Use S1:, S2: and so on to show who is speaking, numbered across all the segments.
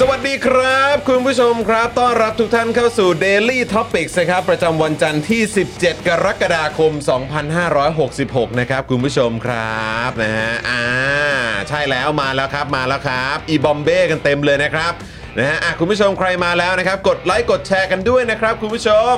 S1: สวัสดีครับ คุณผู้ชมครับ ต้อนรับทุกท่านเข้าสู่ Daily Topics นะครับ ประจำวันจันทร์ที่ 17 กรกฎาคม 2566 นะครับ คุณผู้ชมครับนะฮะอ่าใช่แล้วมาแล้วครับมาแล้วครับ อีบอมเบ้กันเต็มเลยนะครับนะฮะอ่ะคุณผู้ชมใครมาแล้วนะครับ กดไลค์กดแชร์กันด้วยนะครับ คุณผู้ชม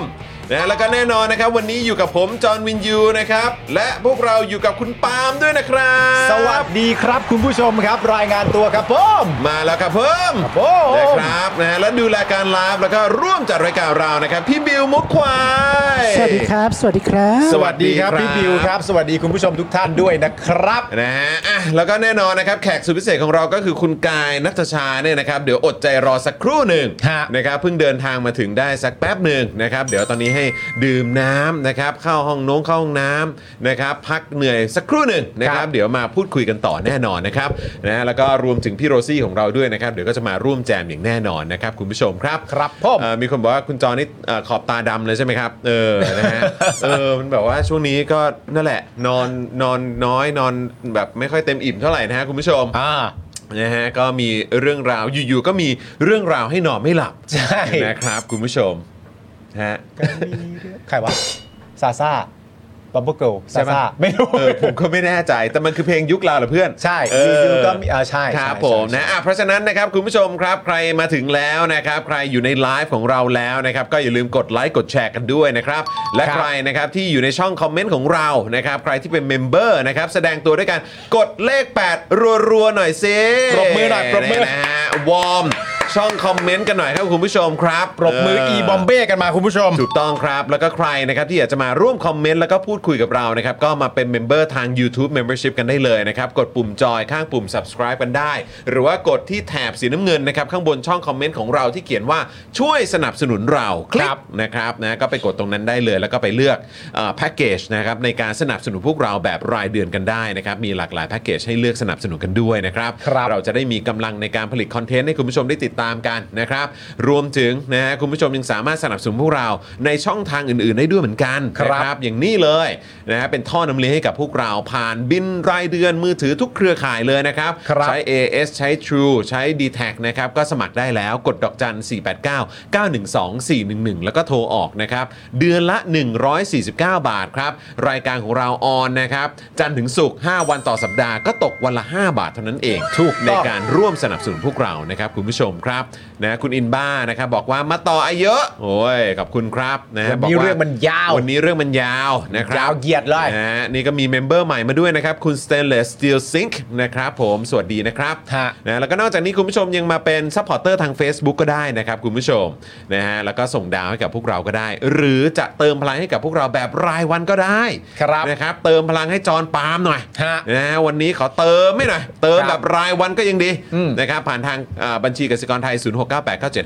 S1: นะแล้วก็แน่นอนนะครับ วันนี้อยู่กับผมจอห์นวินยูนะครับ และพวกเราอยู่กับคุณปาล์มด้วยนะครับ
S2: สวัสดีครับคุณผู้ชมครับ รายงานตัวครับผม
S1: มาแล้วครับเพิ่ม
S2: โอ้
S1: นะครับนะฮะและดูรายการไลฟ์แล้วก็ร่วมจัดรายการเรานะครับ พี่บิวมุกควาย
S3: สวัสดีครับ สวัสดีครับ
S2: สวัสดีครับพี่บิวครับ สวัสดีคุณผู้ชมทุกท่านด้วยนะครับ
S1: นะฮะอ่ะแล้วก็แน่นอนนะครับแขกสุดพิเศษของเราก็คือคุณกายนัทชาเนี่ยนะครับ เดี๋ยวอดใจรอสักครู่หนึ่ง
S2: ฮะ
S1: นะครับเพิ่งเดินทางมาถึงได้สักแป๊บหนึ่งนะครับเดี๋ยวตอนนี้ให้ดื่มน้ำนะครับเข้าห้องน้องเข้าห้องน้ำนะครับพักเหนื่อยสักครู่หนึ่งนะครับเดี๋ยวมาพูดคุยกันต่อแน่นอนนะครับนะฮะแล้วก็รวมถึงพี่โรซี่ของเราด้วยนะครับเดี๋ยวก็จะมาร่วมแจมอย่างแน่นอนนะครับคุณผู้ชมครับ
S2: ครับผม
S1: เอ่อมีคนบอกว่าคุณจอนี่เอ่อขอบตาดำเลยใช่ไหมครับ เออ นะฮะ เออ มันแบบว่าช่วงนี้ก็นั่นแหละ นอนนอนน้อยนอนแบบไม่ค่อยเต็มอิ่มเท่าไหร่นะฮะคุณผู้ชม
S2: อ่า
S1: นะฮะ ก็มีเรื่องราวอยู่ๆ ก็มีเรื่องราวให้นอนไม่หลับ
S2: ใช่
S1: นะครับคุณผู้ชมฮะ
S2: ใครวะซาซาบัมเบิลเกิล
S1: ใช่
S2: ซา
S1: ปะ
S2: ซาไม่รู้
S1: เออผมก็ไม่แน่ใจ แต่มันคือเพลงยุคลาวเหรอเพื่อน
S2: ใช่
S1: เอ
S2: มี
S1: อ
S2: ยุคก็มีอ่าใช่ใช่
S1: ครับผม
S2: ใช่
S1: นะ
S2: ใช่
S1: อ่ะเพราะฉะนั้นนะครับคุณผู้ชมครับใครมาถึงแล้วนะครับ ใครอยู่ในไลฟ์ของเราแล้วนะครับ ก็อย่าลืมกดไลค์กดแชร์กันด้วยนะครับ และ
S2: ครับ
S1: ใครนะครับที่อยู่ในช่องคอมเมนต์ของเรานะครับ ใครที่เป็นเมมเบอร์นะครับ แสดงตัวด้วยการกดเลข 8 รัวๆหน่อยสิ
S2: ปรบมือหน่อยปรบมือ
S1: นะฮะวอร์มช่องคอมเมนต์กันหน่อยครับคุณผู้ชมครับ
S2: ปรบมืออีบอม
S1: เ
S2: เบ้กันมาคุณผู้ชม
S1: ถูกต้องครับ แล้วก็ใครนะครับที่อยากจะมาร่วมคอมเมนต์แล้วก็พูดคุยกับเรานะครับ ก็มาเป็นเมมเบอร์ทาง YouTube Membership กันได้เลยนะครับ กดปุ่มจอยข้างปุ่ม subscribe กันได้ หรือว่ากดที่แถบสีน้ำเงินนะครับ ข้างบนช่องคอมเมนต์ของเราที่เขียนว่าช่วยสนับสนุนเราค
S2: ค
S1: ลิ
S2: รั
S1: ก
S2: บ
S1: นะครับนะก็ไปกดตรงนั้นได้เลย แล้วก็ไปเลือกแพ็กเกจนะครับในการสนับสนุนพวกเราแบบรายเดือนกันได้นะครับมีหลากหลายแพ็กเกจให้เลือกสนับสนุนกันด้วยนะครับ
S2: ครับ
S1: เราจะได้มีกำลังในการผลิตคอนเทนต์ให้คุณผู้ชมได้ติดตามกันนะครับ รวมถึงนะฮะคุณผู้ชมยังสามารถสนับสนุนพวกเราในช่องทางอื่นๆได้ด้วยเหมือนกัน
S2: ครับ
S1: นะอย่างนี้เลยนะฮะเป็นท่อนำเลี้ยงให้กับพวกเราผ่านบินรายเดือนมือถือทุกเครือข่ายเลยนะครับ
S2: ครับ
S1: ใช้ AS ใช้ True ใช้ d t แทนะครับ ก็สมัครได้แล้วกดดอกจัน 489 912 411 แล้วก็โทรออกนะครับ เดือนละ 149 บาทครับ รายการของเราออนนะครับ จันทร์ถึงศุกร์5วันต่อสัปดาห์ก็ตกวันละ 5 บาทเท่านั้นเอง
S2: ถูกต้อง
S1: ในการร่วมสนับสนุนพวกเรานะครับ คุณผู้ชมครับนะคุณอินบ้านะครับ บอกว่ามาต่ออาเยอะโอ้ยขอบคุณครับนะ
S2: วันนี้
S1: บกา
S2: เรื่องมันยาว
S1: วันนี้เรื่องมันยาวนะครับ
S2: ยาวเหยียดเลย
S1: นะฮะนี่ก็มีเมมเบอร์ใหม่มาด้วยนะครับ คุณ Stainless Steel Sink นะครับผมสวัสดีนะครับ
S2: ฮะ
S1: นะแล้วก็นอกจากนี้คุณผู้ชมยังมาเป็นซัพพอร์เตอร์ทาง Facebook ก็ได้นะครับ คุณผู้ชมนะฮะแล้วก็ส่งดาวให้กับพวกเราก็ได้ หรือจะเติมพลังให้กับพวกเราแบบรายวันก็ได้
S2: ครับ
S1: นะครับเติมพลังให้จอห์นปาล์มหน่อย
S2: ฮะ
S1: นะฮะวันนี้ขอเติมไม่หน่อย เติม
S2: ครับ
S1: แบบรายวันก็ยังดี
S2: อืม
S1: นะครับผ่านทางอ่าบัญชีกสิกรไทย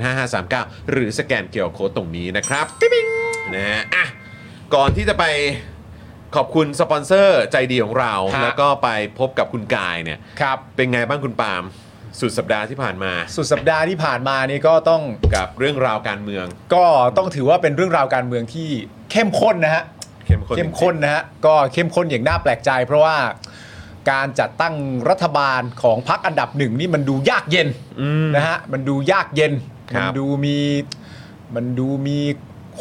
S1: 0698975539 หรือสแกนเกี่ยวโค้ดตรงนี้นะครับปิ๊งๆนะฮะอ่ะก่อนที่จะไป ขอบคุณสปอนเซอร์ใจดีของเรา
S2: ฮะ
S1: แล้วก็ไปพบกับคุณกายเนี่ย
S2: ครับ
S1: เป็นไงบ้างคุณปาล์มสุดสัปดาห์ที่ผ่านมา
S2: สุดสัปดาห์ที่ผ่านมานี่ก็ต้อง
S1: กับเรื่องราวการเมือง
S2: ก็ต้องถือว่าเป็นเรื่องราวการเมืองที่เข้มข้นนะฮะ
S1: เข้มข้น
S2: เข้มข้นนะฮะก็เข้มข้นอย่างน่าแปลกใจ เพราะว่าการจัดตั้งรัฐบาลของพรรคอันดับหนึ่งนี่มันดูยากเย็น
S1: อืม
S2: นะฮะมันดูยากเย็น
S1: ครั
S2: มั
S1: บ
S2: ดูมีมันดูมี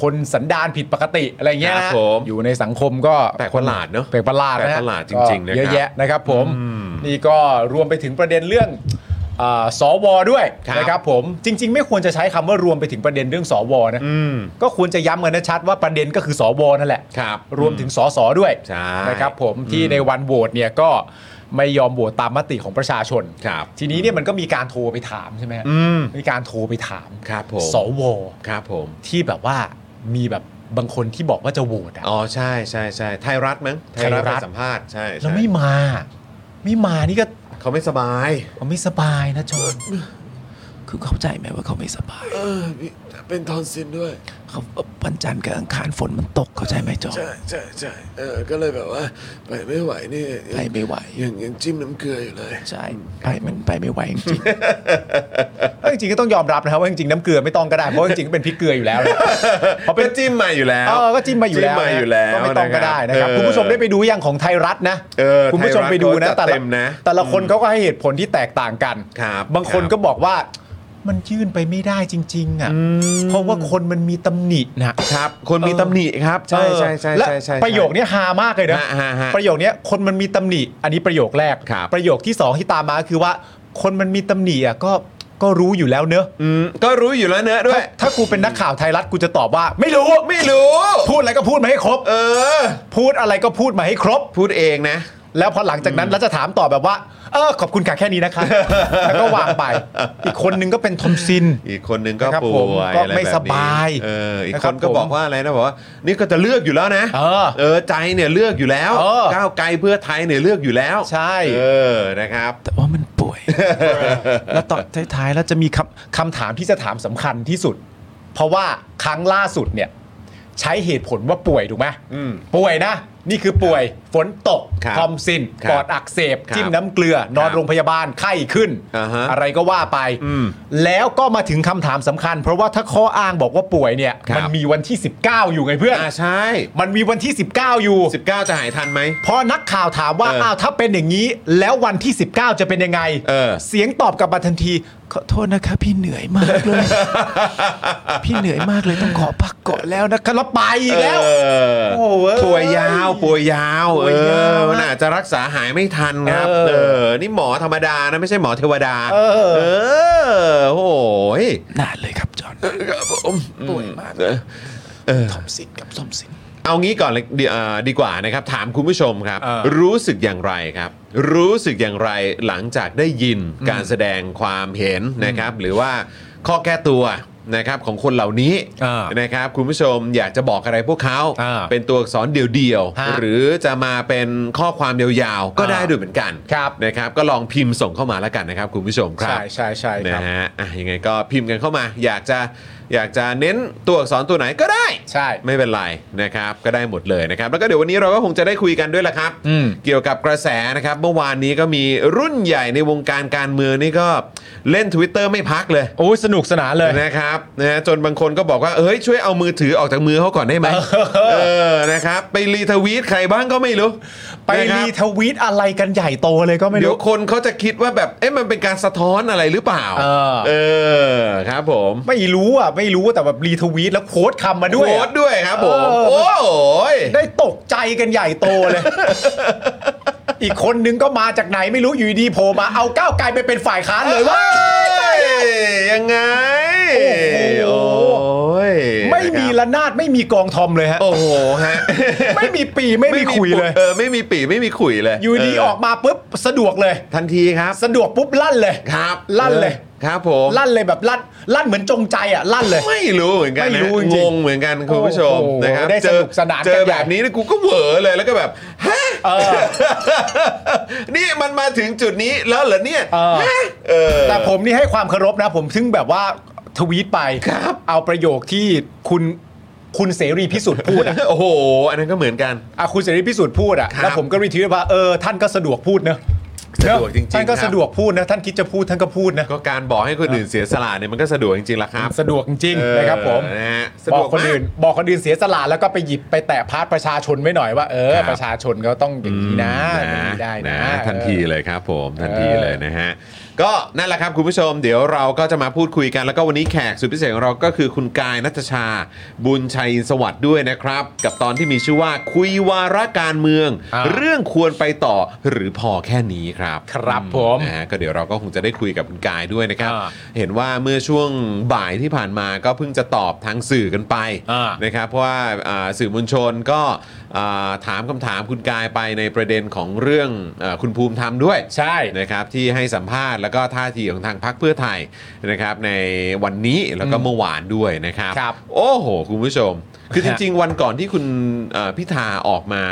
S2: คนสันดานผิดปกติอะไรเงี้ย
S1: ครั
S2: นะ
S1: บผม
S2: อยู่ในสังคมก็
S1: แปลกประหลาดเนอะ
S2: แปลกประหลาดนฮ
S1: แปลกประหลาดจริง
S2: ก็
S1: ๆนะครับ
S2: เยอะแยะนะครับผม
S1: อืม
S2: นี่ก็รวมไปถึงประเด็นเรื่องอ่าสวด้วย
S1: ครับ
S2: นะครับผมจริง ๆ ไม่ควรจะใช้คำว่ารวมไปถึงประเด็นเรื่องสวนะ
S1: อืม
S2: ก็ควรจะย้ำกันนะชัดว่าประเด็นก็คือสวนั่นแหละ
S1: ครับ
S2: รวมถึงสสด้วย
S1: ใช่
S2: นะครับผมที่ในวันโหวตเนี่ยก็ไม่ยอมโหวตตามมติของประชาชน
S1: ครับ
S2: ทีนี้เนี่ยมันก็มีการโทรไปถามใช่ไหมฮะ
S1: อืม
S2: มีการโทรไปถาม
S1: ครับผม
S2: สว
S1: ครับผม
S2: ที่แบบว่ามีแบบบางคนที่บอกว่าจะโหวตอ่ะ
S1: อ๋อใช่ใช่ใช่ไทยรัฐมั้งไทยรัฐ
S2: ไทยรัฐ
S1: ไปสัมภาษณ์ใช่ใช่
S2: แล้วไม่มา ไม่มานี่ก็
S1: เขาไม่สบาย
S2: เขาไม่สบายนะจอน
S3: คือเข้าใจไหมว่าเขาไม่สบาย
S4: เออมีเป็นทอนซิลด้วย
S3: เขาวันจันทร์กับอังคารฝนมันตกเข้าใจไหมจอห์น
S4: ใช่ใช่ใช่เออ ก็เลยแบบว่า ไปไม่ไหวนี่ยัง
S3: ไปไม่ไหว
S4: ยังยังจิ้มน้ำเกลืออยู่เลย
S3: ใช่ ไปมันไปไม่ไหวจริง
S2: เอ้ยจริงๆก็ ต้องยอมรับนะครับว่าจริงๆน้ำเกลือไม่ต้องก็ได้เพราะว่าจริงๆก็เป็นพริกเกลืออยู่แล้วนะเพราะเป็
S1: เป็น นจิ้มมาอยู่แล้ว
S2: เออก็จิ้มมาอยู่แล้ว
S1: จิ้มมาอยู่แล้ว
S2: ก็ไม่ต้องก็ได้
S1: นะ
S2: นะ
S1: ค
S2: ค
S1: รั
S2: รั
S1: บบเออ
S2: คุณผู้ชมได้ไปดูอย่างของไทยรัฐนะ
S1: เออ
S2: คุณผู้ชมไปดูนะ
S1: ไทยรัฐเขาจัดเต็มนะ
S2: แต่ละคนเขาก็ให้เหตุผลที่แตกต่างกัน
S1: ครับ
S2: บางคน
S1: ครับ
S2: ก็บอกว่ามันยื่นไปไม่ได้จริง ๆ อ่ะ เพราะว่าคนมันมีตำหนินะครับ
S1: คนมีตำหนิครับ
S2: เอ
S1: ใช่
S2: อ
S1: ใช่ใช่
S2: และ
S1: ใช่ใช่
S2: ประโยคเนี้ยฮามากเลยนะ
S1: ฮะฮะฮะ
S2: ประโยคเนี้ยคนมันมีตำหนิ อันนี้ประโยคแรก
S1: ครับ
S2: ประโยคที่สองที่ตามมาคือว่า คนมันมีตำหนิอ่ะก็ก็รู้อยู่แล้วเนอะ
S1: อืมก็รู้อยู่แล้วเนอะด้ว
S2: ถ้าย ถ้ากูเป็นนักข่าวไทยรัฐกูจะตอบว่า ไม่รู้
S1: ไม่รู้
S2: พูดอะไรก็พูดมาให้ครบ
S1: เออ
S2: พูดอะไรก็พูดมาให้ครบ
S1: พูดเองนะ
S2: แล้วพอหลังจากนั้นเราจะถามต่อแบบว่า เออขอบคุณค่ะแค่นี้นะคะ แล้วก็วางไป อีกคนนึงก็เป็นทอมซิน
S1: อีกคนนึงก็
S2: นะครับ
S1: ป่
S2: ผม
S1: วย
S2: ก็
S1: อะไร
S2: ไม่
S1: แบบนี้
S2: สบาย
S1: เอออีก
S2: นะ
S1: ค
S2: ครับ
S1: นก็
S2: ผม
S1: บอกว่าอะไรนะบอกว่า นี่ก็จะเลือกอยู่แล้วนะ
S2: เออ
S1: ใจเนี่ยเลือกอยู่แล้ว
S2: เออ
S1: ก้าวไกลเพื่อไทยเนี่ยเลือกอยู่แล้ว
S2: ใช่
S1: เออนะครับ
S3: ๆ แต่ว่ามันป่วย
S2: แล้วตอนท้ายๆแล้วจะมีคำคำถามที่จะถามสำคัญที่สุด เพราะว่าครั้งล่าสุดเนี่ยใช้เหตุผลว่าป่วยถูกไหม
S1: อืม
S2: ป่วยนะ นี่คือป่วยฝนตก
S1: ครับ
S2: ทอมซิน
S1: ครับ
S2: ปอดอักเสบ
S1: ครับ
S2: จิ้มน้ำเกลือนอ
S1: ครั
S2: น
S1: บ
S2: โรงพยาบาลไข้ขึ้น
S1: อ่าฮะ
S2: อะไรก็ว่าไป
S1: อืม
S2: แล้วก็มาถึงคำถามสำคัญ เพราะว่าถ้าข้ออ้างบอกว่าป่วยเนี่ย
S1: ครับ
S2: มันมีวันที่ 19 อยู่ไงเพื่อน
S1: อ่าใช่
S2: มันมีวันที่ 19 อยู่
S1: 19 จะหายทันไหม
S2: พอนักข่าวถามว่า
S1: เอออ้
S2: อ้าว ถ้าเป็นอย่างนี้ แล้ววันที่ 19 จะเป็นยังไง
S1: เออ
S2: ยงตอบกลับมาทันที
S3: ขอโทษนะคะ พี่เหนื่อยมากเลย พี่เหนื่อยมากเลยต้องขอพักก่อนแล้วนะ
S2: กระไปอีกแล้ว
S1: เออ
S2: โอ้เว้ย
S1: ป่วยยาวป่วยยาว
S2: ป่
S1: เอ
S2: วยยา
S1: อ
S2: ว
S1: มันอาจจะรักษาหายไม่ทันครับ
S2: เออ
S1: เออนี่หมอธรรมดานะไม่ใช่หมอเทวดา
S2: เออ
S1: เออโอ้ย
S3: นานเลยครับจอห์นป่วยมากทอมสินกับส้มสิน
S1: เอางี้ก่อนเลยดีเอ่อดีกว่านะครับ ถามคุณผู้ชมครับ
S2: เออ
S1: รู้สึกอย่างไรครับ รู้สึกอย่างไรหลังจากได้ยินการแสดงความเห็นนะครับ หรือว่าข้อแก้ตัวนะครับของคนเหล่านี้
S2: เออ
S1: นะครับ คุณผู้ชมอยากจะบอกอะไรพวกเขา
S2: เออน
S1: ตัวอักษรเดียว
S2: ฮะ
S1: ๆหรือจะมาเป็นข้อความยาวๆก็
S2: เออ
S1: ได้ด้วยเหมือนกัน
S2: ครับ
S1: นะครับ ก็ลองพิมพ์ส่งเข้ามาแล้วกันนะครับ คุณผู้ชมครับ
S2: ใช่ใช่ใช่ค
S1: นะ
S2: รับ
S1: ฮะอ่ะยังไงก็พิมพ์กันเข้ามา อยากจะอยากจะเน้นตัวอักษรตัวไหนก็ได้
S2: ใช่
S1: ไม่เป็นไรนะครับ ก็ได้หมดเลยนะครับ แล้วก็เดี๋ยววันนี้เราก็คงจะได้คุยกันด้วยละครับ
S2: อืม
S1: เกี่ยวกับกระแสนะครับ เมื่อวานนี้ก็มีรุ่นใหญ่ในวงการการเมืองนี่ก็เล่น Twitter ไม่พักเลย
S2: โอ้ยสนุกสนานเลย
S1: นะครับนะฮะจนบางคนก็บอกว่า เอ้ยช่วยเอามือถือออกจากมือเขาก่อนได้ไหมเออนะครับไปรีทวีตใครบ้างก็ไม่รู้
S2: ไป
S1: นะครับ
S2: รีทวีตอะไรกันใหญ่โตเลยก็ไม่
S1: เดี๋ย
S2: รู้
S1: วคนเขาจะคิดว่าแบบเอ๊ะมันเป็นการสะท้อนอะไรหรือเปล่า
S2: เออ
S1: เออครับผม
S2: ไม่รู้อ่ะ ไม่รู้แต่แบบรีทวีตแล้วโค้ดคำมาด้วย
S1: โค้
S2: อะ
S1: ดด้วยครับผม
S2: เออ
S1: โอ้โหย
S2: ได้ตกใจกันใหญ่โตเลย อีกคนนึงก็มาจากไหนไม่รู้อยู่ดีๆโผล่มาเอาก้าวไกลไปเป็นฝ่ายค้านเลยว่า
S1: เฮ้ยยังไง
S2: โอ้โห
S1: โอ้ย
S2: ไม่มี
S1: นะครับ
S2: ระนาดไม่มีกองทอมเลยฮะ
S1: โอ้โหฮะ
S2: ไม่มีปีไม่มีคุยเลย
S1: เออไม่มีปีไม่มีขุยเลย
S2: อยู่ดี
S1: เ
S2: ออกมาปุ๊บสะดวกเลย
S1: ทันทีครับ
S2: สะดวกปุ๊บลั่นเลย
S1: ครับ
S2: ลั่นเลย
S1: ออครับผม
S2: ลั่นเลยแบบลั่นลั่นเหมือนจงใจอ่ะลั่นเลย
S1: ไม่รู้เหมือนกันนะ
S2: ไม่รู้จริงๆ
S1: งเหมือนกันคุณผู้ชม
S2: โอ้โห
S1: นะครับ
S2: ได้
S1: เจ
S2: ส
S1: อ
S2: นุกสนานกัน
S1: เจอ
S2: ใหญ่
S1: แบบนี้นี่กูก็เหวอเลยแล้วก็แบบฮะ
S2: เออ
S1: นี่มันมาถึงจุดนี้แล้วเหรอเนี่ย
S2: เออ
S1: ฮะเออ
S2: แต่ผมนี่ให้ความเคารพนะ ผมถึงแบบว่าทวีตไป
S1: ครับ
S2: เอาประโยคที่คุณ คุณเสรีพิสุทธิ์พูดอะ
S1: โอ้โห อันนั้นก็เหมือนกัน
S2: อ่ะคุณเสรีพิสูจน์พูดอ่ะ
S1: ครับ
S2: แล้วผมก็รีทวีตว่าเออท่านก็สะดวกพูดเนอะ
S1: สะดวกจริงๆ
S2: ท่านก็
S1: ครับ
S2: สะดวกพูดนะท่านคิดจะพูดท่านก็พูดนะ
S1: ก็การบอกให้คนอื่นเสียสละเนี่ยมันก็สะดวกจริงๆล่ะครับ
S2: สะดวกจริง
S1: เออ
S2: นะครับผม
S1: นะฮะสะ
S2: บอ
S1: ดว
S2: ก
S1: ก
S2: คน
S1: มา
S2: อื่
S1: ก
S2: นบอกคนอื่นเสียสละแล้วก็ไปหยิบไปแตะพาร์ทประชาชนไว้หน่อยว่าเออ
S1: ครับ
S2: ประชาชนก็ต้องอย่างนี้นะ
S1: อืม
S2: ได้นะ
S1: ทันทีเลยครับผมทันทีเลยนะฮะก็นั่นแหละครับคุณผู้ชม เดี๋ยวเราก็จะมาพูดคุยกันแล้วก็วันนี้แขกสุดพิเศษของเราก็คือคุณกายนัทชา บุญชัยสวัสดิ์ด้วยนะครับ กับตอนที่มีชื่อว่าคุยวาระการเมือง
S2: อ่า
S1: เรื่องควรไปต่อหรือพอแค่นี้ครับ
S2: ครับผม
S1: นะฮะก็เดี๋ยวเราก็คงจะได้คุยกับคุณกายด้วยนะครับ
S2: อ่า
S1: เห็นว่าเมื่อช่วงบ่ายที่ผ่านมาก็เพิ่งจะตอบทางสื่อกันไป
S2: อ่าน
S1: นะครับเพราะว่าอ่าสื่อมวลชนก็อ่าถามคำถามคุณกายไปในประเด็นของเรื่องอาคุณภูมิธรรมด้วย
S2: ใช่
S1: นะครับที่ให้สัมภาษณ์แล้วก็ท่าทีของทางพรรคเพื่อไทยนะครับในวันนี้แล้วก็เมื่อวานด้วยนะครับ
S2: ครับ
S1: โอ้โห คุณผู้ชม คือจ
S2: ฮะ
S1: ริง ๆ วันก่อนที่คุณอ่าพิธาออกมา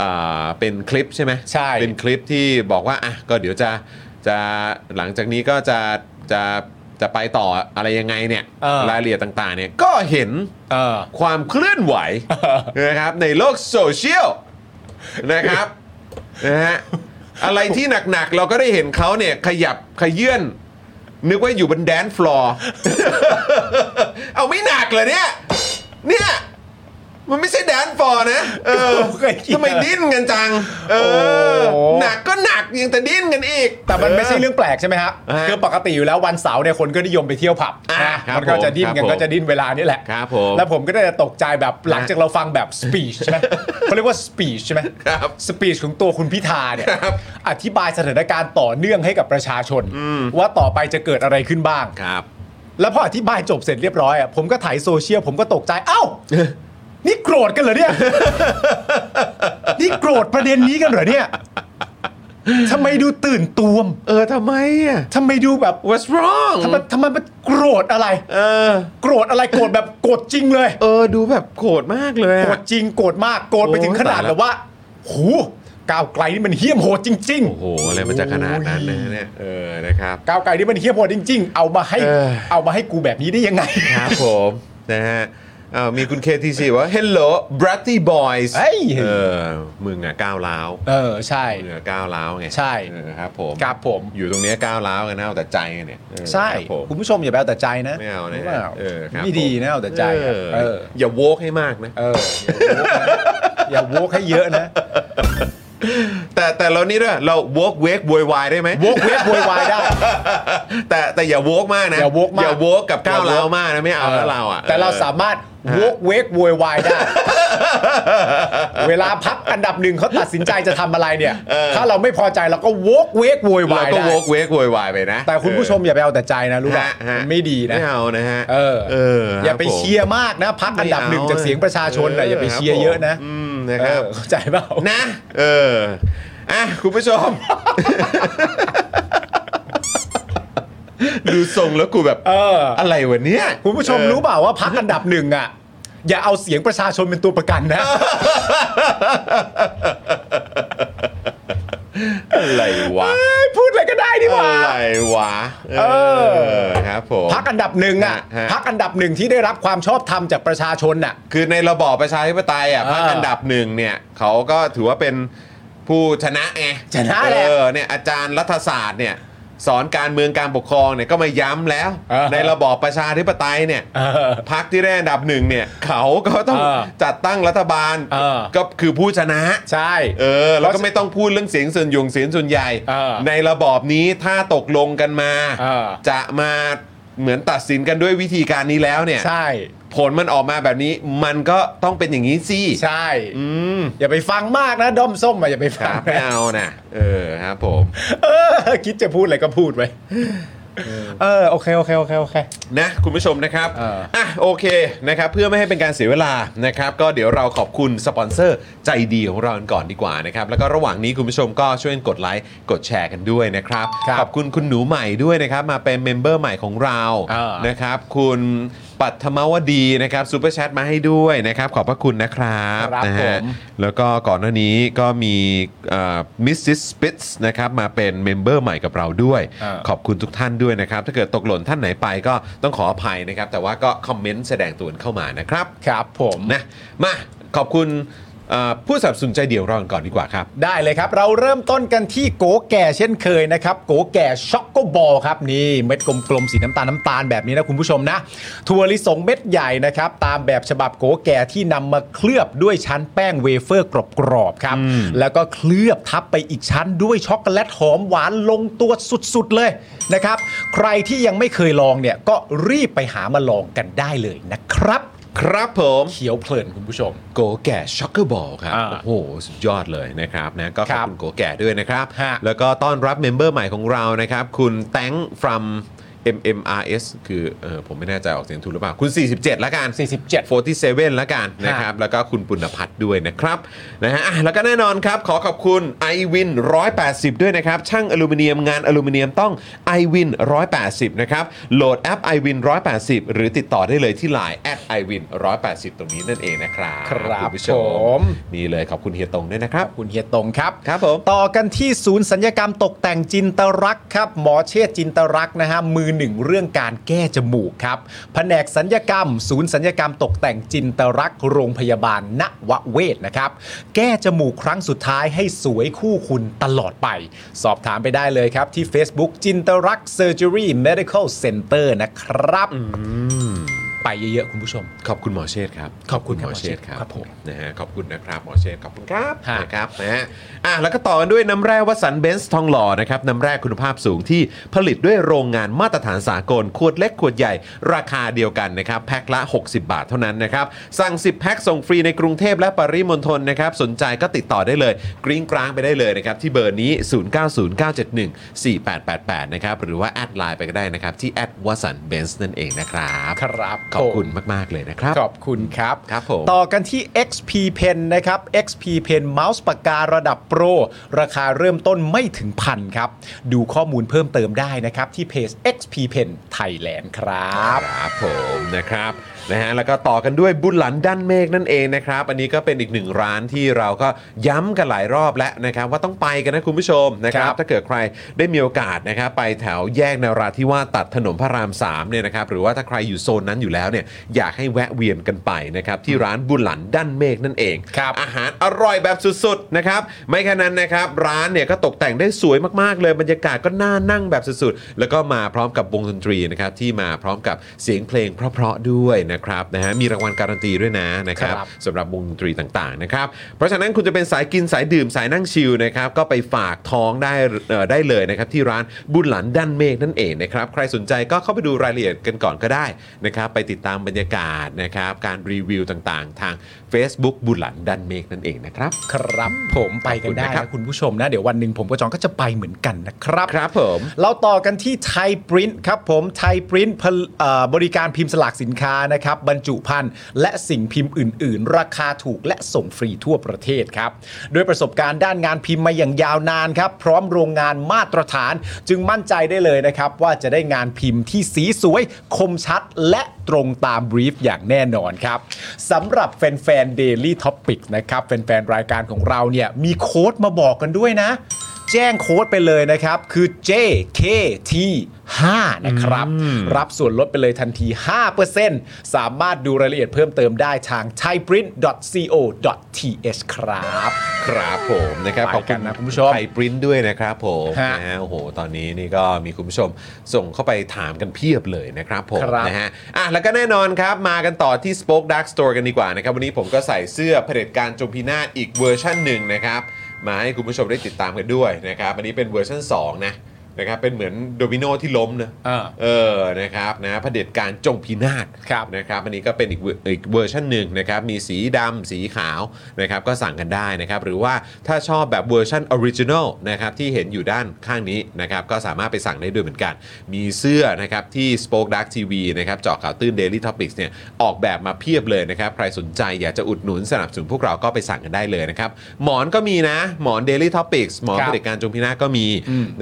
S1: อ่าเป็นคลิปใช่ไหม
S2: ใช่
S1: เป็นคลิปที่บอกว่าอ่ะก็เดี๋ยวจะจะหลังจากนี้ก็จะจะจะไปต่ออะไรยังไงเนี่ยรายละเอียดต่างๆเนี่ยก็เห็น
S2: เออ
S1: ความเคลื่อน ไหว นะครับในโลกโซเชียลนะครับนะฮะอะไรที่หนักๆ เราก็ได้เห็นเขาเนี่ยขยับขยื่นนึกว่าอยู่บนแดนฟลอร์ เอาไม่หนักเหรอเนี่ย เนี่ย มันไม่ใช่แดนฟลอร์นะเออ
S2: โอ้ย
S1: ทำไมดิ้นกันจัง เออ
S2: โอ้
S1: หนักก็หนักยังแต่ดิ้นกันอีก
S2: แต่มันไม่ใช่เรื่องแปลกใช่ไหมฮะ
S1: ฮะ
S2: คือปกติอยู่แล้ววันเสาร์เนี่ยคนก็นิยมไปเที่ยวผับ
S1: อ่ะ
S2: นะครับ มันก็จะดิ้น
S1: ผม
S2: กัน
S1: ครับ
S2: ก็จะดิ้นเวลานี่แหละ
S1: ครับผม
S2: แล้วผมก็ได้แต่ตกใจแบบหลังจากเราฟังแบบ speech ใช่ไหมเขาเรียกว่า speech ใช่ไหม
S1: ครับ
S2: speech ของตัวคุณพิธาเนี่ยอธิบายสถานการณ์ต่อเนื่องให้กับประชาชน ว่าต่อไปจะเกิดอะไรขึ้นบ้าง
S1: ครับ
S2: แล้วพออธิบายจบเสร็จเรียบร้อยอ่ะผมก็ถ่ายโซเชียลผมก็ตกใจเอ้า นี่โกรธกันเหรอเนี่ย นี่โกรธประเด็นนี้กันเหรอเนี่ยทำไมดูตื่นตูม
S1: เออทำไมอ่ะ
S2: ทำไมดูแบบ
S1: What's wrong
S2: ทำไมทำไมมันโกรธอะไร
S1: เออ
S2: โกรธอะไรโกรธแบบโกรธจริงเลย
S1: เออดูแบบโกรธมากเลย
S2: โกร
S1: อะ
S2: ธจริงโกรธมากโกรธไปถึงขนาด
S1: โอ้ยตายละ
S2: แบบว่า หูก้าวไกลนี่มันเหี้ยมโหดจริง
S1: โอ้โหอะไรมันจะขนาดนั้นนะเนี่ยเออนะครับ
S2: ๆ ก้าวไกลนี่มันเหี้ยมโหดจริง ๆ เอามาให้
S1: เออ
S2: เอามาให้กูแบบนี้ได้ยังไง
S1: ครับผม นะฮะเอ่อมีคุณ KTC บอกว่า Hello Bratty Boys
S2: เฮ้ย
S1: เออมึงอ่ะก้าวร้าว
S2: เออใช่
S1: มึงอ่ะก้าวร้าวไง
S2: ใช่
S1: เออครับผม
S2: กับผม
S1: อยู่ตรงเนี้ยก้าวร้าวกันนะเอาแต่ใจกันเนี่ยเออ
S2: ใช่
S1: ครับผม
S2: คุณผู้ชมอย่าไปเอาแต่ใจนะ
S1: ไม่เอานะ
S2: ไม่เอา
S1: เออครับ
S2: ไม่ดี
S1: ผม
S2: นะเอาแต่ใจ
S1: เอ
S2: อะ
S1: อ
S2: เออ
S1: อย่าโวกให้มากนะ
S2: เอออย่าโวกให้เยอะนะ
S1: แต่แต่เรานี่ด้วยเราโวกเวกบวยวายได้ไหม
S2: โวกเวกโวยวายได้
S1: แต่แต่อย่าโวกมากนะ
S2: อย่าโวกมาก
S1: อย่าโวกกับก้าวร้าวมากนะไม่เอาแล้วเราอ่ะ
S2: แต่เรา
S1: ออ
S2: สามารถวกเวกโวยวายได้ เวลาพักอันดับหนึ่งเขาตัดสินใจจะทำอะไรเนี่ย
S1: เออ
S2: ถ้าเราไม่พอใจเราก็วกเวกโวยวา
S1: เรา
S2: ย
S1: ก็
S2: ได้
S1: โวกเวกโวยวายไปนะ
S2: แต่คุณผู้ชมอย่าไปเอาแต่ใจนะรู้ป่ะ
S1: ฮะฮะ
S2: มันไม่ดีนะ
S1: ไม่เอานะฮะ
S2: เออ
S1: เออ
S2: อย่าไป
S1: ครับผม
S2: เชียร์มากนะพักอันดับหนึ่งจากเสียงประชาชนนะอย่าไปเชียร์เยอะนะ
S1: อืมนะครับ
S2: เออเข้าใจเปล่า
S1: นะ เออ อ่ะ คุณผู้ชม ดูทรงแล้วกูแบบ
S2: เออ
S1: อะไรวะเนี่ย
S2: คุณผู้ชมรู้เปล่าว่าพักอันดับหนึ่งอ่ะอย่าเอาเสียงประชาชนเป็นตัวประกันนะ
S1: อะไรวะ
S2: พูดอะไรก็ได้ดีกว่า
S1: อะไรวะ เอ
S2: อ
S1: อครับผม
S2: พักอันดับหนึ่งอ่ะ
S1: ฮะ
S2: พักอันดับหนึ่งที่ได้รับความชอบธรรมจากประชาชนน่ะ
S1: คือในระบอบประชาธิปไตยอ่ะ
S2: เออ
S1: พรรคอันดับหนึ่งเนี่ยเขาก็ถือว่าเป็นผู้ชนะไง
S2: ชนะแหละ
S1: เออเนี่ยอาจารย์รัฐศาสตร์เนี่ยสอนการเมืองการปกครองเนี่ยก็มาย้ำแล้ว
S2: เออ
S1: ในระบอบประชาธิปไตยเนี่ย
S2: เออ
S1: พรรคที่ได้อันดับหนึ่งเนี่ยเขาก็ต้อง
S2: เออ
S1: จัดตั้งรัฐบาล
S2: เออ
S1: ก็คือผู้ชนะ
S2: ใช่
S1: เออแล้วก็ไม่ต้องพูดเรื่องเสียงส่วนยงเสียงส่วนใหญ่
S2: เออ
S1: ในระบอบนี้ถ้าตกลงกันมา
S2: เออ
S1: จะมาเหมือนตัดสินกันด้วยวิธีการนี้แล้วเนี่ย
S2: ใช่
S1: ผลมันออกมาแบบนี้มันก็ต้องเป็นอย่างนี้สิ
S2: ใช่
S1: อืม
S2: อย่าไปฟังมากนะด้อมส้มอะอย่าไป
S1: ค
S2: ฟัง
S1: รับไม่
S2: นะ
S1: เอานะเออครับผม
S2: เออคิดจะพูดอะไรก็พูดไว้เออโอเคโอเคโอเคโอเค
S1: นะคุณผู้ชมนะครับ
S2: เอออ่
S1: อ่ะโอเคนะครับเพื่อไม่ให้เป็นการเสียเวลานะครับ ก็เดี๋ยวเราขอบคุณสปอนเซอร์ใจดีของเรากันก่อนดีกว่านะครับแล้วก็ระหว่างนี้คุณผู้ชมก็ช่วยกดไลค์กดแชร์กันด้วยนะครับ
S2: ครับ
S1: ขอบคุณคุณหนูใหม่ด้วยนะครับมาเป็นเมมเบอร์ใหม่ของเรา
S2: เออ
S1: นะครับคุณ ปัทมวดีนะครับซูเปอร์แชทมาให้ด้วยนะครับ ขอบพระคุณนะครับ
S2: ครับ
S1: นะ
S2: ผ
S1: ฮะ
S2: ม
S1: แล้วก็ก่อนหน้านี้ก็มีมิสซิสปิตส์นะครับมาเป็นเมมเบอร์ใหม่กับเราด้วย
S2: อ่า
S1: ขอบคุณทุกท่านด้วยนะครับ ถ้าเกิดตกหล่นท่านไหนไปก็ต้องขออภัยนะครับ แต่ว่าก็คอมเมนต์แสดงตัวกันเข้ามานะครับ
S2: ครับผม
S1: นะมาขอบคุณเอ่อผู้สนับสนุนใจเดี่ยวเรากันก่อนดีกว่าครับ
S2: ได้เลยครับ เราเริ่มต้นกันที่โกแก่เช่นเคยนะครับ โกแก่ช็อกโกบอลครับนี่เม็ดกลมๆสีน้ำตาลน้ำตาลแบบนี้นะคุณผู้ชมนะถั่วลิสงเม็ดใหญ่นะครับ ตามแบบฉบับโกแก่ที่นำมาเคลือบด้วยชั้นแป้งเวเฟอร์กรอบๆครับ แล้วก็เคลือบทับไปอีกชั้นด้วยช็อกโกแลตหอมหวานลงตัวสุดๆเลยนะครับ ใครที่ยังไม่เคยลองเนี่ยก็รีบไปหามาลองกันได้เลยนะครับ
S1: ครับผม
S2: เขียวเพลินคุณผู้ชม
S1: โกแก่ช็อกเกอร์บอลครับ
S2: อ่า
S1: โอ้โห สุดยอดเลยนะครับนะก็ขอบ
S2: ครับ
S1: คุณโกแก่ด้วยนะครับ
S2: ฮะ
S1: แล้วก็ต้อนรับเมมเบอร์ใหม่ของเรานะครับ คุณแตง from MMRS คือเออผมไม่แน่ใจออกเสียงถูกหรือเปล่า คุณ 47ละกัน
S2: 47
S1: 47ละกัน
S2: ฮะ
S1: นะครับ แล้วก็คุณปุณพัฒน์ด้วยนะครับนะฮะอ่ะแล้วก็แน่นอนครับ ขอขอบคุณ i w วิน180 ด้วยนะครับ ช่างอลูมิเนียมงานอลูมิเนียมต้อง i w วิน180 นะครับ โหลดแอป i w วิน180 หรือติดต่อได้เลยที่ Line แอด i w วิน180 ตรงนี้นั่นเองนะครับ
S2: ครับ
S1: ณผู้ช
S2: ผม ม
S1: นี่เลยขอบคุณเฮียตงด้วยนะครับ
S2: คุณเฮียตงครับ
S1: ครับผม
S2: ต่อกันที่ศูนย์สัญญกรรมตกแต่งจินตรักษณ์ครับ หมอเชษจินตรักษณ์นะฮะมือหนึ่งเรื่องการแก้จมูกครับแผนกสัญญกรรม ศูนย์สัญญกรรมตกแต่งจินตรักษณ์โรงพยาบาลณวเวศนะครับ แก้จมูกครั้งสุดท้ายให้สวยคู่คุณตลอดไป สอบถามไปได้เลยครับ ที่ Facebook จินตรักเซอร์เจอรี่เมดิคอลเซ็นเตอร์นะครับไปเยอะๆคุณผู้ชม
S1: ขอบคุณหมอเชษฐ์ครับ
S2: ขอบคุณ
S1: ห
S2: ค
S1: ม
S2: รับ
S1: อเชษฐ์ครับ
S2: ครับผม
S1: นะฮะขอบคุณนะครับหมอเชษฐ์ขอบคุณครับ
S2: ฮะ
S1: นะครับนะฮะอ่ะแล้วก็ต่อกันด้วยน้ำแร่วัสันเบนซ์ทองหล่อนะครับน้ำแร่คุณภาพสูงที่ผลิตด้วยโรงงานมาตรฐานสากลขวดเล็กขวดใหญ่ ราคาเดียวกันนะครับแพ็คละ 60 บาทเท่านั้นนะครับสั่ง 10 แพ็คส่งฟรีในกรุงเทพและปริมณฑลนะครับสนใจก็ติดต่อได้เลยกริ้งกรางไปได้เลยนะครับที่เบอร์นี้ 0909714888 นะครับหรือว่าแอดไลน์ไปก็ได้นะครับที่แอดวัสันเบนซ์นั่นเองนะครับ
S2: ครับ
S1: ขอ
S2: ผ
S1: บ
S2: ม
S1: คุณมากๆเลยนะครับ
S2: ขอบคุณครับ
S1: ครับผม
S2: ต่อกันที่ XP Pen นะครับ XP Pen เมาส์ปากการะดับโปร ราคาเริ่มต้นไม่ถึงพันครับ ดูข้อมูลเพิ่มเติมได้นะครับ ที่เพจ XP Pen Thailand ครับ
S1: ครับผมนะครับนะฮะแล้วก็ต่อกันด้วยบุญหลันด้านเมฆนั่นเองนะครับ อันนี้ก็เป็นอีกหนึ่งร้านที่เราก็ย้ำกันหลายรอบแล้วนะครับ ว่าต้องไปกันนะคุณผู้ชมนะครั
S2: ค
S1: บ
S2: รับ
S1: ถ้าเกิดใครได้มีโอกาสนะครับ ไปแถวแยกนาราธิวาสตัดถนนพระราม3เนี่ยนะครับ หรือว่าถ้าใครอยู่โซนนั้นอยู่แล้วเนี่ยอยากให้แวะเวียนกันไปนะครับ ที่ร้านบุญหลันด้านเมฆนั่นเอง
S2: ครับ
S1: อาหารอร่อยแบบสุดๆนะครับ ไม่แค่นั้นนะครับร้านเนี่ยก็ตกแต่งได้สวยมากๆเลยบรรยากาศก็น่านั่งแบบสุดๆแล้วก็มาพร้อมกับวงดนตรีนะครับที่มาพร้อมกับเสียงเพลงเพราะๆด้วยนะครับนะฮะมีรางวัลการันตีด้วยนะนะครับ
S2: ครับ
S1: สำหรับวงดนตรีต่างๆนะครับเพราะฉะนั้นคุณจะเป็นสายกินสายดื่มสายนั่งชิลนะครับก็ไปฝากท้องได้เอ่อได้เลยนะครับที่ร้านบุญหลันด้านเมฆนั่นเองนะครับใครสนใจก็เข้าไปดูรายละเอียดกันก่อนก็ได้นะครับไปติดตามบรรยากาศนะครับการรีวิวต่างๆ ทาง Facebook บุญหลันด้านเมฆนั่นเองนะครับ
S2: ครับผมไปกันได้
S1: ขอบคุณนะครับ
S2: นะคุณผู้ชมนะ เดี๋ยววันหนึ่งผมกับจองก็จะไปเหมือนกันนะครับ
S1: ครับผม
S2: เราต่อกันที่ไทยปริ้นครับผมไทยปริ้นบริการพิมพ์สลากสินค้านะครับบรรจุภัณฑ์และสิ่งพิมพ์อื่น ๆ ราคาถูกและส่งฟรีทั่วประเทศครับด้วยประสบการณ์ด้านงานพิมพ์มาอย่างยาวนานครับ พร้อมโรงงานมาตรฐาน จึงมั่นใจได้เลยนะครับ ว่าจะได้งานพิมพ์ที่สีสวย คมชัด และตรงตามบรีฟอย่างแน่นอนครับสำหรับแฟนๆ Daily Topic นะครับแฟนๆรายการของเราเนี่ยมีโค้ดมาบอกกันด้วยนะ แจ้งโค้ดไปเลยนะครับ คือ JKT 5นะครับ รับส่วนลดไปเลยทันที 5%สามารถดูรายละเอียดเพิ่มเติมได้ทาง thaiprint.co.th ครับ
S1: ครับผมนะครับ
S2: ไป
S1: ขอบ
S2: กั
S1: คุณ
S2: นนะคุณผู้ชม
S1: ไทยปริ้นด้วยนะครับผม
S2: ฮะ
S1: นะฮะโอ้โหตอนนี้นี่ก็มีคุณผู้ชมส่งเข้าไปถามกันเพียบเลยนะครับผม
S2: ครับ
S1: นะฮะอ่ะแล้วก็แน่นอนครับ มากันต่อที่ Spoke Dark Store กันดีกว่านะครับ วันนี้ผมก็ใส่เสื้อเผด็จการจงพินาศอีกเวอร์ชันหนึ่งนะครับ มาให้คุณผู้ชมได้ติดตามกันด้วยนะครับ อันนี้เป็นเวอร์ชัน2นะนะครับเป็นเหมือนโดมิโนที่ล้มนะ
S2: อ่า
S1: เออนะครับนะเผด็จการจงพินาศ
S2: ครับ
S1: นะครับอันนี้ก็เป็นอีกเวอร์อีกเวอร์ชันหนึ่งนะครับมีสีดำสีขาวนะครับก็สั่งกันได้นะครับหรือว่าถ้าชอบแบบเวอร์ชันออริจินอลนะครับที่เห็นอยู่ด้านข้างนี้นะครับก็สามารถไปสั่งได้ด้วยเหมือนกัน มีเสื้อนะครับที่ Spoke Dark TV นะครับเจาะข่าวตื้น Daily Topics เนี่ยออกแบบมาเพียบเลยนะครับใครสนใจอยากจะอุดหนุนสนับสนุนพวกเราก็ไปสั่งกันได้เลยนะครับหมอนก็มีนะหมอน Daily Topics หมอน
S2: ครับ
S1: เผด็จการจงพินาศก็มี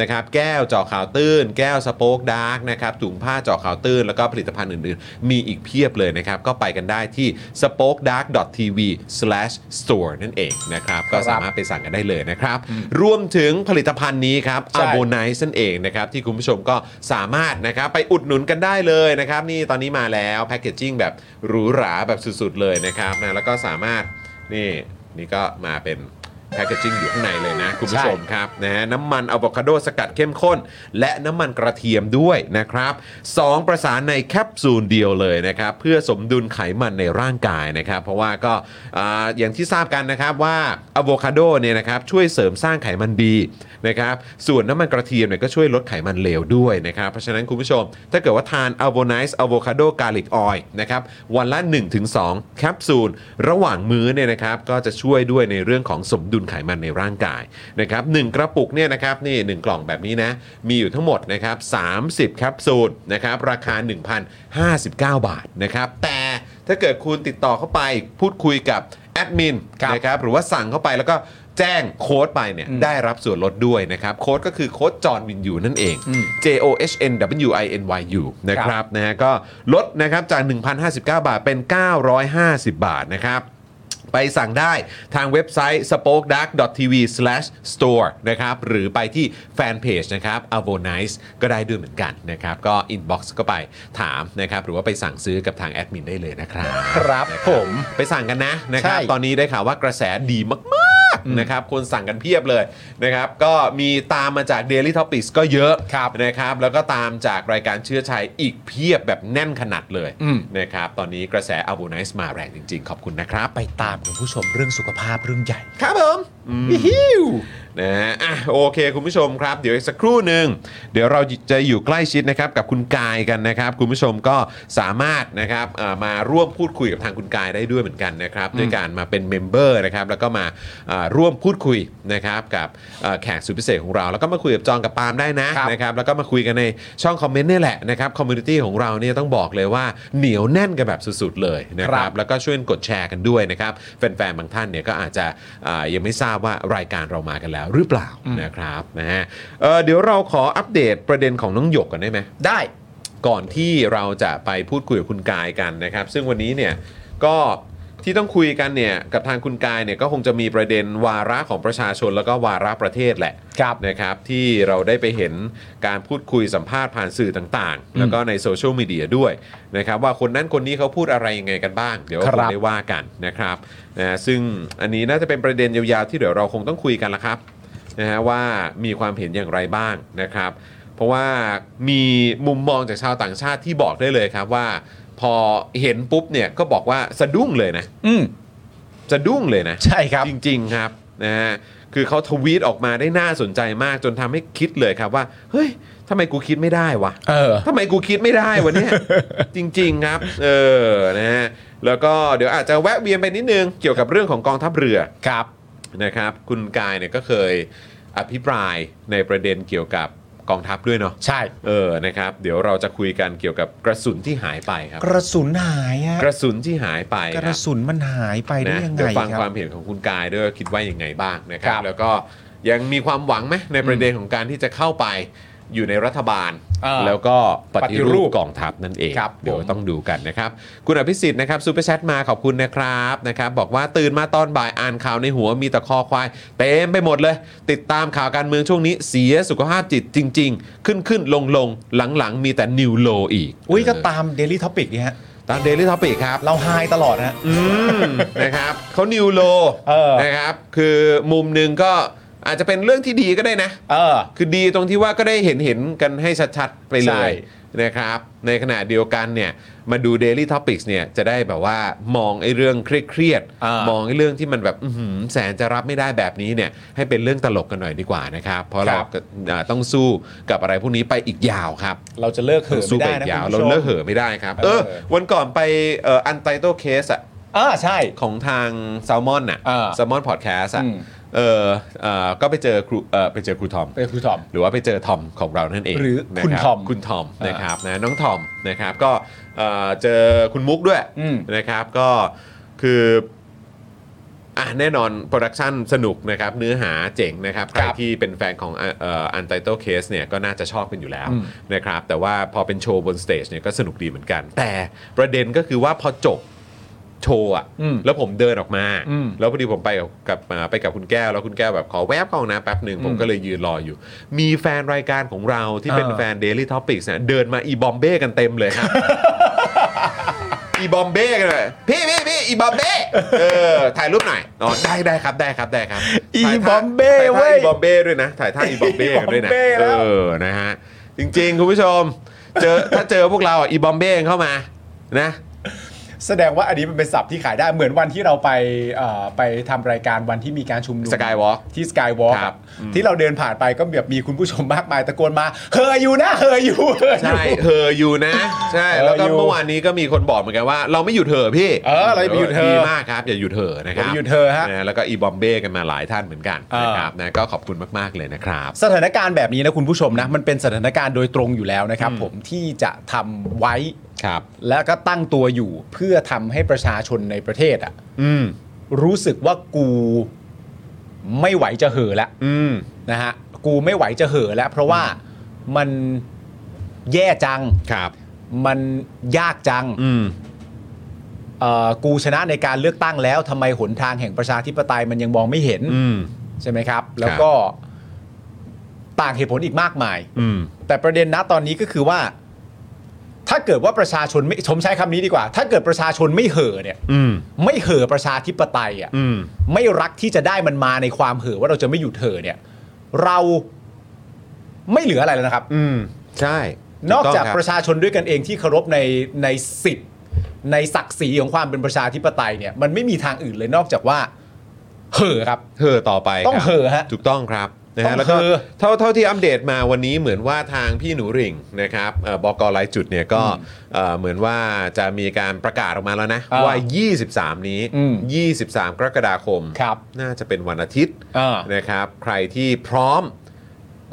S1: นะครับแก้ว วเจาะข่าวตื้น แก้วสโป๊กดาร์กนะครับถุงผ้าเจาะข่าวตื้น แล้วก็ผลิตภัณฑ์อื่นๆ มีอีกเพียบเลยนะครับ ก็ไปกันได้ที่ spokedark.tv/store นั่นเองนะครับ ก็สามารถไปสั่งกันได้เลยนะครับ รวมถึงผลิตภัณฑ์นี้ครับ
S2: ใช่
S1: a b o n i c e นั่นเองนะครับ ที่คุณผู้ชมก็สามารถนะครับไปอุดหนุนกันได้เลยนะครับ นี่ตอนนี้มาแล้วแพคเกจจิ้งแบบหรูหราแบบสุดๆเลยนะครับนะแล้วก็สามารถนี่นี่ก็มาเป็นแพคเกจจิ้งอยู่ข้างในเลยนะ คุณผู้ชมครับนะฮะน้ำมันอะโวคาโดสกัดเข้มข้น และน้ำมันกระเทียมด้วยนะครับสองประสานในแคปซูลเดียวเลยนะครับ เพื่อสมดุลไขมันในร่างกายนะครับ เพราะว่าก็อ่าอย่างที่ทราบกันนะครับว่าอะโวคาโดเนี่ยนะครับช่วยเสริมสร้างไขมันดีนะครับส่วนน้ำมันกระเทียมเนี่ยก็ช่วยลดไขมันเลวด้วยนะครับ เพราะฉะนั้นคุณผู้ชม ถ้าเกิดว่าทานอ v o n i c e Avocado Garlic Oil นะครับวันละ 1-2 แคปซูล ระหว่างมื้อเนี่ยนะครับก็จะช่วยด้วยในเรื่องของสมดุลไขมันในร่างกายนะครับหนึ่งกระปุกเนี่ยนะครับนี่หนึ่งกล่องแบบนี้นะ มีอยู่ทั้งหมดนะครับ30 แคปซูลนะครับราคา 1,059 บาทนะครับแต่ถ้าเกิดคุณติดต่อเข้าไปพูดคุยกับแอดมินนะครับหรือว่าสั่งเข้าไปแล้วก็แจ้งโค้ดไปเนี่ยได้รับส่วนลดด้วยนะครับโค้ดก็คือโค้ดจอห์นวินยูนั่นเอง J O H N W I N Y U นะครับนะฮะก็ลดนะครับจาก 1,059 บาทเป็น 950 บาทนะครับ ไปสั่งได้ทางเว็บไซต์ spokedark.tv/store นะครับหรือไปที่แฟนเพจนะครับ a v o n i c e ก็ได้ด้วยเหมือนกันนะครับ ก็ inbox ก็ไปถามนะครับ หรือว่าไปสั่งซื้อกับทางแอดมินได้เลยนะครับ
S2: ครับผม
S1: ไปสั่งกันนะนะครับ
S2: ใช่
S1: ตอนนี้ได้ข่าวว่ากระแสดีมากๆนะครับ คนสั่งกันเพียบเลยนะครับ ก็มีตามมาจาก Daily Topics ก็เยอะ
S2: ครับ
S1: นะครับ แล้วก็ตามจากรายการเชื้อชัยอีกเพียบแบบแน่นขนาดเลย
S2: อืม
S1: นะครับ ตอนนี้กระแสอาบูไนซ์มาแรงจริง ๆ ขอบคุณนะครับ
S2: ไปตามคุณผู้ชมเรื่องสุขภาพเรื่องใหญ่
S1: ครับผมฮิวนะฮะอ่ะโอเค คุณผู้ชมครับ เดี๋ยวอีกสักครู่หนึ่งเดี๋ยวเราจะอยู่ใกล้ชิดนะครับกับคุณกายกันนะครับ คุณผู้ชมก็สามารถนะครับเอ่อมาร่วมพูดคุยกับทางคุณกายได้ด้วยเหมือนกันนะครับด้วยการมาเป็นเมมเบอร์นะครับแล้วก็มาเอ่อร่วมพูดคุยนะครับกับเอ่อแขกสุดพิเศษของเรา แล้วก็มาคุยกับจองกับปาล์มได้นะครับ นะครับแล้วก็มาคุยกันในช่องคอมเมนต์นี่แหละนะครับคอมมูนิตี้ของเราเนี่ยต้องบอกเลยว่าเหนียวแน่นกันแบบสุดๆเลยนะค
S2: ครั
S1: รับ
S2: บ
S1: แล้วก็ช่วยกดแชร์กันด้วยนะครับ แฟนๆ บางท่านเนี่ยก็อาจจะอ่ายังไม่ทราบว่ารายการเรามากันแล้วหรือเปล่านะครับนะฮะเอ่อเดี๋ยวเราขออัปเดตประเด็นของน้องหยกกันได้ไหม
S2: ได้
S1: ก่อนที่เราจะไปพูดคุยกับคุณกายกันนะครับ ซึ่งวันนี้เนี่ยก็ที่ต้องคุยกันเนี่ยกับทางคุณกายเนี่ยก็คงจะมีประเด็นวาระของประชาชนแล้วก็วาระประเทศแหละ
S2: ครับ
S1: นะครับที่เราได้ไปเห็นการพูดคุยสัมภาษณ์ผ่านสื่อต่างๆ แล้วก็ในโซเชียลมีเดียด้วยนะครับว่าคนนั้นคนนี้เขาพูดอะไรยังไงกันบ้าง เดี๋ยว
S2: ค
S1: ผ
S2: รับ
S1: มได้ว่ากันนะครับนะซึ่งอันนี้น่าจะเป็นประเด็นยาวๆที่เดี๋ยวเราคงต้องคุยกันละครับนะฮะว่ามีความเห็นอย่างไรบ้างนะครับ เพราะว่ามีมุมมองจากชาวต่างชาติที่บอกได้เลยครับว่า พอเห็นปุ๊บเนี่ยก็บอกว่าสะดุ้งเลยนะ
S2: อืม
S1: สะดุ้งเลยนะ
S2: ใช่ครับ
S1: จริง ๆ ครับนะฮะคือเขาทวีตออกมาได้น่าสนใจมากจนทำให้คิดเลยครับว่าเฮ้ยทำไมกูคิดไม่ได้วะ
S2: เออ
S1: ทำไมกูคิดไม่ได้วะเนี่ย จริง ๆ ครับ เออนะฮะแล้วก็เดี๋ยวอาจจะแวะเวียนไปนิดนึงเกี่ยวกับเรื่องของกองทัพเรือ
S2: ครับ
S1: นะครับ คุณกายเนี่ยก็เคยอภิปรายในประเด็นเกี่ยวกับกองทัพด้วยเนาะ
S2: ใช่
S1: เออนะครับ เดี๋ยวเราจะคุยกันเกี่ยวกับกระสุนที่หายไปครับ
S2: กระสุนหายอะ
S1: กระสุนที่หายไป
S2: ก
S1: ครั
S2: ระ
S1: บ
S2: สุนมันหายไปได้
S1: นะ
S2: ยังไง
S1: เดี๋ยวฟัง
S2: ค
S1: ค
S2: รั
S1: วา
S2: บ
S1: มเห็นของคุณกายด้วยว่าคิดว่ายังไงบ้างนะครั
S2: ค
S1: บ
S2: รับ
S1: แล้วก็ยังมีความหวังไหมในประเด็นของการที่จะเข้าไปอยู่ในรัฐบาล
S2: เออ
S1: แล้วก็ปฏิ
S2: ปฏิรู
S1: รูป
S2: ป
S1: กองทัพนั่นเอง
S2: ครับ
S1: เดี๋ยว
S2: ผม
S1: ต้องดูกันนะครับ คุณอภิสิทธิ์นะครับซูเปอร์แชทมาขอบคุณนะครับนะครับ บอกว่าตื่นมาตอนบ่ายอ่านข่าวในหัวมีแต่คอควายเต็มไปหมดเลย ติดตามข่าวการเมืองช่วงนี้เสียสุขภาพจิตจริง ๆ ขึ้นขึ้นลงลงๆหลังๆ มีแต่นิวโลอีก
S2: อุ้ยก็
S1: เ
S2: ตาม Daily Topic เนี่ยฮะ
S1: ตามเดลิทอปิกครับ
S2: เราไฮตลอดนะฮะ
S1: อืม นะครับเขานิวโล
S2: เออ
S1: นะครับ คือมุมหนึ่งก็อาจจะเป็นเรื่องที่ดีก็ได้นะ
S2: เออ
S1: คือดีตรงที่ว่าก็ได้เห็นเห็นๆกันให้ชัดๆไปเลย
S2: ใช่
S1: นะครับ ในขณะเดียวกันเนี่ยมาดู Daily Topics เนี่ยจะได้แบบว่ามองไอ้เรื่องเครียดๆมองไอ้เรื่องที่มันแบบอื้อหือแสนจะรับไม่ได้แบบนี้เนี่ยให้เป็นเรื่องตลกกันหน่อยดีกว่านะครับ เพราะเราก็อ่าต้องสู้กับอะไรพวกนี้ไปอีกยาวครับ
S2: เราจะเลิกเหิน
S1: สู้
S2: ไม่
S1: ไป
S2: ได้
S1: อี
S2: นะ
S1: กยาว
S2: คุณ
S1: เรา
S2: ผู้ชม
S1: เลิกเห่อะไม่ได้ครับ เอ
S2: เอ
S1: อ
S2: อ
S1: วันก่อนไปอันไตโตเคสอะ
S2: อ่าใช่
S1: ของทางแซลมอนน่ะ
S2: อ่า
S1: แซลมอนพอดแคสต์อ่ะ
S2: อืม
S1: เออเออก็ไปเจอครูเออไปเจอครูทอม
S2: เป็นคุณทอม
S1: หรือว่าไปเจอทอมของเรานั่นเอง
S2: หรือ
S1: นะ
S2: คุณ
S1: รับ
S2: ทอม
S1: คุณทอมนะครับนะน้องทอมนะครับก็เอ่อเจอคุณมุกด้วย
S2: อืม
S1: นะครับก็คือ อ่ะแน่นอนโปรดักชันสนุกนะครับ เนื้อหาเจ๋งนะครับ ใครที่เป็นแฟนของอันไตเติลเคสเนี่ยก็น่าจะชอบเป็นอยู่แล้วนะครับ แต่ว่าพอเป็นโชว์บนสเตจเนี่ยก็สนุกดีเหมือนกัน แต่ประเด็นก็คือว่าพอจบโชว์อะ
S2: อืม
S1: แล้วผมเดินออกมา
S2: อืม
S1: แล้วพอดีผมไปกับกับอ่าไปกับคุณแก้ว แล้วคุณแก้วแบบขอแวบเข้าห้องน้ำแป๊บหนึ่งผมก็เลยยืนรออยู่ มีแฟนรายการของเราที่เป็น
S2: อ่า
S1: แฟน Daily Topics เนี่ยเดินมาอีบอมเบ้กันเต็มเลย ครับ อีบอมเบ้กันเลยพี่พี่พี่อีบอมเบ้เออถ่ายรูปหน่อยอ๋อได้ได้ครับได้ครับได้ครับ
S2: อี
S1: ถ่ายท่า
S2: บอมเบ้เว้
S1: ถ่า
S2: ย
S1: ยท่าอีบอมเบ้ด้วยนะ ถ่ายท่าอีบอมเบ้กันด้วยนะ
S2: อีบอมเบ้แล้ว
S1: เออนะฮะจริงๆ คุณผู้ชม เจอถ้าเจอพวกเราอ่ะอีบอมเบ้เข้ามานะ
S2: แสดงว่าอันนี้มันเป็นศัพท์ที่ขายได้เหมือนวันที่เราไปเอ่อไปทำรายการวันที่มีการชุมนุม
S1: Skywalk
S2: ที่สกายวอล์ก
S1: ครับอืม
S2: ที่เราเดินผ่านไปก็แบบมีคุณผู้ชมมากมายตะโกนมาเฮยอยู่นะเฮยอยู่เฮยอ
S1: ใช่
S2: ยู่
S1: เธออยู่นะ ใช่แล้วก็
S2: เอออยู่
S1: เมื่อวานนี้ก็มีคนบอกเหมือนกันว่า เราไม่หยุดเธอพี่
S2: เออเราไม่หยุดเธอ
S1: ดีมากครับอย่าหยุดเธอนะครั
S2: อ
S1: บ
S2: ย่าหยุดเธอฮะ
S1: นแล้วก็อีบอมเบ้กันมาหลายท่านเหมือนกัน
S2: เออ
S1: นะครับนะก็ขอบคุณมากๆเลยนะครับ
S2: สถานการณ์แบบนี้นะคุณผู้ชมนะ มันเป็นสถานการณ์โดยตรงอยู่แล้วนะครับ ผมที่จะทำไว้
S1: ครับ
S2: แล้วก็ตั้งตัวอยู่เพื่อทำให้ประชาชนในประเทศอะ
S1: อืม
S2: รู้สึกว่ากูไม่ไหวจะเห่อแล้ว
S1: อืม
S2: นะฮะกูไม่ไหวจะเห่อแล้ว เพราะว่ามันแย่จัง
S1: ครับ
S2: มันยากจัง
S1: อืม
S2: เอ่อกูชนะในการเลือกตั้งแล้วทำไมหนทางแห่งประชาธิปไตยมันยังมองไม่เห็น
S1: อืม
S2: ใช่ไหมครับ แล้วก็ต่างเหตุผลอีกมากมาย
S1: อืม
S2: แต่ประเด็นนะตอนนี้ก็คือว่า ถ้าเกิดว่าประชาชนไม่ชมใช้คำนี้ดีกว่า ถ้าเกิดประชาชนไม่เห่อเนี่ย
S1: อืม
S2: ไม่เห่อประชาธิปไตยอ่ะ
S1: อืม
S2: ไม่รักที่จะได้มันมาในความเห่อว่าเราจะไม่หยุดเห่อเนี่ย เราไม่เหลืออะไรแล้วนะครับ
S1: อืม ใช่
S2: นอกจาก
S1: ถูต้งคบ
S2: ประชาชนด้วยกันเองที่เคารพในในสิทธิ์ ในศักดิ์ศรีของความเป็นประชาธิปไตยเนี่ยมันไม่มีทางอื่นเลยนอกจากว่า เห่อครับ
S1: เห่อต่อไป
S2: ต้อง
S1: ครับ
S2: เห่อฮะ
S1: ถูกต้องครับนะ
S2: ต้อ
S1: ฮะ
S2: ง
S1: แล้วก็
S2: เห่อ
S1: เท่าเท่าที่อัปเดตมาวันนี้เหมือนว่าทางพี่หนูหริ่งนะครับเอ่อบอกรายจุดเนี่ยก็เอ่อเหมือนว่าจะมีการประกาศออกมาแล้วนะ
S2: อ่า
S1: ว่า 23 นี้
S2: อืม
S1: 23 กรกฎาคม
S2: ครับ
S1: น่าจะเป็นวันอาทิตย์
S2: อ่า
S1: นะครับใครที่พร้อม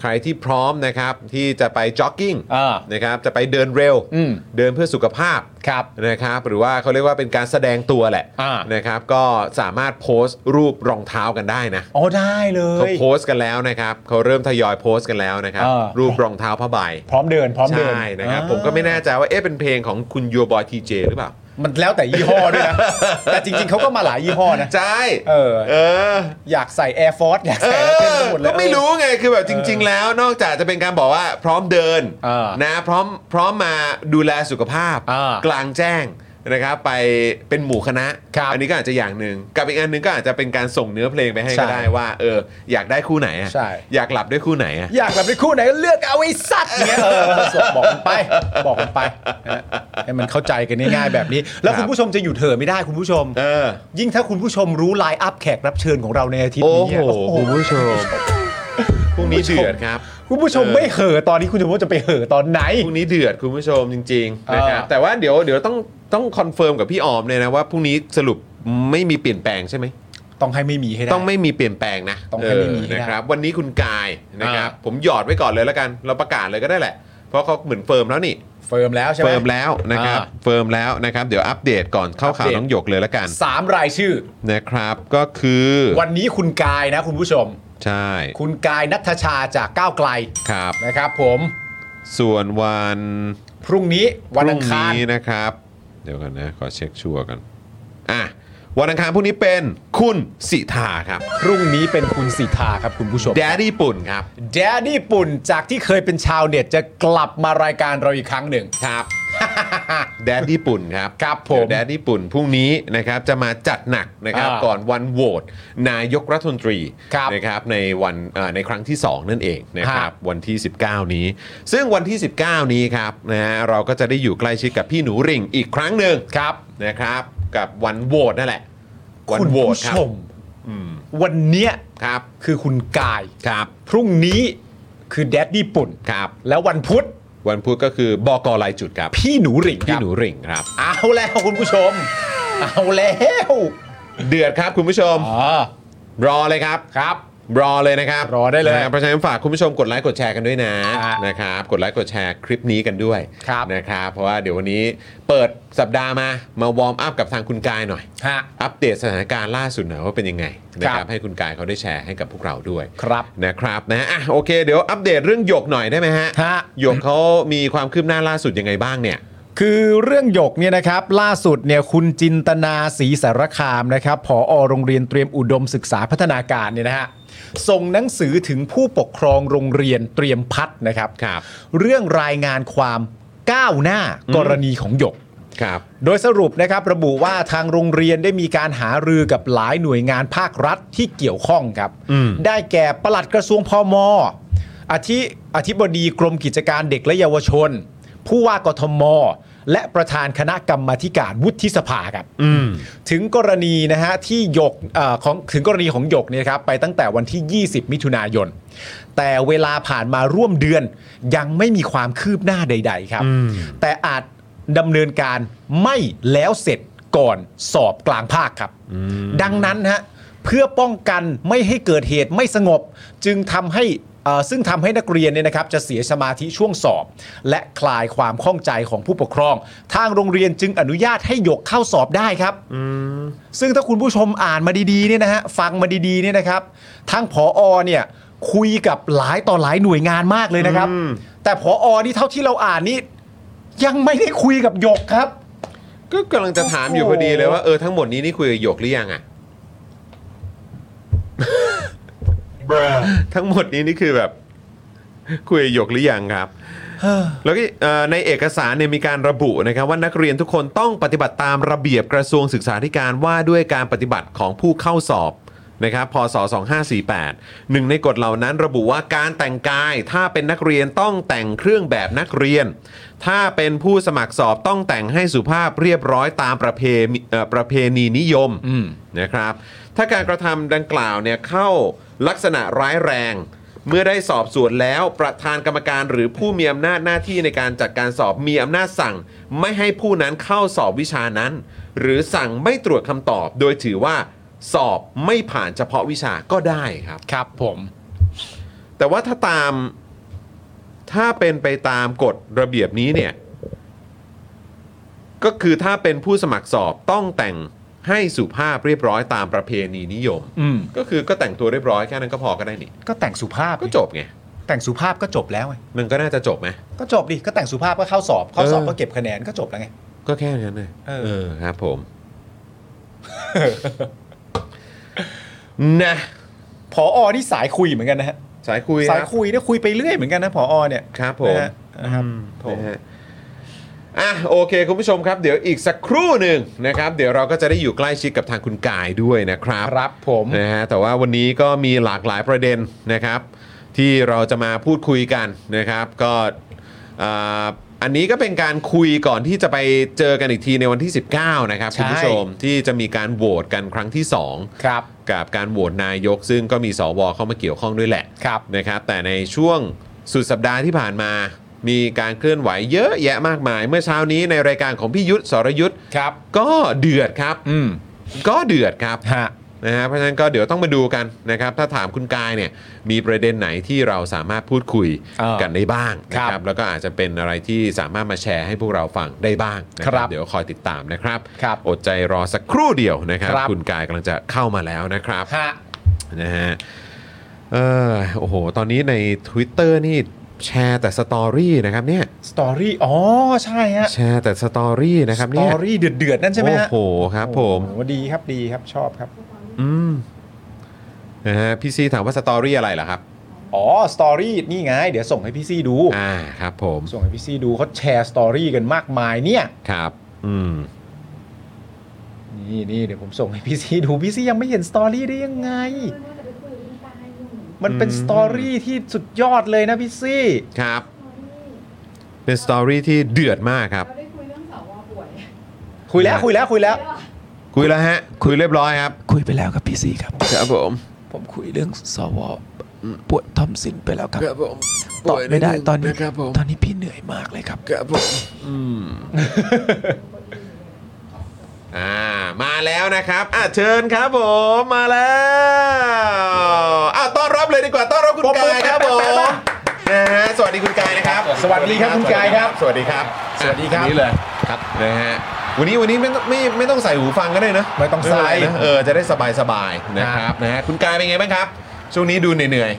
S1: ใครที่พร้อมนะครับที่จะไปจ็อกกิ้ง
S2: อ่า
S1: นะครับจะไปเดินเร็ว
S2: อืม
S1: เดินเพื่อสุขภาพ
S2: ครับ
S1: นะครับหรือว่าเขาเรียกว่าเป็นการแสดงตัวแหละ
S2: อ่าน
S1: นะครับก็สามารถโพสต์รูปรองเท้ากันได้นะ
S2: อ๋อได้เล
S1: เขา
S2: ย
S1: โพสต์กันแล้วนะครับเขาเริ่มทยอยโพสต์กันแล้วนะครับ
S2: อ่า
S1: รูปรองเท้าผ้าใบ
S2: พร้อมเดิน พร้อมเดิน
S1: ใช่นะครับ
S2: อ่า
S1: ผมก็ไม่แน่ใจว่าเอ๊ะเป็นเพลงของคุณยูบอยทีเจหรือเปล่า
S2: มันแล้วแต่ยี่ห้อ ด้วยนะ แต่จริง ๆเขาก็มาหลายยี่ห้อนะ
S1: ใช่
S2: เออ
S1: เออ
S2: อยากใส่ Air Force อยาก
S1: เอ
S2: ใส่อะไรเต็มไป
S1: อ
S2: หมดเลย
S1: ก็ไม่รู้ไงคือแบบจริง ๆ แล้วนอกจากจะเป็นการบอกว่าพร้อมเดิน
S2: เออ
S1: นะพร้อมพร้อมมาดูแลสุขภาพ
S2: เออก
S1: ลางแจ้งนะครับไปเป็นหมู่คณะ
S2: ครับ
S1: อันี้ก็อาจจะอย่างหนึ่งกับอีกอันหนึ่งก็อาจจะเป็นการส่งเนื้อเพลงไปให้
S2: ใช่
S1: ก็ได้ว่าเอออยากได้คู่ไหนอะ
S2: ใช่
S1: อยากหลับด้วยคู่ไหนอะ
S2: อยากแบบไปคู่ไหนก็เลือกเอาไอ้สัตว์ เงี้ยเออส่งบอกมันไป บอกมันไปนะฮะให้มันเข้าใจกันง่ายๆแบบนี้ แล้วคุณผู้ชมจะอยู่เถอะไม่ได้คุณผู้ชม
S1: เออ
S2: ยิ่งถ้าคุณผู้ชมรู้ไลน์อัพแขกรับเชิญของเราในอาทิตย์
S1: โอ้
S2: นี้
S1: โห
S2: เนี่ย
S1: คุณผู้ชมพรุ่งนี้เดือดครับ
S2: คุณผู้ชมไม่เห่อะตอนนี้คุณจะว่าจะไปเห่อะตอนไหน
S1: พรุ่งนี้เดือดคุณผู้ชมจริงๆนะครับ
S2: เออ
S1: แต่ว่าเดี๋ยวเดี๋ยวต้องต้องคอนเฟิร์มกับพี่ออมเลยนะว่าพรุ่งนี้สรุปไม่มีเปลี่ยนแปลงใช่ไหม
S2: ต้องให้ไม่มีให้ได้
S1: ต้องไม่มีเปลี่ยนแปลงนะ
S2: ต้องให้ไม่มี
S1: เออ
S2: ให้ได้
S1: นะครับ วันนี้คุณกายนะครับ
S2: อ่า
S1: ผมหยอดไว้ก่อนเลยแล้วกัน เราประกาศเลยก็ได้แหละ เพราะเขาเหมือนเฟิร์มแล้วนี่
S2: เฟิร์มแล้วใช่ไหม
S1: เฟิร์มแล้วนะครับ
S2: อ่า
S1: เฟิร์มแล้วนะครับ เดี๋ยวอัปเดตก่อนเข้าข่า
S2: อัป
S1: ว
S2: เดต
S1: น้องหยกเลยแล้วกัน
S2: สามรายชื่อ
S1: นะครับ ก็คือ
S2: วันนี้คุณกายนะคุณผู้ชม
S1: ใช่
S2: คุณกายนัทชาจากก้าวไกล
S1: ครับ
S2: นะครับ ผม
S1: ส่วนวัน
S2: พรุ่งนี้วันอัง
S1: พ
S2: คา
S1: รุ่
S2: ร
S1: นี้นะครับ เดี๋ยวกันนะ ขอเช็คชัวร์กันอ่ะวันอังคารพรุ่งนี้เป็นคุณสิทาครับ
S2: พรุ่งนี้เป็นคุณสิทธาครับคุณผู้ชม
S1: แดดดี้ปุ่นครับ
S2: แดดดี้ปุ่นจากที่เคยเป็นชาวเน็ตจะกลับมารายการเราอีกครั้งหนึ่ง
S1: ครับ แดดดี้ปุ่นครับ
S2: ครับผม
S1: เดี๋ยวแดดดี้ปุ่นพรุ่งนี้นะครับจะมาจัดหนักนะครับ
S2: อ่า
S1: ก่อนวันโหวตนายกรัฐมนตรี
S2: ครับ
S1: นะครับในวันเอ่อในครั้งที่ 2 นั่นเองนะครับ
S2: ฮะ
S1: วันที่ 19 นี้ ซึ่งวันที่ 19 นี้ครับนะฮะเราก็จะได้อยู่ใกล้ชิดกับพี่หนูริ่งอีกครั้งหนึ่ง
S2: ครับ
S1: นะครับกับวันโหวตนั่นแหละวัน
S2: คุณ
S1: โหวต
S2: ผู้
S1: ครั
S2: ช
S1: บ
S2: มวันเนี้ย
S1: ครับ
S2: คือคุณกาย
S1: ครับ
S2: พรุ่งนี้คือแดดดี้ปุ่น
S1: ครับ
S2: แล้ววันพุธ
S1: วันพุธก็คือบอกรายจุดครับ
S2: พี่หนูหริ่งค
S1: พี่
S2: รับ
S1: หนูริ่งครับ
S2: เอาแล้วคุณผู้ชม เอาแล้ว
S1: เดือดครับคุณผู้ชม
S2: อ๋อ
S1: รอเลยครับ
S2: ครับ
S1: รอเลยนะครับ
S2: รอได้เลย
S1: นะคบเพราะฉะนั้นฝากคุณผู้ชมกดไลค์กดแชร์กันด้วยนะ
S2: ฮะ
S1: นะครับกดไลค์กดแชร์คลิปนี้กันด้วย
S2: ครับ
S1: นะครับเพราะว่าเดี๋ยววันนี้เปิดสัปดาห์มามาวอร์มอัพกับทางคุณกายหน่อย
S2: ฮะ
S1: อัปเดตสถานการณ์ล่าสุดหน่อยว่าเป็นยังไงนะค
S2: ครั
S1: รับบ ให้คุณกายเขาได้แชร์ให้กับพวกเราด้วย
S2: ครับ
S1: นะครับนะอ่ะโอเคเดี๋ยวอัปเดตเรื่องหยกหน่อยได้ไหมฮะ
S2: ฮะ
S1: หยกเขามีความคืบหน้าล่าสุดยังไงบ้างเนี่ย
S2: คือเรื่องหยกเนี่ยนะครับล่าสุดเนี่ยคุณจินตนาศรีสารคามนะครับผอโรงเรียนเตรียมอุดมศึกษาพัฒนาการเนี่ยนะฮะส่งหนังสือถึงผู้ปกครองโรงเรียนเตรียมพัฒน์นะครับ
S1: ครับ
S2: เรื่องรายงานความก้าวหน้ากรณีของหยก
S1: ครับ
S2: โดยสรุปนะครับระบุว่าทางโรงเรียนได้มีการหารือกับหลายหน่วยงานภาครัฐที่เกี่ยวข้องครับ
S1: อืม
S2: ได้แก่ปลัดกระทรวงพอมอธิอธิบดีกรมกิจการเด็กและเยาวชน ผู้ว่ากทม และประธานคณะกรรมาธิการวุฒิสภาครับ
S1: อืม
S2: ถึงกรณีนะฮะที่หยกเอ่อของถึงกรณีของหยกเนี่ยครับไปตั้งแต่วันที่ 20 มิถุนายน แต่เวลาผ่านมาร่วมเดือนยังไม่มีความคืบหน้าใด ๆ ครับ แต่อาจดำเนินการไม่แล้วเสร็จก่อนสอบกลางภาคครับ ดังนั้นฮะเพื่อป้องกันไม่ให้เกิดเหตุไม่สงบ จึงทำให้เอ่อซึ่งทำให้นักเรียนเนี่ยนะครับจะเสียสมาธิช่วงสอบ และคลายความข้องใจของผู้ปกครอง ทางโรงเรียนจึงอนุญาตให้หยกเข้าสอบได้ครับ ซึ่งถ้าคุณผู้ชมอ่านมาดีๆเนี่ยนะฮะฟังมาดีๆเนี่ยนะครับทางผออเนี่ยคุยกับหลายต่อหลายหน่วยงานมากเลยนะครับ แต่ผออนี่เท่าที่เราอ่านนี่ยังไม่ได้คุยกับหยกครับ
S1: ก็กำลังจะถามอยู่พอดีเลยว่าเออทั้งหมดนี้นี่คุยกับหยกหรือยังอ่ะ ทั้งหมดนี้นี่คือแบบ คุยกับหยกหรือยังครับ แล้วก็เอ่อในเอกสารเนี่ยมีการระบุนะครับ ว่านักเรียนทุกคนต้องปฏิบัติตามระเบียบกระทรวงศึกษาธิการว่าด้วยการปฏิบัติของผู้เข้าสอบนะครับพศ 2548 หนึ่งในกฎเหล่านั้นระบุว่าการแต่งกาย ถ้าเป็นนักเรียนต้องแต่งเครื่องแบบนักเรียน ถ้าเป็นผู้สมัครสอบต้องแต่งให้สุภาพเรียบร้อยตามประเพณีเอ่อประเพณีนิยม
S2: อืม
S1: นะครับ ถ้าการกระทำดังกล่าวเนี่ยเข้าลักษณะร้ายแรง เมื่อได้สอบสวนแล้วประธานกรรมการหรือผู้มีอำนาจหน้าที่ในการจัดการสอบมีอำนาจสั่ง ไม่ให้ผู้นั้นเข้าสอบวิชานั้น หรือสั่งไม่ตรวจคำตอบ โดยถือว่าสอบไม่ผ่านเฉพาะวิชาก็ได้ครับ
S2: ครับผม
S1: แต่ว่าถ้าตามถ้าเป็นไปตามกฎระเบียบนี้เนี่ย ก็คือถ้าเป็นผู้สมัครสอบต้องแต่งให้สุภาพเรียบร้อยตามประเพณีนิยม
S2: อืม
S1: ก็คือก็แต่งตัวเรียบร้อยแค่นั้นก็พอก็ได้นี่
S2: ก็แต่งสุภาพ
S1: ก็จบไง
S2: แต่งสุภาพก็จบแล้วไง
S1: มันก็น่าจะจบไหม
S2: ก็จบดิก็แต่งสุภาพก็เข้าสอบเข้าสอบ
S1: เออ
S2: ก็เก็บคะแนนก็จบแล้วไง
S1: ก็แค่นั้นเลย
S2: เออ
S1: ครับ ผม นะ
S2: ผออนี่สายคุยเหมือนกันนะฮะ
S1: สายคุย
S2: สาย
S1: รับ
S2: คุยเนี่ยคุยไปเรื่อยเหมือนกันนะผออเนี่ย
S1: ครับผม
S2: นะฮะนะครับผม
S1: นะฮะอ่ะโอเค คุณผู้ชมครับ เดี๋ยวอีกสักครู่หนึ่งนะครับ เดี๋ยวเราก็จะได้อยู่ใกล้ชิดกับทางคุณกายด้วยนะครับ
S2: ครับผม
S1: นะฮะแต่ว่าวันนี้ก็มีหลากหลายประเด็นนะครับ ที่เราจะมาพูดคุยกันนะครับ ก็อ่าอันนี้ก็เป็นการคุยก่อนที่จะไปเจอกันอีกทีในวันที่ 19 นะครับคุณผู้ชมที่จะมีการโหวตกันครั้งที่สอง
S2: ครับ
S1: กับการโหวตนายกซึ่งก็มีสวเข้ามาเกี่ยวข้องด้วยแหละ
S2: ครับ
S1: นะครับแต่ในช่วงสุดสัปดาห์ที่ผ่านมา มีการเคลื่อนไหวเยอะแยะมากมาย เมื่อเช้านี้ในรายการของพี่ยุทธสรยุทธ
S2: ครับ
S1: ก็เดือดครับ
S2: อืม
S1: ก็เดือดครับ
S2: ฮะ
S1: นะฮะเพราะฉะนั้นก็เดี๋ยวต้องมาดูกันนะครับถ้าถามคุณกายเนี่ยมีประเด็นไหนที่เราสามารถพูดคุย
S2: เออ
S1: กันได้บ้างนะ
S2: ค
S1: ค
S2: รั
S1: รับบ แล้วก็อาจจะเป็นอะไรที่สามารถมาแชร์ให้พวกเราฟังได้บ้างนะค
S2: ครั
S1: รับบ เดี๋ยวคอยติดตามนะครับ
S2: ครับ
S1: อดใจรอสักครู่เดียวนะครับ
S2: ครับ
S1: ณกายกำลังจะเข้ามาแล้วนะครับ
S2: ฮะ
S1: นะฮะ เออโอ้โห ตอนนี้ใน Twitter นี่แชร์แต่สตอรี่นะครับเนี่ย
S2: สตอรี่ อ๋อ ใช่ฮะ
S1: แชร์แต่สตอรี่นะครับ
S2: สต
S1: เนี่ย
S2: อรี่เดือดๆ นั่นใช่ไหมฮะ
S1: โอ้โหครับผม
S2: โอ้โหดีครับดีครับชอบครับ
S1: อืมนะฮะพี่ซีถามว่าสตอรี่อะไรเหรอครับ
S2: อ๋อ สตอรี่นี่ไง เดี๋ยวส่งให้พี่ซี่ดู
S1: อ่าครับผม
S2: ส่งให้พี่ซี่ดูเขาแชร์สตอรี่กันมากมายเนี่ย
S1: ครับ อืม
S2: นี่นี่เดี๋ยวผมส่งให้พี่ซี่ดู พี่ซี่ยังไม่เห็นสตอรี่ได้ยังไง มันเป็น
S1: อืม
S2: สตอรี่ที่สุดยอดเลยนะพี่ซี่
S1: ครับ เป็นสตอรี่ที่เดือดมากครับ
S5: เราได้คุยเรื่องสวป่วย
S2: คุยแล้วคุยแล้วคุยแล้ว
S1: คุยแล้วฮะ คุยเรียบร้อยครับ
S3: คุยไปแล้วครับพี่ซีครับ
S1: ครับผม
S3: ผมคุยเรื่องสวปวดทอมซินไปแล้วครับ
S4: ครับผม
S3: ตอบ
S4: วยนิ
S3: ไม่ได้
S4: ง
S3: ตอนนี้
S4: นะครับผม
S3: ตอนนี้พี่เหนื่อยมากเลยครับ
S4: ครับผม
S1: อ่า มาแล้วนะครับอ่ะเชิญครับผม มาแล้วอ่ะต้อนรับเลยดีกว่าต้อนรับคุณกายครับผมนะฮะสวัสดีคุณกายนะครับ
S2: สวัสดีครับคุณกายครับ
S1: สวัสดีครับ
S2: สวัสดีครับ
S1: นี่เลยครับนะฮะวันนี้วันนี้ไม่ต้องไม่ไม่ต้องใส่หูฟังก็ได้นะ
S2: ไม่ต้องใส่
S1: เป็นไรนะเออจะได้สบายสบายๆนะครับนะฮะคุณกายเป็นไงบ้างครับ ช่วงนี้ดูเหนื่อย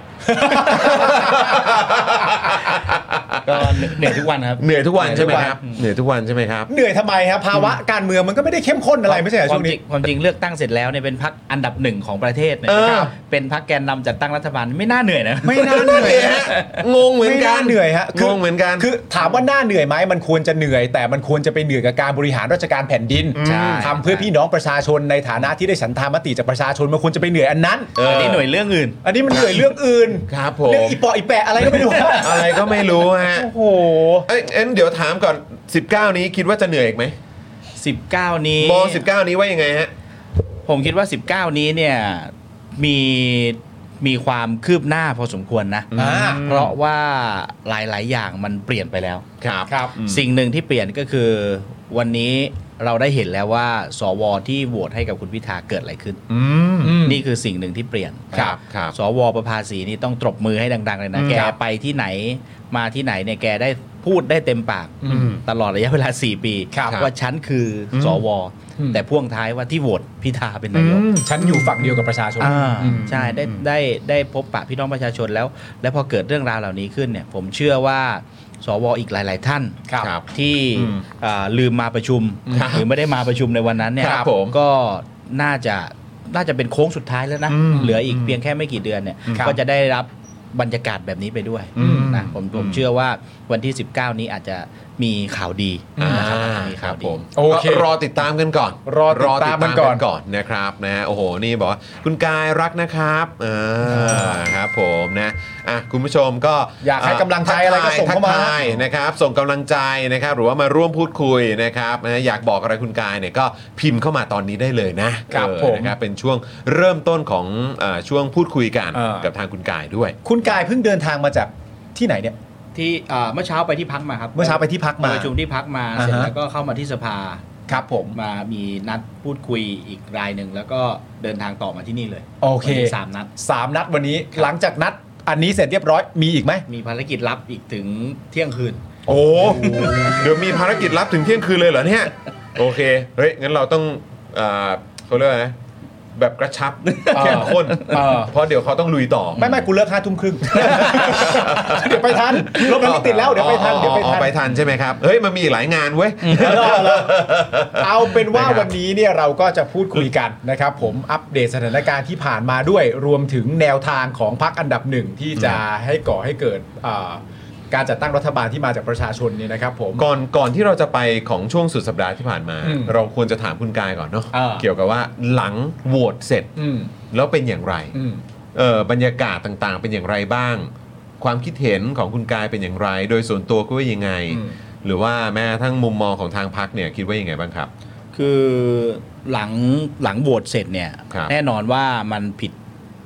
S5: ก็เหนื่อยทุกวันครับ
S1: ๆ เหนื่อยทุกวันใช่ไหมครับเหนื่อยทุกวันใช่ไหมครับ
S2: เหนื่อยทำไมครับภาวะการเมืองมันก็ไม่ได้เข้มข้นอะไรไม่ใช่เหรอ
S5: ควา
S2: ช่วง
S5: มจ
S2: นี้
S5: ริงความจริงเลือกตั้งเสร็จแล้วเนี่ยเป็นพักอันดับหนึ่งของประเทศเนี่ย
S1: เออ
S5: เป็นพักแกนนำจัดตั้งรัฐบาลไม่น่าเหนื่อยนะ
S2: ไม่น่าเหนื่อยฮะ
S1: งงเหมือนกัน
S2: ไาเหนื่อยฮะคื
S1: งงเหมือนกัน
S2: คือถามว่าหน้าเหนื่อยไหมมันควรจะเหนื่อย แต่มันควรจะไปเหนื่อยกับการบริหารราชการแผ่นดิน
S5: ใช่
S2: ทำเพื่อพี่น้องประชาชนในฐานะที่ได้ฉันทามติจากประชาชนมันควรจะไปเหนื่อยอันนั้น
S1: เออ
S5: อันนี้หน่วยเรื่องอื่น
S2: อันนี้มันเหนื่อยเรื่องอื่น
S1: ครับผม
S2: เรื่องอีปออีแปะอะไรก็ไม่รู้
S1: อะไรก็ไม่รู้ฮะ
S2: โอ้โห
S1: เอ้ยเอ็นเดี๋ยวถามก่อน 19 นี้คิดว่าจะเหนื่อยอีกไหม
S5: 19 นี้
S1: มอง19 นี้ว่ายังไงฮะ
S5: ผมคิดว่า 19 นี้เนี่ยมีมีความคืบหน้าพอสมควรนะ
S2: อ่า
S5: เพราะว่าหลาย ๆ อย่างมันเปลี่ยนไปแล้ว
S1: ครับ
S2: ครับ
S5: สิ่งหนึ่งที่เปลี่ยนก็คือ วันนี้เราได้เห็นแล้วว่า สวที่โหวตให้กับคุณพิธาเกิดอะไรขึ้น
S1: อืม
S5: นี่คือสิ่งหนึ่งที่เปลี่ยน
S1: ครับครับ
S5: สวประภาสีนี่ต้องตบมือให้ดัง ๆ เลยนะ แกไปที่ไหนมาที่ไหนเนี่ยแกได้พูดได้เต็มปาก ตลอดระยะเวลา 4 ปี
S2: ครับ
S5: ว่าฉันคืออสว แต่พ่วงท้ายว่าที่โหวตพิธาเป็นนายก
S2: ฉันอยู่ฝั่งเดียวกับประชาชน
S5: อ่าใช่ได้ได้ได้พบปะพี่น้องประชาชนแล้ว และพอเกิดเรื่องราวเหล่านี้ขึ้นเนี่ยผมเชื่อว่าสวอีกหลาย ๆ ท่าน
S2: ครับ
S1: ครับ
S5: ที่อ่าลืมมาประชุม หรือไม่ได้มาประชุมในวันนั้นเนี่ย
S1: ครับผม
S5: ก็น่าจะน่าจะเป็นโค้งสุดท้ายแล้วนะ เหลืออีกเพียงแค่ไม่กี่เดือนเนี่ย
S2: ครับ
S5: ก็จะได้รับบรรยากาศแบบนี้ไปด้วยนะผมผมเชื่อว่าวันที่ 19 นี้อาจจะมีข่าวดีนะครับอาจจะมี
S1: ครั
S5: ข่า
S1: บผ
S5: วดี
S1: ม
S2: โอเค
S1: รอติดตามกันก่อน
S2: รอติดตามกันก่อน
S1: รติดตนะครับนะฮะโอ้โหนี่บอกว่าคุณกายรักนะครับเออครับผมนะอ่ะคุณผู้ชมก็
S2: อยากให้กำลังใจอะไรก็ส่งเข้ามา
S1: ทักทยนะครับส่งกำลังใจนะครับ หรือว่ามาร่วมพูดคุยนะครับนะอยากบอกอะไรคุณกายเนี่ยก็พิมพ์เข้ามาตอนนี้ได้เลยนะครับ เออ
S2: ผม
S1: นะครับเป็นช่วงเริ่มต้นของเอ่อช่วงพูดคุยกัน
S2: เออ
S1: กับทางคุณกายด้วย
S2: คุณกายเพิ่งเดินทางมาจากที่ไหนเนี่ย
S5: ที่อ่าเมื่อเช้าไปที่พักมาครับ
S2: เมื่อเช้าไปที่พักมา
S5: ประชุมที่พักมา
S2: อ่าฮะ
S5: เสร็จแล้วก็เข้ามาที่สภา
S2: ครับผม
S5: มามีนัดพูดคุยอีกรายหนึ่งแล้วก็เดินทางต่อมาที่นี่เลย
S2: โอเค
S5: วันนี้สามนัด
S2: สามนัดวันนี้หลังจากนัด อันนี้เสร็จเรียบร้อยมีอีกไหม
S5: มีภารกิจลับอีกถึงเที่ยงคืน
S1: โอ้ เดี๋ยวมีภารกิจลับถึงเที่ยงคืนเลยเหรอเนี่ย โอเค เฮ้ย งั้นเราต้องเอ่อเขาเรียกว่าไงแบบกระชับเข้มข้นเพราะเดี๋ยวเขาต้องลุยต่อ
S2: ไม่ไม่กูเลิกห้าทุ่มครึ่ง เดี๋ยวไปทันรถมันไม่ติดแล้วเดี๋ยวไปทันเดี๋ยวไป
S1: อ๋ออ๋อ
S2: ทัน
S1: ไปทันใช่ไหมครับ เฮ้ย มันมีอีกหลายงานเว้ย
S2: เอาเป็นว่า
S1: นะครับ
S2: วันนี้เนี่ยเราก็จะพูดคุยกันนะครับผมอัปเดตสถานการณ์ที่ผ่านมาด้วย รวมถึงแนวทางของพรรคอันดับหนึ่งที่จะให้ก่อให้เกิดเอ่อการจัดตั้งรัฐบาลที่มาจากประชาชนเนี่ยนะครับผม
S1: ก่อนก่อนที่เราจะไปของช่วงสุดสัปดาห์ที่ผ่านมา
S2: อืม
S1: เราควรจะถามคุณกายก่อนเนาะ
S2: อ่า
S1: เกี่ยวกับว่าหลังโหวตเสร็จ
S2: อืม
S1: แล้วเป็นอย่างไร
S2: อืม
S1: เออบรรยากาศต่างๆ เป็นอย่างไรบ้าง ความคิดเห็นของคุณกายเป็นอย่างไร โดยส่วนตัวก็ว่ายังไง
S2: อืม
S1: หรือว่าแม้กระทั้งมุมมองของทางพักเนี่ยคิดว่ายังไงบ้างครับ
S5: คือหลังหลังโหวตเสร็จเนี่ย
S1: ครับ
S5: แน่นอนว่ามันผิด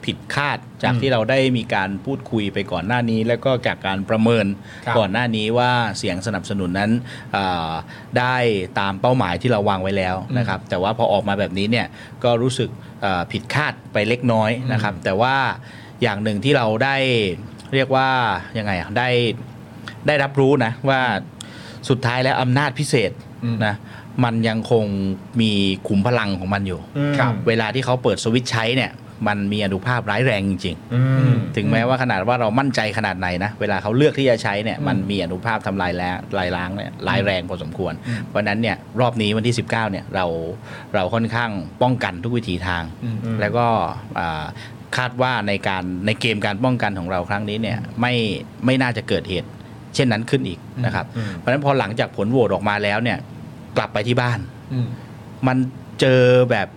S5: ผิดคาดจากที่เราได้มีการพูดคุยไปก่อนหน้านี้ แล้วก็จากการประเมิน
S2: ครับ
S5: ก่อนหน้านี้ว่าเสียงสนับสนุนนั้นเอ่อได้ตามเป้าหมายที่เราวางไว้แล้วนะครับแต่ว่าพอออกมาแบบนี้เนี่ยก็รู้สึกเอ่อผิดคาดไปเล็กน้อยนะครับแต่ว่าอย่างหนึ่งที่เราได้เรียกว่ายังไงอะได้ได้รับรู้นะว่า สุดท้ายแล้วอำนาจพิเศษนะมันยังคงมีขุมพลังของมันอยู่
S2: ครับ
S5: เวลาที่เขาเปิดสวิตช์ใช้เนี่ยมันมีอนุภาพร้ายแรงจริง
S1: อืม
S5: ๆ ถึงแม้ว่าขนาดว่าเรามั่นใจขนาดไหนนะ เวลาเขาเลือกที่จะใช้เนี่ยมันมีอนุภาพทำลายแล้วลายล้างเนี่ยร้ายแรงพอสมควร เพราะฉะนั้นเนี่ยรอบนี้วันที่ 19เนี่ยเราเราค่อนข้างป้องกันทุกวิถีทาง แล้วก็อ่าคาดว่าในการในเกมการป้องกันของเราครั้งนี้เนี่ยไม่ไม่น่าจะเกิดเหตุ เช่นนั้นขึ้นอีกนะครับ เพราะฉะนั้นพอหลังจากผลโหวตออกมาแล้วเนี่ยกลับไปที่บ้าน
S2: อืม
S5: มันเจอแบบ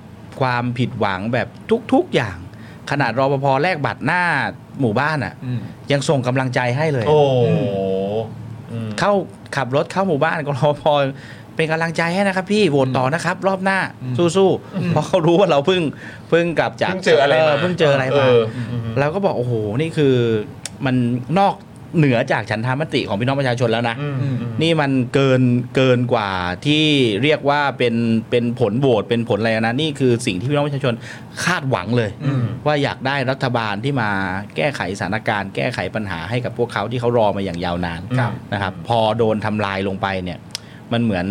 S5: ความผิดหวังแบบทุกๆอย่าง ขนาดรอปภแลกบัตรหน้าหมู่บ้านอะ่ะ
S2: อืม
S5: ยังส่งกำลังใจให้เลย
S1: โอ้
S5: เข้าขับรถเข้าหมู่บ้านก็รอพอเป็นกำลังใจให้นะครับ พี่โหวตต่อนะครับ รอบหน้าสู้ๆเพราะเขารู้ว่าเราเพิ่งเพิ่งกลับจาก
S1: เพิ่งเจออะไรมา
S5: เพิ่งเจออะไรมา
S1: เออ
S5: เราก็บอกโอ้โหนี่คือมันนอก เหนือจากฉันทามติของพี่น้องประชาชนแล้วนะ นี่มันเกินเกินกว่าที่เรียกว่าเป็นเป็นผลโหวตเป็นผลอะไรนะนี่คือสิ่งที่พี่น้องประชาชนคาดหวังเลย ว่าอยากได้รัฐบาลที่มาแก้ไขสถานการณ์ แก้ไขปัญหาให้กับพวกเขาที่เขารอมาอย่างยาวนาน
S2: ครับ
S5: นะครับ พอโดนทำลายลงไปเนี่ยมันเหมือน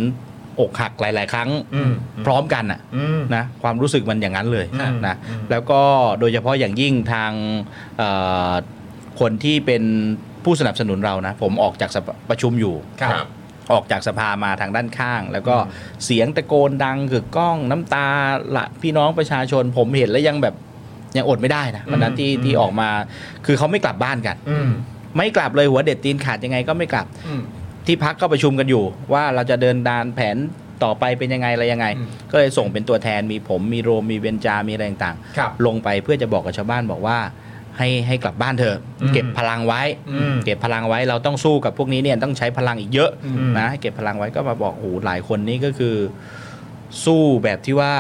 S5: อกหักหลาย ๆ ครั้ง
S2: อืม
S5: พร้อมกันอ่ะ
S2: อืม
S5: นะความรู้สึกมันอย่างนั้นเลย
S2: อืม
S5: นะ
S2: อืม
S5: แล้วก็โดยเฉพาะอย่างยิ่งทางเอ่อคนที่เป็นผู้สนับสนุนเรานะ ผมออกจากสภาประชุมอยู่
S2: ครับ
S5: ออกจากสภามาทางด้านข้าง แล้วก็เสียงตะโกนดังกึกก้องน้ำตาละพี่น้องประชาชน ผมเห็นแล้วยังแบบยังอดไม่ได้นะวันนั้นที่
S2: อืม
S5: ที่ออกมาคือเขาไม่กลับบ้านกัน
S2: อืม
S5: ไม่กลับเลยหัวเด็ดตีนขาดยังไงก็ไม่กลับ
S2: อืม
S5: ที่พักก็ประชุมกันอยู่ ว่าเราจะเดินดานแผนต่อไปเป็นยังไงอะไรยังไง
S2: อืม
S5: ก็เลยส่งเป็นตัวแทนมีผมมีโรมมีเบนจา มีอะไรต่าง
S2: ครับ
S5: ๆลงไปเพื่อจะบอกกับชาวบ้านบอกว่าให้ให้กลับบ้านเถอะ
S2: อืม
S5: เก็บพลังไว้
S2: อืม
S5: เก็บพลังไว้เราต้องสู้กับพวกนี้เนี่ยต้องใช้พลังอีกเยอะ
S2: อืม
S5: นะให้เก็บพลังไว้ก็มาบอกโอ้โหหลายคนนี่ก็คือ สู้แบบที่ว่า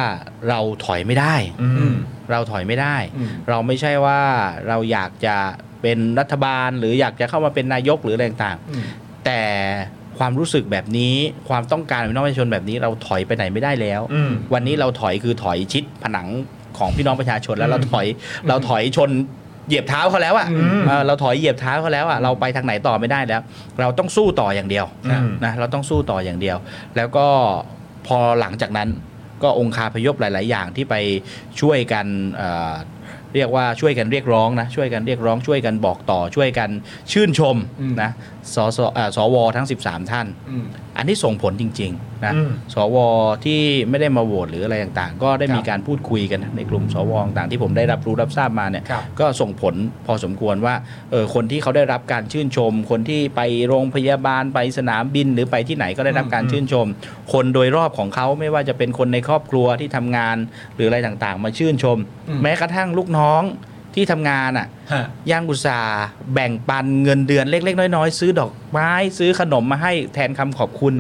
S5: เราถอยไม่ได้
S2: อืม
S5: เราถอยไม่ได้
S2: อืม
S5: เราไม่ใช่ว่าเราอยากจะเป็นรัฐบาลหรืออยากจะเข้ามาเป็นนายกหรืออะไรต่าง
S2: อืม
S5: ๆแต่ความรู้สึกแบบนี้ความต้องการของพี่น้องประชาชนแบบนี้เราถอยไปไหนไม่ได้แล้ว
S2: อืม
S5: วันนี้เราถอยคือถอยชิดผนังของพี่น้องประชาชนแล้วเราถอยเราถอยชนเหยียบเท้าเขาแล้วอะ
S2: อืม
S5: เออเราถอยเหยียบเท้าเขาแล้วอะเราไปทางไหนต่อไม่ได้แล้ว เราต้องสู้ต่ออย่างเดียว
S2: อืม
S5: นะเราต้องสู้ต่ออย่างเดียว แล้วก็พอหลังจากนั้นก็องค์คาพยพหลาย ๆ อย่างที่ไปช่วยกันเอ่อเรียกว่าช่วยกันเรียกร้องนะช่วยกันเรียกร้องช่วยกันบอกต่อช่วยกันชื่นชม
S2: อืม
S5: นะสสเอ่อสวทั้ง 13 ท่าน
S2: อืม
S5: อันที่ส่งผลจริง ๆ นะ
S2: อืม
S5: สวที่ไม่ได้มาโหวตหรืออะไรต่างๆ ก็ได้
S2: ครับ
S5: มีการพูดคุยกันในกลุ่มสวต่างๆที่ผมได้รับรู้รับทราบมาเนี่ย
S2: ครับ
S5: ก็ส่งผลพอสมควรว่าเออคนที่เขาได้รับการชื่นชม คนที่ไปโรงพยาบาลไปสนามบินหรือไปที่ไหนก็ได้รับ
S2: อืม
S5: การชื่นชม คนโดยรอบของเขาไม่ว่าจะเป็นคนในครอบครัวที่ทำงานหรืออะไรต่างๆ มาชื่นชม แม้กระทั่งลูกน้องที่ทำงานอ่ะ
S2: ฮะ
S5: ย่างอุตสาห์แบ่งปันเงินเดือนเล็ก ๆ น้อย ๆ ซื้อดอกไม้ซื้อขนมมาให้แทนคำขอบคุณ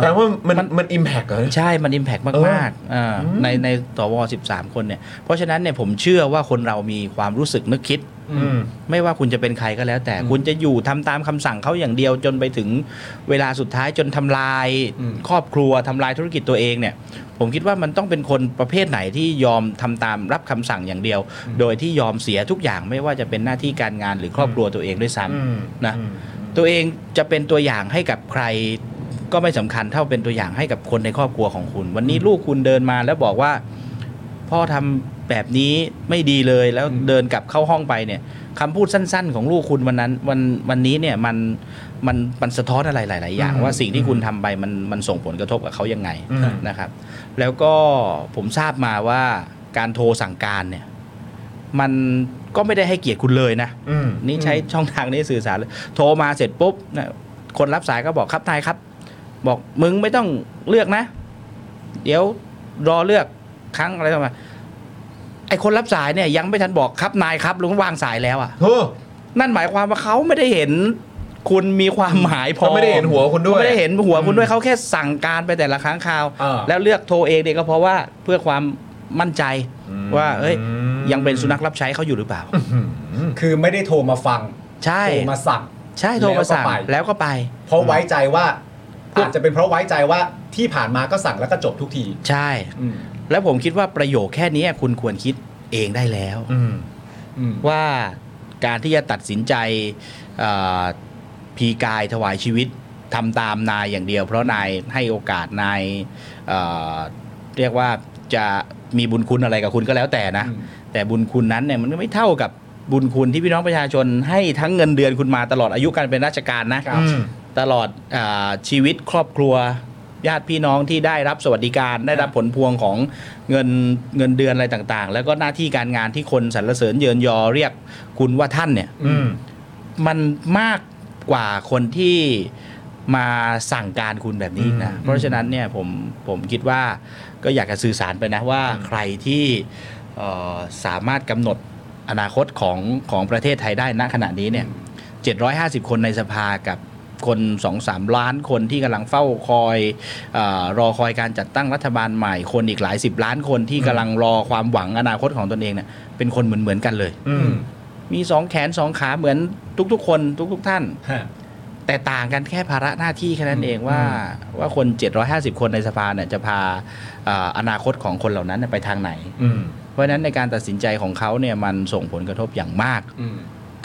S1: แปลว่ามัน
S5: มัน
S1: มันอิมแพกเหรอ
S5: ใช่มันอิมแพกมากมากๆาในในสว13 คนเนี่ย เพราะฉะนั้นเนี่ยผมเชื่อว่าคนเรามีความรู้สึกนึกคิด ไม่ว่าคุณจะเป็นใครก็แล้ว แต่คุณจะอยู่ทำตามคำสั่งเขาอย่างเดียวจนไปถึงเวลาสุดท้ายจนทำลาย
S2: อืม
S5: ครอบครัวทำลายธุรกิจตัวเองเนี่ย ผมคิดว่ามันต้องเป็นคนประเภทไหนที่ยอมทำตามรับคำสั่งอย่างเดียว โดยที่ยอมเสียทุกอย่างไม่ว่าจะเป็นหน้าที่การงานหรือครอบครัวตัวเองด้วยซ้ำ นะตัวเองจะเป็นตัวอย่างให้กับใครก็ไม่สำคัญเท่าเป็นตัวอย่างให้กับคนในครอบครัวของคุณ วันนี้ลูกคุณเดินมาแล้วบอกว่า พ่อทำแบบนี้ไม่ดีเลยแล้วเดินกลับเข้าห้องไปเนี่ยคำพูดสั้น ๆ ของลูกคุณวันนั้นวันวันนี้เนี่ยมันมันมันสะท้อนอะไรหลาย ๆ อย่าง ว่าสิ่งที่คุณทำไปมันมันส่งผลกระทบกับเขายังไง
S2: อืม
S5: นะครับ แล้วก็ผมทราบมาว่าการโทรสั่งการเนี่ย มันก็ไม่ได้ให้เกียรติคุณเลยนะ นี่ใช้ช่องทางนี้สื่อสารเลยโทรมาเสร็จปุ๊บนะคนรับสายก็บอกครับนายครับ บอกมึงไม่ต้องเลือกนะ เดี๋ยวรอเลือกครั้งอะไรต่อมาไอคนรับสายเนี่ยยังไม่ทันบอกครับนายครับลุงวางสายแล้วอะ่ะนั่นหมายความว่าเขาไม่ได้เห็นคุณมีความหมายพอ
S1: เขาไม่ได้เห็นหัวคุณด้วย
S5: เขาไม่ได้เห็นหัวคุณด้วยเขาแค่สั่งการไปแต่ละครั้งคราว
S2: อ่า
S5: แล้วเลือกโทรเองเนี่ยก็เพราะว่าเพื่อความมั่นใจว่าเอ้ย ยังเป็นสุนัขรับใช้เขาอยู่หรือเปล่า
S2: คือไม่ได้โทรมาฟัง
S5: ใช่
S2: โทรมาสั่ง
S5: ใช่โทรมาสั่ง
S2: แล้วก็ไป
S5: แล้วก็ไป
S2: เพราะไว้ใจว่าอาจจะเป็นเพราะไว้ใจว่าที่ผ่านมาก็สั่งแล้วก็จบทุกที
S5: ใช่ แล้วผมคิดว่าประโยคแค่นี้คุณควรคิดเองได้แล้ว ว่าการที่จะตัดสินใจเอ่อพีกายถวายชีวิตทำตามนายอย่างเดียว เพราะนายให้โอกาสนายเอ่อเรียกว่าจะมีบุญคุณอะไรกับคุณก็แล้วแต่นะ
S2: อืม
S5: แต่บุญคุณนั้นเนี่ยมันก็ไม่เท่ากับบุญคุณที่พี่น้องประชาชนให้ทั้งเงินเดือนคุณมาตลอดอายุการเป็นราชการนะ
S2: ครับ
S5: ตลอดอาชีวิตครอบครัว ญาติพี่น้องที่ได้รับสวัสดิการ ได้รับผลพวงของเงินเงินเดือนอะไรต่างๆ แล้วก็หน้าที่การงานที่คนสรรเสริญเยินยอเรียกคุณว่าท่านเนี่ยมันมากกว่าคนที่มาสั่งการคุณแบบนี้นะ เพราะฉะนั้นเนี่ยผมผมคิดว่าก็อยากจะสื่อสารไปนะว่าใครที่เอ่อสามารถกำหนดอนาคตของของประเทศไทยได้ณขณะนี้เนี่ย 750 คนในสภากับคน2อสามล้านคนที่กำลังเฝ้าคอยเออรอคอยการจัดตั้งรัฐบาลใหม่ คนอีกหลายสิบล้านคนที่กำลังรอความหวังอนาคตของตนเองเนี่ยเป็นคนเหมือนเหมือนๆกันเลย มีสองแขนสองขาเหมือนทุกๆ คนทุก ๆ ท่าน
S2: ฮะ
S5: แต่ต่างกันแค่ภาระหน้าที่แค่นั้นเองว่าว่าคน 750 คนในสภาเนี่ยจะพาเอ่ออนาคตของคนเหล่านั้นเนยไปทางไหน
S2: อืม
S5: เพราะฉะนั้นในการตัดสินใจของเขาเนี่ยมันส่งผลกระทบอย่างมาก
S2: อืม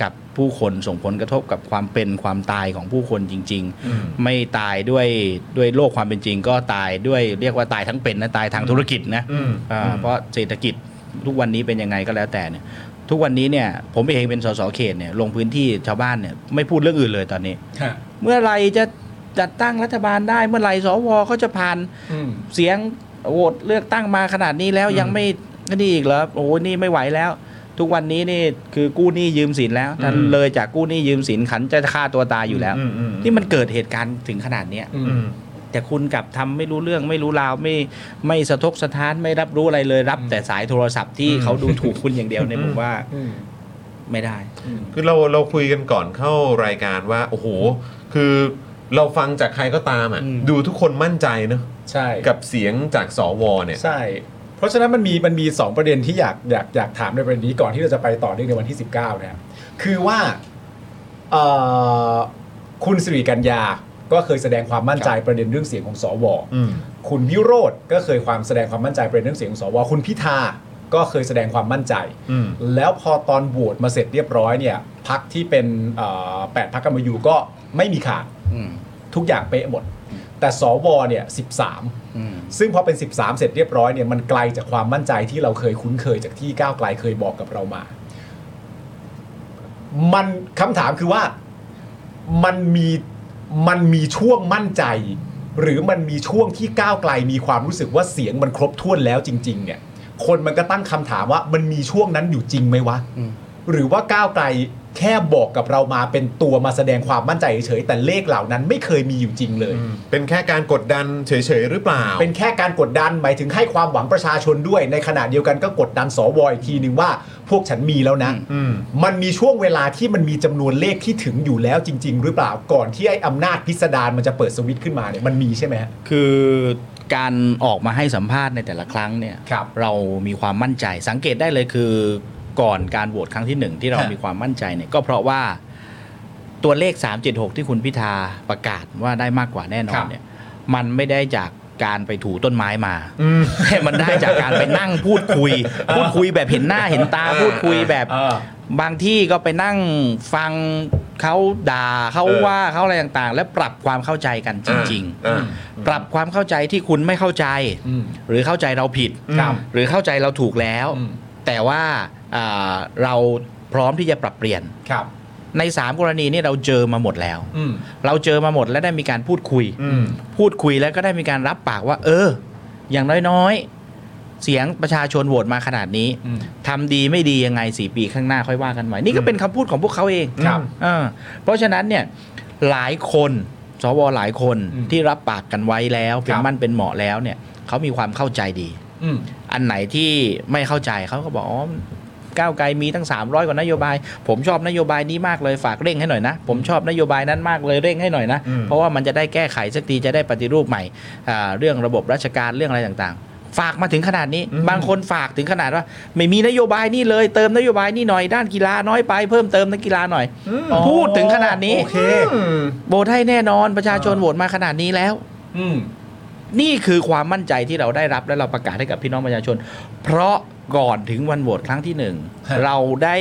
S5: กับผู้คนส่งผลกระทบกับความเป็นความตายของผู้คนจริง
S2: อืม
S5: ๆ ไม่ตายด้วยด้วยโลกความเป็นจริง ก็ตายด้วยเรียกว่าตายทั้งเป็นนะตายทางธุรกิจนะ
S2: อืม
S5: อ่าเพราะเศรษฐกิจทุกวันนี้เป็นยังไงก็แล้วแต่เนี่ยทุกวันนี้เนี่ยผมเองเป็นสสเขตเนี่ยลงพื้นที่ชาวบ้านเนี่ยไม่พูดเรื่องอื่นเลยตอนนี้
S2: ฮะ
S5: เมื่อไหรจะจัดตั้งรัฐบาลได้ เมื่อไหรสวเขาจะผ่าน
S2: อืม
S5: เสียงโหวตเลือกตั้งมาขนาดนี้แล้ว
S2: อืม
S5: ยังไม่นี่อีกเหรอโอ้ยนี่ไม่ไหวแล้ว ทุกวันนี้นี่คือกู้หนี้ยืมสินแล้วถ้าเลยจากกู้หนี้ยืมสินขันจะฆ่าตัวตายอยู่แล้ว
S2: อืมอืม
S5: นี่มันเกิดเหตุการณ์ถึงขนาดเนี้ย
S2: อืม
S5: แต่คุณกลับทำไม่รู้เรื่องไม่รู้ราวไม่ไม่สะทกสะท้านไม่รับรู้อะไรเลยรับ แต่สายโทรศัพท์ที่
S2: อืม
S5: เขาดูถูกคุณอย่างเดียวเนี่ยผมว่า
S2: อืม
S5: ไม่ได้
S1: คือเราเราคุยกันก่อนเข้ารายการว่า โอ้โห คือเราฟังจากใครก็ตามอ่ะ
S2: อืม
S1: ดูทุกคนมั่นใจเนอะ
S2: ใช่
S1: กับเสียงจากสวเนี่ย
S2: ใช่ เพราะฉะนั้นมันมีมันมี 2 ประเด็นที่อยากอยากอยากถามในประเด็นนี้ก่อนที่เราจะไปต่อเนื่องในวันที่ 19นะครับคือว่าเอ่อคุณสิริกัญญา ก็เคยแสดงความมั่นใจประเด็นเรื่องเสียงของสว
S1: อืม
S2: คุณวิโรธก็เคยความแสดงความมั่นใจประเด็นเรื่องเสียงของสวคุณพิธาก็เคยแสดงความมั่นใจ
S1: อืม
S2: แล้วพอตอนโหวตมาเสร็จเรียบร้อยเนี่ยพักที่เป็นเอ่อแปดพักการเมืองอยู่ก็ไม่มีขาด
S5: อืม
S2: ทุกอย่างเป๊ะหมด แต่สวเนี่ยสิบสาม
S5: อืม
S2: ซึ่งพอเป็น 13 เสร็จเรียบร้อยเนี่ยมันไกลจากความมั่นใจที่เราเคยคุ้นเคยจากที่ก้าวไกลเคยบอกกับเรามา มันคำถามคือว่ามันมีมันมีช่วงมั่นใจ หรือมันมีช่วงที่ก้าวไกลมีความรู้สึกว่าเสียงมันครบถ้วนแล้วจริง ๆ เนี่ย คนมันก็ตั้งคำถามว่ามันมีช่วงนั้นอยู่จริงไหมวะ
S5: อืม
S2: หรือว่าก้าวไกลแค่บอกกับเรามาเป็นตัวมาแสดงความมั่นใจเฉยๆแต่เลขเหล่านั้นไม่เคยมีอยู่จริงเลย
S1: เป็นแค่การกดดันเฉยๆหรือเปล่า
S2: เป็นแค่การกดดันหมายถึงให้ความหวังประชาชนด้วย ในขณะเดียวกันก็กดดันสวอีกทีหนึ่งว่าพวกฉันมีแล้วนะ
S1: อืม
S2: มันมีช่วงเวลาที่มันมีจำนวนเลขที่ถึงอยู่แล้วจริง ๆ หรือเปล่าก่อนที่ไอ้อำนาจพิสดารมันจะเปิดสวิตช์ขึ้นมาเนี่ยมันมีใช่ไหมฮะ
S5: คือการออกมาให้สัมภาษณ์ในแต่ละครั้งเนี่ย
S2: ครับ
S5: เรามีความมั่นใจสังเกตได้เลยคือก่อนการโหวตครั้งที่หนึ่งที่เรา
S2: ฮะ
S5: มีความมั่นใจเนี่ยก็เพราะว่าตัวเลข 376 ที่คุณพิธาประกาศว่าได้มากกว่าแน่นอนเนี่ยมันไม่ได้จากการไปถูต้นไม้มา แต่มันได้จากการไปนั่งพูดคุย พูดคุยแบบเห็นหน้าเห็นตาพูดคุยแบบ บางที่ก็ไปนั่งฟังเขาด่าเขา
S1: เออ
S5: ว่าเขาอะไรต่างๆ และปรับความเข้าใจกันจริง
S1: อ่า
S5: ๆ ปรับความเข้าใจที่คุณไม่เข้าใจ
S2: อืม
S5: หรือเข้าใจเราผิด
S2: ครับ
S5: หรือเข้าใจเราถูกแล้ว
S2: อืม
S5: แต่ว่าอ่าเราพร้อมที่จะปรับเปลี่ยน
S2: ครับ
S5: ในสามกรณีนี้เราเจอมาหมดแล้ว
S2: อืม
S5: เราเจอมาหมดและได้มีการพูดคุย
S1: อืม
S5: พูดคุยแล้วก็ได้มีการรับปากว่า เออ อย่างน้อยๆ เสียงประชาชนโหวตมาขนาดนี้
S2: อืม
S5: ทำดีไม่ดียังไงสี่ปีข้างหน้าค่อยว่ากันใหม่นี่ก็เป็นคำพูดของพวกเขาเอง
S2: ครับ
S5: เออเพราะฉะนั้นเนี่ยหลายคนสวหลายคน
S2: อืม
S5: ที่รับปากกันไว้แล้วเป็น
S2: ครับ
S5: มั่นเป็นเหมาะแล้วเนี่ยเขามีความเข้าใจดี
S2: อืม
S5: อันไหนที่ไม่เข้าใจเขาก็บอกอ๋อก้าวไกลมีตั้ง 300 กว่านโยบาย ผมชอบนโยบายนี้มากเลยฝากเร่งให้หน่อยนะ ผมชอบนโยบายนั้นมากเลยเร่งให้หน่อยนะ
S1: อืม
S5: เพราะว่ามันจะได้แก้ไขสักทีจะได้ปฏิรูปใหม่อ่าเรื่องระบบราชการเรื่องอะไรต่างๆ ฝากมาถึงขนาดนี้ บางคนฝากถึงขนาดว่า ไม่มีนโยบายนี่เลยเติมนโยบายนี่หน่อยด้านกีฬาน้อยไปเพิ่มเติมนักกีฬาหน่อย พูดถึงขนาดนี้
S2: โอเค
S5: โบทให้แน่นอนประชาชนโหวตมาขนาดนี้แล้ว
S2: อืม
S5: นี่คือความมั่นใจที่เราได้รับและเราประกาศให้กับพี่น้องประชาชน เพราะก่อนถึงวันโหวตครั้งที่หนึ่ง
S2: ฮะ
S5: เราได้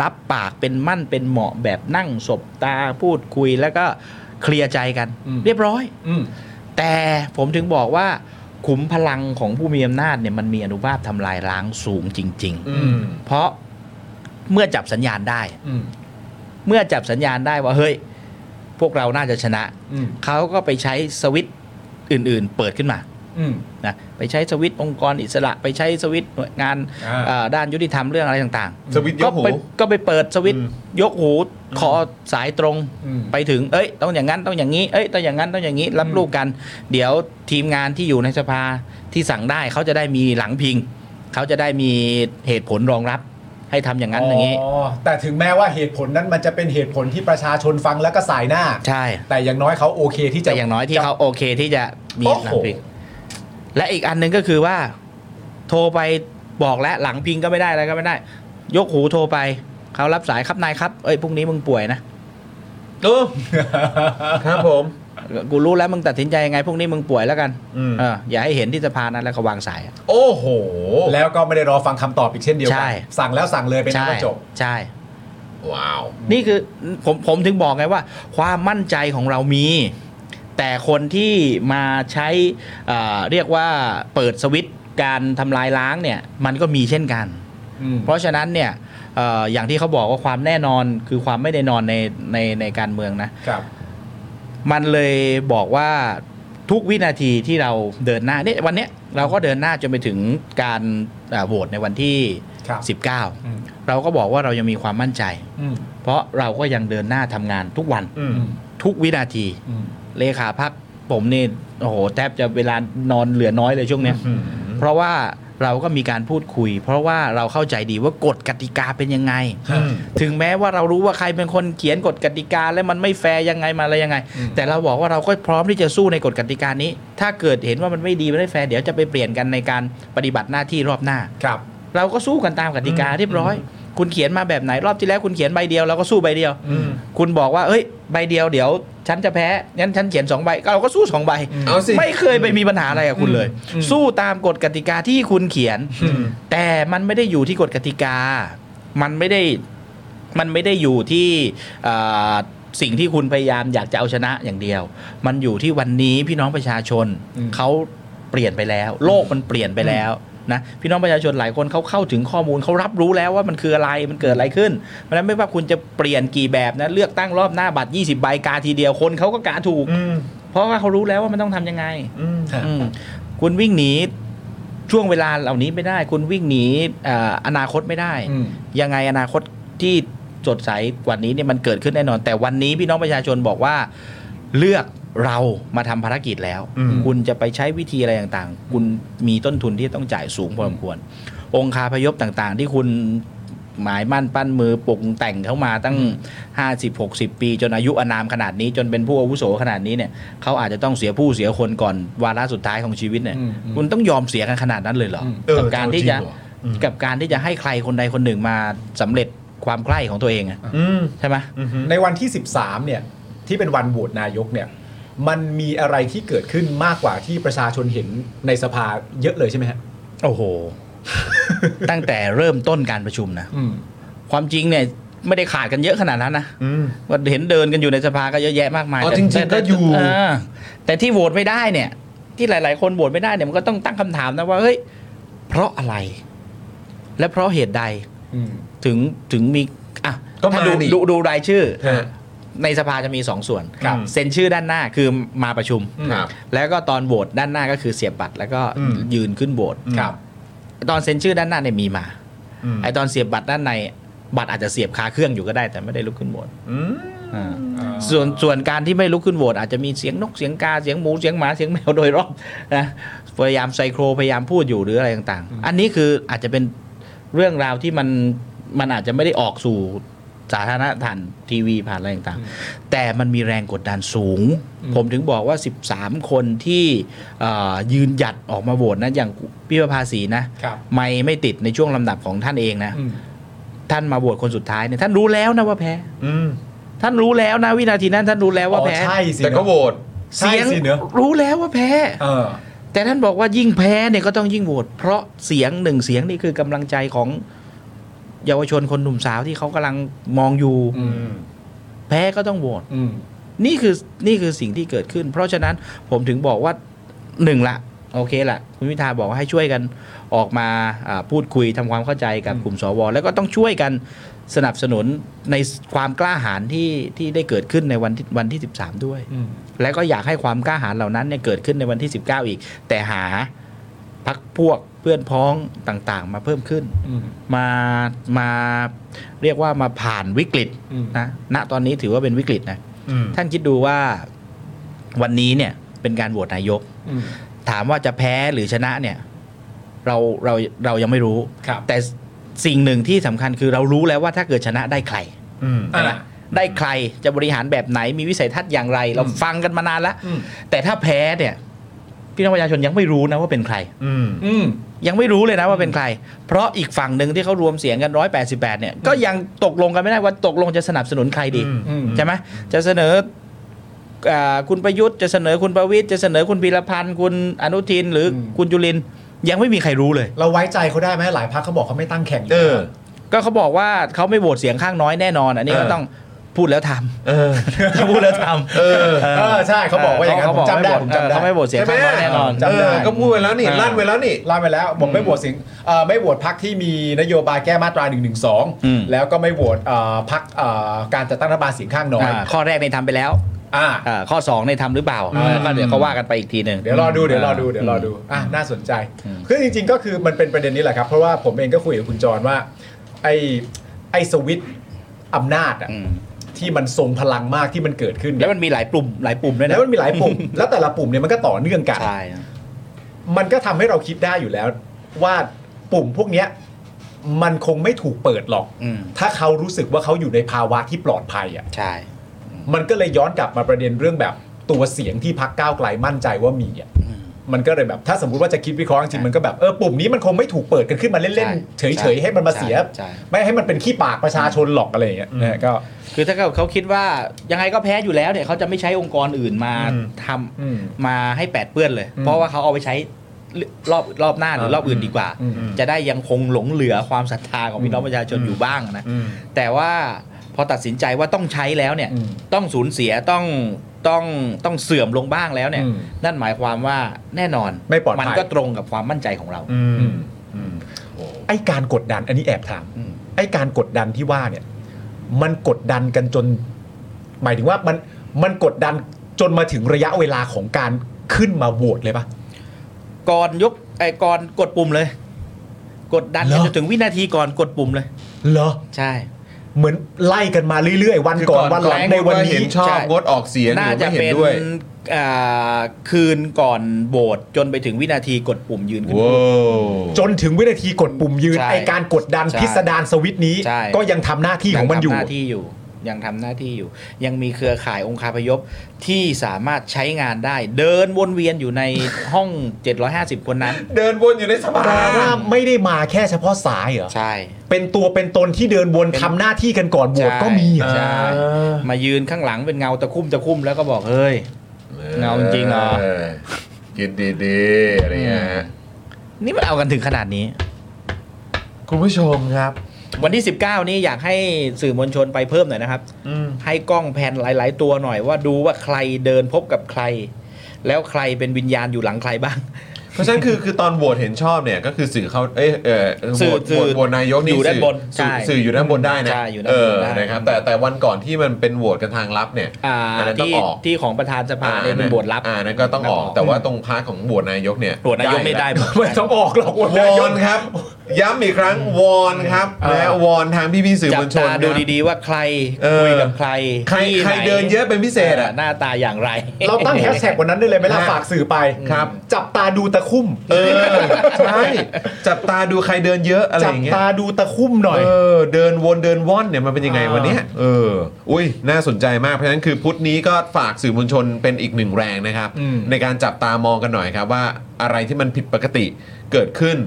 S5: รับปากเป็นมั่นเป็นเหมาะแบบนั่งสบตาพูดคุยแล้วก็เคลียร์ใจกัน เรียบร้อย
S2: อืม
S5: แต่ผมถึงบอกว่า ขุมพลังของผู้มีอำนาจเนี่ยมันมีอนุภาพทำลายล้างสูงจริง
S2: อืม
S5: ๆ เพราะเมื่อจับสัญญาณได้
S2: อืม
S5: เมื่อจับสัญญาณได้ว่าเฮ้ย พวกเราน่าจะชนะ
S2: อืม
S5: เขาก็ไปใช้สวิตช์อื่น ๆ เปิดขึ้นมา
S2: อืม
S5: นะไปใช้สวิตช์องค์กรอิสระไปใช้สวิตช์หน่วยงาน
S2: อ่า
S5: เอ่อด้านยุติธรรมเรื่องอะไรต่าง
S1: สวิตช์
S5: ๆ
S1: ย
S5: ก็
S1: กหู
S5: ไปก็ไปเปิดสวิตช์
S1: อืม
S5: ยกหูคอสายตรง
S2: อืม
S5: ไปถึงเอ้ยต้องอย่างนั้นต้องอย่างนี้เอ้ยต้องอย่างนั้นต้องอย่างนี้รับลูกกัน เดี๋ยวทีมงานที่อยู่ในสภาที่สั่งได้เขาจะได้มีหลังพิง เขาจะได้มีเหตุผลรองรับให้ทำอย่างนั้นอย่างนี้
S2: อ๋อแต่ถึงแม้ว่าเหตุผลนั้นมันจะเป็นเหตุผลที่ประชาชนฟังแล้วก็สายหน้า
S5: ใช่
S2: แต่อย่างน้อยเขาโอเคที่จะ
S5: แต่อย่างน้อยที่ เขาโอเคที่จะมี
S2: โอ้
S5: ห
S2: โห
S5: ลังพิง และอีกอันหนึ่งก็คือว่า โทรไปบอกแล้วหลังพิงก็ไม่ได้อะไรก็ไม่ได้ ยกหูโทรไป เขารับสายครับนายครับเอ้ยพรุ่งนี้มึงป่วยนะ
S1: เออครับผม
S5: กูรู้แล้วมึงตัดสินใจยังไงพรุ่งนี้มึงป่วยแล้วกัน
S2: อืม
S5: เอออย่าให้เห็นที่สะพานนั้นแล้วก็วางสาย
S2: โอ้โห แล้วก็ไม่ได้รอฟังคำตอบอีกเช่นเดียว
S5: ใช่
S2: กัสั่งแล้วสั่งเลยเป็นอัน
S5: ใช่
S2: ว่าจบ
S5: ใช่
S2: ว้าว
S5: นี่คือผมผมถึงบอกไงว่า ความมั่นใจของเรามี แต่คนที่มาใช้เอ่อเรียกว่าเปิดสวิตช์การทำลายล้างเนี่ยมันก็มีเช่นกัน
S2: อืม
S5: เพราะฉะนั้นเนี่ยเอ่ออย่างที่เขาบอกว่าความแน่นอนคือความไม่แน่นอนในในในการเมืองนะ
S2: ครับ
S5: มันเลยบอกว่าทุกวินาทีที่เราเดินหน้าเนี่ยวันเนี้ยเราก็เดินหน้าจนไปถึงการอ่าโหวตในวันที่
S2: ครับ อืม
S5: 19 เราก็บอกว่าเรายังมีความมั่นใจ
S2: อืม
S5: เพราะเราก็ยังเดินหน้าทำงานทุกวัน
S2: อืม
S5: ทุกวินาที
S2: อืม
S5: เลขาพักผมนี่โอ้โหแทบจะเวลานอนเหลือน้อยเลยช่วงเนี้ย
S2: อืม
S5: เพราะว่าเราก็มีการพูดคุย เพราะว่าเราเข้าใจดีว่ากฎกติกาเป็นยังไง
S2: อืม
S5: ถึงแม้ว่าเรารู้ว่าใครเป็นคนเขียนกฎกติกาและมันไม่แฟร์ยังไงมาอะไรยังไง
S2: อืม
S5: แต่เราบอกว่าเราก็พร้อมที่จะสู้ในกฎกติกานี้ ถ้าเกิดเห็นว่ามันไม่ดีมันไม่แฟร์เดี๋ยวจะไปเปลี่ยนกันในการปฏิบัติหน้าที่รอบหน้า
S2: ครับ
S5: เราก็สู้กันตามกติกาเรียบร้อย คุณเขียนมาแบบไหนรอบที่แล้วคุณเขียนใบเดียวเราก็สู้ใบเดียว
S2: อืม
S5: คุณบอกว่าเอ้ยใบเดียวเดี๋ยว ฉันจะแพ้งั้นฉันเขียนสองใบเราก็สู้สองใบ
S1: เอาสิ
S5: ไม่เคยไปมีปัญหาอะไรกับคุณเลย
S2: อืม
S5: สู้ตามกฎกติกาที่คุณเขียน
S2: อืม
S5: แต่มันไม่ได้อยู่ที่กฎกติกา มันไม่ได้มันไม่ได้อยู่ที่เอ่อสิ่งที่คุณพยายามอยากจะเอาชนะอย่างเดียว มันอยู่ที่วันนี้พี่น้องประชาชน
S2: อืม
S5: เขาเปลี่ยนไปแล้ว โลกมันเปลี่ยนไปแล้วนะพี่น้องประชาชนหลายคนเขาเข้าถึงข้อมูลเขารับรู้แล้วว่ามันคืออะไรมันเกิดอะไรขึ้นเพราะฉะนั้นไม่ว่าคุณจะเปลี่ยนกี่แบบนะเลือกตั้งรอบหน้าบัตร 20 ใบกาทีเดียวคนเขาก็กาถูก
S2: อืม
S5: เพราะว่าเขารู้แล้วว่ามันต้องทำยังไง
S2: อืม
S5: อืมคุณวิ่งหนีช่วงเวลาเหล่านี้ไม่ได้ คุณวิ่งหนีเอ่ออนาคตไม่ได้
S2: อืม
S5: ยังไงอนาคตที่สดใสกว่านี้เนี่ยมันเกิดขึ้นแน่นอน แต่วันนี้พี่น้องประชาชนบอกว่าเลือกเรามาทำภารกิจแล้ว
S2: อืม
S5: คุณจะไปใช้วิธีอะไรต่างๆ คุณมีต้นทุนที่ต้องจ่ายสูงพอสมควร องคาพยพต่างๆ ที่คุณหมายมั่นปั้นมือปลุกแต่งเข้ามาตั้ง 50-60 ปี จนอายุอานามขนาดนี้ จนเป็นผู้อาวุโสขนาดนี้เนี่ยเขาอาจจะต้องเสียผู้เสียคนก่อนวาระสุดท้ายของชีวิตเนี่ย
S2: อืมอืม
S5: คุณต้องยอมเสียกันขนาดนั้นเลยเหรอ
S2: อืมเออ
S5: กับการที่จะ
S2: จริงเหรอ
S5: กับการที่จะให้ใครคนใดคนหนึ่งมาสำเร็จความใกล้ของตัวเองอะ
S2: อืม
S5: ใช่ไหม
S2: ในวันที่ 13 เนี่ย ที่เป็นวันโหวตนายกเนี่ย มันมีอะไรที่เกิดขึ้นมากกว่าที่ประชาชนเห็นในสภาเยอะเลยใช่ไหมฮะ
S5: โอ้โห ตั้งแต่เริ่มต้นการประชุมนะ
S2: อืม
S5: ความจริงเนี่ยไม่ได้ขาดกันเยอะขนาดนั้นนะ
S2: อืม
S5: ว่าเห็นเดินกันอยู่ในสภาก็เยอะแยะมากมาย
S1: อ๋อ
S5: แต่
S1: จริงๆ
S5: แต่
S1: ก็อยู่
S5: เแต่ที่โหวตไม่ได้เนี่ย ที่หลาย ๆ คนโหวตไม่ได้เนี่ยมันก็ต้องตั้งคำถามนะว่าเฮ้ยเพราะอะไร และเพราะเหตุใด
S2: อืม
S5: ถึงถึงมีอ่ะ
S1: ก็มา
S5: ถ้าดู
S1: นี่
S5: ดูดูรายชื่อ
S1: ฮะ
S5: ในสภาจะมีสองส่วน
S2: ครับ
S5: เซ็นชื่อด้านหน้าคือมาประชุม
S1: ครับ
S5: แล้วก็ตอนโหวตด้านหน้าก็คือเสียบบัตรแล้วก็
S2: อืม
S5: ยืนขึ้นโหวต
S2: ครับ
S5: ตอนเซ็นชื่อด้านหน้าเนี่ยมีมา
S2: อืม
S5: ไอตอนเสียบบัตรด้านในบัตรอาจจะเสียบคาเครื่องอยู่ก็ได้แต่ไม่ได้ลุกขึ้นโหวต
S2: อืม
S5: อ่า
S2: อ่า
S5: ส่วนส่วนการที่ไม่ลุกขึ้นโหวตอาจจะมีเสียงนกเสียงกาเสียงหมูเสียงหมาเสียงแมวโดยรอบนะพยายามไซโครพยายามพูดอยู่หรืออะไรต่างๆ อันนี้คืออาจจะเป็นเรื่องราวที่มันมันอาจจะไม่ได้ออกสู่สาธารณะผ่านทีวีผ่านอะไรต่างๆ แต่มันมีแรงกดดันสูง ผมถึงบอกว่า 13 คนที่เอ่อยืนหยัดออกมาโหวตนะ อย่างพี่ประภาสีนะ
S2: ครับ
S5: ไม่ไม่ติดในช่วงลำดับของท่านเองนะ
S2: อืม
S5: ท่านมาโหวตคนสุดท้ายเนี่ยท่านรู้แล้วนะว่าแพ้
S2: อืม
S5: ท่านรู้แล้วนะวินาทีนั้นท่านรู้แล้ว
S2: อ๋
S5: ว่า
S2: อ
S5: แพ้
S2: ใช่สิ
S1: แต่ก็โหว
S2: เนอะ
S1: ต
S2: ใช่
S5: เสียง
S2: สิเนอะ
S5: รู้แล้วว่าแพ้
S2: เออ
S5: แต่ท่านบอกว่ายิ่งแพ้เนี่ยก็ต้องยิ่งโหวตเพราะเสียงหนึ่งเสียงนี่คือกำลังใจของเยาวชนคนหนุ่มสาวที่เขากำลังมองอยู่
S2: อืม
S5: แพ้ก็ต้องโหวต
S2: อืม
S5: นี่คือนี่คือสิ่งที่เกิดขึ้น เพราะฉะนั้นผมถึงบอกว่าหนึ่งละโอเคละคุณพิธาบอกว่าให้ช่วยกันออกมาอ่าพูดคุยทำความเข้าใจกับ
S2: อืม
S5: กลุ่มสวแล้วก็ต้องช่วยกันสนับสนุนในความกล้าหาญที่ที่ได้เกิดขึ้นในวันที่วันที่ 13 ด้วย
S2: อืม
S5: และก็อยากให้ความกล้าหาญเหล่านั้นเนี่ยเกิดขึ้นในวันที่ 19 อีก แต่หาพักพวกเพื่อนพ้องต่างๆ มาเพิ่มขึ้น
S2: อืม
S5: มามาเรียกว่ามาผ่านวิกฤต
S2: อืม
S5: นะณตอนนี้ถือว่าเป็นวิกฤตนะ
S2: อืม
S5: ท่านคิดดูว่าวันนี้เนี่ยเป็นการโหวตนายก
S2: อืม
S5: ถามว่าจะแพ้หรือชนะเนี่ยเราเราเรายังไม่รู้
S2: ครับ
S5: แต่สิ่งหนึ่งที่สำคัญคือเรารู้แล้วว่าถ้าเกิดชนะได้ใคร
S2: อืมอ่ะ
S5: ได้ใครจะบริหารแบบไหนมีวิสัยทัศน์อย่างไร เราฟังกันมานานแล้ว
S2: อืม
S5: แต่ถ้าแพ้เนี่ย พี่น้องประชาชนยังไม่รู้นะว่าเป็นใคร
S2: อืม
S5: อืมยังไม่รู้เลยนะว่าเป็นใคร เพราะอีกฝั่งหนึ่งที่เขารวมเสียงกัน 188 เนี่ย ก็ยังตกลงกันไม่ได้ว่าตกลงจะสนับสนุนใครดี
S2: อืม
S5: ใช่ไหมจะเสนออ่าคุณประยุทธ์จะเสนอคุณประวิทย์จะเสนอคุณพีรพันธ์คุณอนุทิน หรืออคุณจุลินทร์ยังไม่มีใครรู้เลย
S2: เราไว้ใจเขาได้ไหมหลายพักเขาบอกเขาไม่ตั้งแข่งยู่
S1: เออ
S5: ก็เขาบอกว่าเขาไม่โหวตเสียงข้างน้อยแน่นอน อันนี้ก็
S1: เออ
S5: ต้องพูดแล้วท
S1: เออ
S5: ำ พูดแล้วทำ
S1: เออ
S2: เออใช่เขาบอกว่าอย่างนั้น
S5: เข
S2: ผมจำได้
S5: เขาบอก
S2: ผมจำได้
S5: เขาไม่โหวตเสียงข้างน้อยแน่นอน
S2: ใช่ไหม
S1: เออ ก็พูดไปแล้วนี่
S5: เออ
S1: ลั่นไปแล้วนี่
S2: ลาไปแล้วบอกไม่โหวตเสียงเอ่อไม่โหวตพักที่มีนโยบายแก้มาตรา1นึ
S5: อืม
S2: แล้วก็ไม่โหวตเอ่อพักเอ่อการจัดตั้งรัฐบาลเสียงข้างน้อย
S5: อ่าข้อแรกในยทำไปแล้ว
S2: อ่า
S5: อ่าข้อ 2 ในยทำหรือเปล่า
S2: อืม
S5: ก็เดี๋ยวเขาว่ากันไปอีกทีหนึ่ง
S2: เดี๋ยวรอดูเดี๋ยวรอดูเดี๋ยวรอดูอ่ะน่าสนใจ
S5: อืม
S2: คือจริงๆก็คือมันเป็นประเด็นนี้แหละครับ เพราะว่าผมเองก็คุยกับคุณจรว่าไอ้ไอ้สวิตช์อำนาจอะ
S5: อืม
S2: ที่มันทรงพลังมากที่มันเกิดขึ้น
S5: แล้
S2: เนี่ยว
S5: มันมีหลายปุ่มหลายปุ่มด้วยนะ
S2: แล้วมันมีหลายปุ่ม แล้วแต่ละปุ่มเนี่ยมันก็ต่อเนื่องกัน
S5: ใช่
S2: มันก็ทำให้เราคิดได้อยู่แล้ว ว่าปุ่มพวกเนี้ยมันคงไม่ถูกเปิดหรอก
S5: อืม
S2: ถ้าเขารู้สึกว่าเขาอยู่ในภาวะที่ปลอดภัยอ่ะ
S5: ใช่
S2: มันก็เลยย้อนกลับมาประเด็นเรื่องแบบตัวเสียงที่พักก้าวไกลมั่นใจว่ามีอ่ะ
S5: อืม
S2: มันก็เลยแบบถ้าสมมติว่าจะคิดวิเคราะห์จริงๆมันก็แบบเออปุ่มนี้มันคงไม่ถูกเปิดกันขึ้นมาเล่นๆ
S5: ใช่
S2: เฉยๆให้มันมา
S5: ใช่
S2: เสีย
S5: ใช่
S2: ไม่ให้มันเป็นขี้ปากประชาชนหรอกอะไรอย่างเงี้ยนะก็
S5: คือถ้าเขาเขาคิดว่ายังไงก็แพ้อยู่แล้วเนี่ยเขาจะไม่ใช้องค์กรอื่นมา
S2: อืม
S5: ทำ
S2: อืม
S5: มาให้แปดเปื้อนเลย
S2: อืม
S5: เพราะว่าเขาเอาไปใช้รอบรอบหน้าหรือรอบอื่นดีกว่า
S2: อืม
S5: จะได้ยังคงหลงเหลือความศรัทธาของพี่น้องประชาชนอยู่บ้างนะ แต่ว่าพอตัดสินใจว่าต้องใช้แล้วเนี่ย
S2: อืม
S5: ต้องสูญเสียต้องต้องต้องเสื่อมลงบ้างแล้วเนี่ย
S2: อืม
S5: นั่นหมายความว่าแน่นอน
S2: ไม่ปลอดภัย
S5: นก็ตรงกับความมั่นใจของเรา
S2: อืมไอการกดดัน อันนี้แอบถาม
S5: อืม
S2: ไอการกดดันที่ว่าเนี่ย มันกดดันกันจน หมายถึงว่ามันมันกดดันจนมาถึงระยะเวลาของการขึ้นมาโหวตเลยปะ
S5: ก่อนยกไอ้ก่อนกดปุ่มเลย กดดัน
S2: เหร
S5: กัน
S2: อ
S5: จนถึงวินาทีก่อนกดปุ่มเลย
S2: เหรอ
S5: ใช่
S2: เหมือนไล่กันมาเรื่อยๆ วัน
S1: คือ
S2: ก่อวันห
S1: ก่อน น
S2: ลัง
S1: แกล้ง
S2: ในวัน
S1: ก็
S2: นี้
S1: เห็นชอ
S5: ใช่
S1: บงดออกเสียงหรือ
S5: น่าจะ
S1: ไม่เห็น
S5: เป็น
S1: ด้วย
S5: อ่าคืนก่อนโหวตจนไปถึงวินาทีกดปุ่มยืนขึ้น
S1: ว้าว
S2: จนถึงวินาทีกดปุ่มยืน
S5: ใช่
S2: ไอการกดดัน
S5: ใช่
S2: พิสดารสวิตช์นี้
S5: ใช่
S2: ก็ยังทำหน้าที่ของมันอยู่
S5: ยังทำหน้าที่อยู่ ยังทำหน้าที่อยู่ ยังมีเครือข่ายองค์คาพยพที่สามารถใช้งานได้ เดินวนเวียนอยู่ใน ห้อง 750 คนนั้น
S1: เดินวนอยู่ในสภา
S2: แปลว่าไม่ได้มาแค่เฉพาะสายเหรอ
S5: ใช่
S2: เป็นตัวเป็นตนที่เดินวนทำหน้าที่กันก่อนโหวตก็มีเหรอ
S5: ใช่มายืนข้างหลังเป็นเงาตะคุ่มตะคุ่มแล้วก็บอกเฮ้ย เงาจริงเหรอ
S1: กินดีๆอะไรเงี้ยฮะ
S5: นี่มันเอากันถึงขนาดนี้
S1: คุณผู้ชมครับ
S5: วันที่ 19 นี้อยากให้สื่อมวลชนไปเพิ่มหน่อยนะครับ ให้กล้องแผนหลาย ๆ ตัวหน่อยว่าดูว่าใครเดินพบกับใคร แล้วใครเป็นวิญญาณอยู่หลังใครบ้าง
S1: เพราะฉะนั้นคือคือตอนโหวตเห็นชอบเนี่ยก็คือสื่อเขาเอยเออ
S5: สื่อ
S1: โหวต
S5: สื่
S1: โหว
S5: อ
S1: ตโหวตนายกนี่
S5: อยู่ด้านบน
S1: สื่อสื่อ
S5: ใช่
S1: สื่ออยู่ด้านบนได้นะ
S5: ใช่อยู่ด้านบน
S1: เออ
S5: ได้
S1: นะครับ แต่แต่วันก่อนที่มันเป็นโหวตกันทางลับเนี่ย
S5: อ่า
S1: นั้นต้อง
S5: ที่
S1: ออก
S5: ที่ของประธานสภาเนี่ยเป็นบทลับ
S1: อ่านั้นก็ต้องออก แต่ว่าตรงพาร์ทของโหวตนายกเนี่ย
S5: โหวตนายกไม่ได้หมด
S2: ไม่ต้องออกหรอกโหวต
S1: ว
S2: นาย
S1: อก นครับ ย้ำอีกครั้งวอนครับ
S2: เออ
S1: นะวอนทางพี่พี่ๆสื่อ
S5: จั
S1: ม
S5: บ
S1: วลชน
S5: ตาดู
S1: นะ
S5: ดีๆว่าใคร
S1: เออ
S5: คุยกับใคร
S1: ใคร
S5: ที่ไห
S1: ใครเดินเยอะเป็นพิเศษอะ
S5: หน้าตาอย่างไร
S2: เราตั้งแฮชแท็กวันนั้นได้เลยไหมล่ะฝากสื่อไป
S1: ครับ
S2: จับตาดูตะคุ่ม
S1: เออใช่จับตาดูใครเดินเยอะอะไรอ
S2: จับ
S1: ย่างเงี้ย
S2: ตาดูตะคุ่มหน่อย
S1: เออเดินวนเดินว่อนเนี่ยมันเป็นยังไง
S2: อ่า
S1: วันเนี้ยเออ อุ้ยน่าสนใจมากเพราะฉะนั้นคือพุทธนี้ก็ฝากสื่อมวลชนเป็นอีกหนึ่งแรงนะครับ ในการจับตามองกันหน่อยครับว่าอะไรที่มันผิดปกติเกิดขึ้น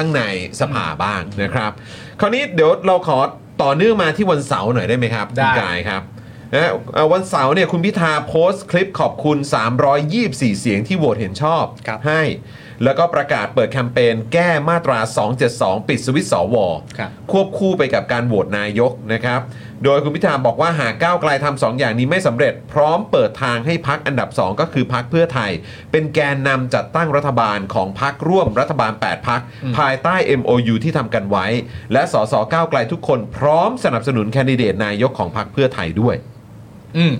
S1: ข้างในสภาบ้างนะครับ คราวนี้เดี๋ยวเราขอต่อเนื่องมาที่วันเสาร์หน่อยได้ไหมครับคุณกายครับนะเอ่อวันเสาร์เนี่ยคุณพิธาโพสต์คลิปขอบคุณ 324 เสียงที่โหวตเห็นชอบ
S5: ครับ
S1: ให้ แล้วก็ประกาศเปิดแคมเปญแก้มาตรา 272 ปิดสวิตช์สว
S5: ครับ
S1: ควบคู่ไปกับการโหวตนายกนะครับ โดยคุณพิธาบอกว่าหากก้าวไกลทำสองอย่างนี้ไม่สำเร็จ พร้อมเปิดทางให้พักอันดับ 2 ก็คือพักเพื่อไทย เป็นแกนนำจัดตั้งรัฐบาลของพักร่วมรัฐบาล 8 พัก ภายใต้ MOU ที่ทำกันไว้ และสสก้าวไกลทุกคนพร้อมสนับสนุนแคนดิเดตนายกของพักเพื่อไทยด้วย
S5: อืม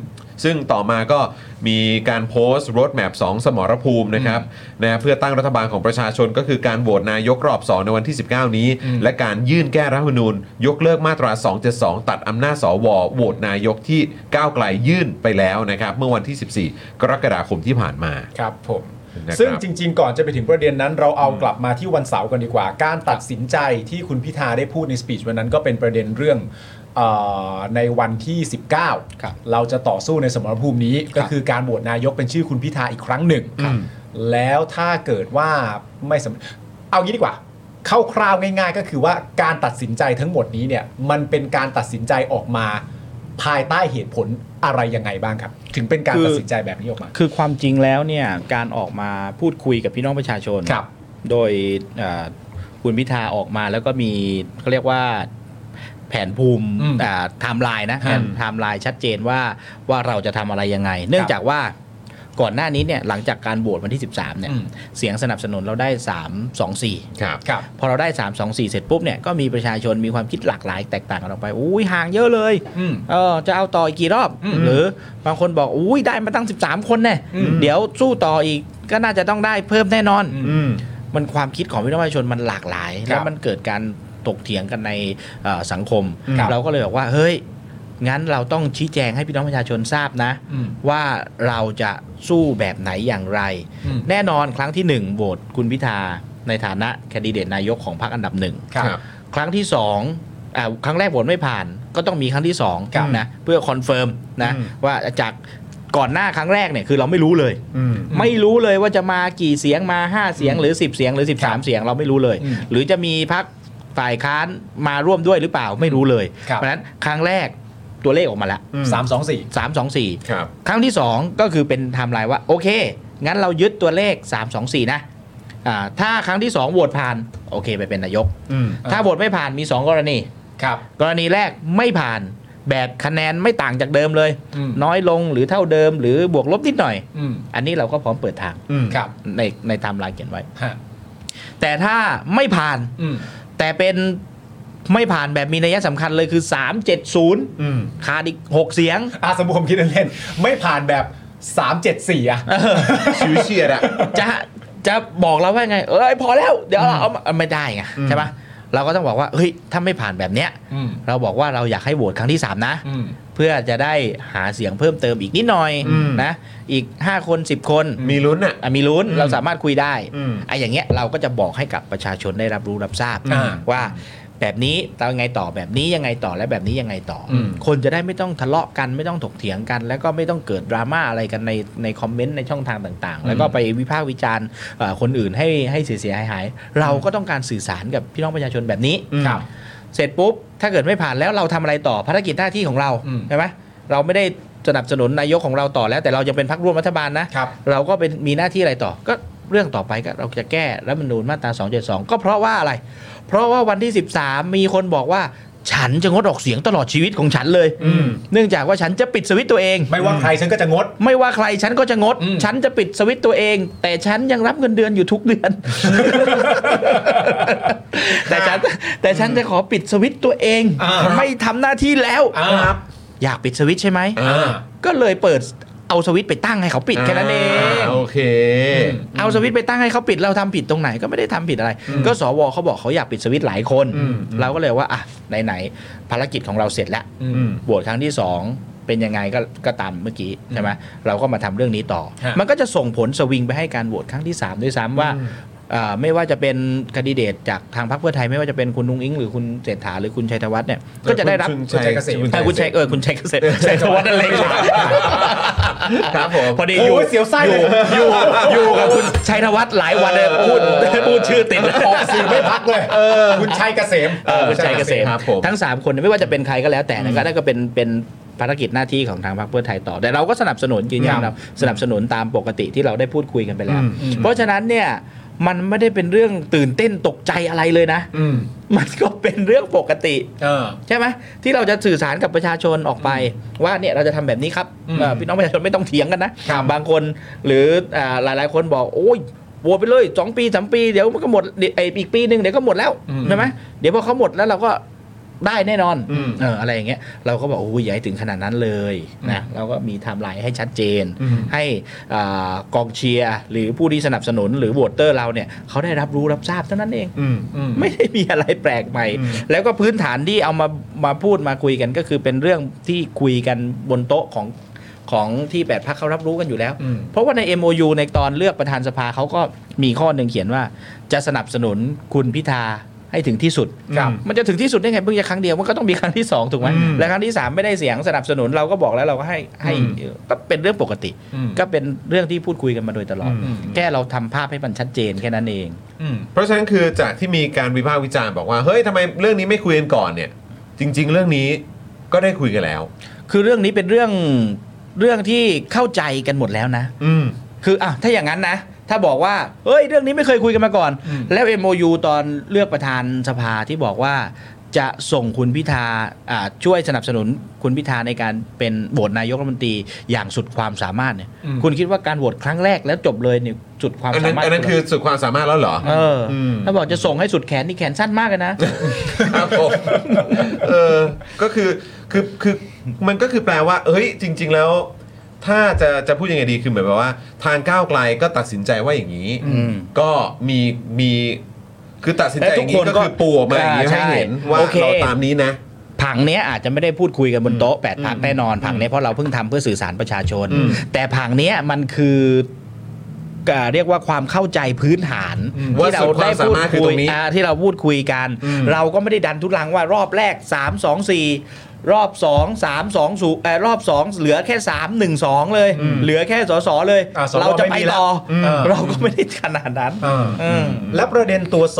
S1: ซึ่งต่อมาก็มีการโพสต์ roadmap 2 สมรภูมินะครับนะเพื่อตั้งรัฐบาลของประชาชนก็คือการโหวตนายกรอบ 2 ในวันที่ 19 นี้ และการยื่นแก้รัฐธรรมนูญ ยกเลิกมาตรา 272 ตัดอำนาจสวโหวตนายกที่ก้าวไกลยื่นไปแล้วนะครับ เมื่อวันที่ 14 กรกฎาคมที่ผ่านมา
S2: ครับผม
S1: นะครับ
S2: ซึ่งจริง ๆ ก่อนจะไปถึงประเด็นนั้น เราเอากลับมาที่วันเสาร์กันดีกว่า การตัดสินใจที่คุณพิธาได้พูดในสปีชวันนั้นก็เป็นประเด็นเรื่องเออในวันที่ 19
S5: ครับ
S2: เราจะต่อสู้ในสมรภูมินี้ก็คือการโหวตนายกเป็นชื่อคุณพิธาอีกครั้งหนึ่ง แล้วถ้าเกิดว่าไม่สำเอางี้ดีกว่าคร่าวๆง่าย ๆ ก็คือว่าการตัดสินใจทั้งหมดนี้เนี่ยมันเป็นการตัดสินใจออกมาภายใต้เหตุผลอะไรยังไงบ้างครับ ถึงเป็นการ
S5: คือ
S2: ตัดสินใจแบบนี้ออกมา
S5: คือความจริงแล้วเนี่ยการออกมาพูดคุยกับพี่น้องประชาชน
S2: ครับ
S5: โดยเอ่อคุณพิธาออกมาแล้วก็มีเขาเรียกว่าแผนภูมิ
S2: อืม
S5: อ่าไทม์ไลน์นะแผน
S2: ฮะ
S5: ไทม์ไลน์ชัดเจนว่าว่าเราจะทำอะไรยังไง เนื่องจากว่าก่อนหน้านี้เนี่ยหลังจากการโหวตวันที่ 13เนี่ย
S2: อืม
S5: เสียงสนับสนุนเราได้ 3 2 4
S1: ครับ
S2: ครับ
S5: พอเราได้ 3 2 4 เสร็จปุ๊บเนี่ยก็มีประชาชนมีความคิดหลากหลายแตกต่างกันออกไปอุ้ยห่างเยอะเลย
S2: อืม
S5: เออจะเอาต่ออีกกี่รอบ
S2: อืม
S5: หรือบางคนบอกอุ้ยได้มาตั้ง 13 คนแน่
S2: อืม
S5: เดี๋ยวสู้ต่ออีกก็น่าจะต้องได้เพิ่มแน่นอน
S2: อืม
S5: มันความคิดของพี่น้องประชาชนมันหลากหลาย
S2: ครับ
S5: แล้วมันเกิดการตกเถียงกันในเอ่อสังคม
S2: ครับ
S5: เราก็เลยบอกว่าเฮ้ยงั้นเราต้องชี้แจงให้พี่น้องประชาชนทราบนะ
S2: อืม
S5: ว่าเราจะสู้แบบไหนอย่างไร
S2: อืม
S5: แน่นอนครั้งที่หนึ่งโหวตคุณพิธาในฐานะแคนดิเดตนายกของพรรคอันดับหนึ่ง
S2: ครับ
S5: ครั้งที่สองอ่าครั้งแรกโหวตไม่ผ่าน ก็ต้องมีครั้งที่สอง
S2: ครับ
S5: นะเพื่อคอนเฟิร์มนะว่าจากก่อนหน้าครั้งแรกเนี่ยคือเราไม่รู้เลย ไม่รู้เลยว่าจะมากี่เสียงมา 5 เสียงหรือ 10 เสียงหรือ 13 เสียงเราไม่รู้เลย
S2: อืม
S5: หรือจะมีพักฝ่ายค้านมาร่วมด้วยหรือเปล่าไม่รู้เลย
S2: ครับ
S5: เพราะฉะนั้นครั้งแรกตัวเลขออกมาละ
S2: สามสองสี่
S5: สามสองสี่
S1: ครับ
S5: ครั้งที่ 2 ก็คือเป็นไทม์ไลน์ว่า โอเค งั้นเรายึดตัวเลข 3 2 4 นะอ่าถ้าครั้งที่ 2โหวตผ่าน โอเค ไปเป็นนายก ถ้าโหวตไม่ผ่านมี 2 กรณี
S2: ครับ
S5: กรณีแรกไม่ผ่านแบบคะแนนไม่ต่างจากเดิมเลย
S2: อืม
S5: น้อยลงหรือเท่าเดิมหรือบวกลบนิดหน่อย
S2: อืม
S5: อันนี้เราก็พร้อมเปิดทาง
S2: ครับ
S5: ในในไทม์ไลน์เขียนไว้
S2: ฮะ
S5: แต่ถ้าไม่ผ่าน
S2: อืม
S5: แต่เป็นไม่ผ่านแบบมีนัยสำคัญเลยคือ 370
S2: อืม
S5: ขาดอีกหกเสียง
S2: อ่ะสมมติผมคิดเล่นๆไม่ผ่านแบบ 374 อ่ะ
S1: ชิวเฉียดอะ
S5: จะจะบอกเราว่าไง เอ้ยพอแล้วเดี๋ยวเราเอามาเอาไม่ได้ไงใช่ปะเราก็ต้องบอกว่าเฮ้ยถ้าไม่ผ่านแบบเนี้ย
S2: อืม
S5: เราบอกว่าเราอยากให้โหวตครั้งที่ 3 นะ
S2: อืม
S5: เพื่อจะได้หาเสียงเพิ่มเติมอีกนิดหน่อย
S2: อืม
S5: นะอีก 5 คน 10 คน
S1: มีลุ้นอะ
S5: อ่ะมีลุ้น
S2: อืม
S5: เราสามารถคุยได้
S2: อืม
S5: ไอ้อย่างเงี้ยเราก็จะบอกให้กับประชาชนได้รับรู้รับทราบ
S2: อ่า
S5: ว่าแบบนี้เรายังไงต่อแบบนี้ยังไงต่อและแบบนี้ยังไงต่ออ
S2: ม
S5: คนจะได้ไม่ต้องทะเลาะกันไม่ต้องถกเถียงกัน แล้วก็ไม่ต้องเกิดดราม่าอะไรกันในในคอมเมนต์ในช่องทางต่าง ๆ แล้วก็ไปวิพากษ์วิจารณ์เอ่อคนอื่นให้ให้เสียหายหายๆเราก็ต้องการสื่อสารกับพี่น้องประชาชนแบบนี้
S2: ครับ
S5: เสร็จปุ๊บ ถ้าเกิดไม่ผ่านแล้วเราทำอะไรต่อภารกิจหน้าที่ของเรา
S2: อืม
S5: ใช่ไหมเราไม่ได้สนับสนุนนายกของเราต่อแล้ว แต่เรายังเป็นพักร่วมรัฐบาลนะ
S2: ครับ
S5: เราก็เป็นมีหน้าที่อะไรต่อ ก็เรื่องต่อไปก็เราจะแก้รัฐธรรมนูญมาตรา 272 ก็เพราะว่าอะไร เพราะว่าวันที่ 13 มีคนบอกว่า ฉันจะงดออกเสียงตลอดชีวิตของฉันเลย
S2: อืม
S5: เนื่องจากว่าฉันจะปิดสวิตช์ตัวเอง
S2: ไม่ว่าใครฉันก็จะง ด
S5: ไม่ว่าใครฉันก็จะงด
S2: อืม
S5: ฉันจะปิดสวิตช์ตัวเอง แต่ฉันยังรับเงินเดือนอยู่ทุกเดือน แต่ฉันแต่ฉันจะขอปิดสวิตช์ตัวเอง
S2: อ่า
S5: ไม่ทำหน้าที่แล้ว
S2: อ่า
S5: อยากปิดสวิตช์ใช่ไหม
S2: อ่า
S5: ก็เลยเปิดเอาสวิตช์ไปตั้งให้เขาปิดแค่นั้นเอง
S1: า โอเค
S5: เอาสวิตช์ไปตั้งให้เขาปิดเราทำผิดตรงไหนก็ไม่ได้ทำผิดอะไร ก็สวเขาบอกเขาอยากปิดสวิตช์หลายคน เราก็เลยว่าอ่ะไหนๆภารกิจของเราเสร็จแล้ว
S2: อืม
S5: โหวตครั้งที่สองเป็นยังไงก็ก็ตามเมื่อกี้ใช่ไหมเราก็มาทำเรื่องนี้ต่อ
S2: ฮะ
S5: มันก็จะส่งผลสวิงไปให้การโหวตครั้งที่ 3 ด้วยซ้ำว่าเอ่อไม่ว่าจะเป็นคดีเดตจากทางพรรคเพื่อไทยไม่ว่าจะเป็นคุณนุ้งอิงหรือคุณเศรษฐาหรือคุณชัยธวัฒน์เนี่ยก็จะได้รับ
S1: คุณ
S2: ชัยเกษม
S5: แต่คุณชัยเออคุณชัยเกษตรชัยธวัฒน์นั่นเอง
S1: ครับผม
S5: พอดี
S2: โอ้
S5: อยยู่
S2: เสียวไส้เลย
S5: อยู่อยู่กับคุณชัยธวัฒน์หลายวันเลยพูดพูดชื่อติดแล้ว
S2: ออกสื่อไม่พักเลยคุณชัยเกษม
S5: เออคุณชัยเกษม
S1: ครับผม
S5: ทั้ง 3 คนเนี่ยไม่ว่าจะเป็นใครก็แล้วแต่นะครับนั่นก็เป็นเป็นภารกิจหน้าที่ของทางพรรคเพื่อไทยต่อ แต่เราก็สนับสนุนยืนยัน
S2: ครั
S5: เรา
S2: บ
S5: สนับสนุนตามปกติที่เราได้พูดคุยกันไปแล้ว
S2: อืมอืม
S5: เพราะฉะนั้นเนี่ยมันไม่ได้เป็นเรื่องตื่นเต้นตกใจอะไรเลยนะ
S2: อืม
S5: มันก็เป็นเรื่องปกติ
S2: เออ
S5: ใช่ไหมที่เราจะสื่อสารกับประชาชนออกไป ว่าเนี่ยเราจะทำแบบนี้ครับ
S2: อืม
S5: เอ่อพี่น้องประชาชนไม่ต้องเถียงกันนะครับ งคนหรืออ่าหลายหลายๆคนบอกโอ้ยโหวตไปเลยสองปีสามปีเดี๋ยวมันก็หมดเดี๋ยวไอ้อีกปีหนึ่งเดี๋ยวก็หมดแล้ว
S2: อืม
S5: ใช่ไหมเดี๋ยวพอเขาหมดแล้วเราก็ได้แน่นอน
S2: อืม
S5: เอออะไรอย่างเงี้ยเราก็บอกโอ้ยอย่าให้ถึงขนาดนั้นเลยนะเราก็มีไทม์ไลน์ให้ชัดเจน
S2: อืม
S5: ให้อ่ากองเชียร์หรือผู้ที่สนับสนุนหรือโหวตเตอร์เราเนี่ยเขาได้รับรู้รับทราบเท่านั้นเอง
S2: อืมอืม
S5: ไม่ได้มีอะไรแปลกใหม่ แล้วก็พื้นฐานที่เอามามาพูดมาคุยกันก็คือเป็นเรื่องที่คุยกันบนโต๊ะของของที่แปดพักเขารับรู้กันอยู่แล้ว
S2: อืม
S5: เพราะว่าใน MOU ในตอนเลือกประธานสภาเขาก็มีข้อหนึ่งเขียนว่า จะสนับสนุนคุณพิธา ให้ถึงที่สุด
S2: ครับ
S5: มันจะถึงที่สุดได้ไงเพิ่งจะครั้งเดียวมันก็ต้องมีครั้งที่สองถูกไหม
S2: อืม
S5: และครั้งที่สามไม่ได้เสียงสนับสนุนเราก็บอกแล้วเราก็ให้ให้
S2: อืม
S5: เอ่อก็เป็นเรื่องปกติ
S2: อืม
S5: ก็เป็นเรื่องที่พูดคุยกันมาโดยตลอด
S2: อืม
S5: แค่เราทำภาพให้มันชัดเจนแค่นั้นเอง
S2: อืม
S1: เพราะฉะนั้นคือจากที่มีการวิพากษ์วิจารณ์บอกว่า เฮ้ยทำไมเรื่องนี้ไม่คุยกันก่อนเนี่ย จริง ๆ เรื่องนี้ก็ได้คุยกันแล้ว
S5: คือเรื่องนี้เป็นเรื่องเรื่องที่เข้าใจกันหมดแล้วนะ
S1: อืม
S5: คืออ่ะถ้าอย่างนั้นนะ ถ้าบอกว่า เฮ้ย เรื่องนี้ไม่เคยคุยกันมาก่อน
S2: อืม
S5: แล้ว MOU ตอนเลือกประธานสภาที่บอกว่าจะส่งคุณพิธาอ่าช่วยสนับสนุนคุณพิธาในการเป็นโหวตนายกรัฐมนตรีอย่างสุดความสามารถเนี่ย คุณคิดว่าการโหวตครั้งแรกแล้วจบเลยเนี่ยสุดความ
S1: อัน
S5: สา
S1: นั้น
S5: มารถ
S1: อันนั้นคือสุดความสามารถแล้วเหรอ
S5: เอออ
S1: ม
S5: ถ้าบอกจะส่งให้สุดแขนนี่แขนสั้นมากเลยนะ
S1: ครับผม เออก็คือคือคือมันก็คือแปลว่า เฮ้ย จริง ๆ แล้ว ถ้าจะจะพูดยังไงดีคือเหมือนแบบว่า ทางก้าวไกลก็ตัดสินใจว่าอย่างนี้
S5: อืม
S1: ก็มีมีคือตัดสินใจอย่างนี้ก็คือปูออกมาอย่างนี้ให้เห็นว่า
S5: โอค
S1: เราตามนี้นะ
S5: ผังเนี้ยอาจจะไม่ได้พูดคุยกันบนโต๊ะแปดพักแน่นอนผังเนี้ยเพราะเราเพิ่งทำเพื่อสื่อสารประชาชน
S1: อืม
S5: แต่ผังเนี้ยมันคืออ่าเรียกว่าความเข้าใจพื้นฐาน
S1: ว่า
S5: ที่เรา
S1: สุดความสามารถคือต
S5: ย
S1: รงนี้
S5: อ่าที่เราพูดคุยกัน เราก็ไม่ได้ดันทุลังว่ารอบแรก 3 2 4 รอบ 2 3 2สูเอ่อรอบ 2 เหลือแค่ 3 1 2 เลย เหลือแค่สสเลย
S2: อ่าสว
S5: เราจะไป
S2: ไม่มีละ
S5: ต่ออ
S2: ม
S5: เราก็ไม่ได้ขนาดนั้น
S2: อ่า
S5: อืม
S2: และประเด็นตัว 272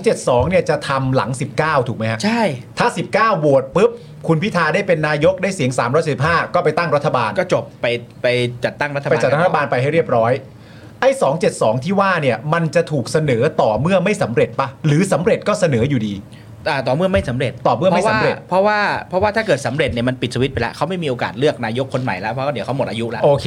S2: 272 เนี่ยจะทำหลัง 19 ถูกไหมฮะ
S5: ใช่
S2: ถ้า 19โหวตปุ๊บ คุณพิธาได้เป็นนายกได้เสียง 315 ก็ไปตั้งรัฐบาล
S5: ก็จบไปไปจัดตั้งรัฐบาล
S2: ไปจัดตั้งรัฐบาลไปให้เรียบร้อย ไอ้ 272 ที่ว่าเนี่ย มันจะถูกเสนอต่อเมื่อไม่สำเร็จปะ หรือสำเร็จก็เสนออยู่ดี
S5: อ่าต่อเมื่อไม่สำเร็จ
S2: ต่อเมื่อไม่สำเร็จ
S5: เพราะว่าเพราะว่าเพราะว่าถ้าเกิดสำเร็จเนี่ยมันปิดสวิตช์ไปแล้วเขาไม่มีโอกาสเลือกนายกคนใหม่แล้วเพราะว่าเดี๋ยวเขาหมดอายุแล้ว
S2: โอเค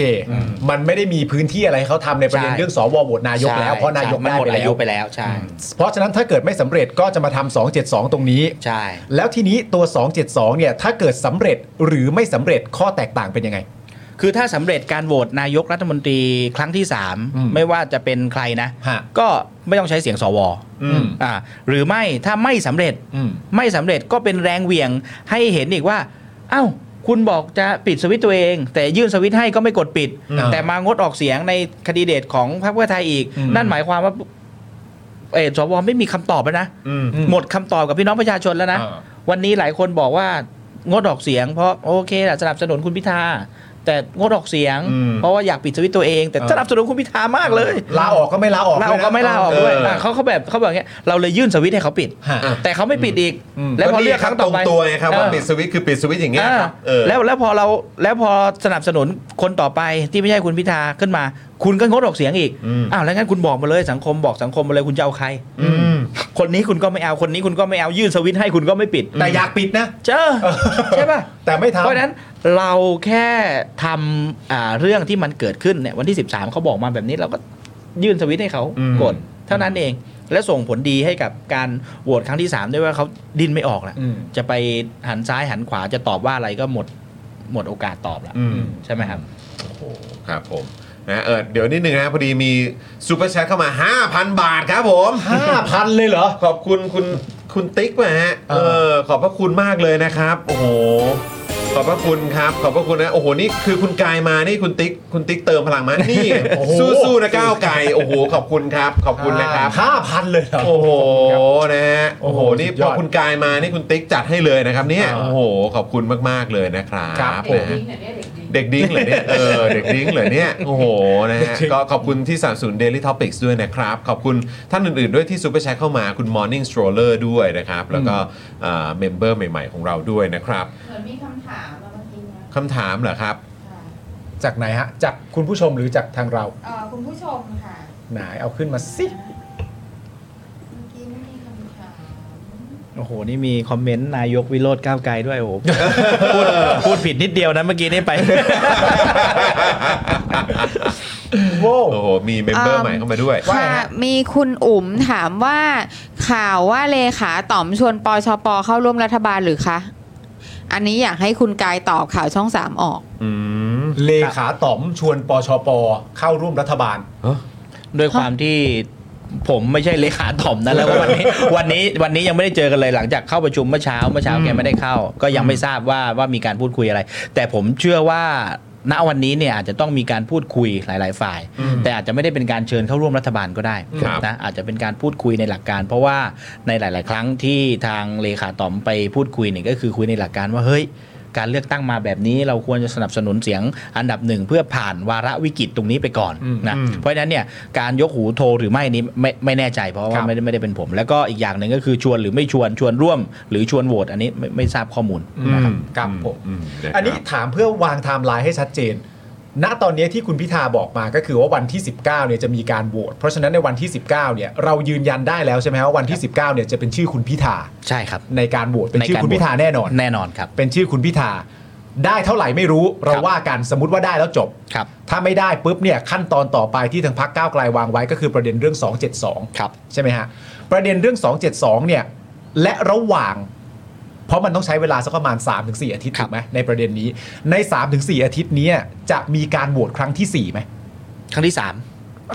S2: มันไม่ได้มีพื้นที่อะไรให้เขาทำในประเด็น
S5: ใช่
S2: เรื่องสวโหวตนายกแล้ว
S5: ใช่
S2: เพราะนายก
S5: มัน
S2: ได้
S5: หมด
S2: ไป
S5: อา
S2: แล้
S5: ยุ
S2: ว
S5: ไปแล้วใช่
S2: เพราะฉะนั้นถ้าเกิดไม่สำเร็จก็จะมาทำ272 ตรงนี้
S5: ใช่
S2: แล้วทีนี้ตัว 272 เนี่ย ถ้าเกิดสำเร็จหรือไม่สำเร็จข้อแตกต่างเป็นยังไง
S5: คือถ้าสำเร็จการโหวตนายกรัฐมนตรีครั้งที่
S2: อืม
S5: 3 ไม่ว่าจะเป็นใครนะ
S2: ฮะ
S5: ก็ไม่ต้องใช้เสียงสว
S2: อืม
S5: อ่าหรือไม่ถ้าไม่สำเร็จ
S2: อืม
S5: ไม่สำเร็จก็เป็นแรงเหวี่ยงให้เห็นอีกว่า เอ้า คุณบอกจะปิดสวิตช์ตัวเอง แต่ยื่นสวิตช์ให้ก็ไม่กดปิด
S2: อ่า
S5: แต่มางดออกเสียงในคดีเดตของพรรคเพื่อไทยอีก
S2: อืม
S5: นั่นหมายความว่าเออสวไม่มีคำตอบแล้วนะ
S1: อืม
S2: อืม
S5: หมดคำตอบกับพี่น้องประชาชนแล้วนะ
S2: อ่า
S5: วันนี้หลายคนบอกว่างดออกเสียง เพราะโอเคแหละสนับสนุนคุณพิธาแต่งดออกเสียง
S1: อืม
S5: เพราะว่าอยากปิดสวิตช์ตัวเอง แต่สนับสนุนคุณพิธามากเลย
S2: ลาออกก็ไม่ลาออก
S5: ลาออกก็ไม่ลาออกด้ว
S1: เอออ่
S5: ยะเขาเขาแบบเขาแบบเงี้ยเราเลยยื่นสวิตช์ให้เขาปิด
S2: ฮะ
S5: แต่เขาไม่ปิดอีก
S2: อืม
S5: แล้วพอเลือกครั้งต่อไป
S1: ตรงตัวไงครับว่าปิด
S5: เอ
S1: สวิตช์คือปิดสวิตช์อย่าง
S5: อ
S1: เงี้ยครับเออ
S5: อ่าแล้วแล้วพอเราแล้วพอสนับสนุนคนต่อไปที่ไม่ใช่คุณพิธาขึ้นมา คุณก็งดออกเสียงอีก
S1: อืม
S5: อ้าวแล้วงั้นคุณบอกมาเลยสังคมบอกสังคมมาเลยคุณจะเอาใคร
S1: อืม
S5: คนนี้คุณก็ไม่เอาคนนี้คุณก็ไม่เอายื่นสวิตช์ให้คุณก็ไม่ปิด
S2: แต่อยากปิดนะ
S5: เจอใช่ป่ะ
S2: แต่ไม่ทำ
S5: เพราะฉะนั้นเราแค่ทำอ่าเรื่องที่มันเกิดขึ้นเนี่ยวันที่ 13 เขาบอกมาแบบนี้เราก็ยื่นสวิตช์ให้เขา
S1: อืม
S5: กด เท่านั้นเองและส่งผลดีให้กับการโหวตครั้งที่ 3 ด้วยว่าเขาดินไม่ออกละ
S2: อืม
S5: จะไปหันซ้ายหันขวาจะตอบว่าอะไรก็หมดหมดโอกาสตอบละ
S1: อืม
S5: ใช่ไหมครับ
S1: โอ้โหครับผมนะเออเดี๋ยวนิดนึงนะพอดีมีซูเปอร์แชทเข้ามา 5,000 บาทครับผม
S2: ห้าพันเลยเหรอ
S1: ขอบคุณคุณคุณติ๊กมาฮะเอ
S2: เออ
S1: อขอบพระคุณมากเลยนะครับ โอ้โห ขอบพระคุณครับ ขอบพระคุณนะ โอ้โห นี่คือคุณกายมา นี่คุณติ๊ก คุณติ๊กเติมพลังมา นี่ สู้ๆนะก้าวไก่ โอ้โห ขอบคุณครับ ขอบคุณนะครับ
S2: ห้าพันเลยเหรอ
S1: โอ้โห นะฮะ โอ้โห นี่
S2: สุด
S1: พ
S2: ยอ
S1: อ
S2: ด
S1: คุณกายมา นี่คุณติ๊กจัดให้เลยนะครับเนี่ย
S2: อ่า
S1: โอ้โห ขอบคุณมากๆเลยนะครับ
S2: ครับผม
S1: นะฮะ เด็กดิ้งเหรอเนี่ย เออ เด็กดิ้งเหรอเนี่ย โอ้โห นะฮะ ก็ขอบคุณที่สามศูนย์ Daily Topics ด้วยนะครับ ขอบคุณท่านอื่น ๆ ด้วยที่ซูเปอร์แชทเข้ามา คุณ Morning Stroller ด้วยนะครับ แล้วก็เมมเบอร์ใหม่ ๆ ของเราด้วยนะครับ
S6: เหมือนมีคำถามมาเมื่อกี้นะ
S1: คำถามเหรอครับ
S6: ค่ะ
S2: จากไหนฮะ จากคุณผู้ชมหรือจากทางเรา
S6: เอ่อคุณผู้ชมค่ะ
S2: ไหนเอาขึ้นมาสิ
S6: เมื่อกี้ไม่มีคำถาม
S5: โอ้โห นี่มีคอมเมนต์นายกวิโรธก้าวไกลด้วยโอ้โห พูดพูดผิดนิดเดียวนะเมื่อกี้นี่ไป
S2: โว้ว
S1: โอ้โห มีเมมเบอร์ใหม่เข้ามาด้วย
S6: ค่ะ มีคุณอุ๋มถามว่าข่าวว่าเลขาต่อมชวนปชปเข้าร่วมรัฐบาลหรือคะ อันนี้อยากให้คุณกายตอบข่าวช่องสามออก
S1: อืม
S2: เลขาต๋อมชวนปชป เข้าร่วมรัฐบาล
S5: ด้วยความที่ผมไม่ใช่เลขาถ่อมนะแล้ววัน นี้ วันนี้วันนี้ยังไม่ได้เจอกันเลยหลังจากเข้าประชุมเมื่อเช้าเมื่อเช้าแกไม่ได้เข้า ก็ยังไม่ทราบว่าว่ามีการพูดคุยอะไร แต่ผมเชื่อว่า ณวันนี้เนี่ยอาจจะต้องมีการพูดคุยหลาย ๆ ฝ่าย แต่อาจจะไม่ได้เป็นการเชิญเข้าร่วมรัฐบาลก็ได้
S1: ครับ
S5: นะอาจจะเป็นการพูดคุยในหลักการ เพราะว่าในหลาย ๆ ครั้งที่ทางเลขาต๋อมไปพูดคุยเนี่ยก็คือคุยในหลักการว่าเฮ้ย การเลือกตั้งมาแบบนี้เราควรจะสนับสนุนเสียงอันดับหนึ่งเพื่อผ่านวาระวิกฤตตรงนี้ไปก่อนนะเพราะฉะนั้นเนี่ยการยกหูโทรหรือไม่นี้ไม่ไม่แน่ใจเพราะว่าไม่ได้ไม่ได้เป็นผม แล้วก็อีกอย่างหนึ่งก็คือชวนหรือไม่ชวนชวนร่วม หรือชวนโหวตอันนี้ไม่ไม่ทราบข้อมูลนะครับ
S2: ครับผม
S1: อืมะครับ
S2: อันนี้ถามเพื่อวางไทม์ไลน์ให้ชัดเจน ณตอนนี้ที่คุณพิธาบอกมาก็คือว่าวันที่ 19เนี่ยจะมีการโหวตเพราะฉะนั้นในวันที่ 19เนี่ยเรายืนยันได้แล้วใช่ไหมว่าวันที่ 19เนี่ยจะเป็นชื่อคุณพิธา
S5: ใช่ครับ
S2: ในการโหวตเป็นชื่อคุณพิธาแน่นอน
S5: แน่นอนครับ
S2: เป็นชื่อคุณพิธาได้เท่าไหร่ไม่รู้เราว่ากันสมมติว่าได้แล้วจบ
S5: ครับ
S2: ถ้าไม่ได้ปุ๊บเนี่ยขั้นตอนต่อไปที่ทางพักก้าวไกลวางไว้ก็คือประเด็นเรื่อง 272
S5: ครับ
S2: ใช่ไหมฮะ ประเด็นเรื่อง 272 เนี่ย และระหว่าง เพราะมันต้องใช้เวลาสักประมาณ 3-4 อาทิตย์
S5: ครั
S2: ถู
S5: บ
S2: กไหมในประเด็นนี้ ใน 3-4 อาทิตย์เนี้ยจะมีการโหวตครั้งทีสี่4ไหม
S5: ครั้งที่สาม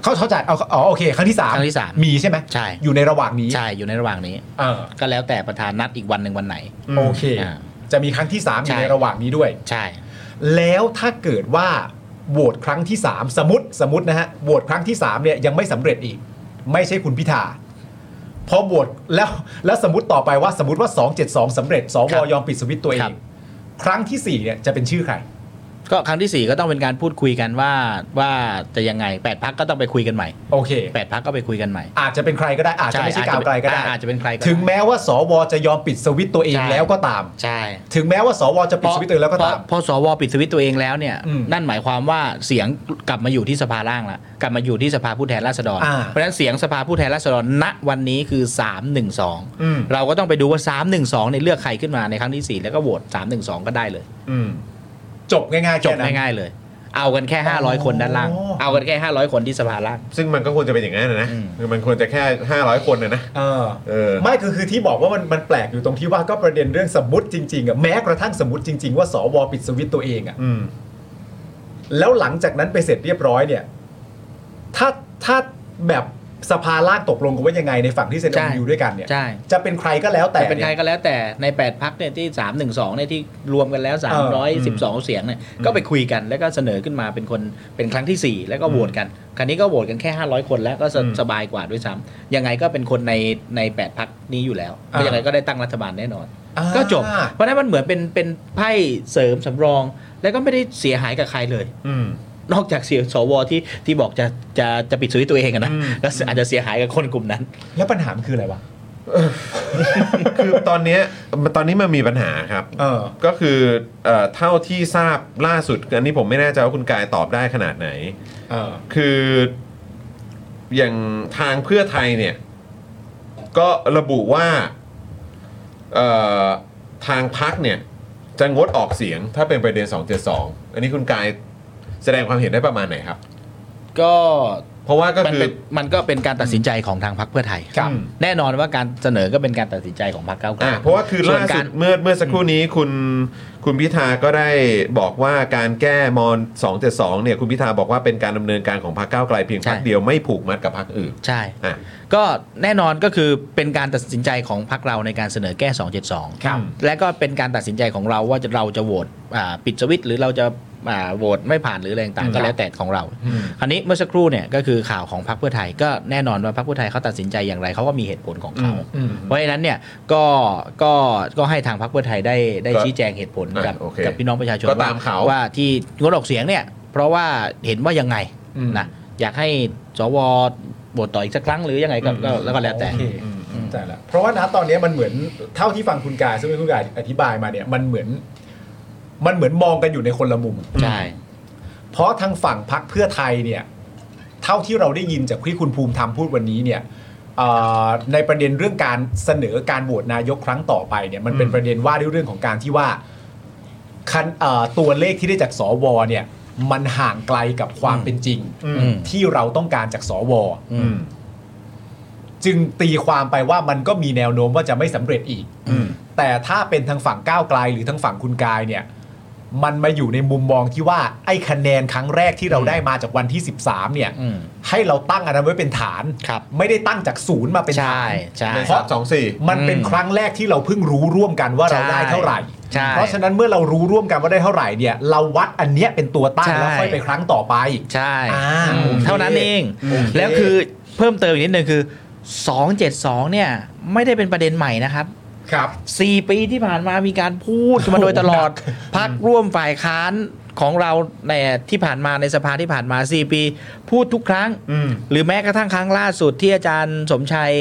S2: เขาเข้าใจเอาอ๋อโอเค ครั้งที่ 3
S5: ครั้งที่สาม
S2: มีใช่ไหม
S5: ใช่
S2: อยู่ในระหว่างนี้
S5: ใช่อยู่ในระหว่างนี้
S2: เออ
S5: ก็แล้วแต่ประธานนัดอีกวันหนึ่งวันไหน
S2: โอเค
S5: อ่า
S2: จะมีครั้งที่ 3 อ
S5: ใช่
S2: ยู่ในระหว่างนี้ด้วย
S5: ใช่
S2: แล้วถ้าเกิดว่าโหวตครั้งที่ 3 สมมติสมมตินะฮะโหวตครั้งที่3เนี่ยยังไม่สำเร็จอีก ไม่ใช่คุณพิธาพอโหวตแล้วแล้วสมมติต่อไปว่าสมมติว่า 272สำเร็จสว
S5: ครับ
S2: ยอมปิดสวิตช์ตัวเอ
S5: ครั
S2: ง
S5: บ
S2: ครั้งทีสี่4เนี่ยจะเป็นชื่อใคร
S5: ก็ครั้งที่สี่ก็ต้องเป็นการพูดคุยกันว่าว่าจะยังไงแปดพักก็ต้องไปคุยกันใหม่
S2: โอเค
S5: แปดพักก็ไปคุยกันใหม่
S2: อาจจะเป็นใครก็ได้อาจจะ
S5: ใช่
S2: ไม่ใช่ก้าวไกลก็ได้
S5: อาจจะเป็นใครก็ได้
S2: ถึงแม้ว่า สวจะยอมปิดสวิตช์ตัวเอง
S5: ใช่
S2: แล้วก็ตาม
S5: ใช่
S2: ถึงแม้ว่า สวจะปิดสวิตช์ตัวเองแล้วก็ตาม
S5: พอสวปิดสวิตช์ตัวเองแล้วเนี่ย
S2: อืม
S5: นั่นหมายความว่าเสียงกลับมาอยู่ที่สภาล่างละกลับมาอยู่ที่สภาผู้แทนราษฎร
S2: อ่า
S5: เพราะฉะนั้นเสียงสภาผู้แทนราษฎรณวันนี้คือ
S2: อืม
S5: 312 เราก็ต้องไปดูว่า 312เนี่ยเลือกใครขึ้นมาในครั้งที่สี่แล้วก็โหวต312 ก็ได้เลย
S2: อืมจบง่ายๆ
S5: จ
S2: แค่
S5: บ
S2: นั้น
S5: ง่ายๆเลย เอากันแค่ 500 คนด้านล่าง
S2: อ๋อ
S5: เอากันแค่ 500 คนที่สภาล่าง
S1: ซึ่งมันก็ควรจะเป็นอย่างนั้นนะนะ
S5: อืม
S1: คือมันควรจะแค่ 500 คนนะนะ
S2: เออ
S1: เออ
S2: ไม่คือคือที่บอกว่ามันมันแปลกอยู่ตรงที่ว่าก็ประเด็นเรื่องสมมติจริงๆอ่ะแม้กระทั่งสมมติจริง ๆ ว่าสวปิดสวิตช์ตัวเองอ่ะ
S1: อืม
S2: แล้วหลังจากนั้นไปเสร็จเรียบร้อยเนี่ย ถ้าถ้าแบบสภาลากตกลงกันว่ายังไงในฝั่งที่เซ็น
S5: ใช่
S2: อยูด้วยกันเนี่ย
S5: ใช่
S2: จะเป็นใครก็แล้วแต่
S5: แต่เป็นใคร
S2: ย
S5: ก็แล้วแต่ใน 8พักเนี่ยที่ 312เนี่ยที่รวมกันแล้ว
S2: เออ
S5: 312 เสียงเนี่ยก็ไปคุยกันแล้วก็เสนอขึ้นมาเป็นคนเป็นครั้งทีสี่ 4 แล้วก็โหวตกัน ครั้นี้ก็โหวตกันแค่ 500 คนแล้วก็ส
S2: อืม
S5: สบายกว่าด้วยซ้ำยังไงก็เป็นคนในใน8พักนี้อยู่แล้ว
S2: อ่ายั
S5: ยังไงก็ได้ตั้งรัฐบาลแน่นอน
S2: อ่า
S5: ก็จบ เพราะฉะนั้นมันเหมือนเป็นเป็นไพ่เสริมสำรอง แล้วก็ไม่ได้เสียหายกับใครเลย
S2: อืม
S5: นอกจากเสียงสวที่ที่บอกจะจะจะปิดสวิตช์ตัวเองอะนะ
S2: อืม
S5: แล้วอาจจะเสียหายกับคนกลุ่มนั้น
S2: แล้วปัญหามันคืออะไรวะ
S1: คือตอนเนี้ยมันตอนนี้มันมีปัญหาครับ
S2: เออ
S1: ก็คือเอ่อเท่าที่ทราบล่าสุดอันนี้ผมไม่แน่ใจว่าคุณกายตอบได้ขนาดไหน
S2: เออ
S1: คืออย่างทางเพื่อไทยเนี่ย ก็ระบุว่าเอ่อทางพักเนี่ย จะงดออกเสียงถ้าเป็นประเด็น 272 อันนี้คุณกายแสดงความเห็นได้ประมาณไหนครับ
S5: ก็
S1: เพราะว่าก็
S5: มัน
S1: คือ
S5: เป็นมันก็เป็นการตัดสินใจของทางพรรคเพื่อไทย
S2: ครับ
S5: แน่นอนว่าการเสนอก็เป็นการตัดสินใจของพรรคก้าวไกล
S1: อ่ะเพราะว่าคือ
S5: ส่
S1: ล่าน
S5: ก
S1: สุ
S5: ร
S1: ดเมื่อเมื่อสักครู่นี้คุณคุณพิธาก็ได้บอกว่าการแก้มอน272เนี่ยคุณพิธาบอกว่าเป็นการดำเนินการของพรรคก้าวไกลเพียงพรรค
S5: ใช่
S1: เดียวไม่ผูกมัดกับพรรคอื่น
S5: ใช่
S1: อ่ะ
S5: ก็แน่นอนก็คือเป็นการตัดสินใจของพรรคเราในการเสนอแก้ 272
S2: ครับ
S5: และก็เป็นการตัดสินใจของเราว่าจะเราจะโหวตอ่าปิดสวิตช์หรือเราจะอ่าโหวตไม่ผ่านหรืออะไรต่างๆก็แล้วแต่ของเรา คราวนี้เมื่อสักครู่เนี่ยก็คือข่าวของพรรคเพื่อไทยก็แน่นอนว่าพรรคเพื่อไทยเขาตัดสินใจอย่างไรเขาก็มีเหตุผลของเขา
S2: อืม
S5: เพราะฉะนั้นเนี่ยก็ก็ก็ให้ทางพรรคเพื่อไทยได้ได้
S1: ก็
S5: ชี้แจงเหตุผล
S1: อ่ะ
S5: กับ
S1: โอเค
S5: กับพี่น้องประชาชน
S1: ก็
S5: ว่
S1: ตามเขา
S5: ว่าที่งดออกเสียงเนี่ยเพราะว่าเห็นว่ายังไง
S2: อืม
S5: นะอยากให้สวโหวตต่ออีกสักครั้งหรือยังไงก็ก็แล้วก็แล้วแต่
S2: โอเคเข้าใจละเพราะว่านะตอนนี้มันเหมือนเท่าที่ฟังคุณกายซึ่งเป็นคุณกายอธิบายมาเนี่ยมันเหมือน มันเหมือนมองกันอยู่ในคนละมุม
S5: ใช่
S2: เพราะทางฝั่งพักเพื่อไทยเนี่ยเท่าที่เราได้ยินจากที่คุณภูมิธรรมพูดวันนี้เนี่ยเอ่อในประเด็นเรื่องการเสนอการโหวตนายกครั้งต่อไปเนี่ยมันเป็นประเด็นว่าด้วยเรื่องของการที่ว่าคันเอ่อตัวเลขที่ได้จากสวเนี่ยมันห่างไกลกับความเป็นจริง
S5: อืม
S2: ที่เราต้องการจากสว
S5: อืม
S2: จึงตีความไปว่ามันก็มีแนวโน้มว่าจะไม่สำเร็จอีก แต่ถ้าเป็นทางฝั่งก้าวไกลหรือทางฝั่งคุณกายเนี่ย มันมาอยู่ในมุมมองที่ว่าไอ้คะแนนครั้งแรกที่เราได้มาจากวันที่ 13 เนี่ย
S5: อืม
S2: ให้เราตั้งอันนั้นไว้เป็นฐาน
S5: ครับ
S2: ไม่ได้ตั้งจากศูนย์มาเป็น
S5: ใช่
S2: ฐาน
S5: ใช่
S1: ใน
S2: เพราะ
S1: สามสองสี่
S2: มันเป็น
S5: อืม
S2: ครั้งแรกที่เราเพิ่งรู้ร่วมกันว่าเรา
S5: ใช่
S2: ได้เท่าไหร่
S5: ใช่
S2: เพราะฉะนั้นเมื่อเรารู้ร่วมกันว่าได้เท่าไหร่เนี่ย เราวัดอันเนี้ยเป็นตัวตั้ง
S5: ใช่
S2: แล้วค่อยไปครั้งต่อไป
S5: ใช่
S2: อ่า
S5: อืม
S2: โอเค
S5: เท่านั้นเอง
S2: โอเค
S5: แล้วคือเพิ่มเติมอีกนิดนึงคือ 272 เนี่ย ไม่ได้เป็นประเด็นใหม่นะครับ
S2: ครับ
S5: 4 ปีที่ผ่านมามีการพูดมาโดยตล อด พักร่วมฝ่ายค้านของเราในที่ผ่านมาในสภาที่ผ่านมา 4 ปี พูดทุกครั้ง
S2: อืม
S5: หรือแม้กระทั่งครั้งล่าสุดที่อาจารย์สมชัย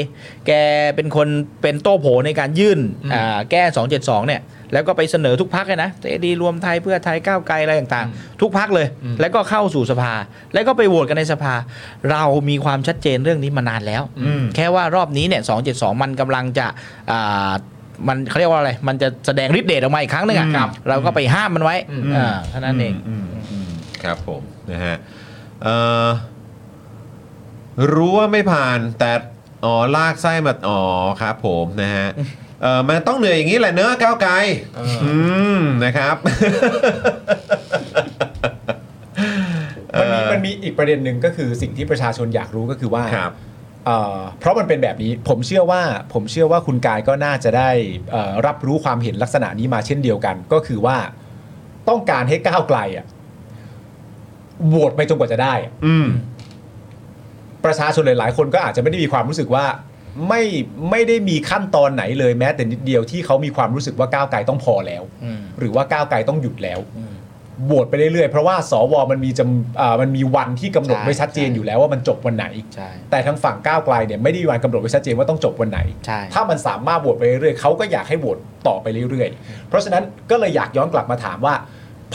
S5: แกเป็นคนเป็นโต้โผในการยื่นอ่าแก้ 272 เนี่ย แล้วก็ไปเสนอทุกพักเลยนะเอดีรวมไทยเพื่อไทยก้าวไกลอะไรต่างๆ ทุกพักเลย แล้วก็เข้าสู่สภา แล้วก็ไปโหวตกันในสภา เรามีความชัดเจนเรื่องนี้มานานแล้ว
S2: อืม
S5: แค่ว่ารอบนี้เนี่ย 272 มันกำลังจะอ่ามันเขาเรียกว่าอะไร มันจะแสดงฤทธิ์เดชออกมาอีกครั้งหนึ่งอ่ะ
S2: อืมครับ
S5: เราก็ไปห้ามมันไว้
S2: อืม
S5: อ่าเท่านั้นเอง
S2: มม
S1: ครับผมนะฮะเอ่อรู้ว่าไม่ผ่านแต่อ๋อลากไส้มาอ๋อครับผมนะฮะเออมันต้องเหนื่อยอย่างนี้แหละเนอะก้าวไกลอืมนะครับ
S2: มัน มีมันมีอีกประเด็นหนึ่งก็คือสิ่งที่ประชาชนอยากรู้ก็คือว่า
S1: ครับ
S2: เอ่อเพราะมันเป็นแบบนี้ผมเชื่อว่าผมเชื่อว่าคุณกายก็น่าจะได้เอ่อรับรู้ความเห็นลักษณะนี้มาเช่นเดียวกัน ก็คือว่าต้องการให้ก้าวไกลอ่ะโหวตไปจนกว่าจะได้อะ
S1: อืม
S2: ประชาชนหลาย ๆ คนก็อาจจะไม่ได้มีความรู้สึกว่าไม่ไม่ได้มีขั้นตอนไหนเลยแม้แต่นิดเดียวที่เขามีความรู้สึกว่าก้าวไกลต้องพอแล้ว
S5: อืม
S2: หรือว่าก้าวไกลต้องหยุดแล้ว
S5: อืม
S2: โหวตไปเรื่อยๆ เพราะว่าสวมันมีจำอ่ามันมีวันที่กำหนด
S5: ใช่
S2: ไว้ชัดเจน
S5: ใช่
S2: อยู่แล้วว่ามันจบวันไหน
S5: ใช่
S2: แต่ทางฝั่งก้าวไกลเนี่ยไม่ได้มีวันกำหนดไว้ชัดเจนว่าต้องจบวันไหน
S5: ใช่
S2: ถ้ามันสามารถโหวตไปเรื่อยๆเขาก็อยากให้โหวตต่อไปเรื่อยๆ เพราะฉะนั้นก็เลยอยากย้อนกลับมาถามว่า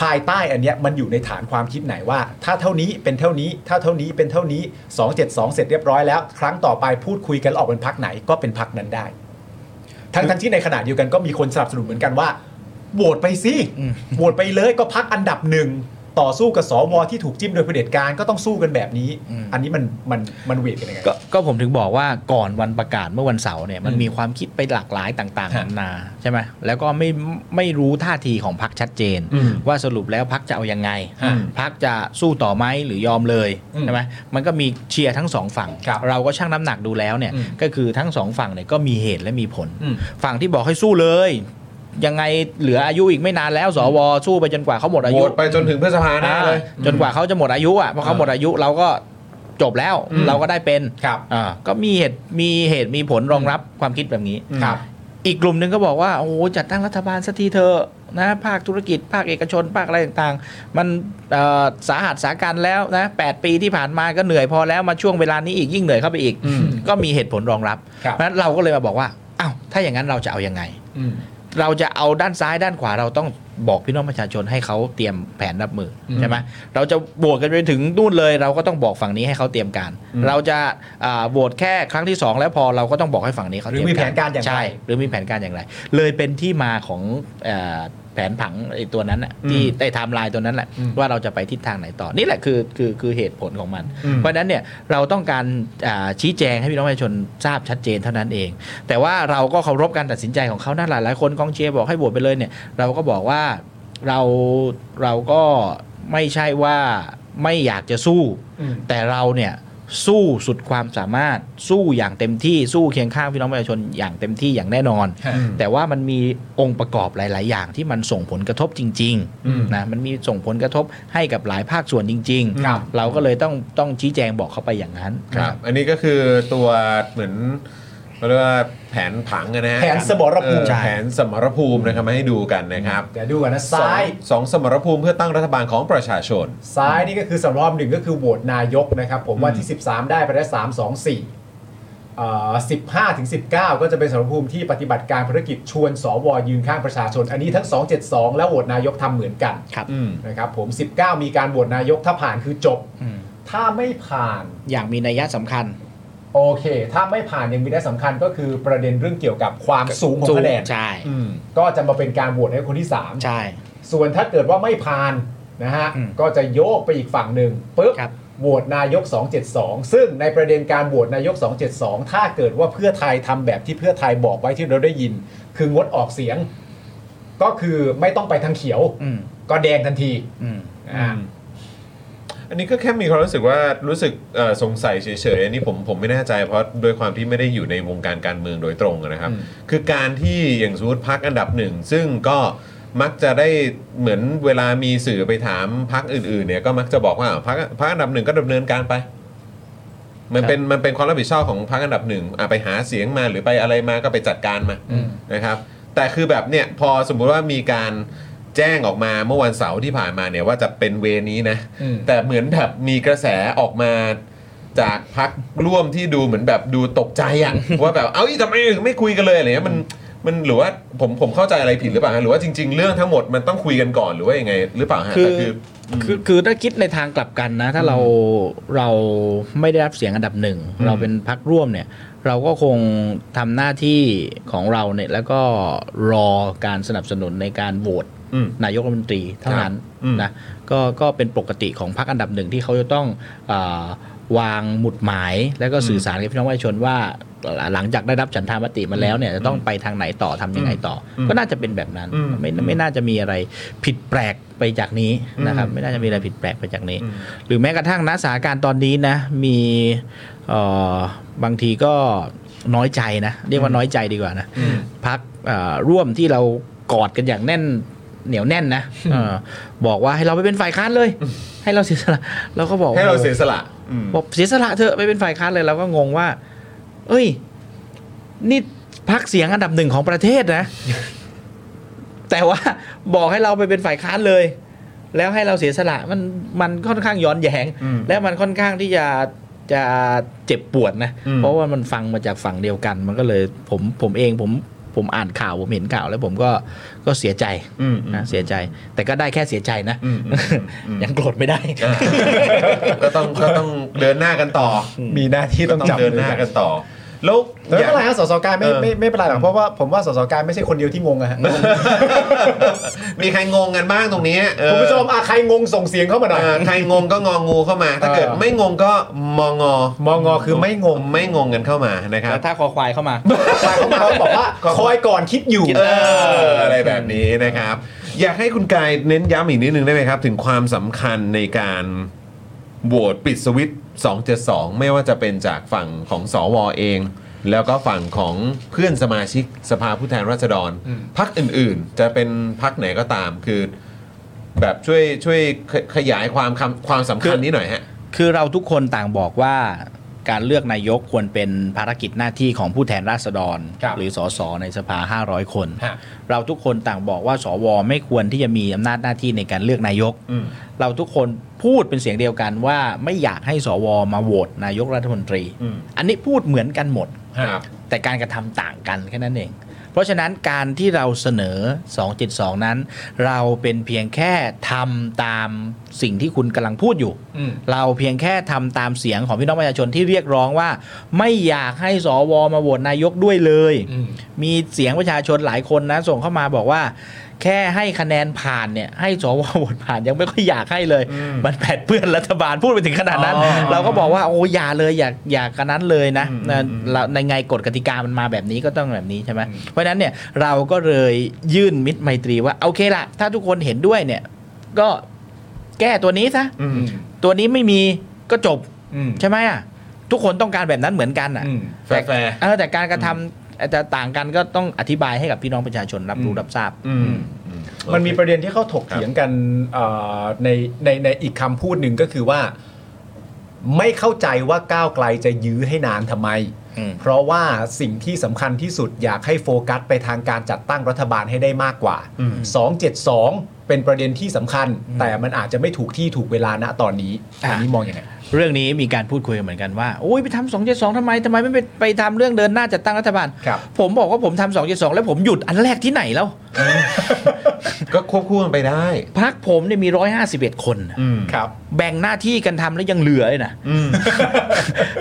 S2: ภายใต้อันเนี้ยมันอยู่ในฐานความคิดไหนว่า ถ้าเท่านี้เป็นเท่านี้ ถ้าเท่านี้เป็นเท่านี้ 272 เสร็จเรียบร้อยแล้ว ครั้งต่อไปพูดคุยกันแล้วออกเป็นพักไหนก็เป็นพักนั้นได้ ทั้งทั้งที่ในขณะเดียวกันก็มีคนสนับสนุนเหมือนกันว่าโหวตไปสิ
S5: อืม
S2: โหวตไปเลยก็พักอันดับหนึ่งต่อสู้กับสวที่ถูกจิ้มโดยเผด็จการก็ต้องสู้กันแบบนี้ อันนี้มันมันมันเวทกันยังไง
S5: ก็ก็ผมถึงบอกว่าก่อนวันประกาศเมื่อวันเสาร์เนี่ยมัน
S2: อืม
S5: มีความคิดไปหลากหลายต่างๆ
S2: ฮะ
S5: นานาใช่ไหมแล้วก็ไม่ไม่รู้ท่าทีของพักชัดเจน
S2: อืม
S5: ว่าสรุปแล้วพักจะเอายังไง
S2: ฮะ
S5: พักจะสู้ต่อไหมหรือยอมเลย
S2: อืม
S5: ใช่ไหมมันก็มีเชียร์ทั้งสองฝั่ง
S2: ครับ
S5: เราก็ชั่งน้ำหนักดูแล้วเนี่ย
S2: อืม
S5: ก็คือทั้งสองฝั่งเนี่ยก็มีเหตุและมีผล
S2: อืม
S5: ฝั่งที่บอกให้สู้เลย ยังไงเหลืออายุอีกไม่นานแล้ว สวสู้ไปจนกว่าเขาหมดอา
S1: โหว
S5: ยุ
S1: ตไปจนถึงพฤษภาหน้าเลย
S5: จนกว่าเขาจะหมดอายุอ่ะเพราะเขาหมดอายุเราก็จบแล้ว
S2: อืม
S5: เราก็ได้เป็น
S2: ครับ
S5: อ่าก็มีเหตุมีเหตุมีผลรองรับความคิดแบบนี้
S2: ครับ
S5: อีกกลุ่มหนึ่งก็บอกว่า โอ้โหจัดตั้งรัฐบาลสักทีเถอะนะภาคธุรกิจ ภาคเอกชน ภาคอะไรต่างๆ มันเอ่อสาหัสสาการแล้วนะแปีที่ผ่านมาก็เหนื่อยพอแล้วมาช่วงเวลานี้อีกยิ่งเหนื่อยเข้าไปอีก
S2: อืม
S5: ก็มีเหตุผลรองรับ
S2: ครับ
S5: เพราะฉะนั้นเราก็เลยมาบอกว่าอ้าวถ้าอย่างนั้นเราจะเอายังไง
S2: อืม
S5: เราจะเอาด้านซ้ายด้านขวาเราต้องบอกพี่น้องประชาชนให้เขาเตรียมแผนรับมืออ
S2: ม
S5: ใช่ไหมเราจะบวกกันไปถึงนู่นเลยเราก็ต้องบอกฝั่งนี้ให้เขาเตรียมการ
S2: อืม
S5: เราจะอ่าโหวตแค่ครั้งที่สองแล้วพอเราก็ต้องบอกให้ฝั่งนี้เขาเตรี
S2: ห
S5: ยม
S2: รือมีแผนการอย่างไร
S5: ใช่หรือมีแผนการอย่างไร เลยเป็นที่มาของเอ่อแผนผังไอ้ตัวนั้นน่ะที่ได้ไทม์ไลน์ตัวนั้นแหละ
S2: อืม
S5: ว่าเราจะไปทิศทางไหนต่อนี่แหละคือคือคือเหตุผลของมัน
S2: อืม
S5: เพราะฉะนั้นเนี่ยเราต้องการอ่าชี้แจงให้พี่น้องประชาชนทราบชัดเจนเท่านั้นเอง แต่ว่าเราก็เคารพการตัดสินใจของเขานะหลายหลายๆคนกองเชียร์บอกให้โหวตไปเลยเนี่ยเราก็บอกว่าเราเราก็ไม่ใช่ว่าไม่อยากจะสู้
S2: อืม
S5: แต่เราเนี่ยสู้สุดความสามารถสู้อย่างเต็มที่สู้เคียงข้างพี่น้องประชาชนอย่างเต็มที่อย่างแน่นอน
S2: ฮะ
S5: แต่ว่ามันมีองค์ประกอบหลาย ๆ อย่างที่มันส่งผลกระทบจริง
S2: อืม
S5: ๆนะมันมีส่งผลกระทบให้กับหลายภาคส่วนจริง
S2: ครับ
S5: ๆ เราก็เลยต้องต้องชี้แจงบอกเขาไปอย่างนั้น
S1: ครับ อันนี้ก็คือตัวเหมือนเขาเรียกว่าแผนผังอะนะฮะ
S2: แผนสมรภูมิ
S1: เออแผนสมรภูมินะครับมาให้ดูกันนะครับ
S2: เดี๋ยวดูกันนะ
S1: สอง
S2: ซ้าย
S1: สองสมรภูมิเพื่อตั้งรัฐบาลของประชาชน
S2: ซ้ายนี่ก็คือสำรอบหนึ่งก็คือโหวตนายกนะครับ ผมวันที่ 13 ได้ไปได้ 3 2 4เอ่อ15ถึง19 ก็จะเป็นสำรภูมิที่ปฏิบัติการภารกิจชวนสวยืนข้างประชาชน อันนี้ทั้ง 272 และโหวตนายกทำเหมือนกัน
S5: ครับ
S1: อืม
S2: นะครับผม 19 มีการโหวตนายกถ้าผ่านคือจบ ถ้าไม่ผ่าน
S5: อย่างมีนัยสำคัญ
S2: โอเค ถ้าไม่ผ่านยังมีได้สำคัญก็คือประเด็นเรื่องเกี่ยวกับความสูงของคะแนน
S5: ใช่
S1: อืม
S2: ก็จะมาเป็นการโหวตให้คนที่ 3
S5: ใช่
S2: ส่วนถ้าเกิดว่าไม่ผ่านนะฮะ
S5: อืม
S2: ก็จะโยกไปอีกฝั่งหนึ่งปุ๊บ
S5: ครับ
S2: โหวตนายก 272 ซึ่งในประเด็นการโหวตนายก 272 ถ้าเกิดว่าเพื่อไทยทำแบบที่เพื่อไทยบอกไว้ที่เราได้ยิน คืองดออกเสียง ก็คือไม่ต้องไปทางเขียว
S5: อืม
S2: ก็แดงทันที
S5: อืม
S2: อ่า
S1: อันนี้ก็แค่มีความรู้สึกว่ารู้สึกเอ่อสงสัยเฉยๆอันนี้ผมผมไม่แน่ใจเพราะโดยความที่ไม่ได้อยู่ในวงการการเมืองโดยตรงนะครับ
S2: อืม
S1: คือการที่อย่างสมมติพักอันดับหนึ่งซึ่งก็ มักจะได้เหมือนเวลามีสื่อไปถามพักอื่นๆเนี่ยก็มักจะบอกว่าพักพักอันดับหนึ่งก็ดำเนินการไป มันเป็นมันเป็นความรับผิดชอบของพักอันดับหนึ่งอ่ะไปหาเสียงมาหรือไปอะไรมาก็ไปจัดการมานะครับ แต่คือแบบเนี่ยพอสมมุติว่ามีการแจ้งออกมาเมื่อวันเสาร์ที่ผ่านมาเนี่ยว่าจะเป็นเวนี้นะ แต่เหมือนแบบมีกระแสออกมาจากพักร่วมที่ดูเหมือนแบบดูตกใจ อะ ว่าแบบเอ้าทำไมถึงไม่คุยกันเลยอะไรเงี้ยมันมันหรือว่าผมผมเข้าใจอะไรผิดหรือเปล่าฮะหรือว่าจริง ๆ เรื่องทั้งหมดมันต้องคุยกันก่อนหรือว่ายังไง หรือเปล่าฮะ
S5: คือ
S1: แต่
S5: คือคือถ้าคิดในทางกลับกันนะ ถ้าเราเราไม่ได้รับเสียงอันดับหนึ่ง
S1: อืม
S5: เราเป็นพักร่วมเนี่ย เราก็คงทำหน้าที่ของเราเนี่ยแล้วก็รอการสนับสนุนในการโหวต
S1: อืม
S5: นายกรัฐมนตรีเท่านั้น
S1: ครับอืม
S5: นะก็ก็เป็นปกติของพรรคอันดับหนึ่งที่เขาจะต้องเออวางหมุดหมาย แล้วก็สื่อสารกับพี่น้องประชาชนว่าหลังจากได้รับฉันทามติมาแล้วเนี่ยจะต้องไปทางไหนต่อทำยังไงต่ออก็น่าจะเป็นแบบนั้น
S1: อืม
S5: ไม่ไม่น่าจะมีอะไรผิดแปลกไปจากนี้นะครับไม่น่าจะมีอะไรผิดแปลกไปจากนี้ หรือแม้กระทั่งนะสถานการณ์ตอนนี้นะมีเอ่อบางทีก็น้อยใจนะเรียกว่าน้อยใจดีกว่านะพักร่วมที่เรากอดกันอย่างแน่นเหนียวแน่นนะเออบอกว่าให้เราไปเป็นฝ่ายค้านเลย ให้เราเสียสละเราก็บอก
S1: ให้เรา
S5: โอ้
S1: เสียสละอืม
S5: บอกเสียสละเถอะไปเป็นฝ่ายค้านเลยเราก็งงว่า เอ้ย นี่พักเสียงอันดับหนึ่งของประเทศนะ แต่ว่าบอกให้เราไปเป็นฝ่ายค้านเลย แล้วให้เราเสียสละมันมันค่อนข้างย้อนแยง
S1: อืม
S5: และมันค่อนข้างที่จะจะเจ็บปวดนะ
S1: อืม
S5: เพราะว่ามันฟังมาจากฝั่งเดียวกัน มันก็เลยผมผมเองผมผมอ่านข่าวผมเห็นข่าวแล้วผมก็ก็เสียใจ
S1: อืมอืม
S5: นะเสียใจ แต่ก็ได้แค่เสียใจนะ
S1: อืมอืมอืม
S5: ยังโกรธไม่ได้
S1: อ่าก็ต้องก็ต้องเดินหน้ากันต่อ
S2: มีหน้าที่
S1: ก็
S2: ต้อง
S1: ต้อง
S2: จับ
S1: เดินหน้ากันต่อ แล้ว
S2: แต่ไม่
S1: อยา
S2: เป็
S1: ก
S2: นไรฮะสสกายไม่
S1: เออ
S2: ไม่ไม่เป็นไรหรอกเพราะว่าผมว่าสสกายไม่ใช่คนเดียวที่งงอะฮะ
S1: มีใครงงกันบ้างตรงนี้เออ
S2: คุณผู้ชมอะใครงงส่งเสียงเข้ามาหน่อย
S1: เอ่อใครงงก็งองูเข้ามา ถ้าเกิด
S2: เออ
S1: ไม่งงก็มองงอ
S2: มองงอคือไม่งง
S1: ไม่งงกันเข้ามานะครับ
S5: แล้วถ้าคอควายเข้ามา
S2: ฝ่ายเขามาเขาบอกว่า
S1: ขอบคุณ
S2: คอยก่อนคิดอยู่
S1: เอออะไรแบบนี้นะครับ อยากให้คุณกายเน้นย้ำอีกนิดนึงได้ไหมครับ ถึงความสำคัญในการโหวตปิดสวิตช์272 ไม่ว่าจะเป็นจากฝั่งของสวเอง แล้วก็ฝั่งของเพื่อนสมาชิกสภาผู้แทนราษฎรพักอื่นๆ จะเป็นพักไหนก็ตามคือ แบบช่วยช่วยขยายความคำความสำคัญนี้หน่อยฮะ
S5: คือเราทุกคนต่างบอกว่าการเลือกนายกควรเป็นภารกิจหน้าที่ของผู้แทนราษฎร
S2: ครับ
S5: หรือสสในสภา 500 คน
S2: ฮะ
S5: เราทุกคนต่างบอกว่าสวไม่ควรที่จะมีอำนาจหน้าที่ในการเลือกนายก
S1: อืม
S5: เราทุกคนพูดเป็นเสียงเดียวกันว่าไม่อยากให้สวมาโหวตนายกรัฐมนตรี
S1: อืม
S5: อันนี้พูดเหมือนกันหมด
S1: ครับ
S5: แต่การกระทำต่างกันแค่นั้นเอง เพราะฉะนั้นการที่เราเสนอ 272 นั้น เราเป็นเพียงแค่ทำตามสิ่งที่คุณกำลังพูดอยู่
S2: อืม
S5: เราเพียงแค่ทำตามเสียงของพี่น้องประชาชนที่เรียกร้องว่า ไม่อยากให้สวมาโหวตนายกด้วยเลย มีเสียงประชาชนหลายคนนะ ส่งเข้ามาบอกว่า แค่ให้คะแนนผ่านเนี่ยให้สวโหวตผ่านยังไม่ค่อยอยากให้เลย มันแผดเพื่อนรัฐบาลพูดไปถึงขนาดนั้น
S2: อ๋อ
S5: เราก็บอกว่าโอ้อย่าเลยอย่าอย่ากันนั้นเลยนะ
S1: อืม
S5: นะ
S1: อืม
S5: เราในไงกฎกติกามันมาแบบนี้ก็ต้องแบบนี้ใช่ไหมเพราะฉะนั้นเนี่ยเราก็เลยยื่นมิตรไมตรีว่าโอเคละถ้าทุกคนเห็นด้วยเนี่ย ก็แก้ตัวนี้ซะ
S1: อืม
S5: ตัวนี้ไม่มีก็จบใช่ไหมอ่ะทุกคนต้องการแบบนั้นเหมือนกันอ่ะ
S1: แฟร์แฟร์
S5: เออแต่การกระทำอาจจะต่างกันก็ต้องอธิบายให้กับพี่น้องประชาชนรับรู้รับทราบ
S1: อืม
S2: มันมีประเด็นที่เขาถกเถียงกันเอ่อในในในอีกคำพูดหนึ่งก็คือว่า ไม่เข้าใจว่าก้าวไกลจะยื้อให้นานทำไม
S5: อืม
S2: เพราะว่าสิ่งที่สำคัญที่สุดอยากให้โฟกัสไปทางการจัดตั้งรัฐบาลให้ได้มากกว่า 272 เป็นประเด็นที่สำคัญ แต่มันอาจจะไม่ถูกที่ถูกเวลาณตอนนี้อันนี้มองอยังไง
S5: เรื่องนี้มีการพูดคุยกันเหมือนกันว่าโอ้ยไปทำสองเจ็ดสองทำไมทำไมไม่ไปไปทำเรื่องเดินหน้าจัดตั้งรัฐบาล
S2: ครับ
S5: ผมบอกว่าผมทำสองเจ็ดสองแล้วผมหยุดอันแรกที่ไหนแล้ว
S1: ก็ควบคู่กันไปได้
S5: พักผมเนี่ยมีร้อยห้าสิบเอ็ดคนน่ะ
S1: อืม
S2: ครับ
S5: แบ่งหน้าที่กันทำแล้วยังเหลือเลยนะ
S1: อืม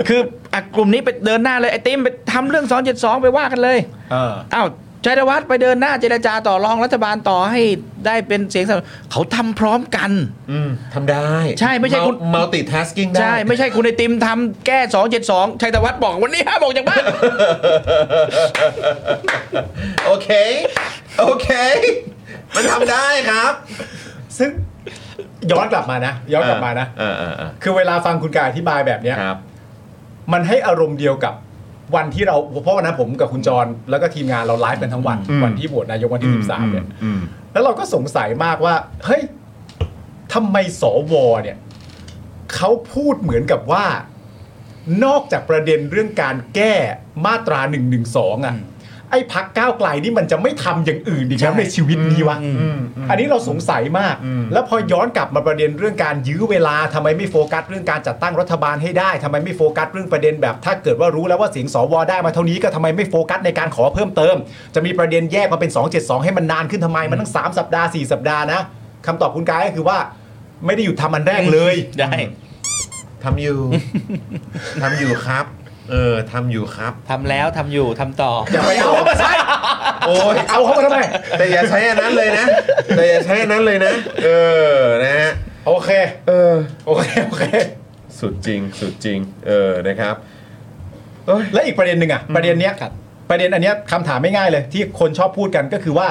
S5: คืออ่ะกลุ่มนี้ไปเดินหน้าเลยไอ้ติมไปทำเรื่องสองเจ็ดสองไปว่ากันเลย
S2: เออ
S5: อ้าวชัยวัฒน์ไปเดินหน้าเจรจาต่อรองรัฐบาลต่อให้ได้เป็นเสียงสนับสนุนเขาทำพร้อมกัน
S1: อืมทำได้
S5: ใช่ไม่ใช่คุณ
S1: มัลติทัสกิ้งได้
S5: ใช่ไม่ใช่คุณไอติมทำแก้ 272 ชัยวัฒน์บอกวันนี้ห้ามออกจากบ้าน
S1: โอเค โอเค มันทำได้ครับ
S2: ซึ่งย้อนกลับมานะ ย้อนกลับมานะ
S1: เออเออเออ
S2: คือเวลาฟังคุณกายอธิบายแบบเนี้ย
S1: ครับ
S2: มันให้อารมณ์เดียวกับวันที่เราเพราะวันนั้นผมกับคุณจรแล้วก็ทีมงานเราไลฟ์กันทั้งวัน
S1: อืม
S2: วันที่โหวตนายกวันที่13เนี่ย
S1: อืม
S2: แล้วเราก็สงสัยมากว่า เฮ้ยทำไมสวเนี่ยเขาพูดเหมือนกับว่า นอกจากประเด็นเรื่องการแก้มาตรา1นึอ่ะ ไอ้พักก้าวไกลนี่มันจะไม่ทำอย่างอื่นอีกแล้วในชีวิตนี้วะอันนี้เราสงสัยมาก แล้วพอย้อนกลับมาประเด็นเรื่องการยื้อเวลาทำไมไม่โฟกัสเรื่องการจัดตั้งรัฐบาลให้ได้ทำไมไม่โฟกัสเรื่องประเด็นแบบ ถ้าเกิดว่ารู้แล้วว่าเสียงสวได้มาเท่านี้ก็ทำไมไม่โฟกัสในการขอเพิ่มเติม จะมีประเด็นแยกมาเป็น 272 ให้มันนานขึ้นทำไมมันตั้งสามสัปดาห์สี่สัปดาห์นะคำตอบคุณกายก็คือว่า ไม่ได้หยุดทำอันแรกเลย
S5: ได้
S1: ทำ อยู่ ทำอยู่ครับ เออทำอยู่ครับ
S5: ทำแล้วทำอยู่ทำต่อ
S2: อย่าไปเอาเขามาใช้
S1: โอ้ย
S2: เอาเขามาทำไม
S1: แต่อย่าใช้อันนั้นเลยนะ แต่อย่าใช้อันนั้นเลยนะ เออ นะฮะ
S2: โอเค
S1: เออ
S2: โอเคโอเค
S1: สุดจริง สุดจริง เออ นะครับ
S2: และอีกประเด็นหนึ่งอะประเด็นเนี้ยประเด็นอันเนี้ยคำถามไม่ง่ายเลย ที่คนชอบพูดกันก็คือว่า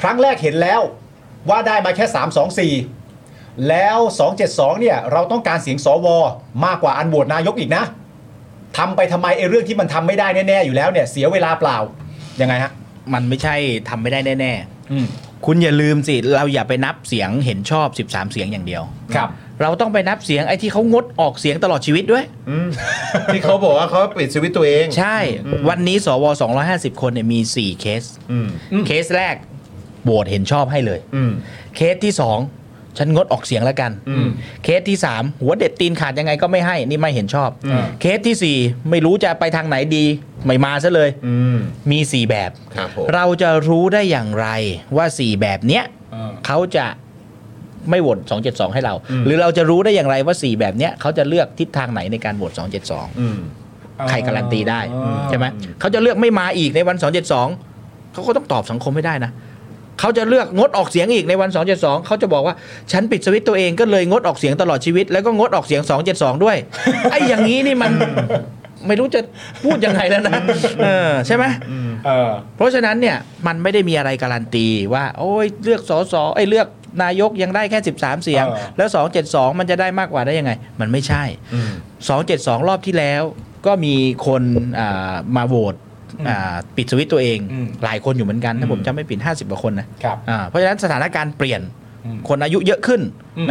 S2: ครั้งแรกเห็นแล้วว่าได้มาแค่ 3 2 4 แล้ว 272 เนี่ย เราต้องการเสียงสวมากกว่าอันโหวตนายกอีกนะทำไปทำไมไอ้เรื่องที่มันทำไม่ได้แน่ๆอยู่แล้วเนี่ย เสียเวลาเปล่ายังไงฮะ
S5: มันไม่ใช่ทำไม่ได้แน่
S2: อืม
S5: ๆ คุณอย่าลืมสิ เราอย่าไปนับเสียงเห็นชอบ 13 เสียงอย่างเดียว
S2: ครับ
S5: เราต้องไปนับเสียงไอ้ที่เขางดออกเสียงตลอดชีวิตด้วย
S1: ที่เขาบอกว่าเขาปิดชีวิตตัวเอง
S5: ใช่ วันนี้สว 250 คนเนี่ยมี 4 เคส
S1: อืม
S5: เคสแรกโหวตเห็นชอบให้เลย
S1: อืม
S5: เคสที่ 2 ฉันงดออกเสียงแล้วกัน เคสที่ 3 หัวเด็ดตีนขาดยังไงก็ไม่ให้ นี่ไม่เห็นชอบ เคสทีสี่ 4 ไม่รู้จะไปทางไหนดี ไม่มาซะเลย
S1: อืม
S5: มี 4 แบบ
S1: ครับผม
S5: เราจะรู้ได้อย่างไรว่า 4 แบบเนี้ยเขาจะไม่โหวต272 ให้เรา หรือเราจะรู้ได้อย่างไรว่า 4 แบบเนี้ยเขาจะเลือกทิศทางไหนในการโหวต272
S1: อืม
S5: ใครการันตีได้ ใช่ไหมเขาจะเลือกไม่มาอีกในวัน 272 เขาก็ต้องตอบสังคมไม่ได้นะ เขาจะเลือกงดออกเสียงอีกในวัน 272 เขาจะบอกว่าฉันปิดสวิตช์ตัวเองก็เลยงดออกเสียงตลอดชีวิต แล้วก็งดออกเสียง 272 ด้วย ไอ้อย่างนี้นี่ มันไม่รู้จะพูดยังไงแล้วนะเออใช่ไหม
S2: เออ
S5: เพราะฉะนั้นเนี่ยมันไม่ได้มีอะไรการันตีว่า โอ้ยเลือกสสไอ้ยเลือกนายกยังได้แค่ 13 เสียง
S2: เออ
S5: แล้ว 272 มันจะได้มากกว่าได้ยังไง มันไม่ใช่ 272 รอบที่แล้ว ก็มีคนอ่ามาโหวตอ่าปิดสวิตช์ตัวเอง หลายคนอยู่เหมือนกันถ้าผมจำไม่ผิด 50กว่าคนนะครับ อ่าเพราะฉะนั้นสถานการณ์เปลี่ยนคนอายุเยอะขึ้น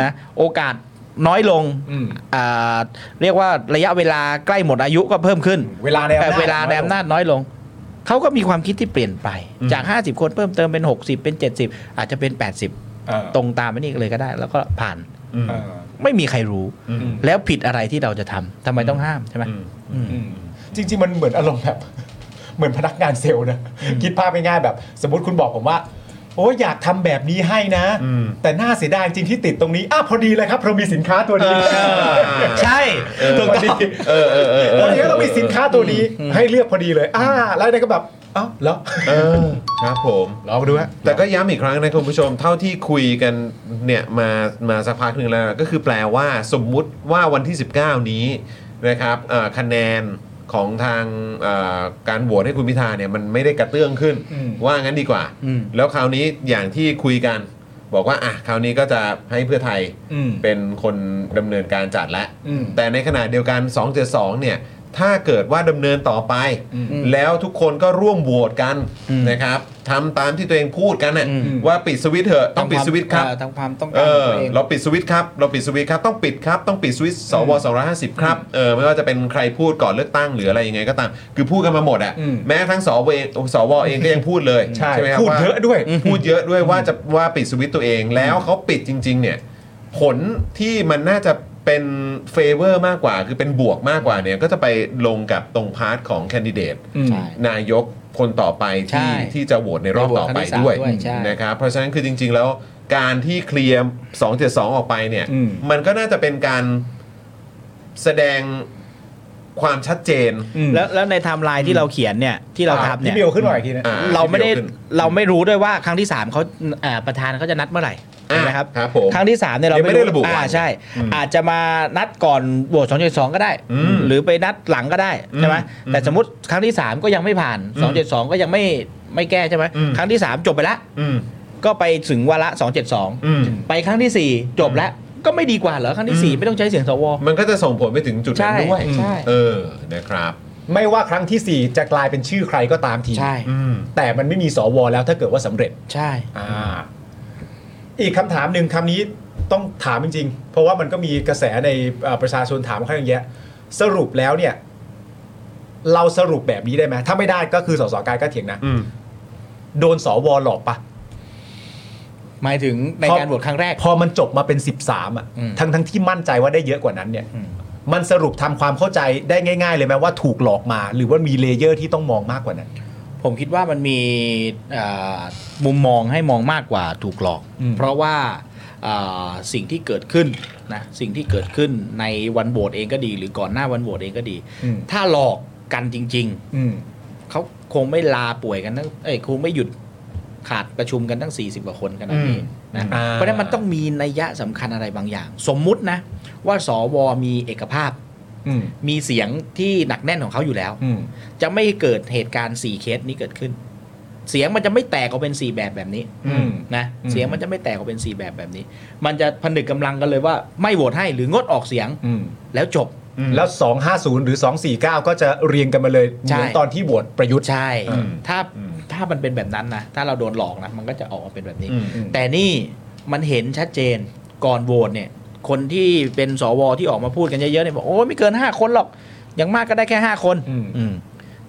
S5: นะโอกาสน้อยลงอ่าเรียกว่าระยะเวลาใกล้หมดอายุก็เพิ่มขึ้น
S2: เวลาในอำ
S5: แต่
S2: นาจ
S5: เวลาในอำนาจน้อยลง เขาก็มีความคิดที่เปลี่ยนไป จาก 50 คนเพิ่มเติมเป็น 60 เป็น 70 อาจจะเป็น
S2: เออ
S5: 80 ตรงตามไปนี่เลยก็ได้ แล้วก็ผ่าน
S2: เออ
S5: ไม่มีใครรู้ แล้วผิดอะไรที่เราจะทำทำไมต้องห้ามใช่ไหมอืม
S2: จริงๆ มันเหมือนอารมณ์แบบ เหมือนพนักงานเซลล์นะ คิดภาพง่ายๆแบบ สมมติคุณบอกผมว่า โอ้ยอยากทำแบบนี้ให้นะ แต่น่าเสียดายจริงที่ติดตรงนี้อ้าวพอดีเลยครับเรามีสินค้าตัวนี้
S5: ใช่
S2: ตรงนี้
S1: เออเออเออเอ
S2: ต
S1: อ
S2: อนนี้เรามีสินค้าตัวนี้ให้เลือกพอดีเลยอ่าแล้วได้ก็แบบเอ้าแล้ว
S1: เออ ครับผม
S2: ลองดูฮะ
S1: แต่ก็ย้ำอีกครั้งนะคุณผู้ชมเท่าที่คุยกันเนี่ยมามาสักพักหนึ่งแล้วนะก็คือแปลว่าสมมุติว่าวันที่ 19 นี้นะครับเอ่อคะแนนของทางเอ่อการโหวตให้คุณพิธาเนี่ยมันไม่ได้กระเตื้องขึ้น
S2: อืม
S1: ว่างั้นดีกว่า แล้วคราวนี้อย่างที่คุยกัน บอกว่าอ่ะคราวนี้ก็จะให้เพื่อไทย
S2: อืม
S1: เป็นคนดำเนินการจัดแล้ว
S2: อืม
S1: แต่ในขณะเดียวกัน 272 เนี่ย ถ้าเกิดว่าดำเนินต่อไป แล้วทุกคนก็ร่วมโหวตกันนะครับทำตามที่ตัวเองพูดกันน่ะว่าปิดสวิตช์เถอะต้องปิดสวิตช์ครับ
S5: เอ่อทางความต้องกา
S1: เอ
S5: ร
S1: อ
S5: ของตัวเอง
S1: เราปิดสวิตช์ครับ เราปิดสวิตช์ครับต้องปิดครับต้องปิดสวิตช์สว250 ครับเออไม่ว่าจะเป็นใครพูดก่อนเลือกตั้งหรืออะไรยังไงก็ตาม คือพูดกันมาหมดอะ
S2: อืม
S1: แม้ทั้งสวเองสวเองก็ยังพูดเลย
S2: ใช่
S1: ไหมครับ
S2: พูดเยอะด้วย
S1: พูดเยอะด้วยว่าจะว่าปิดสวิตช์ตัวเองแล้วเขาปิดจริง ๆ เนี่ย ผลที่มันน่าจะเป็นเฟเวอร์มากกว่า คือเป็นบวกมากกว่าเนี่ยก็จะไปลงกับตรงพาร์ทของแคนดิเดต
S5: ใช่
S1: นายกคนต่อไปที่
S5: ใช่
S1: ที่จะโหวตในรอบต่อไป
S5: ในโหวตค
S1: ด้วย
S5: รั้งที่สามด้วยใช่
S1: นะครับเพราะฉะนั้นคือจริง ๆ แล้วการที่เคลียร์272 ออกไปเนี่ย
S2: อืม
S1: มันก็น่าจะเป็นการแสดงความชัดเจน
S5: แล้วแล้วในไทม์ไลน์ที่เราเขียนเนี่ยที่เรา
S2: พี่
S5: ทำเนี่ย
S2: เบลขึ้นหน่อยอีกทีนะ
S1: อ่า
S5: เราไม่ได้
S1: ที่เบลขึ้น
S5: เราไม่รู้ด้วยว่าครั้งที่สามเขาเอ่อประธานเขาจะนัดเมื่อไหร่
S1: อ่า
S5: ใช่ไหมครับ
S1: ครับผม
S5: ครั้งที่สามเนี่ยเรา
S1: ยังไม่ได้ระบุวัน
S5: อ่าใช่ อาจจะมานัดก่อนโหวต272 ก็ได้
S1: อืม
S5: หรือไปนัดหลังก็ได้ใช่ไหมแต่สมมติครั้งที่สามก็ยังไม่ผ่าน 272 ก็ยังไม่ไม่แก้ใช่ไหม
S1: อืม
S5: ครั้งที่สามจบไปแล้ว
S1: อืม
S5: ก็ไปถึงวาระ
S1: อืม
S5: 272 ไปครั้งที่สี่จบแล้วก็ไม่ดีกว่าเหรอครั้งที่สี่ไม่ต้องใช้เสียงสว
S1: มันก็จะส่งผลไปถึงจุดนั้นด้วย
S5: ใช่ใช่
S1: เออนะครับ
S2: ไม่ว่าครั้งทีสี่ 4 จะกลายเป็นชื่อใครก็ตามที
S5: ใช่
S2: แต่มันไม่มีสวแล้วถ้าเกิดว่าสำเร็จ
S5: ใช่
S2: อ่าอีกคำถามหนึ่งคำนี้ต้องถามจริงๆ เพราะว่ามันก็มีกระแสในเอ่อประชาชนถามมาค่อนข้างเยอะสรุปแล้วเนี่ย เราสรุปแบบนี้ได้ไหมถ้าไม่ได้ก็คือสสกายก็เถียงนะ
S1: อืม
S2: โดนสวหลอกปะ
S5: หมายถึงในการโหวตครั้งแรก
S2: พอมันจบมาเป็น 13อ่ะ
S5: อืม
S2: ทั้งทั้งที่มั่นใจว่าได้เยอะกว่านั้นเนี่ย มันสรุปทำความเข้าใจได้ง่าย ๆ เลยไหมว่าถูกหลอกมา หรือว่ามีเลเยอร์ที่ต้องมองมากกว่านั้น
S5: ผมคิดว่ามันมีเอ่อมุมมองให้มองมากกว่าถูกหลอก
S2: อืม
S5: เพราะว่าเอ่อสิ่งที่เกิดขึ้นนะสิ่งที่เกิดขึ้นในวันโหวตเองก็ดี หรือก่อนหน้าวันโหวตเองก็ดี
S2: อืม
S5: ถ้าหลอกกันจริง
S2: อืม
S5: ๆ เขาคงไม่ลาป่วยกันทั้งเอ้ยคงไม่หยุดขาดประชุมกันทั้ง 40กว่าคนขนาดนี้นะ
S2: อ่
S5: เพราะฉะนั้นมันต้องมีนัยยะสำคัญอะไรบางอย่าง สมมุตินะ ว่าสวมีเอกภาพ
S2: อืม
S5: มีเสียงที่หนักแน่นของเขาอยู่แล้ว
S2: อืม
S5: จะไม่เกิดเหตุการณ์ 4 เคสนี้เกิดขึ้น เสียงมันจะไม่แตกออกเป็น 4 แบบแบบนี้
S2: อืม
S5: นะ
S2: อืม
S5: เสียงมันจะไม่แตกออกเป็น 4 แบบแบบนี้ มันจะผนึกกำลังกันเลยว่าไม่โหวตให้หรืองดออกเสียง
S2: อืม
S5: แล้วจบ
S2: แล้ว 250 หรือ 249 ก็จะเรียงกันมาเลย เห
S5: ใช่
S2: มือนตอนที่โหวตประยุทธ์
S5: ใช่
S2: อืม
S5: ถ้าถ้ามันเป็นแบบนั้นนะ ถ้าเราโดนหลอกนะมันก็จะออกมาเป็นแบบนี้
S2: อืมอืม
S5: แต่นี่มันเห็นชัดเจนก่อนโหวตเนี่ย คนที่เป็นสวที่ออกมาพูดกันเยอะๆเนี่ยบอกโอ้ยไม่เกิน 5 คนหรอกอย่างมากก็ได้แค่ 5 คน
S2: อืม
S5: อืม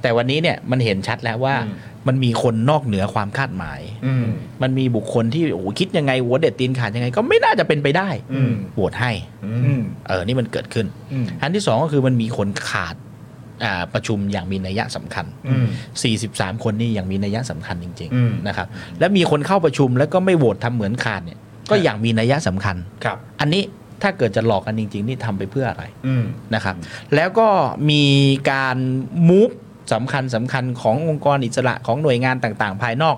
S5: แต่วันนี้เนี่ยมันเห็นชัดแล้วว่า
S2: อืม
S5: มันมีคนนอกเหนือความคาดหมาย
S2: อืม
S5: มันมีบุคคลที่โอ้โหคิดยังไงหัวเด็ดตีนขาดยังไง ก็ไม่น่าจะเป็นไปได้
S2: อืม
S5: โหวตให้
S2: อืมอืม
S5: เออนี่มันเกิดขึ้น
S2: อืม
S5: อันที่สองก็คือมันมีคนขาดอ่าประชุมอย่างมีนัยสำคัญ
S2: อืม
S5: 43 คนนี่อย่างมีนัยสำคัญจริง
S2: อืม
S5: ๆนะครับและมีคนเข้าประชุมแล้วก็ไม่โหวตทำเหมือนขาดเนี่ยก็อย่างมีนัยสำคัญ
S2: ครับ
S5: อันนี้ถ้าเกิดจะหลอกกันจริง ๆ นี่ทำไปเพื่ออะไร
S2: อืม
S5: นะครับแล้วก็มีการมูฟสำคัญสำคัญขององค์กรอิสระของหน่วยงานต่างๆ ภายนอก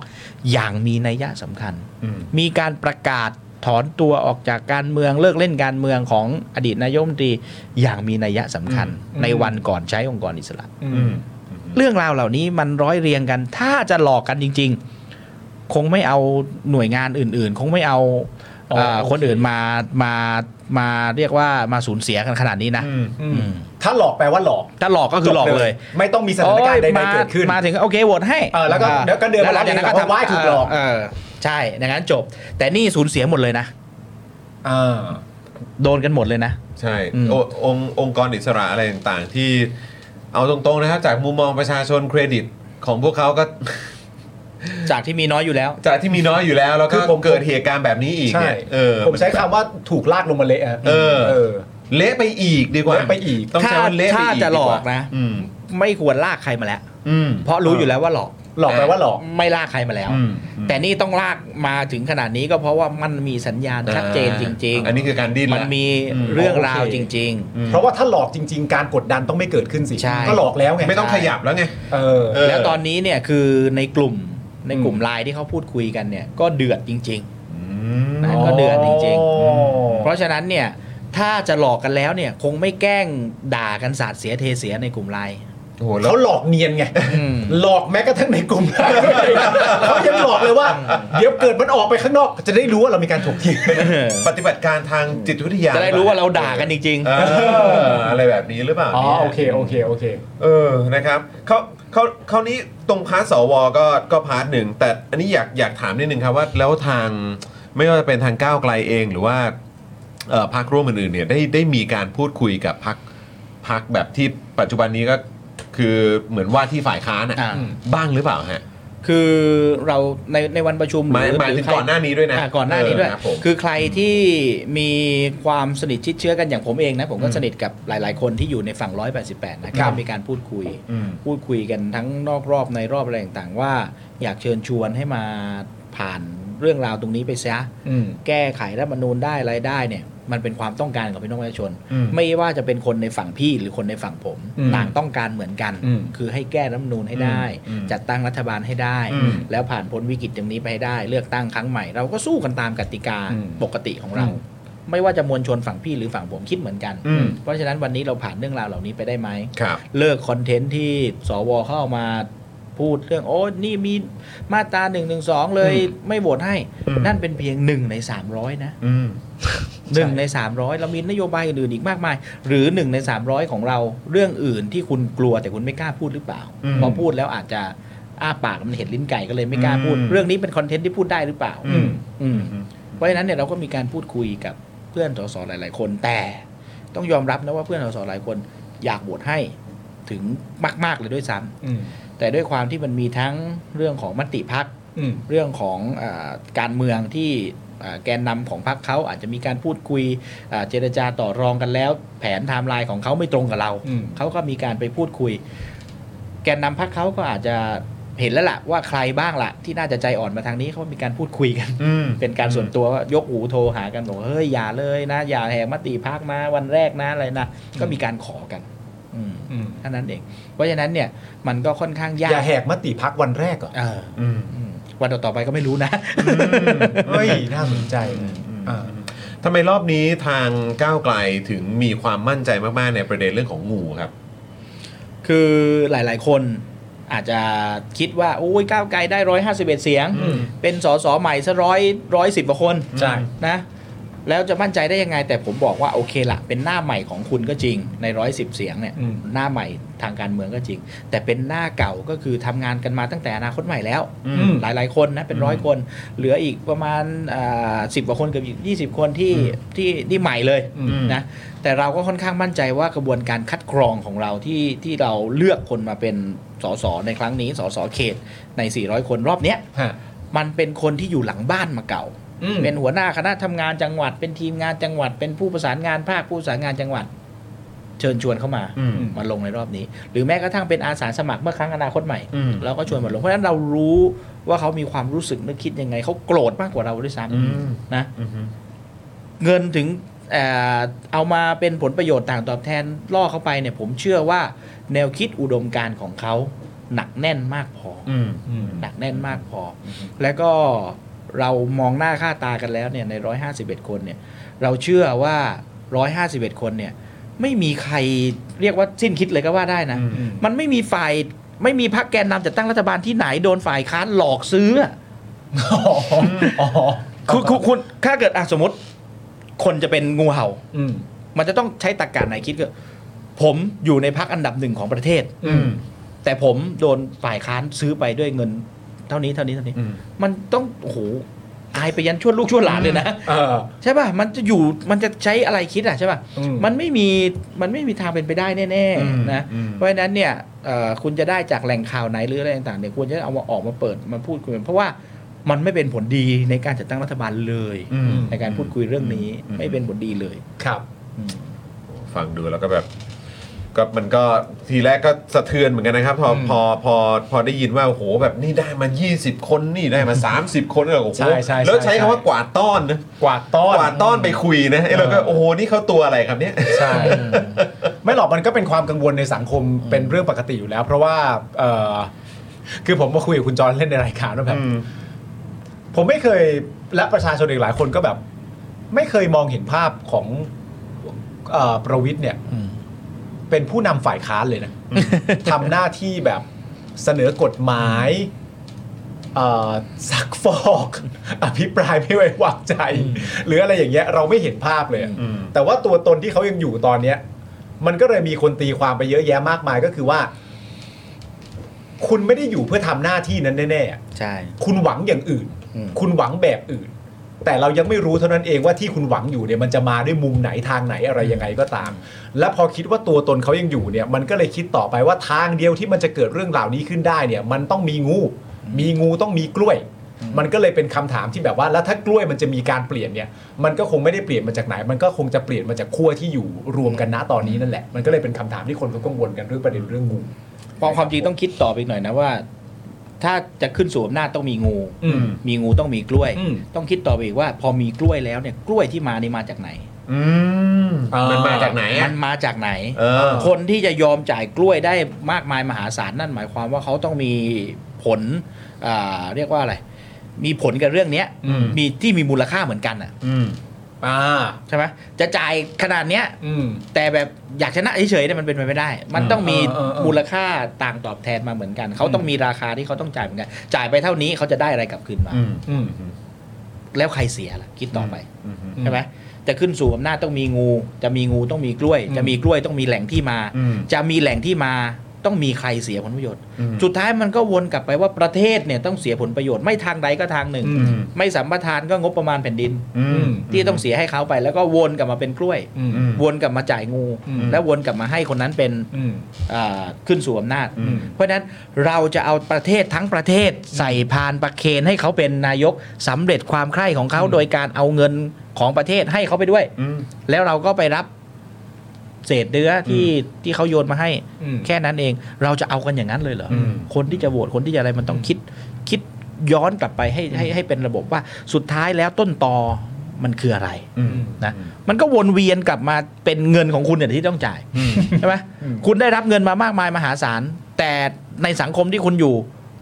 S5: อย่างมีนัยยะสำคัญ
S2: อืม
S5: มีการประกาศถอนตัวออกจากการเมืองเลิกเล่นการเมืองของอดีตนายกรัฐมนตรีอย่างมีนัยยะสำคัญ
S2: อืม
S5: ในวันก่อนใช้องค์กรอิสระ
S2: อืม
S5: เรื่องราวเหล่านี้มันร้อยเรียงกัน ถ้าจะหลอกกันจริง ๆ คงไม่เอาหน่วยงานอื่น ๆ คงไม่เอา
S2: อ๋อ
S5: เอ่อ
S2: โอเค
S5: คนอื่นมามามาเรียกว่ามาสูญเสียกันขนาดนี้นะ
S2: อืมอืม
S5: อืม
S2: ถ้าหลอกแปลว่าหลอก
S5: ถ้าหลอกก็คือหลอกเลย
S2: ไม่ต้องมีสถานการณ์ใด
S5: โอ้ย
S2: ๆเกิดขึ้น
S5: มาถึงโอเคโหวตให้
S2: เออแล้วก็เดี๋ยวก็เดินมา
S5: แล้วหลังจากนั้นก็
S2: ว่าว่าถูกหลอก
S5: เอใช่ดังนั้นจบ แต่นี่สูญเสียหมดเลยนะ
S2: อ่า
S5: โดนกันหมดเลยนะ
S1: ใช่
S5: อืม
S1: โอองค์องค์กรอิสระอะไรต่างๆ ที่เอาตรงๆนะครับจากมุมมองประชาชนเครดิตของพวกเขาก็
S5: จากที่มีน้อยอยู่แล้ว
S1: จากที่มีน้อยอยู่แล้ว แล้ว
S2: คื
S1: ก็
S2: อผม
S1: เกิดเหตุการณ์แบบนี้อีก
S2: ใช่
S1: เนี่ยเออ
S2: ผมใช้
S1: น
S2: คำว่าถูกลากลงมาเละอะ
S1: เออ
S2: เออ
S1: เละไปอีกดีกว่า
S2: เละไปอีก
S1: ต้องใช้ว่าเละไปอีก
S5: ถ้าจะหลอกนะ
S1: อืม
S5: ไม่ควรลากใครมาแล้ว
S1: อืม
S5: เพราะรู้อยู่แล้วว่าหลอก
S2: หลอกแปลว่าหลอก
S5: ไม่ลากใครมาแล้ว
S1: อืมอืม
S5: แต่นี่ต้องลากมาถึงขนาดนี้ก็เพราะว่ามันมีสัญญาณชัดเจนจริง
S1: อันนี้คือการดิ้น
S5: ๆ
S1: ละ
S5: มันมี
S1: อืม
S5: เรื่องราว
S2: โอเค
S5: จริง
S1: อืม
S2: เพราะว่าถ้าหลอกจริง ๆ การกดดันต้องไม่เกิดขึ้นสิ
S5: ใช่
S2: ก็หลอกแล้วไง
S1: ไม่ต้องขยับแล้วไง
S2: เออ
S1: เอ
S5: ๆ แล้วตอนนี้เนี่ยคือในกลุ่มในกลุ่มไลน์ที่เขาพูดคุยกันเนี่ยก็เดือดจริง ๆ นะก็เดือดจริง
S2: ๆ
S5: เพราะฉะนั้นเนี่ยถ้าจะหลอกกันแล้วเนี่ยคงไม่แกล้งด่ากันสาดเสียเทเสียในกลุ่มไลน์
S1: โอ้โหแล้ว
S2: เขาหลอกเนียนไง
S5: อืม
S2: หลอกแม้กระทั่งในกลุ่ม เขายังหลอกเลยว่า เดี๋ยวเกิดมันออกไปข้างนอก จะได้รู้ว่าเรามีการถกเถียง
S1: ปฏิบัติการทางจิตวิทยา
S5: จะได้รู้ว่าเราด่ากันจริง
S1: เอออะไรแบบนี้หรือเปล่า
S2: อ๋อ
S1: นี่ย
S2: โอเค โอเค โอเค
S1: เออ นะครับเขาเขาเขานี้ตรงพาร์ทสวก็ก็พาร์ทหนึ่ง แต่อันนี้อยากอยากถามนิดนึงครับว่าแล้วทางไม่ว่าจะเป็นทางก้าวไกลเองหรือว่าเอ่อพรรคร่วมอื่นๆเนี่ยได้ได้มีการพูดคุยกับพรรคพรรคแบบที่ปัจจุบันนี้ก็คือเหมือนว่าที่ฝ่ายค้านอะ
S5: อ่า
S1: บ้างหรือเปล่าฮะ
S5: ๆ คือเราในในวันประชุม
S1: หมาย
S5: รือ
S1: หมายถึง
S5: ใคร
S1: ก่อนหน้านี้ด้วยนะ
S5: อ่ก่อนหน้านี้ด้วย
S1: เออครับผม
S5: คือใครที่มีความสนิทชิดเชื้อกันอย่างผมเองนะ ผมก็สนิทกับหลายๆ คนที่อยู่ในฝั่ง 188 นะค
S2: ครั
S5: รับ บมีการพูดคุย
S1: อืม
S5: พูดคุยกันทั้งนอกรอบในรอบอะไรต่างๆว่า อยากเชิญชวนให้มาผ่านเรื่องราวตรงนี้ไปซะ
S2: อืม
S5: แก้ไขรัฐธรรมนูญได้อะไรได้เนี่ยมันเป็นความต้องการของพี่น้องประชาชน
S2: อืม
S5: ไม่ว่าจะเป็นคนในฝั่งพี่หรือคนในฝั่งผม
S2: อืม
S5: ต่างต้องการเหมือนกัน
S2: อืม
S5: คือให้แก้รัฐธรรมนูญให้ได้
S2: อืม
S5: จัดตั้งรัฐบาลให้ได้
S2: อืม
S5: แล้วผ่านพ้นวิกฤตตรงนี้ไปให้ได้ เลือกตั้งครั้งใหม่ เราก็สู้กันตามกติกา
S2: อืม
S5: ปกติของเรา
S2: อืม
S5: ไม่ว่าจะมวลชนฝั่งพี่หรือฝั่งผมคิดเหมือนกัน
S2: อืม
S5: เพราะฉะนั้นวันนี้เราผ่านเรื่องราวเหล่านี้ไปได้ไหม
S1: ครับ
S5: เลิกคอนเทนต์ที่สวเข้าเอามา พูดเรื่องโอ้นี่มีมาตราหนึ่งหนึ่งสองเลยไม่โหวตให้ นั่นเป็นเพียงหนึ่งในสามร้อยนะ
S1: อืม
S5: หนึ่งในสามร้อยเรามีนโยบายอื่นๆอีกมากมาย หรือหนึ่งในสามร้อยของเราเรื่องอื่นที่คุณกลัวแต่คุณไม่กล้าพูดหรือเปล่า
S1: อืม
S5: พอพูดแล้วอาจจะอ้าปากมันเห็นลิ้นไก่ก็เลยไม่กล้าพูด
S1: อืม
S5: เรื่องนี้เป็นคอนเทนต์ที่พูดได้หรือเปล่า
S1: อืม
S5: อืม เพราะฉะนั้นเนี่ยเราก็มีการพูดคุยกับเพื่อนสสหลาย ๆ คนแต่ต้องยอมรับนะว่าเพื่อนสสหลายคนอยากโหวตให้ถึงมาก ๆ เลยด้วยซ้ำแต่ด้วยความที่มันมีทั้งเรื่องของมติพักเรื่องของอาการเมืองที่อ่าแกนนำของพรรคเขาอาจจะมีการพูดคุยอ่าเจรจาต่อรองกันแล้ว แผนไทม์ไลน์ของเขาไม่ตรงกับเรา เขาก็มีการไปพูดคุย แกนนำพรรคเขาก็อาจจะเห็นแล้วล่ะว่าใครบ้างล่ะ ที่น่าจะใจอ่อนมาทางนี้เขามีการพูดคุยกัน
S1: อืม
S5: เป็นการส่วนตัวว่ายกหูโทรหากันบอกเฮ้ยอย่าเลยนะ อย่าแหกมติพักนะวันแรกนะอะไรนะ ก็มีการขอกัน อืม
S2: อืม
S5: เท่านั้นเอง เพราะฉะนั้นเนี่ย มันก็ค่อนข้างยาก
S2: อย่าแหกมติพักวันแรกเหรอ
S5: เออ
S1: อืม
S5: อืมวันต่อๆไปก็ไม่รู้นะ
S2: เฮ้ย น่าสนใจนะอ่า
S1: ทำไมรอบนี้ทางก้าวไกลถึงมีความมั่นใจมาก ๆ ในประเด็นเรื่องของงูครับ
S5: คือหลายๆ คนอาจจะคิดว่า โอ้ยก้าวไกลได้ร้อยห้าสิบเอ็ดเสียง
S1: อืม
S5: เป็นสสใหม่ซะร้อยร้อยสิบกว่าคน
S2: ใช่
S5: นะ แล้วจะมั่นใจได้ยังไง แต่ผมบอกว่าโอเคละเป็นหน้าใหม่ของคุณก็จริงในร้อยสิบเสียงเนี่ย
S2: อืม
S5: หน้าใหม่ทางการเมืองก็จริง แต่เป็นหน้าเก่าก็คือทำงานกันมาตั้งแต่อนาคตใหม่แล้ว
S1: อืม
S5: หลายหลายๆคนนะเป็นร้อยคน เหลืออีกประมาณสิบกว่าคนเกับยี่สิบคนที่ที่ที่ใหม่เลย
S2: อืม
S5: นะแต่เราก็ค่อนข้างมั่นใจว่ากระบวนการคัดกรองของเราที่ที่เราเลือกคนมาเป็นสสในครั้งนี้สสเขตใน 400 คนรอบเนี้ย
S2: ฮะ
S5: มันเป็นคนที่อยู่หลังบ้านมาเก่า
S2: อืม
S5: เป็นหัวหน้าคณะทำงานจังหวัด เป็นทีมงานจังหวัด เป็นผู้ประสานงานภาคผู้ประสานงานจังหวัด เชิญชวนเข้ามา
S1: อืม
S5: มาลงในรอบนี้ หรือแม้กระทั่งเป็นอาสาสมัครเมื่อครั้งอนาคตใหม่
S1: อืม
S5: เราก็ชวนมาลง เพราะฉะนั้นเรารู้ว่าเขามีความรู้สึกนึกคิดยังไง เขาโกรธมากกว่าเราด้วยซ้
S1: อืม
S5: ำนะ
S1: อืม
S5: เงินถึงเอ่อเอามาเป็นผลประโยชน์ต่างตอบแทนล่อเข้าไปเนี่ย ผมเชื่อว่าแนวคิดอุดมการณ์ของเขาหนักแน่นมากพอ
S1: อืม
S5: หนักแน่นมากพอ แล้วก็เรามองหน้าค่าตากันแล้วเนี่ยใน 151 คนเนี่ย เราเชื่อว่า 151 คนเนี่ย ไม่มีใครเรียกว่าสิ้นคิดเลยก็ว่าได้นะ
S1: อืม
S5: มันไม่มีฝ่าย ไม่มีพรรคแกนนำจัดตั้งรัฐบาลที่ไหนโดนฝ่ายค้านหลอกซื้ออะ
S2: อ๋อ
S5: คุณคุณคุณถ้าเกิดอ่ะสมมติคนจะเป็นงูเห่า
S2: อืม
S5: มันจะต้องใช้ตรกกะไหนคิดก็ ผมอยู่ในพักอันดับหนึ่งของประเทศ
S1: อืม
S5: แต่ผมโดนฝ่ายค้านซื้อไปด้วยเงิน เท่านี้เท่านี้เท่านี้
S1: อืม
S5: มันต้องโอ้โหอายไปยันชั่วลูกชั่วหลานเลยนะ
S2: เออ
S5: ใช่ป่ะมันจะอยู่มันจะใช้อะไรคิดอ่ะใช่ป่ะ
S2: อืม
S5: มันไม่มีมันไม่มีทางเป็นไปได้แน่
S1: อืม
S5: ๆนะ
S1: อืม
S5: เพราะฉะนั้นเนี่ยเอ่อคุณจะได้จากแหล่งข่าวไหนหรืออะไรต่างๆเนี่ยควรจะเอามาออกมาเปิดมาพูดคุยกันเพราะว่ามันไม่เป็นผลดีในการจัดตั้งรัฐบาลเลย
S1: อืม
S5: ในการพูดคุยเรื่องนี้
S1: อืม
S5: ไม่เป็นผลดีเลย
S2: ครับ
S5: อืม
S1: ฟังดูแล้วก็แบบ ก็มันก็ทีแรกก็สะเทือนเหมือนกันนะครับ พอ
S2: อืม
S1: พอพอพอได้ยินว่าโอ้โหแบบนี่ได้มา 20 คนนี่ได้มา 30 คนแล้วโอ้โห
S2: ใช่ใช่ใช่
S1: แล้วใช้
S2: ใช่
S1: คำว่ากวาดต้อนนะ
S2: กวาดต้อน
S1: กวาดต้อนไปคุยนะไอ้เราก็โอ้โหนี่เขาตัวอะไรครับเนี่ย
S2: ใช่ ไม่หรอกมันก็เป็นความกังวลในสังคมเป็นเรื่องปกติอยู่แล้ว เพราะว่าเออคือผมมาคุยกับคุณจอห์นเล่นในรายการว่าแบบ
S1: อืม
S2: ผมไม่เคยและประชาชนอีกหลายคนก็แบบ ไม่เคยมองเห็นภาพของเออประวิทย์เนี่ย
S5: อืม
S2: เป็นผู้นำฝ่ายค้านเลยนะทำหน้าที่แบบเสนอกฎหมายเอ่อซักฟอก อภิปรายไม่ไว้วางใจ หรืออะไรอย่างเงี้ยเราไม่เห็นภาพเลยอะ
S1: อืม
S2: แต่ว่าตัวตนที่เขายังอยู่ตอนเนี้ย มันก็เลยมีคนตีความไปเยอะแยะมากมายก็คือว่า คุณไม่ได้อยู่เพื่อทำหน้าที่นั้นแน่ๆอะ
S5: ใช่
S2: คุณหวังอย่างอื่น
S5: อืม
S2: คุณหวังแบบอื่น แต่เรายังไม่รู้เท่านั้นเองว่าที่คุณหวังอยู่เนี่ยมันจะมาด้วยมุมไหนทางไหนอะไรยังไงก็ตาม และพอคิดว่าตัวตนเขายังอยู่เนี่ย มันก็เลยคิดต่อไปว่าทางเดียวที่มันจะเกิดเรื่องเหล่านี้ขึ้นได้เนี่ย มันต้องมีงู มีงูต้องมีกล้วย มันก็เลยเป็นคำถามที่แบบว่าแล้วถ้ากล้วยมันจะมีการเปลี่ยนเนี่ย มันก็คงไม่ได้เปลี่ยนมาจากไหน มันก็คงจะเปลี่ยนมาจากขั้วที่อยู่รวมกันณตอนนี้นั่นแหละ มันก็เลยเป็นคำถามที่คนเขากังวลกันเรื่องประเด็นเรื่องงู
S5: พอความจริงต้องคิดต่อไปอีกหน่อยนะว่า ถ้าจะขึ้นสู่อำนาจต้องมีงู
S2: อืม
S5: มีงูต้องมีกล้วย
S2: อืม
S5: ต้องคิดต่อไปอีกว่า พอมีกล้วยแล้วเนี่ยกล้วยที่มานี่มาจากไหน
S1: อืม
S2: เออ
S1: มันมาจากไหน
S5: มั
S1: อ่ะ
S5: นมาจากไหน
S1: เออ
S5: คนที่จะยอมจ่ายกล้วยได้มากมายมหาศาลนั่นหมายความว่าเขาต้องมีผลอ่าเรียกว่าอะไร มีผลกับเรื่องเนี้ย
S1: อืม
S5: มีที่มีมูลค่าเหมือนกันอ่ะ
S1: อืม
S2: อ่า
S5: ใช่ไหมจะจ่ายขนาดเนี้ย
S2: อืม
S5: แต่แบบอยากชนะเฉยๆเนี่ยมันเป็นไปไม่ได้ มันต้องมี
S2: เออเออเออ
S5: มูลค่าต่างตอบแทนมาเหมือนกัน เขาต้องมีราคาที่เขาต้องจ่ายเหมือนกัน จ่ายไปเท่านี้เขาจะได้อะไรกลับคืนมา
S1: อืม
S2: อืม
S5: แล้วใครเสียล่ะคิดต่อไป
S1: อืม
S5: ใช่ไหมจะขึ้นสู่อำนาจต้องมีงู จะมีงูต้องมีกล้วย จะมีกล้วยต้องมีแหล่งที่มา
S1: อืม
S5: จะมีแหล่งที่มาต้องมีใครเสียผลประโยชน์
S1: อืม
S5: สุดท้ายมันก็วนกลับไปว่าประเทศเนี่ยต้องเสียผลประโยชน์ไม่ทางใดก็ทางหนึ่ง
S1: อืม
S5: ไม่สัมปทานก็งบประมาณแผ่นดิน
S1: อืม
S5: ที่ต้องเสียให้เขาไปแล้วก็วนกลับมาเป็นกล้วย
S2: อืม
S1: ม
S5: วนกลับมาจ่ายงู
S2: อืม
S5: แล้ววนกลับมาให้คนนั้นเป็น
S2: อืม
S5: อ่าขึ้นสู่อำนาจ
S1: อืม
S5: เพราะฉะนั้นเราจะเอาประเทศทั้งประเทศใส่พานประเคนให้เขาเป็นนายกสำเร็จความใคร่ของเขาโดยการเอาเงินของประเทศให้เขาไปด้วย
S1: อืม
S5: แล้วเราก็ไปรับเศษเนื้อที่ที่เขาโยนมาให้
S2: อืม
S5: แค่นั้นเอง เราจะเอากันอย่างนั้นเลยเหรออ
S1: ม
S5: คนที่จะโหวตคนที่จะอะไรมันต้องคิด คิดย้อนกลับไปให้ให้ให้เป็นระบบว่าสุดท้ายแล้วต้นตอมันคืออะไร
S1: อืม
S5: นะมันก็วนเวียนกลับมาเป็นเงินของคุณเนี่ยที่ต้องจ่ายใช่ไหมคุณได้รับเงินมามากมายมหาศาล แต่ในสังคมที่คุณอยู่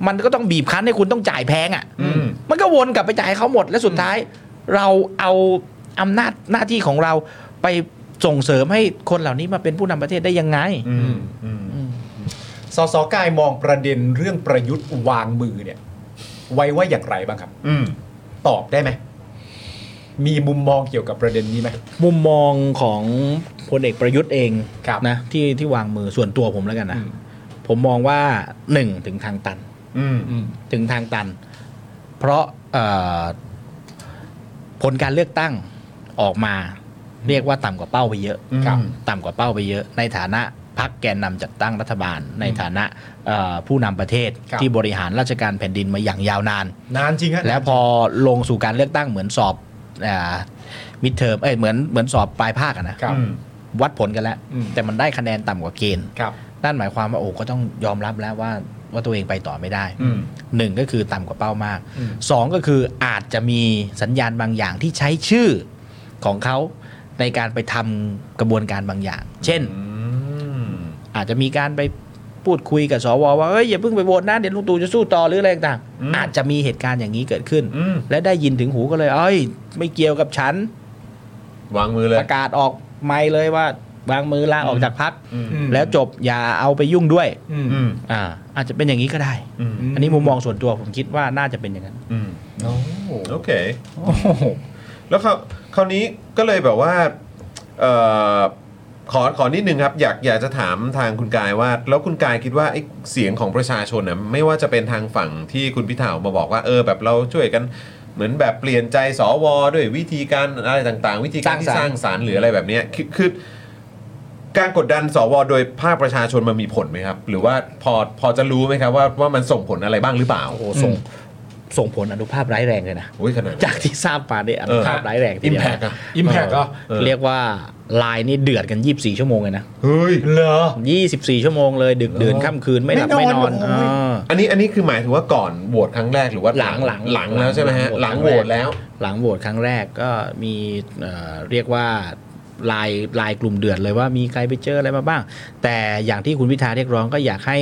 S5: มันก็ต้องบีบคั้นให้คุณต้องจ่ายแพงอ่ะ
S1: อืม
S5: มันก็วนกลับไปจ่ายให้เขาหมด และสุดท้าย เราเอาอำนาจหน้าที่ของเราไปส่งเสริมให้คนเหล่านี้มาเป็นผู้นำประเทศได้ยังไง
S1: อืมอืม
S2: สสกายมองประเด็นเรื่องประยุทธ์วางมือเนี่ย ไว้ว่าอย่างไรบ้างครับ
S1: อืม
S2: ตอบได้ไหม มีมุมมองเกี่ยวกับประเด็นนี้ไหม
S5: มุมมองของพลเอกประยุทธ์เอง
S2: ครับ
S5: นะที่ที่วางมือส่วนตัวผมแล้วกันนะผมมองว่าหนึ่งถึงทางตัน
S1: อืม
S2: อืม
S5: ถึงทางตัน เพราะเอ่อผลการเลือกตั้งออกมา เรียกว่าต่ำกว่าเป้าไปเยอะ
S1: อืม
S5: ครับต่ำกว่าเป้าไปเยอะ ในฐานะพักแกนนำจัดตั้งรัฐบาล ในฐานะเอ่อผู้นำประเทศ
S2: ครับ
S5: ที่บริหารราชการแผ่นดินมาอย่างยาวนาน
S2: นานจริงฮะ
S5: แล้วพอลงสู่การเลือกตั้งเหมือนสอบมิดเทอมเอ้ยเหมือนเหมือนสอบปลายภาคอะนะครับ
S1: อืม
S5: วัดผลกันแล้ว
S2: อืม
S5: แต่มันได้คะแนนต่ำกว่าเกณฑ์
S2: ครับ
S5: นั่นหมายความว่าโอ้ก็ต้องยอมรับแล้วว่าว่าตัวเองไปต่อไม่ได้
S2: อืม
S5: หนึ่งก็คือต่ำกว่าเป้ามาก
S2: อืม
S5: สองก็คืออาจจะมีสัญญาณบางอย่างที่ใช้ชื่อของเขาในการไปทำกระบวนการบางอย่าง เช่น อาจจะมีการไปพูดคุยกับสวว่าเอ้ยอย่าเพิ่งไปโหวตนะเดี๋ยวลุงตู่จะสู้ต่อหรืออะไรต่าง
S1: อืม
S5: อาจจะมีเหตุการณ์อย่างนี้เกิดขึ้น
S1: อืม
S5: และได้ยินถึงหูก็เลยเอ้ย ไม่เกี่ยวกับฉัน
S1: วางมือเลย
S5: ประกาศออกไม่เลยว่าวางมือลาออกจากพัก
S1: อืม
S5: แล้วจบอย่าเอาไปยุ่งด้วย
S2: อืม
S1: อืม
S5: อาอาจจะเป็นอย่างนี้ก็ได้
S1: อืม
S5: อันนี้มุมมองส่วนตัวผมคิดว่าน่าจะเป็นอย่างนั้น
S1: อืม
S2: โอ้
S1: โอเค แล้วคราวคราวนี้ก็เลยแบบว่าเอ่อขอขอนิดนึงครับ อยากอยากจะถามทางคุณกายว่า แล้วคุณกายคิดว่าไอ้เสียงของประชาชนนะไม่ว่าจะเป็นทางฝั่งที่คุณพิธาออกมาบอกว่าเออแบบเราช่วยกันเหมือนแบบเปลี่ยนใจสวด้วยวิธีการอะไรต่างๆ วิธีการที่
S5: ส
S1: ส
S5: ร้า
S1: ร้าง
S5: สรรค์
S1: งสารรค์หรืออะไรแบบเนี้ยคือคือ การกดดันสวโดยภาคประชาชนมันมีผลไหมครับ หรือว่าพอพอจะรู้ไหมครับว่าว่ามันส่งผลอะไรบ้างหรือเปล่า
S5: โอ้โหส่งส่งผลอนุภาพร้ายแรงเลยนะ
S1: โอ้ยขนาด
S5: จากที่ทราบมาเนี่ยอนุภาพ
S1: เออ
S5: ร้ายแรงที
S1: อิม
S5: เดียว
S1: แพกอะ
S5: นะ
S2: อิมแพกเหรอ
S1: ออ
S5: เรียกว่าไลน์นี่เดือดกัน 24 ชั่วโมงเลยนะ
S1: เฮ้ย
S2: เหรอ
S5: 24 ชั่วโมงเลยดึกดื่นค่ำคืนไม่หลับ
S2: ไม่
S5: ไม่
S2: น
S5: น
S2: อ
S5: อน น
S2: โอ้ย
S5: เออ
S1: อันนี้อันนี้คือหมายถึงว่าก่อนโหวตครั้งแรกหรือว่า
S5: หลังหลัง
S1: หลังแล้วใช่ไหมฮะหลังโหวตแล้ว
S5: หลังโหวตครั้งแรกก็มีเอ่อเรียกว่าลายลายกลุ่มเดือดเลยว่ามีใครไปเจออะไรมาบ้าง แต่อย่างที่คุณพิธาเรียกร้องก็อยากให้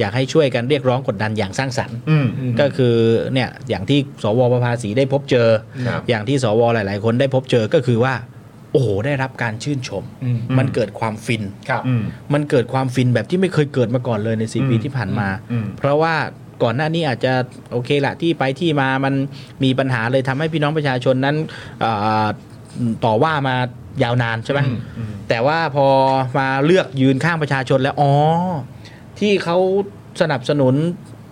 S5: อยากให้ช่วยกันเรียกร้องกดดันอย่างสร้างสรรค์
S1: อืม
S5: ก็คือเนี่ยอย่างที่สวประภาสีได้พบเจอ
S1: ครับ
S5: อย่างที่สวหลาย ๆ คนได้พบเจอก็คือว่า โอ้โหได้รับการชื่นชม
S2: อืม
S5: มันเกิดความฟิน
S2: ครับ
S1: อืม
S5: มันเกิดความฟินแบบที่ไม่เคยเกิดมาก่อนเลยในสี่ปี
S1: อืม
S5: ที่ผ่านมา
S1: อืม
S5: เพราะว่าก่อนหน้านี้อาจจะโอเคละที่ไปที่มามันมีปัญหาเลยทำให้พี่น้องประชาชนนั้นเอ่อต่อว่ามายาวนานใช่ไหม
S2: อืม
S5: แต่ว่าพอมาเลือกยืนข้างประชาชนแล้วอ๋อที่เขาสนับสนุน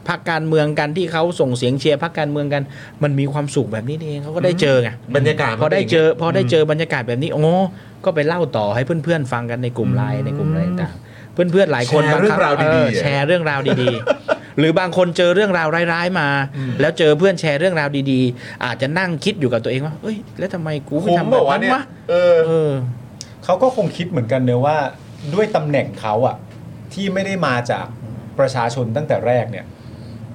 S5: พรรคการเมืองกันที่เขาส่งเสียงเชียร์พรรคการเมืองกัน มันมีความสุขแบบนี้นี่เองเขาก็ได้เจอไง
S1: บรรยากาศมัน
S5: พอได้เจอพอได้
S1: ม
S5: เจอบรรยากาศแบบนี้โอ้ก็ไปเล่าต่อให้เพื่อนๆฟังกันในกลุ่มไลน์ในกลุ่มอะไรต่างๆเพื่อนๆหลายคน
S1: แชร์
S5: บาง
S1: เรื่
S5: ค
S1: อ
S5: รั้
S1: งราว
S5: เอ
S1: ดี
S5: อ
S1: ๆอะ
S5: แชร์เรื่องราวดี ๆ หรือบางคนเจอเรื่องราวร้ายๆมา แล้วเจอเพื่อนแชร์เรื่องราวดีๆ อาจจะนั่งคิดอยู่กับตัวเองว่าเอ้ยแล้วทำไมกูไม่
S1: ผม
S5: ทำ
S1: บ
S5: แบอก บ
S1: ว่า
S5: นั้
S1: เนี่ยว
S5: นะ
S1: เออ
S5: เออ
S2: เขาก็คงคิดเหมือนกันเนอะว่าด้วยตำแหน่งเขาอะที่ไม่ได้มาจากประชาชนตั้งแต่แรกเนี่ย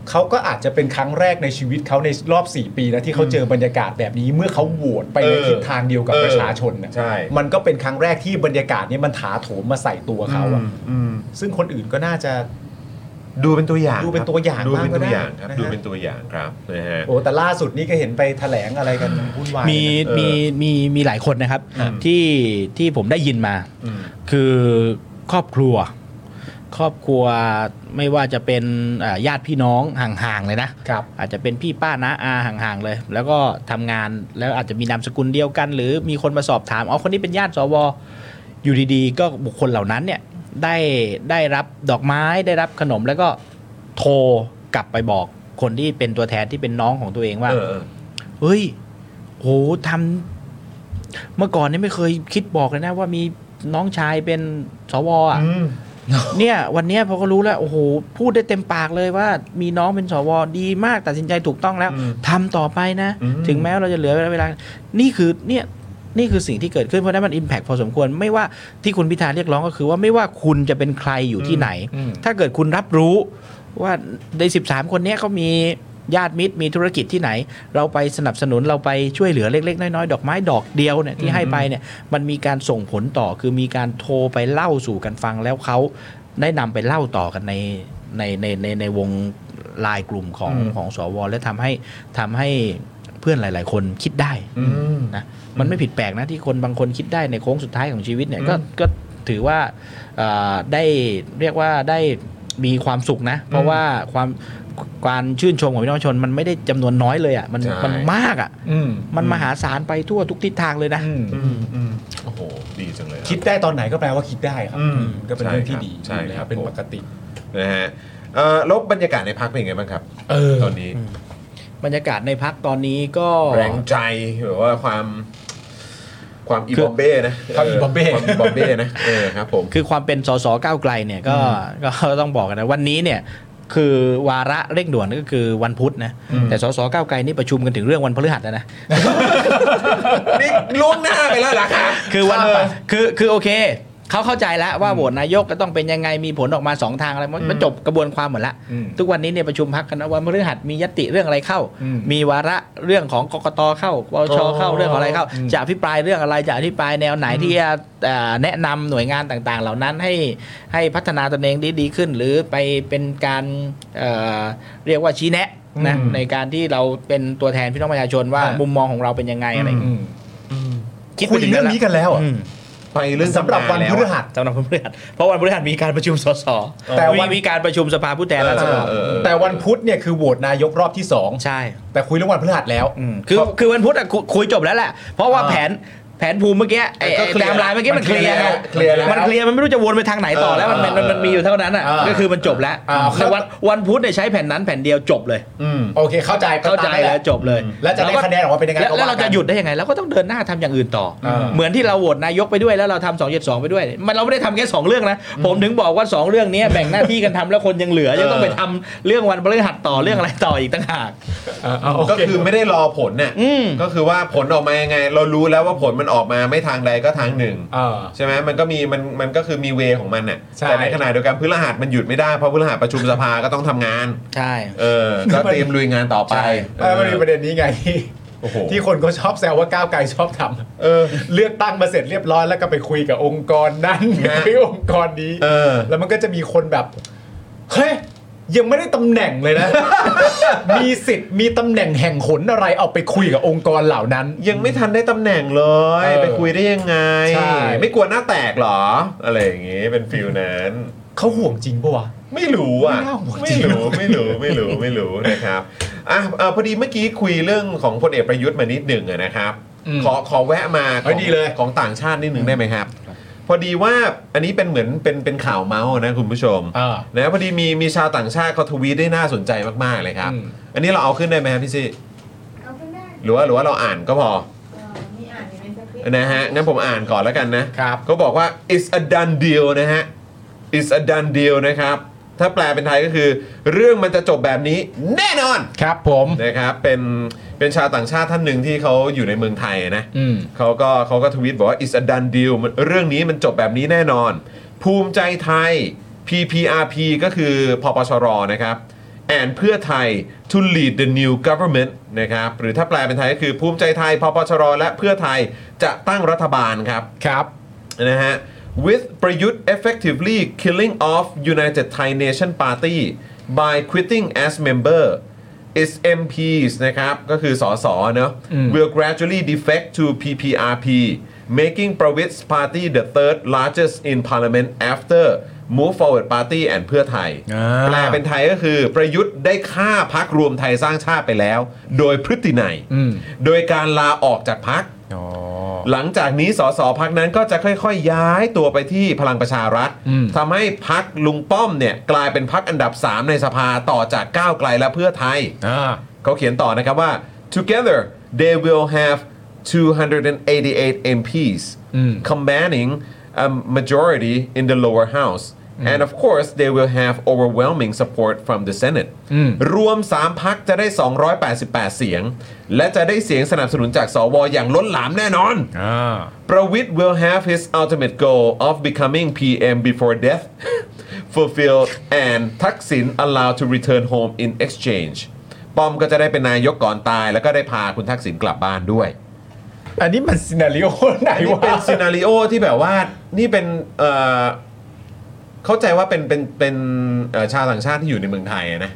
S2: เขาก็อาจจะเป็นครั้งแรกในชีวิตเขาในรอบ 4 ปีนะที่เขาเจอบรรยากาศแบบนี้ เมื่อเขาโหวตไปใน
S1: เออ
S2: ทิศทางเดียวกับ
S1: เออ
S2: ประชาชนน่ะ
S1: ใช่
S2: มันก็เป็นครั้งแรกที่บรรยากาศเนี้มันถาโถมมาใส่ตัวเขาอะ
S1: อืม
S2: ซึ่งคนอื่นก็น่าจะ
S1: ดูเป็นตัวอย่าง
S2: ดูเป็นตัวอย่าง
S1: ครับดูเป็นตัวอย่างค
S2: บ้างก็
S1: รับ
S2: ได้
S1: ดูเป็นตัวอย่างครับนะฮะ
S2: โอ้แต่ล่าสุดนี้ก็เห็นไปแถลงอะไรกันวุ่นวาย
S5: มี
S1: เออ
S5: มีมีมีหลายคนนะครับที่ที่ผมได้ยินมา
S1: อืม
S5: คือครอบครัว ครอบครัวไม่ว่าจะเป็นเอ่อญาติพี่น้องห่างๆเลยนะ
S2: ครับ
S5: อาจจะเป็นพี่ป้าน้าอาห่างๆเลย แล้วก็ทำงานแล้วอาจจะมีนามสกุลเดียวกัน หรือมีคนมาสอบถามอ๋อคนนี้เป็นญาติสวอยู่ดีๆ ก็บุคคลเหล่านั้นเนี่ยได้ได้รับดอกไม้ได้รับขนมแล้วก็โทรกลับไปบอกคนที่เป็นตัวแทนที่เป็นน้องของตัวเองว่า
S1: เออเออ
S5: เฮ้ย โหทำเมื่อก่อนเนี่ยไม่เคยคิดบอกเลยนะว่ามีน้องชายเป็นสวอ่ะ เนี่ย วันเนี้ยพอก็รู้แล้ว โอ้โห พูดได้เต็มปากเลยว่า มีน้องเป็นสวดีมากตัดสินใจถูกต้องแล้ว
S1: อืม
S5: ทำต่อไปนะ
S1: อืม
S5: ถึงแม้ว่าเราจะเหลือเวลา นี่คือเนี่ยนี่คือสิ่งที่เกิดขึ้นเพราะฉะนั้นมันอิมแพกพอสมควร ไม่ว่าที่คุณพิธาเรียกร้องก็คือว่าไม่ว่าคุณจะเป็นใครอยู่ที่ไหน ถ้าเกิดคุณรับรู้ว่าใน 13 คนเนี้ยเขามีญาติมิตรมีธุรกิจที่ไหน เราไปสนับสนุนเราไปช่วยเหลือเล็กๆ น้อยๆ ดอกไม้ดอกเดียวเนี่ยที่ให้ไปเนี่ยมันมีการส่งผลต่อคือมีการโทรไปเล่าสู่กันฟังแล้วเขา ได้นำไปเล่าต่อกันในในในในในวงลายกลุ่มของ
S2: อืม
S5: ของสว และทำให้ทำให้เพื่อนหลาย ๆ คนคิดได้นะมันไม่ผิดแปลกนะที่คนบางคนคิดได้ในโค้งสุดท้ายของชีวิตเนี่ยก็ก็ถือว่าเอ่อได้เรียกว่าได้มีความสุขนะ เพราะว่าความการชื่นชมของพี่น้องประชาชนมันไม่ได้จำนวนน้อยเลยอ่ะมัน
S1: ใช่
S5: มันมากอ่ะมันมหาศาลไปทั่วทุกทิศทางเลยนะ
S1: อืมอืมโอ้โห ดีจังเลยรับ
S2: คิดได้ตอนไหนก็แปลว่าคิดได้ครับ
S1: อืม
S2: ก็เป็นเรื่องที่ดี
S1: ใช่ครับ
S2: อยู่แล้ว
S1: ใช่ครับ
S2: เป็นปกติ
S1: นะฮะเอ่อแล้วบรรยากาศในพักเป็นยังไงบ้างครับ
S2: เออ
S1: ตอนนี้
S5: บรรยากาศในพักตอนนี้ก็
S1: แรงใจหรือว่าความความอี
S5: คื
S1: บ
S5: อ
S1: อมเบ้นะ
S2: ความอีบอมเบ้
S1: ความอีบอมเบ้นะเออครับผม
S5: คือความเป็นสสก้าวไกลเนี่ยก็ก็ต้องบอกกันนะวันนี้เนี่ยคือวาระเร่งด่วนก็คือวันพุธนะแต่สสก้าวไกลนี่ประชุมกันถึงเรื่องวันพฤหัสแล้วนะ
S1: นี่ล่วงหน้าไปแล้วเหรอคะ
S5: คือวันคือคือโอเคเขาเข้าใจแล้วว่าโหวตนายกก็ต้องเป็นยังไงมีผลออกมาสองทางอะไรมันมันจบกระบวนความหมดละ
S2: อืม
S5: ทุกวันนี้เนี่ยประชุมพักกันนะวันพฤหัสมียติเรื่องอะไรเข้า
S2: อืม
S5: มีวาระเรื่องของกกตเข้าปชเข้าเรื่องของอะไรเข้า
S2: อืม
S5: จะอภิปรายเรื่องอะไรจะอภิปรายแนวไหนที่จะเอ่อแนะนำหน่วยงานต่างๆ เหล่านั้นให้ให้พัฒนาตนเองได้ดีขึ้น หรือไปเป็นการเอ่อเรียกว่าชี้แนะนะ
S2: อืม
S5: ในการที่เราเป็นตัวแทนพี่น้องประชาชนว่า
S2: อ่ามุ
S5: มุมมองของเราเป็นยังไงอะไรอย่างเงี้ย
S2: อืม
S5: คิดไป
S2: คุย
S5: ถึง
S2: เรื่อง
S5: แล้วละ
S2: นี้กันแล้วอะ
S5: อืม
S1: ไปเรื่อง
S2: สำหรับวันพฤหัส
S5: สำหรับวันพฤหัสเพราะวันพฤหัสมีการประชุมสส
S2: แต่
S5: แต่
S2: วั
S5: วัน นมีการประชุมสภาผู้แทนราษฎร
S1: เออเออ
S2: แต่วันพุธเนี่ยคือโหวตนายกรอบที่สอง
S5: ใช่
S2: แต่คุยเรื่องวันพฤหัสแล้ว
S5: อืมคือคือวันพุธอะคุคุยจบแล้วแหละเพราะว่า
S2: อ่า
S5: แผนแผนภูมิเมื่อกี้ไอ้
S2: ก็
S5: ไอ้
S2: เคลียร์
S5: ไทม์ไลน์เมื่อกี้มันเคลียร์ไง
S2: เคลียร์แล้ว
S5: มันเคลียร์มันไม่รู้จะวนไปทางไหนต่อแล้วมันมันมันมันมีอยู่เท่านั้นอ่ะ
S2: อ่า
S5: ก็คือมันจบแล้ว
S2: อ่า
S5: แต่วันวันพุธเนี่ยใช้แผ่นนั้นแผ่นเดียวจบเลย
S1: อืม
S2: โอเคเข้าใจก็
S5: เข้าใจ
S2: ตามนั้นหะ
S5: แล้วจบเลย
S2: แล้วจะได้คะแนนออกมาเป็นยังไง
S5: แล้วแล้วเรา
S2: ก็ว่กัน
S5: จะหยุดได้ยังไงเราก็ต้องเดินหน้าทำอย่างอื่นต่อ
S2: อ่า
S5: เหมือนที่เราโหวตนายกไปด้วยแล้วเราทำสองเจ็ดสองไปด้วย มันเราไม่ได้ทำแค่สองเรื่องนะ ผมถึงบอกว่าสองเรื่องเนี้ยแบ่งหน้าที่กันทำแล้วคนยังเหลือยังต้องไปทำเรื่องวันพฤหัสต่อเรื่องอะไรต่ออีกต่างหาก
S1: ก็คือไม่ได้รอผลเนี่ย
S5: อืม
S1: ก็คือว่าผลออกมายังไง เรารู้แล้วว่าผลมันออกมาไม่ทางใดก็ทางหนึ่ง
S2: เออ
S1: ใช่ไหมมันก็มีมันมันก็คือมีเวของมันน่ะ
S2: ใช่
S1: แต่ในขณะเดียวกันพฤหัสมันหยุดไม่ได้เพราะพฤหัสประชุมสภาก็ต้องทำงาน
S5: ใช่
S1: เออก็เตรียมลุยงานต่อไป
S2: เออมันมีประเด็นนี้ไงที่
S1: โอ้โห
S2: ที่คนก็ชอบแซวว่าก้าวไกลชอบทำ
S1: เออ
S2: เลือกตั้งมาเสร็จเรียบร้อยแล้วก็ไปคุยกับองค์กรนั้น
S1: นะ
S2: คุยกับองค์กรนี้
S1: เออ
S2: แล้วมันก็จะมีคนแบบเฮ้ยยังไม่ได้ตำแหน่งเลยนะ มีสิทธิ์มีตำแหน่งแห่งหนอะไรเอาไปคุยกับองค์กรเหล่านั้น
S1: ยังไม่ทันได้ตำแหน่งเลย
S2: เออ
S1: ไปคุยได้ยังไง
S2: ใช่
S1: ไม่กลัวหน้าแตกเหรอ อะไรอย่างงี้เป็นฟิลนั้น
S2: เขาห่วงจริงปะวะ
S1: ไม่รู้อ่ะ
S2: ไม่
S1: ไม่
S2: น่าห่
S1: รู้
S2: วง
S1: ไม่รู้ไม่รู้ไม่รู้นะครับอ่ะเอ่อพอดีเมื่อกี้คุยเรื่องของพลเอกประยุทธ์มานิดหนึ่งอะนะครับ ขอขอแวะมา
S2: เฮ้ย
S1: ของ
S2: ดีเลย
S1: ของต่างชาตินิดหนึ่งได้ไหมครับ พอดีว่าอันนี้เป็นเหมือนเป็นเป็นข่าวเมาส์นะคุณผู้ชม
S2: อ่า
S1: นะพอดีมีมีชาวต่างชาติเขาทวีตได้น่าสนใจมากๆเลยครับ
S2: อืม
S1: อันนี้เราเอาขึ้นได้ไหมครับพี่ซี
S6: เอาขึ้นได้
S1: หรือว่าหรือว่าเราอ่านก็พอ
S6: มีอ่านอยู่ในสคริปต์
S1: นะฮะ งั้นผมอ่านก่อนแล้วกันนะครับ เขาบอกว่า it's a done deal นะฮะ it's a done deal นะครับ ถ้าแปลเป็นไทยก็คือ เรื่องมันจะจบแบบนี้แน่นอน
S2: ครับผม
S1: นะครับ เป็นเป็นชาวต่างชาติท่านหนึ่งที่เขาอยู่ในเมืองไทยนะ
S2: อืม
S1: เขาก็เขาก็ทวีตบอกว่า it's a done deal มันเรื่องนี้มันจบแบบนี้แน่นอน ภูมิใจไทย PPRP ก็คือพปชรนะครับ and เพื่อไทย to lead the new government นะครับ หรือถ้าแปลเป็นไทยก็คือภูมิใจไทยพปชรและเพื่อไทยจะตั้งรัฐบาลครับ
S2: ครับ
S1: นะฮะ with Prayut effectively killing off United Thai Nation Party by quitting as member its MPs นะครับ ก็คือสอสอเนอะ will gradually defect to PPRP making Prawit's party the third largest in parliament after Move Forward Party and เพื่อไทย
S2: อ่า
S1: แปลเป็นไทยก็คือประยุทธ์ได้ฆ่าพักรวมไทยสร้างชาติไปแล้ว โดยพฤตินัยโดยการลาออกจากพัก
S2: อ๋อ
S1: หลังจากนี้สสพักนั้นก็จะค่อยๆ ย้ายตัวไปที่พลังประชารัฐ
S2: อืม
S1: ทำให้พักลุงป้อมเนี่ยกลายเป็นพักอันดับ 3 ในสภาต่อจากก้าวไกลและเพื่อไทย
S2: อ่า
S1: เขาเขียนต่อนะครับว่า together they will have 288 MPs
S2: อืม
S1: commanding a majority in the lower house and of course they will have overwhelming support from the Senate รวม 3 พักจะได้ 288 เสียง และจะได้เสียงสนับสนุนจากสวอย่างล้นหลามแน่นอน
S2: อ่า
S1: Prawit will have his ultimate goal of becoming PM before death fulfilled and Thaksin allowed to return home in exchange ป้อมก็จะได้เป็นนายกก่อนตาย แล้วก็ได้พาคุณทักษิณกลับบ้านด้วย
S2: อันนี้มันซีนารีโอไหน
S1: อันนี้
S2: วะ
S1: เป็นซีนารีโอที่แบบว่า นี่เป็นเอ่อเข้าใจว่าเป็นเป็นเป็นเอ่อชาวต่างชาติที่อยู่ในเมืองไทยอะนะ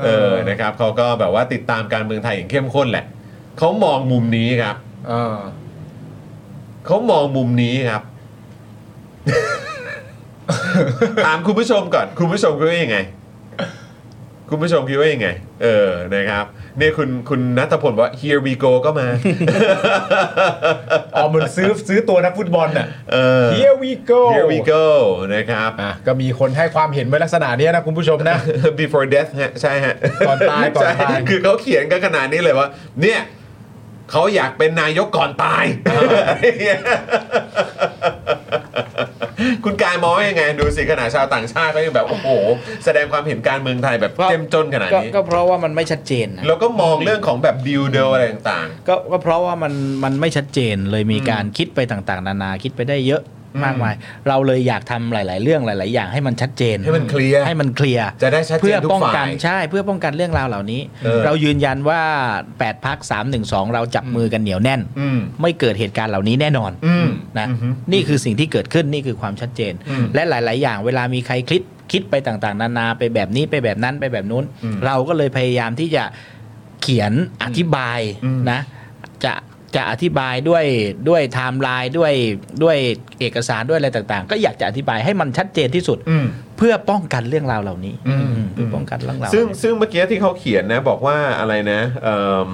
S1: เอ
S2: เอ
S1: อ
S2: อ
S1: นะครับเขาก็แบบว่าติดตามการเมืองไทยอย่างเข้มข้นแหละเขามองมุมนี้ครับ
S2: เออ
S1: เขามองมุมนี้ครับ ถามคุณผู้ชมก่อน คุณผู้ชมคิดว่ายังไง คุณผู้ชมคิดว่ายังไง เออนะครับเนี่ยคุณคุณนัทพลบอกว่า here we go ก็มา
S2: อ๋อเหมือน ซื้อซื้อตัวนักฟุตบอลน่ะ
S1: เออ
S2: Here we go
S1: here we go นะครับ
S2: อ่ะก็มีคนให้ความเห็นไว้ลักษณะเนี้ยนะคุณผู้ชมนะ
S1: before death ฮะใช่ฮะ
S2: ก่อนตายก่อนตาย
S1: ใช่คือเขาเขียนกันขนาดนี้เลยว่า เนี่ยเขาอยากเป็นนายกก่อนตายคุณกายมองว่ายังไง ดูสิขนาดชาวต่างชาติเขายังแบบ โอ้โห แสดงความเห็นการเมืองไทยแบบเจ้มจนขนาด
S5: ก็
S1: นี้
S5: ก็เพราะว่ามันไม่ชัดเจนนะ
S1: แล้วก็มองเรื่องของแบบดิวเดลอะไรต่าง
S5: ก็ก็เพราะว่ามันมันไม่ชัดเจนเลยมีการคิดไปต่างๆ นานาคิดไปได้เยอะมากมาย เราเลยอยากทำหลาย ๆ เรื่องหลาย ๆ อย่างให้มันชัดเจน
S1: ๆ ให้มันเคลียร์
S5: ให้มันเคลียร์
S1: จะได้ชัดเจน
S5: เพื่อป้อง
S1: ทุกฝ่าย
S5: กันใช่เพื่อป้องกันเรื่องราวเหล่านี้
S1: เออ
S5: เรายืนยันว่า 8พัก3 1 2 เราจับมือกันเหนียวแน่น
S1: อืม
S5: ไม่เกิดเหตุการณ์เหล่านี้แน่นอน
S1: อืม
S5: นะ
S1: อือฮึ
S5: นี่คือสิ่งที่เกิดขึ้นนี่คือความชัดเจน
S1: อืม
S5: และหลาย ๆ อย่างเวลามีใครคิดคิดไปต่างๆ นานาไปแบบนี้ไปแบบนั้นไปแบบนู้น
S1: อืม
S5: เราก็เลยพยายามที่จะเขียนอธิบาย
S1: อืม
S5: นะจะจะอธิบายด้วยด้วยไทม์ไลน์ด้วยด้วยเอกสารด้วยอะไรต่างๆ ก็อยากจะอธิบายให้มันชัดเจนที่สุด
S1: อืม
S5: เพื่อป้องกันเรื่องราวเหล่านี้
S1: อืม
S5: อืมเพื่อป้องกันเรื่องราว
S1: ซึ่ง
S5: เหล่านี้
S1: ซึ่งเมื่อกี้ที่เขาเขียนนะ บอกว่าอะไรนะเอิ่ม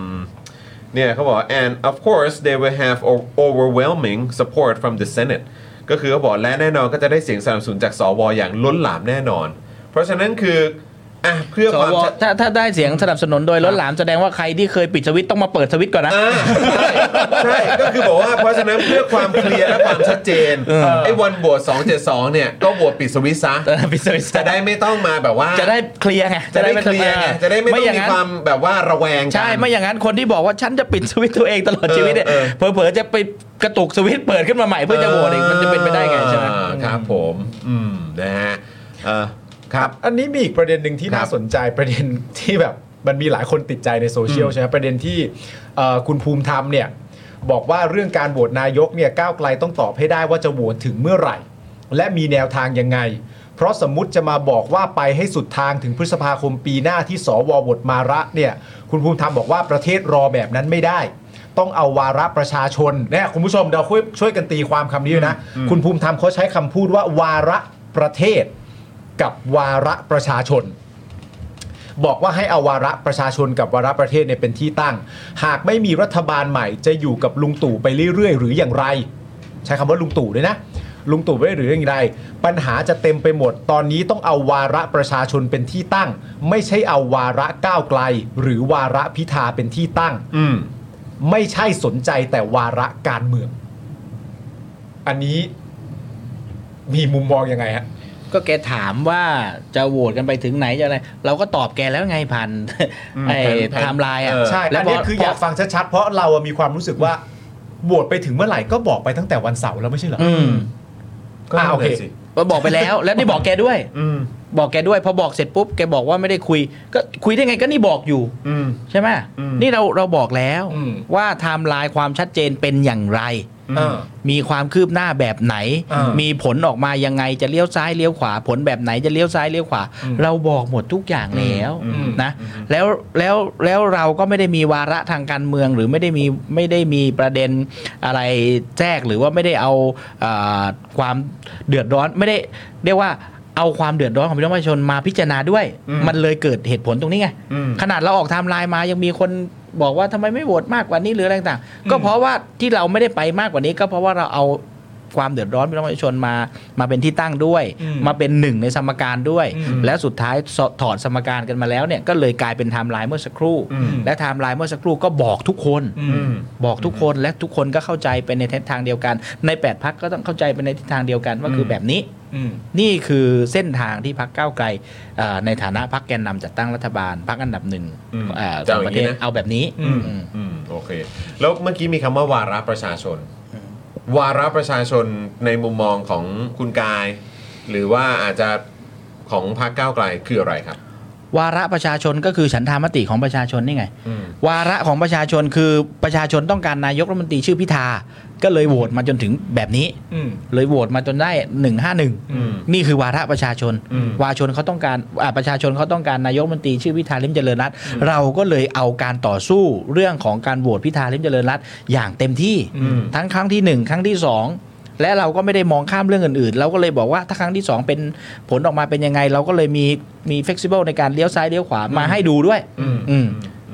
S1: เนี่ยเขาบอก and of course they will have o- overwhelming support from the Senate ก็คือเขาบอกและแน่นอนก็จะได้เสียงสนับสนุนจากสวอย่างล้นหลามแน่นอน เพราะฉะนั้นคืออ่ะเพื่อ
S5: ส
S1: ความ
S5: ว
S1: ชัด
S5: ถ้าถ้าได้เสียงสนับสนุนโดยล้นหลามแสดงว่าใครที่เคยปิดสวิตช์ต้องมาเปิดสวิตช์ก่อนนะ
S1: อ่าใช่ใช่ก็คือบอกว่าเพราะฉะนั้นเพื่อความเคลียร์และความชัดเจนไอ้วันโหวต272 เนี่ย ก็โหวตปิดสวิตช์ซะ
S5: เออปิดสวิตช์ซะ
S1: จะได้ไม่ต้องมาแบบว่า
S5: จะได้เคลียร์ไง
S1: จะได้เคลียร์ไงจะได้ไม่ต้อ
S5: ไม่
S1: ง
S5: อย่าง
S1: มี
S5: นั้น
S1: ความแบบว่าระแวงกัน
S5: ใช่ไม่อย่างนั้นคนที่บอกว่าฉันจะปิดสวิตช์ตัวเองตลอดชีวิตเนี่ย
S1: เออเออ
S5: เผลอๆจะไปกระตุกสวิตช์เปิดขึ้นมาใหม่เพื่อจะโหวตเองมันจะเป็นไปได้ไงใช่ไหม
S1: อ่าครับผมอืมนะฮะเอ่อครับ
S2: อันนี้มีอีกประเด็นหนึ่งที่
S1: ครับ
S2: น่าสนใจประเด็น ที่แบบมันมีหลายคนติดใจในโซเชียลใช่ไหมประเด็นที่เอ่อคุณภูมิธรรมเนี่ยบอกว่าเรื่องการโหวตนายกเนี่ยก้าวไกลต้องตอบให้ได้ว่าจะโหวตถึงเมื่อไหร่ และมีแนวทางยังไง เพราะสมมติจะมาบอกว่าไปให้สุดทางถึงพฤษภาคมปีหน้าที่สวบทมาระเนี่ยคุณภูมิธรรมบอกว่าประเทศรอแบบนั้นไม่ได้ ต้องเอาวาระประชาชนเนี่ยคุณผู้ชมเราช่วยช่วยกันตีความคำนี้ด้วยนะ คุณภูมิธรรมเขาใช้คำพูดว่าวาระประเทศ กับวาระประชาชน บอกว่าให้เอาวาระประชาชนกับวาระประเทศเนี่ยเป็นที่ตั้ง หากไม่มีรัฐบาลใหม่จะอยู่กับลุงตู่ไปเรื่อยๆ หรืออย่างไร ใช้คำว่าลุงตู่ด้วยนะ ลุงตู่ไปเรื่อยๆหรืออย่างไร ปัญหาจะเต็มไปหมด ตอนนี้ต้องเอาวาระประชาชนเป็นที่ตั้ง ไม่ใช่เอาวาระก้าวไกล หรือวาระพิธาเป็นที่ตั้ง
S1: อืม
S2: ไม่ใช่สนใจแต่วาระการเมือง อันนี้มีมุมมองยังไงฮะ
S5: ก็แกถามว่าจะโหวตกันไปถึงไหนจะอะไร เราก็ตอบแกแล้วไงพัน ไอ้ไทม์ไลน์อ่ะ
S2: ใช่
S5: แล้
S2: แล้ว ว
S5: พ
S2: เนี่ยคืออยากฟังชัดๆ เพราะเราอะมีความรู้สึกว่าโหวตไปถึงเมื่อไหร่ก็บอกไปตั้งแต่วันเสาร์แล้วไม่ใช่เหรอ
S5: อืม
S2: อ่าโอเค
S1: สิ
S5: ก็บอกไปแล้ว แล้วนี่บอกแกด้วย
S1: อืม
S5: บอกแกด้วยพอบอกเสร็จปุ๊บแกบอกว่าไม่ได้คุย ก็คุยได้ไงก็นี่บอกอยู่
S1: อืม
S5: ใช่ไหม
S1: อืม
S5: นี่เราเราบอกแล้ว
S2: อืม
S5: ว่าไทม์ไลน์ความชัดเจนเป็นอย่างไร
S2: เออ
S5: มีความคืบหน้าแบบไหน
S2: เออ
S5: มีผลออกมายังไงจะเลี้ยวซ้ายเลี้ยวขวา ผลแบบไหนจะเลี้ยวซ้ายเลี้ยวขวา เราบอกหมดทุกอย่างแล้ว
S2: อืม
S5: นะ แล้วแล้วแล้วเราก็ไม่ได้มีวาระทางการเมือง หรือไม่ได้มีไม่ได้มีประเด็นอะไรแจกหรือว่าไม่ได้เอาเออความเดือดร้อนไม่ได้เรียกว่าเอาความเดือดร้อนของพี่น้องประชาชนมาพิจารณาด้วย
S2: อืม
S5: มันเลยเกิดเหตุผลตรงนี้ไง
S2: อืม
S5: ขนาดเราออกไทม์ไลน์มายังมีคนบอกว่าทำไมไม่โหวตมากกว่านี้หรืออะไรต่างๆก็เพราะว่าที่เราไม่ได้ไปมากกว่านี้ก็เพราะว่าเราเอาความเดือดร้อนพี่น้องประชาชนมามาเป็นที่ตั้งด้วย
S2: อืม
S5: มาเป็นหนึ่งในสมการด้วย
S2: อืม
S5: และสุดท้ายสถอดสมการกันมาแล้วเนี่ยก็เลยกลายเป็นไทม์ไลน์เมื่อสักครู่
S2: อืม
S5: และไทม์ไลน์เมื่อสักครู่ก็บอกทุกคน
S2: อืม
S5: บอกทุกคนและทุกคนก็เข้าใจไปในทิศทางเดียวกัน ใน8ปดพักก็ต้องเข้าใจไปในทิศทางเดียวกันว่าคือแบบนี้
S2: อืม
S5: นี่คือเส้นทางที่พักก้าวไกลเอ่อในฐานะพักแกนนำจัดตั้งรัฐบาลพักอันดับหนึ่ง
S1: อืม
S5: เอ่อข
S1: จะ
S5: อง
S1: เอาอย่า
S5: ประ
S1: ง
S5: เท
S1: นี้
S5: ศ
S1: นะ
S5: เอาแบบนี้
S2: อืม
S5: อืม
S1: อืมโอเค แล้วเมื่อกี้มีคำว่าวาระประชาชน วาระประชาชนในมุมมองของคุณกาย หรือว่าอาจจะของพรรคก้าวไกลคืออะไรครับ
S5: วาระประชาชนก็คือฉันทามติของประชาชนนี่ไง
S1: อืม
S5: วาระของประชาชนคือประชาชนต้องการนายกรัฐมนตรีชื่อพิธา ก็เลยโหวตมาจนถึงแบบนี้
S2: อืม
S5: เลยโหวตมาจนได้หนึ่งห้าหนึ่ง
S1: อืม
S5: นี่คือวาระประชาชน
S1: อืม
S5: วาชนเขาต้องการอ่าประชาชนเขาต้องการนายกรัฐมนตรีชื่อพิธาลิมเจริญรัตน์เราก็เลยเอาการต่อสู้เรื่องของการโหวตพิธาลิมเจริญรัตน์อย่างเต็มที่
S1: อืม
S5: ทั้งครั้งที่หนึ่งครั้งที่สองและเราก็ไม่ได้มองข้ามเรื่องอื่นๆ เราก็เลยบอกว่าถ้าครั้งที่สองเป็นผลออกมาเป็นยังไง เราก็เลยมีมีเฟกซิเบิลในการเลี้ยวซ้ายเลี้ยวขวามาให้ดูด้วย
S1: อืม
S5: อืม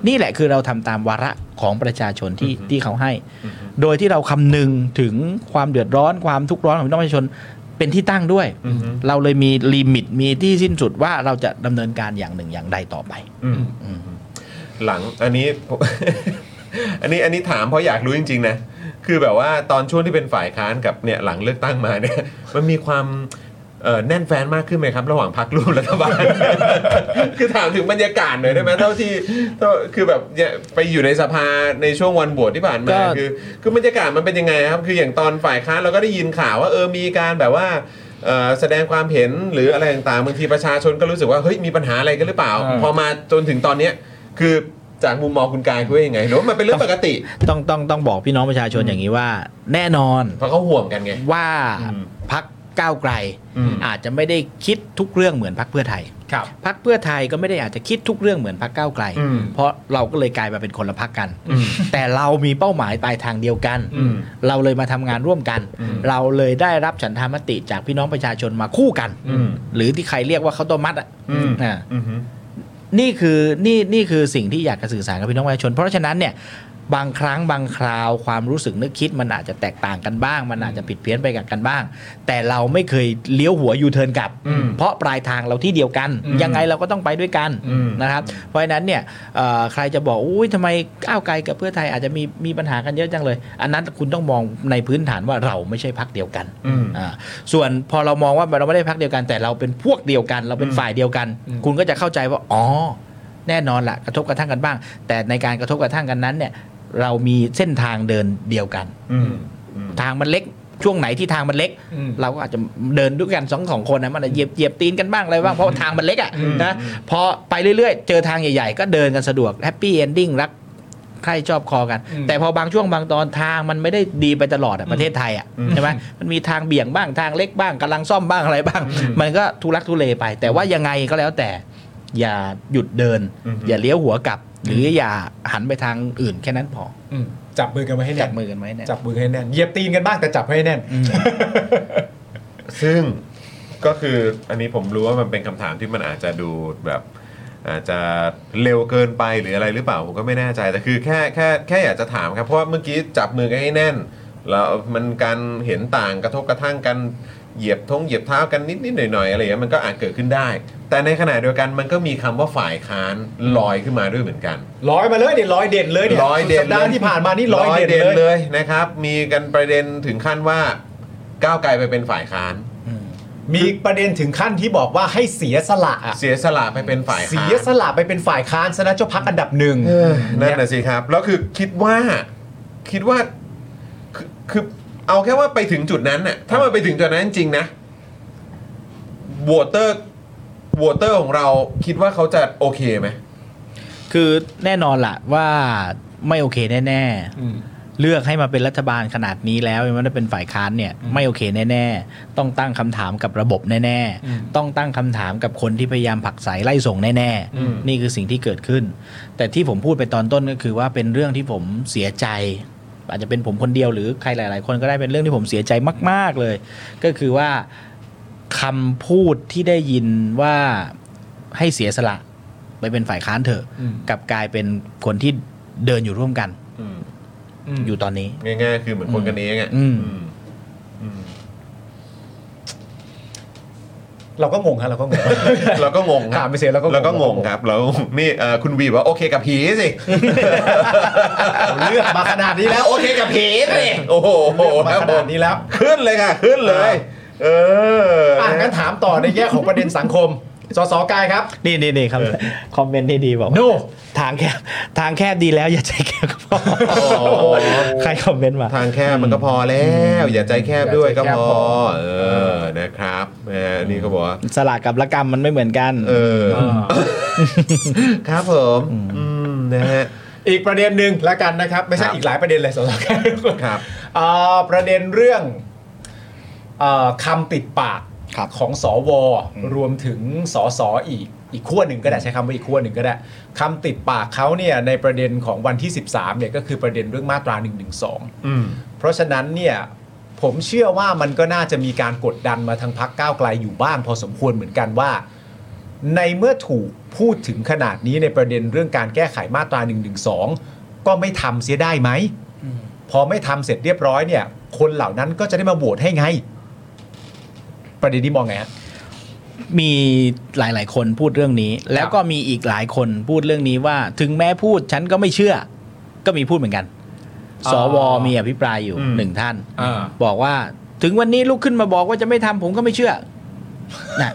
S5: นี่แหละคือเราทำตามวาระของประชาชนที่ที่เขาให้ โดยที่เราคำนึงถึงความเดือดร้อนความทุกข์ร้อนของพี่น้องประชาชนเป็นที่ตั้งด้วย
S1: อืม
S5: เราเลยมีลิมิตมีที่สิ้นสุดว่าเราจะดำเนินการอย่างหนึ่งอย่างใดต่อไป
S1: อืม
S5: อืม
S1: หลังอันนี้ อันนี้อันนี้ถามเพราะอยากรู้จริง ๆ นะ คือแบบว่าตอนช่วงที่เป็นฝ่ายค้านกับเนี่ยหลังเลือกตั้งมาเนี่ย มันมีความเอ่อแน่นแฟนมากขึ้นไหมครับ ระหว่างพักร่วมรัฐบาล คือถามถึงบรรยากาศหน่อยได้ไหมเท่าที่เท่าคือแบบเนี่ยไปอยู่ในสภาในช่วงวันบวชที่ผ่าน
S5: ก็
S1: มาคือ คือบรรยากาศมันเป็นยังไงครับ คืออย่างตอนฝ่ายค้านเราก็ได้ยินข่าวว่าเออมีการแบบว่าเอ่อแสดงความเห็นหรืออะไรต่างๆบางทีประชาชนก็รู้สึกว่าเฮ้ยมีปัญหาอะไรกันหรือเปล่า
S2: อ่า
S1: พอมาจนถึงตอนเนี้ยคือจากมุมมองคุณกายคือว่ายังไงหรือว่ามันเป็นเรื่องปกติ
S5: ต้องต้องต้องบอกพี่น้องประชาชนอย่างนี้ว่า แน่นอน
S1: เพราะเขาห่วงกันไง
S5: ว่า
S1: อืม
S5: พักก้าวไกล
S1: อืม
S5: อาจจะไม่ได้คิดทุกเรื่องเหมือนพักเพื่อไทย
S2: ครับ
S5: พักเพื่อไทยก็ไม่ได้อาจจะคิดทุกเรื่องเหมือนพักก้าวไกล
S1: อืม
S5: เพราะเราก็เลยกลายมาเป็นคนละพักกัน
S1: อืม
S5: แต่เรามีเป้าหมายปลายทางเดียวกัน
S1: อืม
S5: เราเลยมาทำงานร่วมกัน
S1: อืม
S5: เราเลยได้รับฉันทามติจากพี่น้องประชาชนมาคู่กัน
S1: อืม
S5: หรือที่ใครเรียกว่าเขาวต้มมัดอ่ะ
S1: อืม
S5: อ่า
S1: อืมฮึ
S5: นี่คือนี่นี่คือสิ่งที่อยากจะสื่อสารกับพี่น้องประชาชน เพราะฉะนั้นเนี่ยบางครั้งบางคราวความรู้สึกนึกคิดมันอาจจะแตกต่างกันบ้าง มันอาจจะผิดเพี้ยนไปกับกันบ้าง แต่เราไม่เคยเลี้ยวหัวยูเทิร์นกลับ
S1: อืม
S5: เพราะปลายทางเราที่เดียวกัน
S1: อืม
S5: ยังไงเราก็ต้องไปด้วยกัน
S1: อืม
S5: นะครับ เพราะฉะนั้นเนี่ยเอ่อใครจะบอกอุ้ยทำไมก้าวไกลกับเพื่อไทยอาจจะมีมีปัญหากันเยอะจังเลย อันนั้นคุณต้องมองในพื้นฐานว่าเราไม่ใช่พักเดียวกัน
S1: อืม
S5: อ่าส่วนพอเรามองว่าเราไม่ได้พักเดียวกัน แต่เราเป็นพวกเดียวกัน เราเป็นฝ่ายเดียวกัน คุณก็จะเข้าใจว่าอ๋อแน่นอนละกระทบกระทั่งกันบ้าง แต่ในการกระทบกระทั่งกันนั้นเนี่ยเรามีเส้นทางเดินเดียวกัน
S1: อืมอืม
S5: ทางมันเล็กช่วงไหนที่ทางมันเล็ก เราก็อาจจะเดินด้วยกันสองสองคนนะมันอาจจะเหยียบเหยียบตีนกันบ้างอะไรบ้างเพราะว่าทางมันเล็กอ่ะนะพอไปเรื่อยๆ เจอทางใหญ่ๆ ก็เดินกันสะดวกแฮปปี้เอนดิ้งรักใครชอบคอกัน แต่พอบางช่วงบางตอนทางมันไม่ได้ดีไปตลอดอะประเทศไทยอ่ะ
S1: อืม
S5: ใช่ไหมมันมีทางเบี่ยงบ้างทางเล็กบ้างกำลังซ่อมบ้างอะไรบ้าง มันก็ทุลักทุเลไป แต่ว่ายังไงก็แล้วแต่ อย่าหยุดเดิน อย่าเลี้ยวหัวกลับ หรืออย่าหันไปทางอื่นแค่นั้นพอ
S2: อืมจับมือกันไว้ให้
S5: จั
S2: แน่
S5: บ
S2: น
S5: มือกันไว้เนี่ย
S2: จับมือให้แน่นเหยียบตีนกันบ้างแต่จับให้แน่น
S1: ซึ่งก็คืออันนี้ผมรู้ว่ามันเป็นคำถามที่มันอาจจะดูแบบอาจจะเร็วเกินไปหรืออะไรหรือเปล่าผมก็ไม่แน่ใจแต่คือแค่แค่แค่อยากจะถามครับเพราะว่าเมื่อกี้จับมือกันให้แน่นแล้วมันการเห็นต่างกระทบกระทั่งกันเหยียบทงเหยียบเท้ากันนิดนิดๆหน่อยหน่อยๆอะไรอย่างเงี้ยมันก็อาจเกิดขึ้นได้ แต่ในขณะเดียวกันมันก็มีคำว่าฝ่ายค้านลอยขึ้นมาด้วยเหมือนกัน
S2: ร้อยมาเลยเนี่ยร้อยเด่นเลยเนี่ย
S1: ร้อยเด่น
S2: สัปดาห์ที่ผ่านมานี่ร้อยเด่นเลย
S1: เลยนะครับ มีกันประเด็นถึงขั้นว่าก้าวไกลไปเป็นฝ่ายค้าน
S2: มีประเด็นถึงขั้นที่บอกว่าให้เสียสละอะ
S1: เสียสละไปเป็นฝ่าย
S2: เสี
S1: ค้าย
S2: สละไปเป็นฝ่ายค้านชนะเจ้าพักอันดับหนึ่ง
S1: เออนั่นน่ะสิครับ แล้วคือคิดว่าคิดว่าคือคือเอาแค่ว่าไปถึงจุดนั้นน่ะถ้ามันไปถึงจุดนั้นจริงๆนะวอเตอร์วอเตอร์ของเราคิดว่าเขาจะโอเคไหม
S5: คือแน่นอนล่ะว่าไม่โอเคแน่
S2: อืม
S5: ๆ เลือกให้มาเป็นรัฐบาลขนาดนี้แล้วยังไม่ได้เป็นฝ่ายค้านเนี่ยไม่โอเคแน่ๆ ต้องตั้งคำถามกับระบบแน่ๆ ต้องตั้งคำถามกับคนที่พยายามผลักไสไล่ส่งแน่ๆ นี่คือสิ่งที่เกิดขึ้น แต่ที่ผมพูดไปตอนต้นก็คือว่าเป็นเรื่องที่ผมเสียใจ อาจจะเป็นผมคนเดียวหรือใครหลาย ๆ คนก็ได้เป็นเรื่องที่ผมเสียใจมาก ๆเลย ก็คือว่าคำพูดที่ได้ยินว่าให้เสียสละไปเป็นฝ่ายค้านเถอะกลับกลายเป็นคนที่เดินอยู่ร่วมกัน อยู่ตอนนี้
S1: ง่ายๆ คือเหมือนคนกันเองอ่ะ
S5: อืม
S1: อืม
S2: เราก็งงฮะเราก็งง
S1: เราก็งงครับ
S2: ถามไปเสียเราก็งง
S1: เราก็งงครับแล้วนี่เอ่อคุณวีบอกว่าโอเคกับผีสิ
S2: เลือกมาขนาดนี้แล้ว
S1: โอเคกับผีสิโอ้โห
S2: เลือกมาขนาดนี้แล้ว
S1: ขึ้นเลยค่ะ ขึ้นเลย เออ
S2: อ่ะงั้นถามต่อในแง่ของประเด็นสังคม สสกายครับ
S5: นี่นี่นี่ครับ คอมเมนต์ที่ดีบอกว่า
S2: No
S5: ทางแคบทางแคบดีแล้วอย่าใจแคบก็พอใครคอมเมนต์มา
S1: ทางแคบมันก็พอแล้ว อย่าใจแคบด้วยก็
S2: อย่าใจแคบ
S1: พอ
S2: พอ
S1: เออนะครับแหมนี่เขาบอกว่า
S5: สลากกับละกรรมมันไม่เหมือนกัน
S1: เออ ครับผมอืมนะฮะ
S2: อีกประเด็นหนึ่งละกันนะครับ ไม่ใช่
S1: ครับ
S2: อีกหลายประเด็นเลยสสกาย
S1: ครับ
S2: เอ่อประเด็นเรื่องเอ่อคำติดปาก
S5: ครับ
S2: ของสวรวมถึงสสอีกอีกขั้วหนึ่งก็ได้ใช้คำว่าอีกขั้วหนึ่งก็ได้คำติดปากเขาเนี่ยในประเด็นของวันที่ 13เนี่ยก็คือประเด็นเรื่องมาตรา1นึ
S1: อืม
S2: เพราะฉะนั้นเนี่ยผมเชื่อว่ามันก็น่าจะมีการกดดันมาทางพักก้าวไกลอยู่บ้าง พอสมควรเหมือนกันว่า ในเมื่อถูกพูดถึงขนาดนี้ในประเด็นเรื่องการแก้ไขมาตรา1นึก็ไม่ทำเสียได้ไหม พอไม่ทำเสร็จเรียบร้อยเนี่ย คนเหล่านั้นก็จะได้มาโหวตให้ไง ประเด็นนี้มองไงฮะ
S5: มีหลาย ๆ คนพูดเรื่องนี้ แล้วก็มีอีกหลายคนพูดเรื่องนี้ว่า ถึงแม้พูดฉันก็ไม่เชื่อ ก็มีพูดเหมือนกัน
S2: อ๋อ
S5: สวมีอภิปรายอยู่
S1: อืม
S5: หนึ่งท่าน
S2: อ่า
S5: บอกว่าถึงวันนี้ลุกขึ้นมาบอกว่าจะไม่ทำผมก็ไม่เชื่อนะ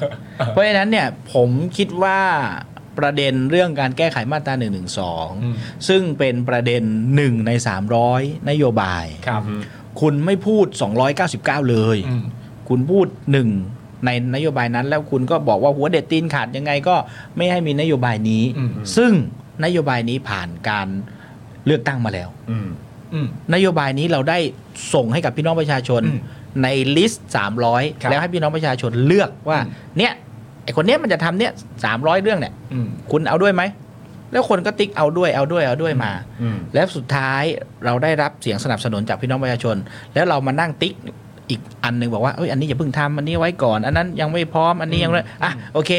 S5: เพราะฉะนั้นเนี่ยผมคิดว่าประเด็นเรื่องการแก้ไขมาตรา1นึซึ่งเป็นประเด็นหนึ่งใน 300 นโยบาย
S2: ครับ
S5: คุณไม่พูด 299 เลย
S2: อืม
S5: คุณพูดหนึ่งในนโยบายนั้น แล้วคุณก็บอกว่าหัวเด็ดตีนขาดยังไงก็ไม่ให้มีนโยบายนี้
S2: อืม
S5: ซึ่งนโยบายนี้ผ่านการเลือกตั้งมาแล้ว
S1: อืม
S2: อืม
S5: นโยบายนี้เราได้ส่งให้กับพี่น้องประชาชน
S2: อืม
S5: ในลิสต์
S2: ครับ
S5: 300 แล้วให้พี่น้องประชาชนเลือกว่า เนี่ยไอคนเนี้ยมันจะทำเนี่ย300 เรื่องเนี่ย
S2: อืม
S5: คุณเอาด้วยไหม แล้วคนก็ติ๊กเอาด้วยเอาด้วยเอาด้วยมา
S1: อืม
S5: แล้วสุดท้ายเราได้รับเสียงสนับสนุนจากพี่น้องประชาชน แล้วเรามานั่งติ๊กอีกอันหนึ่งบอกว่าเอ้ยอันนี้อย่าเพิ่งทำอันนี้ไว้ก่อน อันนั้นยังไม่พร้อมอันนี้ยังไม่อ่ะโอเค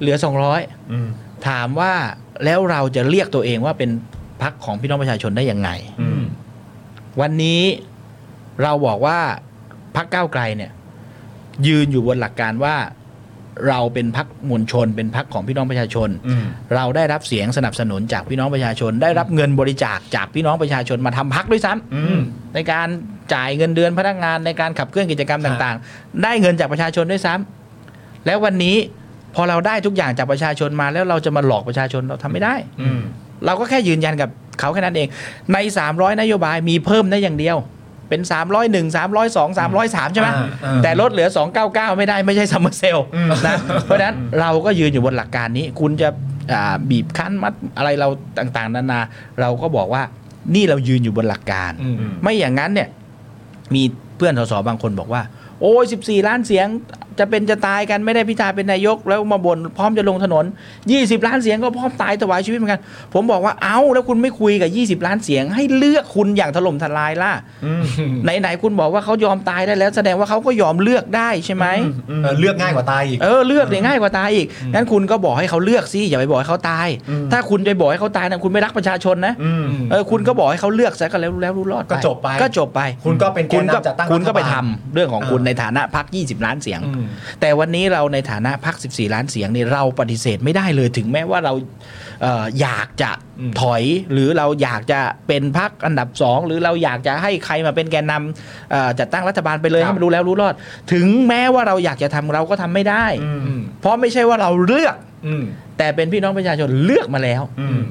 S5: เหลือ 200
S1: อืม
S5: ถามว่าแล้วเราจะเรียกตัวเองว่าเป็นพักของพี่น้องประชาชนได้ยังไง
S1: อืม
S5: วันนี้เราบอกว่าพักก้าวไกลเนี่ย ยืนอยู่บนหลักการว่าเราเป็นพักมวลชน เป็นพักของพี่น้องประชาชน
S1: อืม
S5: เราได้รับเสียงสนับสนุนจากพี่น้องประชาชน ได้รับเงินบริจาคจากพี่น้องประชาชนมาทำพักด้วยซ้ำ
S1: อืม
S5: ในการจ่ายเงินเดือนพนักงานในการขับเคลื่อนกิจกรรมต่างๆ ได้เงินจากประชาชนด้วยซ้ำแล้ววันนี้พอเราได้ทุกอย่างจากประชาชนมาแล้วเราจะมาหลอกประชาชนเราทำไม่ได้
S1: อืม
S5: เราก็แค่ยืนยันกับเขาแค่นั้นเอง ใน 300 นโยบายมีเพิ่มได้อย่างเดียว เป็น 301 302 303 ใช่ไหม
S2: อ่าอ่า
S5: แต่ลดเหลือ 299 ไม่ได้ไม่ใช่ซัมเมอร์เซลนะเพราะฉะนั้นเราก็ยืนอยู่บนหลักการนี้ คุณจะอ่าบีบคั้นมัดอะไรเราต่างๆ นานา เราก็บอกว่านี่เรายืนอยู่บนหลักการ
S2: อืม
S5: ไม่อย่างนั้นเนี่ยมีเพื่อนสสบางคนบอกว่า โอ้ย14 ล้านเสียงจะเป็นจะตายกันไม่ได้พิธาเป็นนายก แล้วมาบน่นพร้อมจะลงถนน 20 ล้านเสียงก็พร้อมตายถวายชีวิตเหมือนกัน ผมบอกว่าเอาแล้วคุณไม่คุยกับ 20 ล้านเสียง ให้เลือกคุณอย่างถล่มทลายล่ะไหนๆคุณบอกว่าเขายอมตายได้แล้ว แสดงว่าเขาก็ยอมเลือกได้ใช่ไหม
S2: เออเลือกง่ายกว่าตายอีก
S5: เออเลือกเนี่ยง่ายกว่าตายอีกงั้นคุณก็บอกให้เขาเลือกสิอย่าไปบอกให้เขาตาย ถ้าคุณไปบอกให้เขาตายนะคุณไม่รักประชาชนนะเออคุณก็บอกให้เขาเลือกซะก็แล้วแล้วรู้รอด
S2: ก็จบไป
S5: ก็จบไป
S2: คุณก็เป็นแกนนำ
S5: คุณก็
S2: จัดตั้ง
S5: คุณก็ไป
S2: รัฐบาล
S5: ทำเรื่องของคุณ
S2: เออ
S5: ในฐานะพัก20 ล้านเสียง
S2: อืม
S5: แต่วันนี้เราในฐานะพัก14 ล้านเสียงนี่เราปฏิเสธไม่ได้เลยถึงแม้ว่าเราเอ่ออยากจะถอยหรือเราอยากจะเป็นพักอันดับสองหรือเราอยากจะให้ใครมาเป็นแกนนำเอ่อจัดตั้งรัฐบาลไปเลย
S2: ครับ
S5: ให้มันรู้แล้วรู้รอด ถึงแม้ว่าเราอยากจะทำเราก็ทำไม่ได้
S2: อืม
S5: เพราะไม่ใช่ว่าเราเลือก
S2: อืม
S5: แต่เป็นพี่น้องประชาชนเลือกมาแล้ว
S2: อืม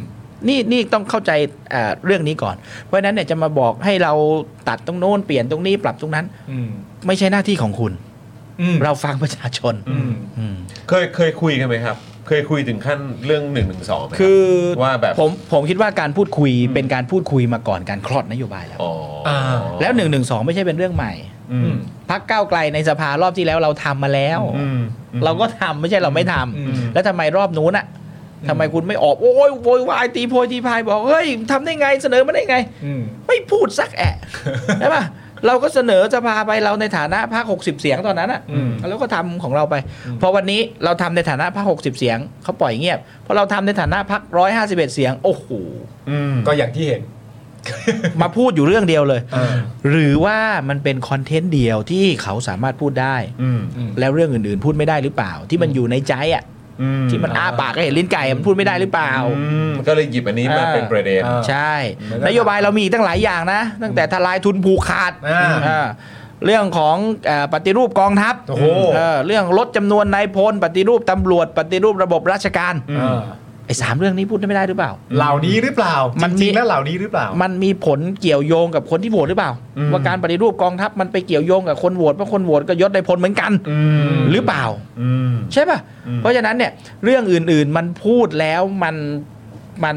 S5: นี่นี่ต้องเข้าใจเอ่อเรื่องนี้ก่อน เพราะฉะนั้นเนี่ยจะมาบอกให้เราตัดตรงโน้นเปลี่ยนตรงนี้ปรับตรงนั้น
S2: อืม
S5: ไม่ใช่หน้าที่ของคุณ
S2: อืม
S5: เราฟังประชาชน
S2: อืม
S5: อืม
S1: เคยเคยคุยกันไหมครับ เค เคยคุยถึงขั้นเรื่อง1นึไหมรับ
S5: คือ
S1: ว่าแบบ
S5: ผมผมคิดว่าการพูดคุยเป็นการพูดคุยมาก่อนการคลอดนโยบายแล้ว
S1: อ๋อ
S2: อ่า
S5: แล้ว1นึไม่ใช่เป็นเรื่องใหม่
S1: อืม
S5: พักก้าวไกลในสภารอบที่แล้วเราทำมาแล้ว
S1: อืม
S5: เราก็ทำไม่ใช่เราไม่ทำ
S2: อืม
S5: แล้วทำไมรอบนู้นอะทำไมคุณไม่ออก โอ้ยโวยวายตีโพยตีพายบอกเฮ้ยทำได้ไงเสนอมาได้ไง
S2: อืม
S5: ไม่พูดสักแอะ ใช่ป่ะเราก็เสนอจะพาไปเราในฐานะพรรคหกสิบเสียงตอนนั้นอ่ะ
S2: อืม
S5: แล้วก็ทำของเราไป พอวันนี้เราทำในฐานะพรรคหกสิบเสียงเขาปล่อยเงียบพอเราทำในฐานะพรรคร้อยห้าสิบเอ็ดเสียง โอ้โห
S1: อืม
S2: ก็อย่างที่เห็น
S5: มาพูดอยู่เรื่องเดียวเลย
S2: เออ
S5: หรือว่ามันเป็นคอนเทนต์เดียวที่เขาสามารถพูดได้
S1: อืม
S5: แล้วเรื่องอื่นๆ พูดไม่ได้หรือเปล่า ที่มันอยู่ในใจอ่ะ
S1: อืม
S5: ที่มันอ้าปากก็เห็นลิ้นไก่อะมันพูดไม่ได้หรือเปล่า
S1: อืมก็เลยหยิบอันนี้มา
S5: อ่า
S1: เป็นประเด็น
S2: อ่า
S5: ใช่
S2: เหมือนกัน
S5: นโยบายเรามีอีกตั้งหลายอย่างนะ ตั้งแต่ทลายทุนผูกขาด
S2: อ่า
S5: อ่าเรื่องของเอ่อปฏิรูปกองทัพ
S2: โอ้โห
S5: เออเรื่องลดจำนวนนายพลปฏิรูปตำรวจ ปฏิรูประบบราชการ
S2: เออ
S5: ไอ้สามเรื่องนี้พูดไม่ได้หรือเปล่า
S2: เหล่านี้หรือเปล่า
S5: มั
S2: จ
S5: น
S2: ริ
S5: มี
S2: งๆแล้วเหล่านี้หรือเปล่า
S5: มันมีผลเกี่ยวโยงกับคนที่โหวตหรือเปล่า
S1: อืม
S5: ว่าการปฏิรูปกองทัพมันไปเกี่ยวโยงกับคนโหวตเพราะคนโหวตก็ยศนายพลเหมือนกัน
S1: อืม
S5: หรือเปล่า
S1: อืม
S5: ใช่ป่ะ
S1: อืม
S5: เพราะฉะนั้นเนี่ยเรื่องอื่นๆมันพูดแล้วมันมัน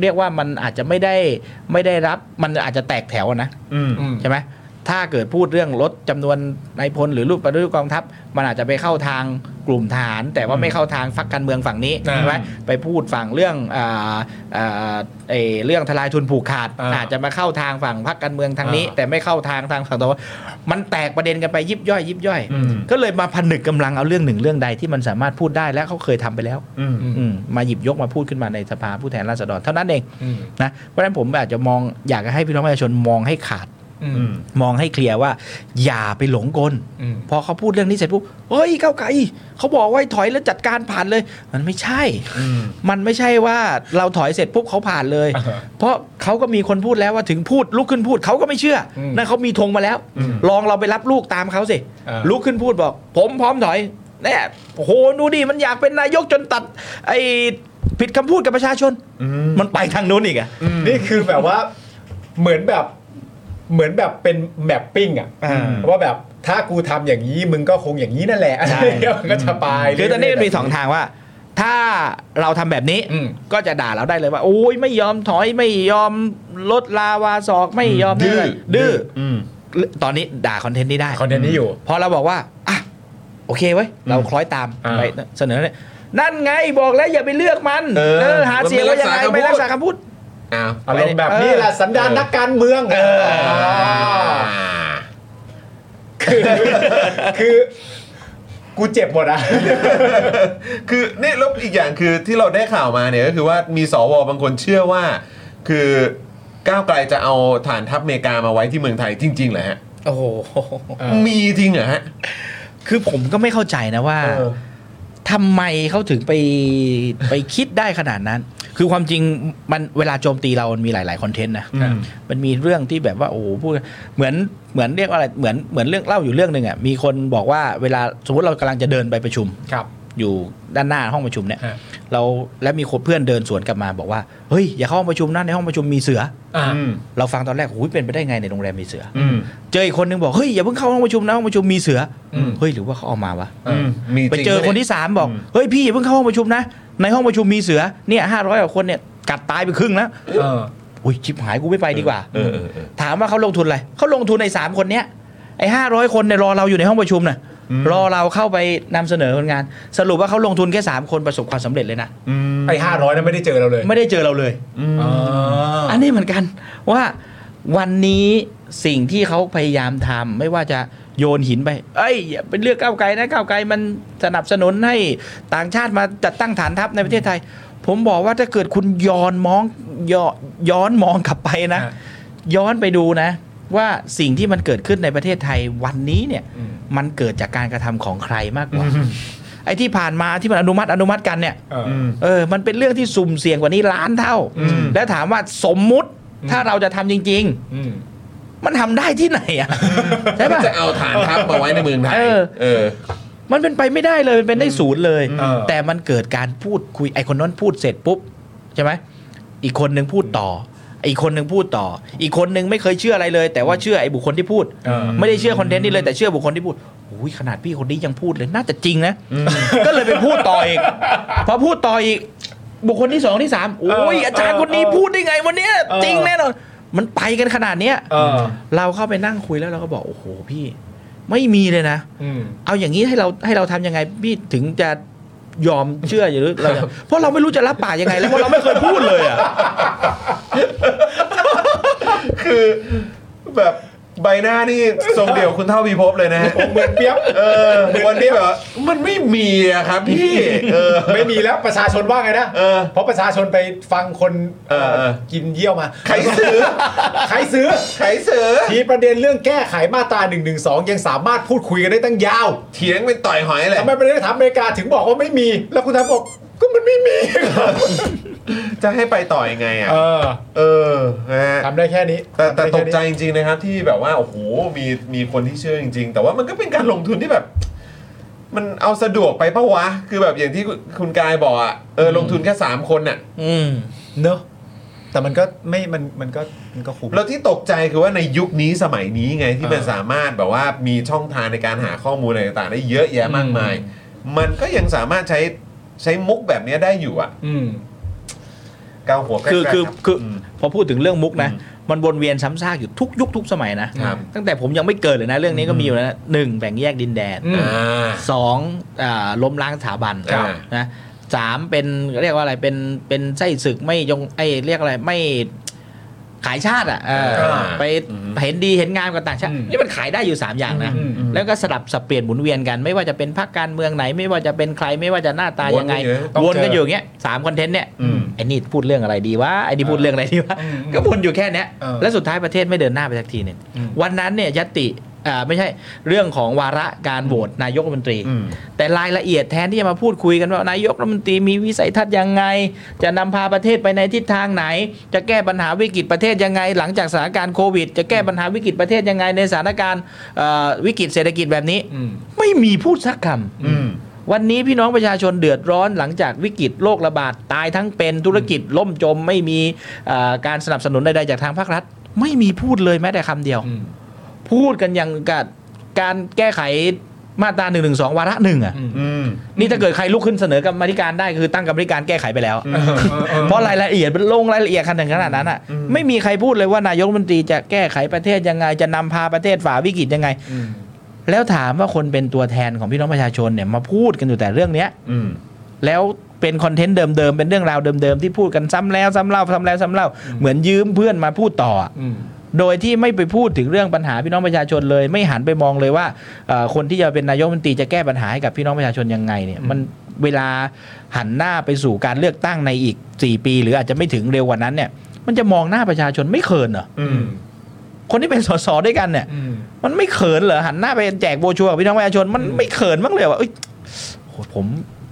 S5: เรียกว่ามันอาจจะไม่ได้ไม่ได้รับมันอาจจะแตกแถวอะนะ
S1: อืม
S2: อืม
S5: ใช่ไหมถ้าเกิดพูดเรื่องลดจำนวนนายพลหรือรูปปฏิรูปกองทัพ มันอาจจะไปเข้าทางกลุ่มทหาร แต่ว่าไม่เข้าทางฝักการเมืองฝั่งนี้
S2: อ่า
S5: ใช่ไหมไปพูดฝั่งเรื่องอ่าอ่าเอ่อเรื่องทลายทุนผูกขาด
S2: อ่า
S5: อาจจะมาเข้าทางฝั่งพรรคการเมืองทางนี้
S2: อ่า
S5: แต่ไม่เข้าทางทางฝั่งตะวันมันแตกประเด็นกันไปยิบย่อยยิบย่อย
S1: อืม
S5: ก็เลยมาผนึกกำลังเอาเรื่องหนึ่งเรื่องใดที่มันสามารถพูดได้และเขาเคยทำไปแล้ว
S1: อืม
S5: อืมมาหยิบยกมาพูดขึ้นมาในสภาผู้แทนราษฎรเท่านั้นเอง
S2: อืม
S5: นะเพราะฉะนั้นผมอาจจะมองอยากจะให้พี่น้องประชาชนมองให้ขาด
S2: อืม
S5: มองให้เคลียร์ว่า อย่าไปหลงกล
S2: อืม
S5: พอเขาพูดเรื่องนี้เสร็จปุ๊บเฮ้ยก้าวไกลเขาบอกว่าให้ถอยแล้วจัดการผ่านเลย มันไม่ใช่ มันไม่ใช่ว่าเราถอยเสร็จปุ๊บเขาผ่าน เลย เพราะเขาก็มีคนพูดแล้วว่าถึงพูดลุกขึ้นพูดเขาก็ไม่เชื่ออ
S2: ม
S5: นั่นเขามีธงมาแล้ว
S2: อืม
S5: ลองเราไปรับลูกตามเขาสิ
S2: อ่า
S5: ลุกขึ้นพูดบอก ผมพร้อมถอยแน่โอ้โหดูดิมันอยากเป็นนายกจนตัด ไอ้ผิดคำพูดกับประชาชน มันไปทางนู้นอีกอะ
S2: นี่คือแบบว่าเหมือนแบบเหมือนแบบเป็นแมปปิ้งอ่ะ
S5: อ่า
S2: ว่าแบบถ้ากูทำอย่างนี้มึงก็คงอย่างนี้นั่นแหละมันก็จะไป
S5: คือตอนนี้มันมี
S2: เรื่ยๆ
S5: สองทางว่า ถ้าเราทำแบบนี้
S2: อืม
S5: ก็จะด่าเราได้เลยว่า โอ้ยไม่ยอมถอยไม่ยอมลดลาวาศอกไม่ยอม
S1: ดื้อ
S5: นั่นนั่นดื้อ
S1: อืม
S5: หรือตอนนี้ด่าคอนเทนต์นี้ได้
S2: คอนเทนต์นี้อยู่
S5: พอเราบอกว่าอ่ะโอเคเว้ยเราคล้อยตาม
S2: อ่า
S5: ไปเสนอเนี่ยนั่นไงบอกแล้วอย่าไปเลือกมัน
S1: เออ
S5: หาเสียงว่ายังไง
S1: มันไม่
S5: ไม่
S1: รั
S5: รั
S1: ก
S5: ก
S1: ษา
S5: ษา
S1: คำ
S5: คำ
S1: พู
S5: พู
S1: ด
S5: ด
S1: อ้าว
S2: อารมณ์แบบนี้แหละสันดานนักการเมืองาคือคือกูเจ็บหมดอ่ะ
S1: คือเนี่ยแล้วอีกอย่างคือที่เราได้ข่าวมาเนี่ยก็คือว่ามีสวบางคนเชื่อว่า คือก้าวไกลจะเอาฐานทัพอเมริกามาไว้ที่เมืองไทยจริงๆเหรอฮะ
S5: โอ้ โห
S1: มีจริงเหรอฮะ
S5: คือผมก็ไม่เข้าใจนะว่า ทำไมเขาถึงไปไปคิดได้ขนาดนั้น คือความจริงมันเวลาโจมตีเรามันมีหลาย ๆ คอนเทนต์นะ
S1: อืม
S5: มันมีเรื่องที่แบบว่าโอ้โหพูดเหมือนเหมือนเรียกว่าอะไรเหมือนเหมือนเรื่องเล่าอยู่เรื่องหนึ่งอ่ะมีคนบอกว่าเวลาสมมติเรากำลังจะเดินไปประชุม
S2: ครับ
S5: อยู่ด้านหน้าห้องประชุมเนี่ย
S2: ฮะ
S5: เราและมีคนเพื่อนเดินสวนกลับมาบอกว่าเฮ้ยอย่าเข้าห้องประชุมนะในห้องประชุมมีเสือ
S2: อ่า
S1: อืม
S5: เราฟังตอนแรกโอ้ยเป็นไปได้ไงในโรงแรมมีเสือ
S1: อืม
S5: เจออีกคนนึงบอกเฮ้ยอย่าเพิ่งเข้าห้องประชุมนะห้องประชุมมีเสืออ
S2: ม
S5: เฮ้ยหรือว่าเขาเอามาวะ
S1: อืมมีจ
S5: ไป
S1: ริง
S5: เจอคน
S1: ปะเย
S5: ที่สามบอก
S1: อืม
S5: เฮ้ยพี่อย่าเพิ่งเข้าห้องประชุมนะ ในห้องประชุมมีเสือเนี่ยห้าร้อยกว่าคนเนี่ยกัดตายไปครึ่งแล้ว
S2: เออ
S5: อุ้ยชิบหายกูไม่ไปดีกว่า
S1: เออเออเออ
S5: ถามว่าเขาลงทุนอะไรเขาลงทุนในสามคนเนี้ยไอ้ห้าร้อยคนเนี่ยรอเราอยู่ในห้องประชุมน่ะ
S1: อืม
S5: รอเราเข้าไปนำเสนอผลงาน สรุปว่าเขาลงทุนแค่สามคนประสบความสำเร็จเลยนะ
S1: อืม
S2: ไอ้ห้าร้อยนั้นไม่ได้เจอเราเลย
S5: ไม่ได้เจอเราเลย
S1: อืม
S2: อ๋ออ
S5: อันนี้เหมือนกันว่าวันนี้สิ่งที่เขาพยายามทำไม่ว่าจะโยนหินไป เอ้ยอย่าเป็นเลือกก้าวไกลนะก้าวไกลมันสนับสนุนให้ต่างชาติมาจัดตั้งฐานทัพในประเทศไทย ผมบอกว่าถ้าเกิดคุณย้อนมองยอย้อนมองกลับไปนะ ย้อนไปดูนะ ว่าสิ่งที่มันเกิดขึ้นในประเทศไทยวันนี้เนี่ย มันเกิดจากการกระทำของใครมากกว่า ไอ้ที่ผ่านมาที่มันอนุมัติอนุมัติกันเนี่ย
S2: เออ
S5: เออ มันเป็นเรื่องที่สุ่มเสี่ยงกว่านี้ล้านเท่า
S2: อืม
S5: แล้วถามว่าสมมุติ
S2: อืม
S5: ถ้าเราจะทำจริง
S2: อืม
S5: ๆ มันทำได้ที่ไหนอ่ะ ใช่ป่ะ
S1: จะเอาฐานทัพมาไว้ในเมืองไทย
S5: เออ
S1: เออ
S5: มันเป็นไปไม่ได้เลย มันเป็นได้ศูนย์เลย
S2: เออ
S5: แต่มันเกิดการพูดคุย ไอคนนั้นพูดเสร็จปุ๊บ ใช่ไหม อีกคนหนึ่งพูดต่อ อีกคนหนึ่งพูดต่อ อีกคนหนึ่งไม่เคยเชื่ออะไรเลย แต่ว่าเชื่อไอ้บุคคลที่พูด
S2: เออ
S5: ไม่ได้เชื่อคอนเทนต์นี่เลยแต่เชื่อบุคคลที่พูด อุ้ยขนาดพี่คนนี้ยังพูดเลยน่าจะจริงนะ ก็เลยไปพูดต่ออี ก พอพูดต่ออีก บุคคลที่สองที่สามโอ้ยอาจารย์คนนี้พูดได้ไงวันเนี้ยจริงแน่นอนมันไปกันขนาดเนี้ย
S2: เออ
S5: เราเข้าไปนั่งคุยแล้วเราก็บอกโอ้โหพี่ ไม่มีเลยนะ
S2: อืม
S5: เอาอย่างนี้ให้เราให้เราทำยังไงพี่ถึงจะยอมเชื่อหรือเราจะ เพราะเราไม่รู้จะรับปากยังไง แล้วเพราะเราไม่เคยพูดเลยอ่ะ
S1: คือแบบใบหน้านี่ทรงเดี่ยวคุณเท่าพีภพเลยนะฮะ
S2: เหมือนเปียบ
S1: เออวันนี้แบบว่ามันไม่มีอะครับพี่เออ
S2: ไม่มีแล้วประชาชนว่าไงนะ
S1: เออ
S2: เพราะประชาชนไปฟังคน
S1: เออเออ
S2: กินเยี่ยวมา
S1: ใครซื้อ
S2: ใครซื้อ
S1: ใครซื้อ
S2: ทีประเด็นเรื่องแก้ไขมาตรา1นึยังสามารถพูดคุยกันได้ตั้งยาว
S1: เถียงเป็นต่อยหอยเลย
S2: ทำไมประเด็นถามอเมริกาถึงบอกว่าไม่มี แล้วคุณทัพบอกก็มันไม่มี
S1: จะให้ไปต่อยังไงอ่ะ
S2: เออ
S1: เออนะฮะ
S2: ทำได้แค่นี้
S1: แต่แต่
S2: ทำ
S1: ต
S2: ได้ค่
S1: ก
S2: นี้
S1: ใจจริงๆนะครับที่แบบว่าโอ้โหมีมีคนที่เชื่อจริง ๆ แต่ว่ามันก็เป็นการลงทุนที่แบบ มันเอาสะดวกไปปะวะ คือแบบอย่างที่คุณคุณกายบอกอะเออลงทุนแค่ 3 คนน่ะ
S5: อืม
S2: เนอะแต่มันก็ไม่มันมันก็มันก็คุ้ม
S1: แล้วที่ตกใจคือว่าในยุคนี้สมัยนี้ไงที่มัน
S2: เออ
S1: สามารถแบบว่ามีช่องทางในการหาข้อมูลอะไรต่างๆ ได้เยอะแยะมากมาย มันก็ยังสามารถใช้ใช้มุกแบบเนี้ยได้อยู่อะ
S2: อืม
S1: เกาหัวแกรกๆ
S5: คือคือ
S1: รับ
S5: คืออ
S1: ม
S5: พอพูดถึงเรื่องมุกนะ
S1: อืม
S5: มันวนเวียนซ้ำซากอยู่ทุกยุคทุกสมัยนะ
S1: ครับ
S5: ตั้งแต่ผมยังไม่เกิดเลยนะ เรื่องนี้ก็มีอยู่แล้วนะหนึ่งแบ่งแยกดินแดน
S2: อืม
S1: อ่า
S5: สองอ่าล้มล้างสถาบัน
S1: ครับ
S5: นะสามเป็นเรียกว่าอะไรเป็นเป็นไส้ศึกไม่ยงไอเรียกอะไรไม่ขายชาติอ่ะเออไปเห็นดีเห็นงามกับต่างชาติ นี่มันขายได้อยู่ 3 อย่างนะ แล้วก็สลับสับเปลี่ยนหมุนเวียนกัน ไม่ว่าจะเป็นพรรคการเมืองไหน ไม่ว่าจะเป็นใครไม่ว่าจะหน้าตายังไง
S2: ว
S5: วน น
S2: กั
S5: กันน
S2: อ
S5: อยู่ ยู่อ
S2: อา
S5: ย่ย่าง ง
S2: เงี้
S5: เงี้
S2: ย
S5: ยสามคอนเทนต์เนี่ย
S1: อืม
S5: ไอ้นี่พูดเรื่องอะไรดีวะไอ้นี่พูดเรื่องอะไรดีวะ
S2: อืม
S5: ก็วนอยู่แค่เนี้ย
S2: เออ
S5: แล้วสุดท้ายประเทศไม่เดินหน้าไปสักทีหนึ่ง
S2: อืม
S5: วันนั้นเนี่ยยตติอ่าไม่ใช่เรื่องของวาระการโหวตนายกรัฐมนตรี
S1: อืม
S5: แต่รายละเอียดแทนที่จะมาพูดคุยกันว่านายกรัฐมนตรีมีวิสัยทัศน์ยังไง จะนำพาประเทศไปในทิศทางไหน จะแก้ปัญหาวิกฤตประเทศยังไง หลังจากสถานการณ์โควิด จะแก้ปัญหาวิกฤตประเทศยังไง ในสถานการณ์เอ่อวิกฤตเศรษฐกิจแบบนี้
S2: อืม
S5: ไม่มีพูดสักคำ
S1: อืม
S5: วันนี้พี่น้องประชาชนเดือดร้อนหลังจากวิกฤตโรคระบาดตายทั้งเป็นธุรกิจล่มจมไม่มีเอ่อการสนับสนุนใดๆจากทางภาครัฐ ไม่มีพูดเลยแม้แต่คำเดียว
S2: อืม
S5: พูดกันอย่างกับการแก้ไขมาตราหนึ่งหนึ่งสองวาระหนึ่งอ่ะ
S2: อืม
S1: อืม
S5: นี่ถ้าเกิดใครลุกขึ้นเสนอกรรมาธิการได้คือตั้งกรรมาธิการแก้ไขไปแล้ว เพราะรายละเอียดมันลงรายละเอียดขนาดขนาดนั้นอ่ะ ไม่มีใครพูดเลยว่านายกรัฐมนตรีจะแก้ไขประเทศยังไง จะนำพาประเทศฝ่าวิกฤตยังไง
S2: อืม
S5: แล้วถามว่าคนเป็นตัวแทนของพี่น้องประชาชนเนี่ยมาพูดกันอยู่แต่เรื่องเนี้ย
S1: อืม
S5: แล้วเป็นคอนเทนต์เดิมๆ เป็นเรื่องราวเดิมๆ ที่พูดกันซ้ำแล้วซ้ำเล่าซ้ำแล้วซ้ำเล่า เหมือนยืมเพื่อนมาพูดต่ออะ
S2: อืม
S5: โดยที่ไม่ไปพูดถึงเรื่องปัญหาพี่น้องประชาชนเลย ไม่หันไปมองเลยว่าเอ่อคนที่จะเป็นนายกรัฐมนตรีจะแก้ปัญหาให้กับพี่น้องประชาชนยังไงเนี่ยมันเวลาหันหน้าไปสู่การเลือกตั้งในอีก 4 ปี หรืออาจจะไม่ถึงเร็วกว่านั้นเนี่ยมันจะมองหน้าประชาชนไม่เขินเหรอ
S2: อืม
S5: คนที่เป็น สสด้วยกันเนี่ย
S2: อืม
S5: มันไม่เขินเหรอหันหน้าไปแจกโบรชัวร์กับพี่น้องประชาชนมันไม่เขินบ้างเลยว่าเอ้ยโหผม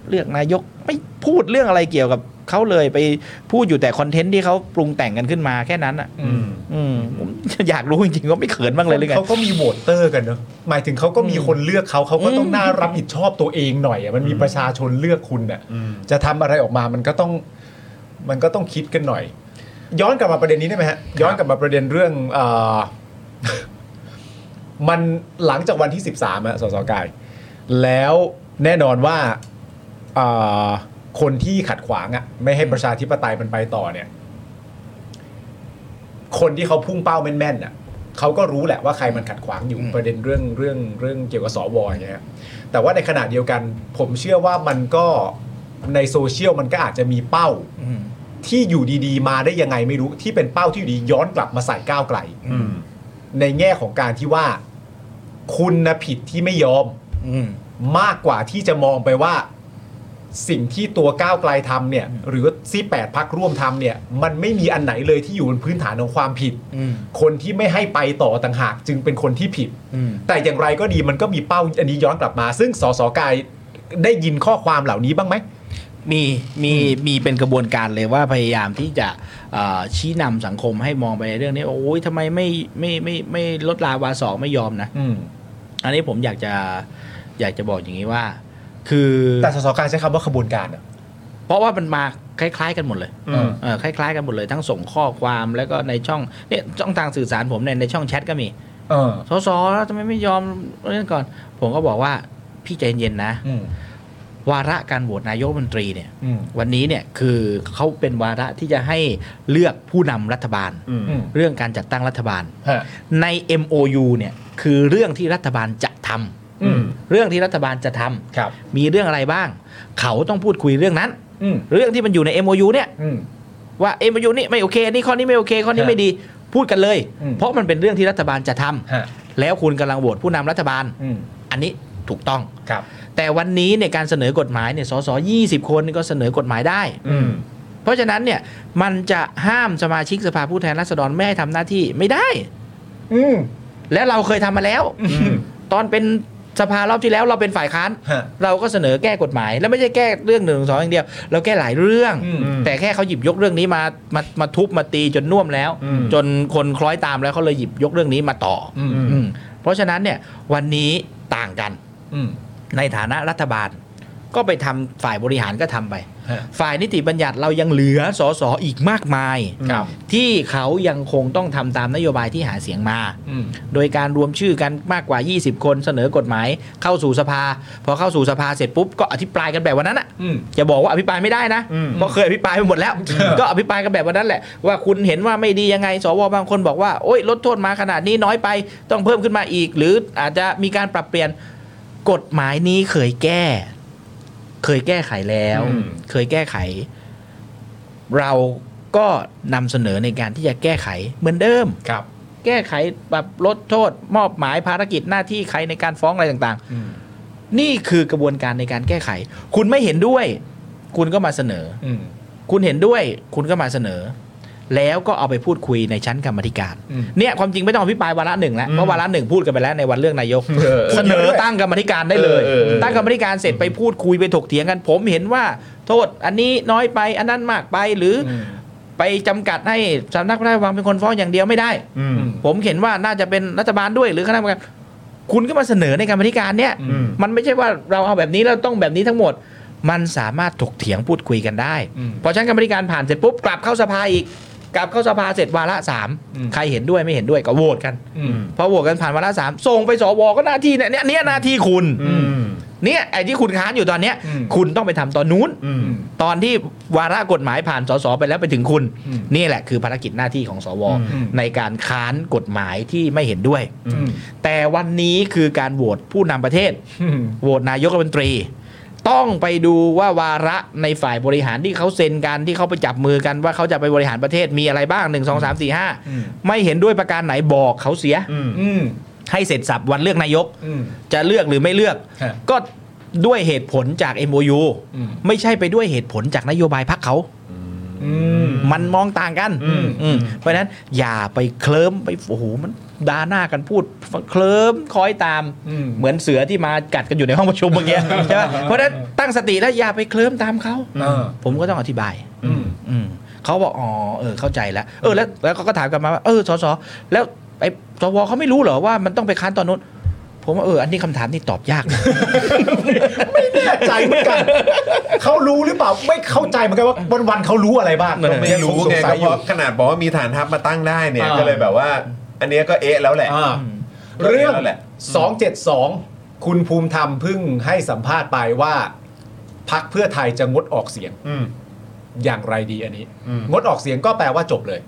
S5: เลือกนายกไม่พูดเรื่องอะไรเกี่ยวกับเขาเลยไปพูดอยู่แต่คอนเทนต์ที่เขาปรุงแต่งกันขึ้นมาแค่นั้นอ่ะ
S2: อืม
S5: อืมผม อยากรู้จริงๆว่าไม่เขินบ้างเลยหรือไง
S2: เขาก็มีโหวตเตอร์กันเนอะหมายถึงเขาก็มีคนเลือกเขาเขาก็ต้อง
S5: อืม
S2: น่ารับผิดชอบตัวเองหน่อยอะมันมีประชาชนเลือกคุณน่ะจะทำอะไรออกมามันก็ต้องมันก็ต้องคิดกันหน่อย ย้อนกลับมาประเด็นนี้ได้ไหมฮะย้อนกลับมาประเด็นเรื่องเออ มันหลังจากวันที่ 13อะสสกาย แล้วแน่นอนว่าเอ่อคนที่ขัดขวางอะไม่ให้ประชาธิปไตยมันไปต่อเนี่ย คนที่เขาพุ่งเป้าแม่นๆน่ะเขาก็รู้แหละว่าใครมันขัดขวางอยู่ประเด็นเรื่องเรื่องเรื่องเกี่ยวกับสวอย่างเงี้ยแต่ว่าในขณะเดียวกัน ผมเชื่อว่ามันก็ในโซเชียลมันก็อาจจะมีเป้าที่อยู่ดีๆ มาได้ยังไงไม่รู้ที่เป็นเป้าที่อยู่ดีย้อนกลับมาใส่ก้าวไกล
S1: อืม
S2: ในแง่ของการที่ว่า คุณนะผิดที่ไม่ยอม
S5: อืม
S2: มากกว่าที่จะมองไปว่าสิ่งที่ตัวก้าวไกลทำเนี่ย หรือซีแปดพักร่วมทำเนี่ย มันไม่มีอันไหนเลยที่อยู่บนพื้นฐานของความผิด
S5: อืม
S2: คนที่ไม่ให้ไปต่อต่างหากจึงเป็นคนที่ผิด
S5: อืม
S2: แต่อย่างไรก็ดีมันก็มีเป้าอันนี้ย้อนกลับมา ซึ่งสสกายได้ยินข้อความเหล่านี้บ้างไหม
S5: มีมีมีเป็นกระบวนการเลยว่าพยายามที่จะเอ่อชี้นำสังคมให้มองไปในเรื่องนี้โอ้ยทำไมไม่ไม่ไม่ไม่ลดลาวาสองไม่ยอมนะ
S2: อืม
S5: อันนี้ผมอยากจะอยากจะบอกอย่างนี้ว่า คือ
S2: แต่สสกายใช้คำว่าขบวนการอะ
S5: เพราะว่ามันมาคล้าย ๆ กันหมดเลย
S2: อืม
S5: เออคล้าย ๆ กันหมดเลยทั้งส่งข้อความแล้วก็ในช่องเนี่ยช่องทางสื่อสารผมเนี่ยในช่องแชทก็มี
S2: เออ
S5: สสแล้วทำไมไม่ยอมเรื่องก่อน ผมก็บอกว่าพี่ใจเย็นๆนะ
S2: อืม
S5: วาระการโหวตนายกรัฐมนตรีเนี่ย
S2: อืม
S5: วันนี้เนี่ยคือเขาเป็นวาระที่จะให้เลือกผู้นำรัฐบาล
S2: อืม
S5: เรื่องการจัดตั้งรัฐบาล
S2: ฮะ
S5: ใน MOU เนี่ยคือเรื่องที่รัฐบาลจะทำ
S2: อืม
S5: เรื่องที่รัฐบาลจะทำ
S2: ครับ
S5: มีเรื่องอะไรบ้าง เขาต้องพูดคุยเรื่องนั้น
S2: อืม
S5: เรื่องที่มันอยู่ใน MOU เนี่ย
S2: อืม
S5: ว่า MOU นี่ไม่โอเค นี่ข้อนี้ไม่โอเค ข้อนี้ไม่ดีพูดกันเลย
S2: อืม
S5: เพราะมันเป็นเรื่องที่รัฐบาลจะทำ
S2: ฮะ
S5: แล้วคุณกำลังโหวตผู้นำรัฐบาล
S2: อืม
S5: อันนี้ถูกต้อง
S2: ครับ
S5: แต่วันนี้เนี่ยการเสนอกฎหมายเนี่ยสส20 คนก็เสนอกฎหมายได้
S2: อืม
S5: เพราะฉะนั้นเนี่ยมันจะห้ามสมาชิกสภาผู้แทนราษฎรไม่ให้ทำหน้าที่ไม่ได้
S2: อืม
S5: แล้วเราเคยทำมาแล้ว
S2: อืม
S5: ตอนเป็นสภารอบที่แล้วเราเป็นฝ่ายค้าน
S2: ฮะ
S5: เราก็เสนอแก้กฎหมาย แล้วไม่ใช่แก้เรื่องหนึ่งสองอย่างเดียว เราแก้หลายเรื่อง
S2: อืม
S5: แต่แค่เขาหยิบยกเรื่องนี้มามามาทุบมาตีจนน่วมแล้ว
S2: อืม
S5: จนคนคล้อยตามแล้วเขาเลยหยิบยกเรื่องนี้มาต่อ
S2: อืม
S5: ออืมเพราะฉะนั้นเนี่ยวันนี้ต่างกัน
S2: อืม
S5: ในฐานะรัฐบาล ก็ไปทำฝ่ายบริหารก็ทำไป
S2: ฮะ
S5: ฝ่ายนิติบัญญัติเรายังเหลือสอสออีกมากมาย
S2: ครับ
S5: ที่เขายังคงต้องทำตามนโยบายที่หาเสียงมา
S2: อืม
S5: โดยการรวมชื่อกันมากกว่า 20 คนเสนอกฎหมายเข้าสู่สภา พอเข้าสู่สภาเสร็จปุ๊บก็อภิปรายกันแบบวันนั้นอ่ะ
S2: อืม
S5: อย่าบอกว่าอภิปรายไม่ได้นะเพราะเคยอภิปรายไปหมดแล้ว ก็อภิปรายกันแบบวันนั้นแหละ ว่าคุณเห็นว่าไม่ดียังไง สวบางคนบอกว่าโอ๊ยลดโทษมาขนาดนี้น้อยไปต้องเพิ่มขึ้นมาอีก หรืออาจจะมีการปรับเปลี่ยนกฎหมายนี้เคยแก้ เคยแก้ไขแล้ว
S2: อืม
S5: เคยแก้ไข เราก็นำเสนอในการที่จะแก้ไขเหมือนเดิม
S2: ครับ
S5: แก้ไขปรับลดโทษ มอบหมายภารกิจหน้าที่ใครในการฟ้องอะไรต่าง
S2: อืม
S5: ๆ นี่คือกระบวนการในการแก้ไข คุณไม่เห็นด้วย คุณก็มาเสนอ
S2: อืม
S5: คุณเห็นด้วย คุณก็มาเสนอ แล้วก็เอาไปพูดคุยในชั้นกรรมาธิการ
S2: อืม
S5: เนี่ยความจริงไม่ต้องอภิปรายวาระหนึ่งแล้วเพราะวาระหนึ่งพูดกันไปแล้วในวันเรื่องนายก
S2: เออ
S5: เสนอตั้งกรรมาธิการได้เลย
S2: เออเออเออ
S5: ตั้งกรรมาธิการเสร็จไปพูดคุยไปถกเถียงกัน ผมเห็นว่าโทษอันนี้น้อยไปอันนั้นมากไปหรืออ
S2: อืม
S5: ไปจำกัดให้สำนักพระราชวังเป็นคนฟ้องอย่างเดียวไม่ได้
S2: อืม
S5: ผมเห็นว่าน่าจะเป็นรัฐบาลด้วยหรือคณะกรรมการคุณก็มาเสนอในการบริการเนี่ย
S2: อืม
S5: มันไม่ใช่ว่าเราเอาแบบนี้แล้วต้องแบบนี้ทั้งหมด มันสามารถถกเถียงพูดคุยกันได้
S2: อืม
S5: พอชั้นกรรมธิการผ่านเสร็จปุ๊บกลับเข้าสภาอีก กลับเข้าสภาเสร็จวาระสาม
S2: อืม
S5: ใครเห็นด้วยไม่เห็นด้วยก็โหวตกัน
S2: อืม
S5: พอโหวตกันผ่านวาระสามส่งไปสวก็หน้าที่เนี่ยเนี่ยเนี่ยหน้าที่คุณ
S2: อืม
S5: เนี่ยไอ้ที่คุณค้านอยู่ตอนเนี้ย
S2: อืม
S5: คุณต้องไปทำตอนนู้น
S2: อืม
S5: ตอนที่วาระกฎหมายผ่านสสไปแล้วไปถึงคุณ
S2: อืม
S5: นี่แหละคือภารกิจหน้าที่ของสว
S2: อืม
S5: ในการค้านกฎหมายที่ไม่เห็นด้วย
S2: อืม
S5: แต่วันนี้คือการโหวตผู้นำประเทศ
S2: อืม
S5: โหวตนายกรัฐมนตรี ต้องไปดูว่าวาระในฝ่ายบริหารที่เขาเซ็นกันที่เขาไปจับมือกันว่าเขาจะไปบริหารประเทศมีอะไรบ้าง 1
S2: อ
S5: 2 3 4
S2: ืม
S5: 5 ไม่เห็นด้วยประการไหนบอกเขาเสีย
S2: อืม
S5: ให้เสร็จสับวันเลือกนายก
S2: อืม
S5: จะเลือกหรือไม่เลือก
S2: ฮะ
S5: ก็ด้วยเหตุผลจาก MOU
S2: อืม
S5: ไม่ใช่ไปด้วยเหตุผลจากนโยบายพรรคเขา
S2: อืม
S5: มันมองต่างกัน
S2: อืม
S5: อืมเพราะฉะนั้นอย่าไปเคลิ้มไปโอ้โหมันดาหน้ากันพูดเคลิ้มคอยตาม
S2: อืม
S5: เหมือนเสือที่มากัดกันอยู่ในห้องประชุมเมื่อกี้ ใช่ไหมเพราะฉะนั้นตั้งสติแล้วอย่าไปเคลิ้มตามเขา
S2: เออ
S5: ผมก็ต้องอธิบาย
S2: อืม
S5: อืมเขาบอกอ๋อเออเข้าใจแล้วเออแล้วแล้วเขาก็ถามกลันมาว่าเออสสแล้วไอ้สวเขาไม่รู้เหรอว่ามันต้องไปค้านตอนนู้น ผมว่าเอออันนี้คำถามนี่ตอบยากนะ
S2: ไม่แน่ใจเหมือนกัน เขารู้หรือเปล่า ไม่เข้าใจเหมือนกันว่าวันๆเขารู้อะไรบ้าง
S1: ไม่
S2: ยัง
S1: รู้
S2: ส
S1: ไง
S2: สัย
S1: ก็
S2: อ
S1: เพ
S2: ยู่
S1: ราะขนาดบอกว่ามีฐานทัพมาตั้งได้เนี่ย
S2: อ่า
S1: ก็เลยแบบว่า อันเนี้ยก็เอะแล้วแหละ
S2: อ่า
S1: ก็เรื่
S2: เรื่
S1: อ
S2: อง ง
S1: นั่นแหละ
S2: 272 คุณภูมิธรรมเพิ่งให้สัมภาษณ์ไปว่าพักเพื่อไทยจะงดออกเสียง
S1: อืม
S2: อย่างไรดีอันนี้
S1: อืม
S2: งดออกเสียงก็แปลว่าจบเลย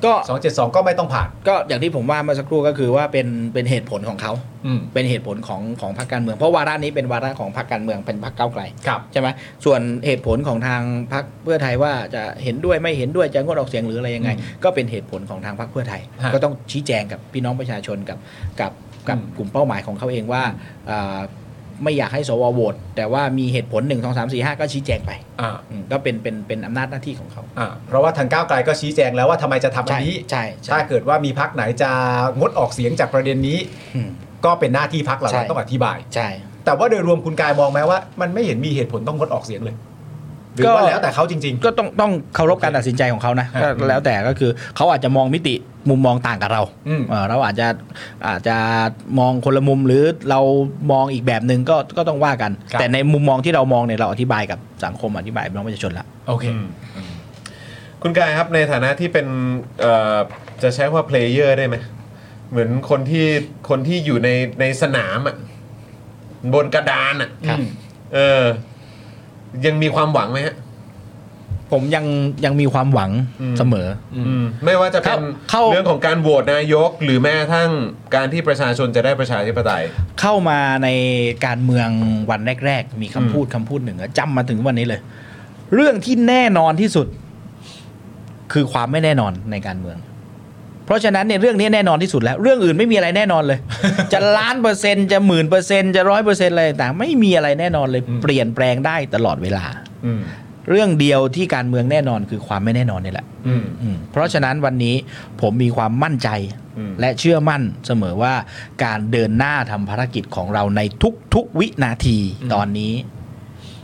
S5: ก็
S2: 272 ก็ไม่ต้องผ่าน
S5: ก็อย่างที่ผมว่าเมื่อสักครู่ก็คือว่าเป็นเป็นเหตุผลของเขา
S2: อืม
S5: เป็นเหตุผลของของพรรคการเมือง เพราะวาระนี้เป็นวาระของพรรคการเมืองเป็นพรรคก้าวไกล
S2: ครับ
S5: ใช่ไหมส่วนเหตุผลของทางพรรคเพื่อไทยว่าจะเห็นด้วยไม่เห็นด้วยจะงดออกเสียงหรืออะไรยังไง
S2: อืม
S5: ก็เป็นเหตุผลของทางพรรคเพื่อไทย
S2: ฮะ
S5: ก็ต้องชี้แจงกับพี่น้องประชาชนกับกับกับ
S2: อืม
S5: กลุ่มเป้าหมายของเขาเองว่าเอ่อไม่อยากให้สวโหวตแต่ว่ามีเหตุผล1 2 3 4 5 ก็ชี้แจงไป
S2: อ่า
S5: อืมก็เป็นเป็นเป็นอำนาจหน้าที่ของเขา
S2: อ่าเพราะว่าทางก้าวไกลก็ชี้แจงแล้วว่าทำไมจะทำอันนี้
S5: ใช่ใช่
S2: ถ้าเกิดว่ามีพักไหนจะงดออกเสียงจากประเด็นนี้
S5: อืม
S2: ก็เป็นหน้าที่พักเรา
S5: ใช่
S2: ต้องอธิบาย
S5: ใช่
S2: แต่ว่าโดยรวมคุณกายมองไหมว่า มันไม่เห็นมีเหตุผลต้องงดออกเสียงเลยหรือว่า
S5: ก็
S2: แล้วแต่เขาจริง
S5: ก็ต้องต้องเคารพการตัดสินใจของเขานะก็
S2: อืม
S5: แล้วแต่ก็คือเขาอาจจะมองมิติมุมมองต่างกับเรา
S2: อืม
S5: เอ่อเราอาจจะอาจจะมองคนละมุมหรือเรามองอีกแบบหนึ่งก็ก็ต้องว่ากัน
S2: ครับ
S5: แต่ในมุมมองที่เรามองเนี่ยเราอธิบายกับสังคมอธิบายกับน้องประชาชนละ
S2: ๆ โอเค
S1: คุณกายครับในฐานะที่เป็นเอ่อจะใช้คำว่าเพลเยอร์ได้ไหม เหมือนคนที่คนที่อยู่ในในสนามอะบนกระดานอะ
S5: ครับ
S1: เออ ยังมีความหวังไหมฮะ
S5: ผมยังยังมีความหวัง
S1: อืม
S5: เสมอ
S1: อืมไม่ว่าจะเป็น
S5: เข้า
S1: เรื่องของการโหวตนายก หรือแม้กระทั้งการที่ประชาชนจะได้ประชาธิปไตย
S5: เข้ามาในการเมืองวันแรก ๆ มีคำพูดคำพูดหนึ่งอะจำมาถึงวันนี้เลย เรื่องที่แน่นอนที่สุด คือความไม่แน่นอนในการเมือง เพราะฉะนั้นเนี่ยเรื่องนี้แน่นอนที่สุดแล้ว เรื่องอื่นไม่มีอะไรแน่น อนเลย จะล้านเปอร์เซ็นต์จะหมื่นเปอร์เซ็นต์จะร้อยเปอร์เซ็นต์อะไรต่างๆไม่มีอะไรแน่นอนเลย เปลี่ยนแปลงได้ตลอดเวลา
S1: อืม
S5: เรื่องเดียวที่การเมืองแน่นอนคือความไม่แน่นอนนี่แหละ
S1: อืม
S5: อืมเพราะฉะนั้นวันนี้ผมมีความมั่นใจ
S1: อืม
S5: และเชื่อมั่นเสมอว่าการเดินหน้าทำภารกิจของเราในทุกๆวินาทีตอนนี้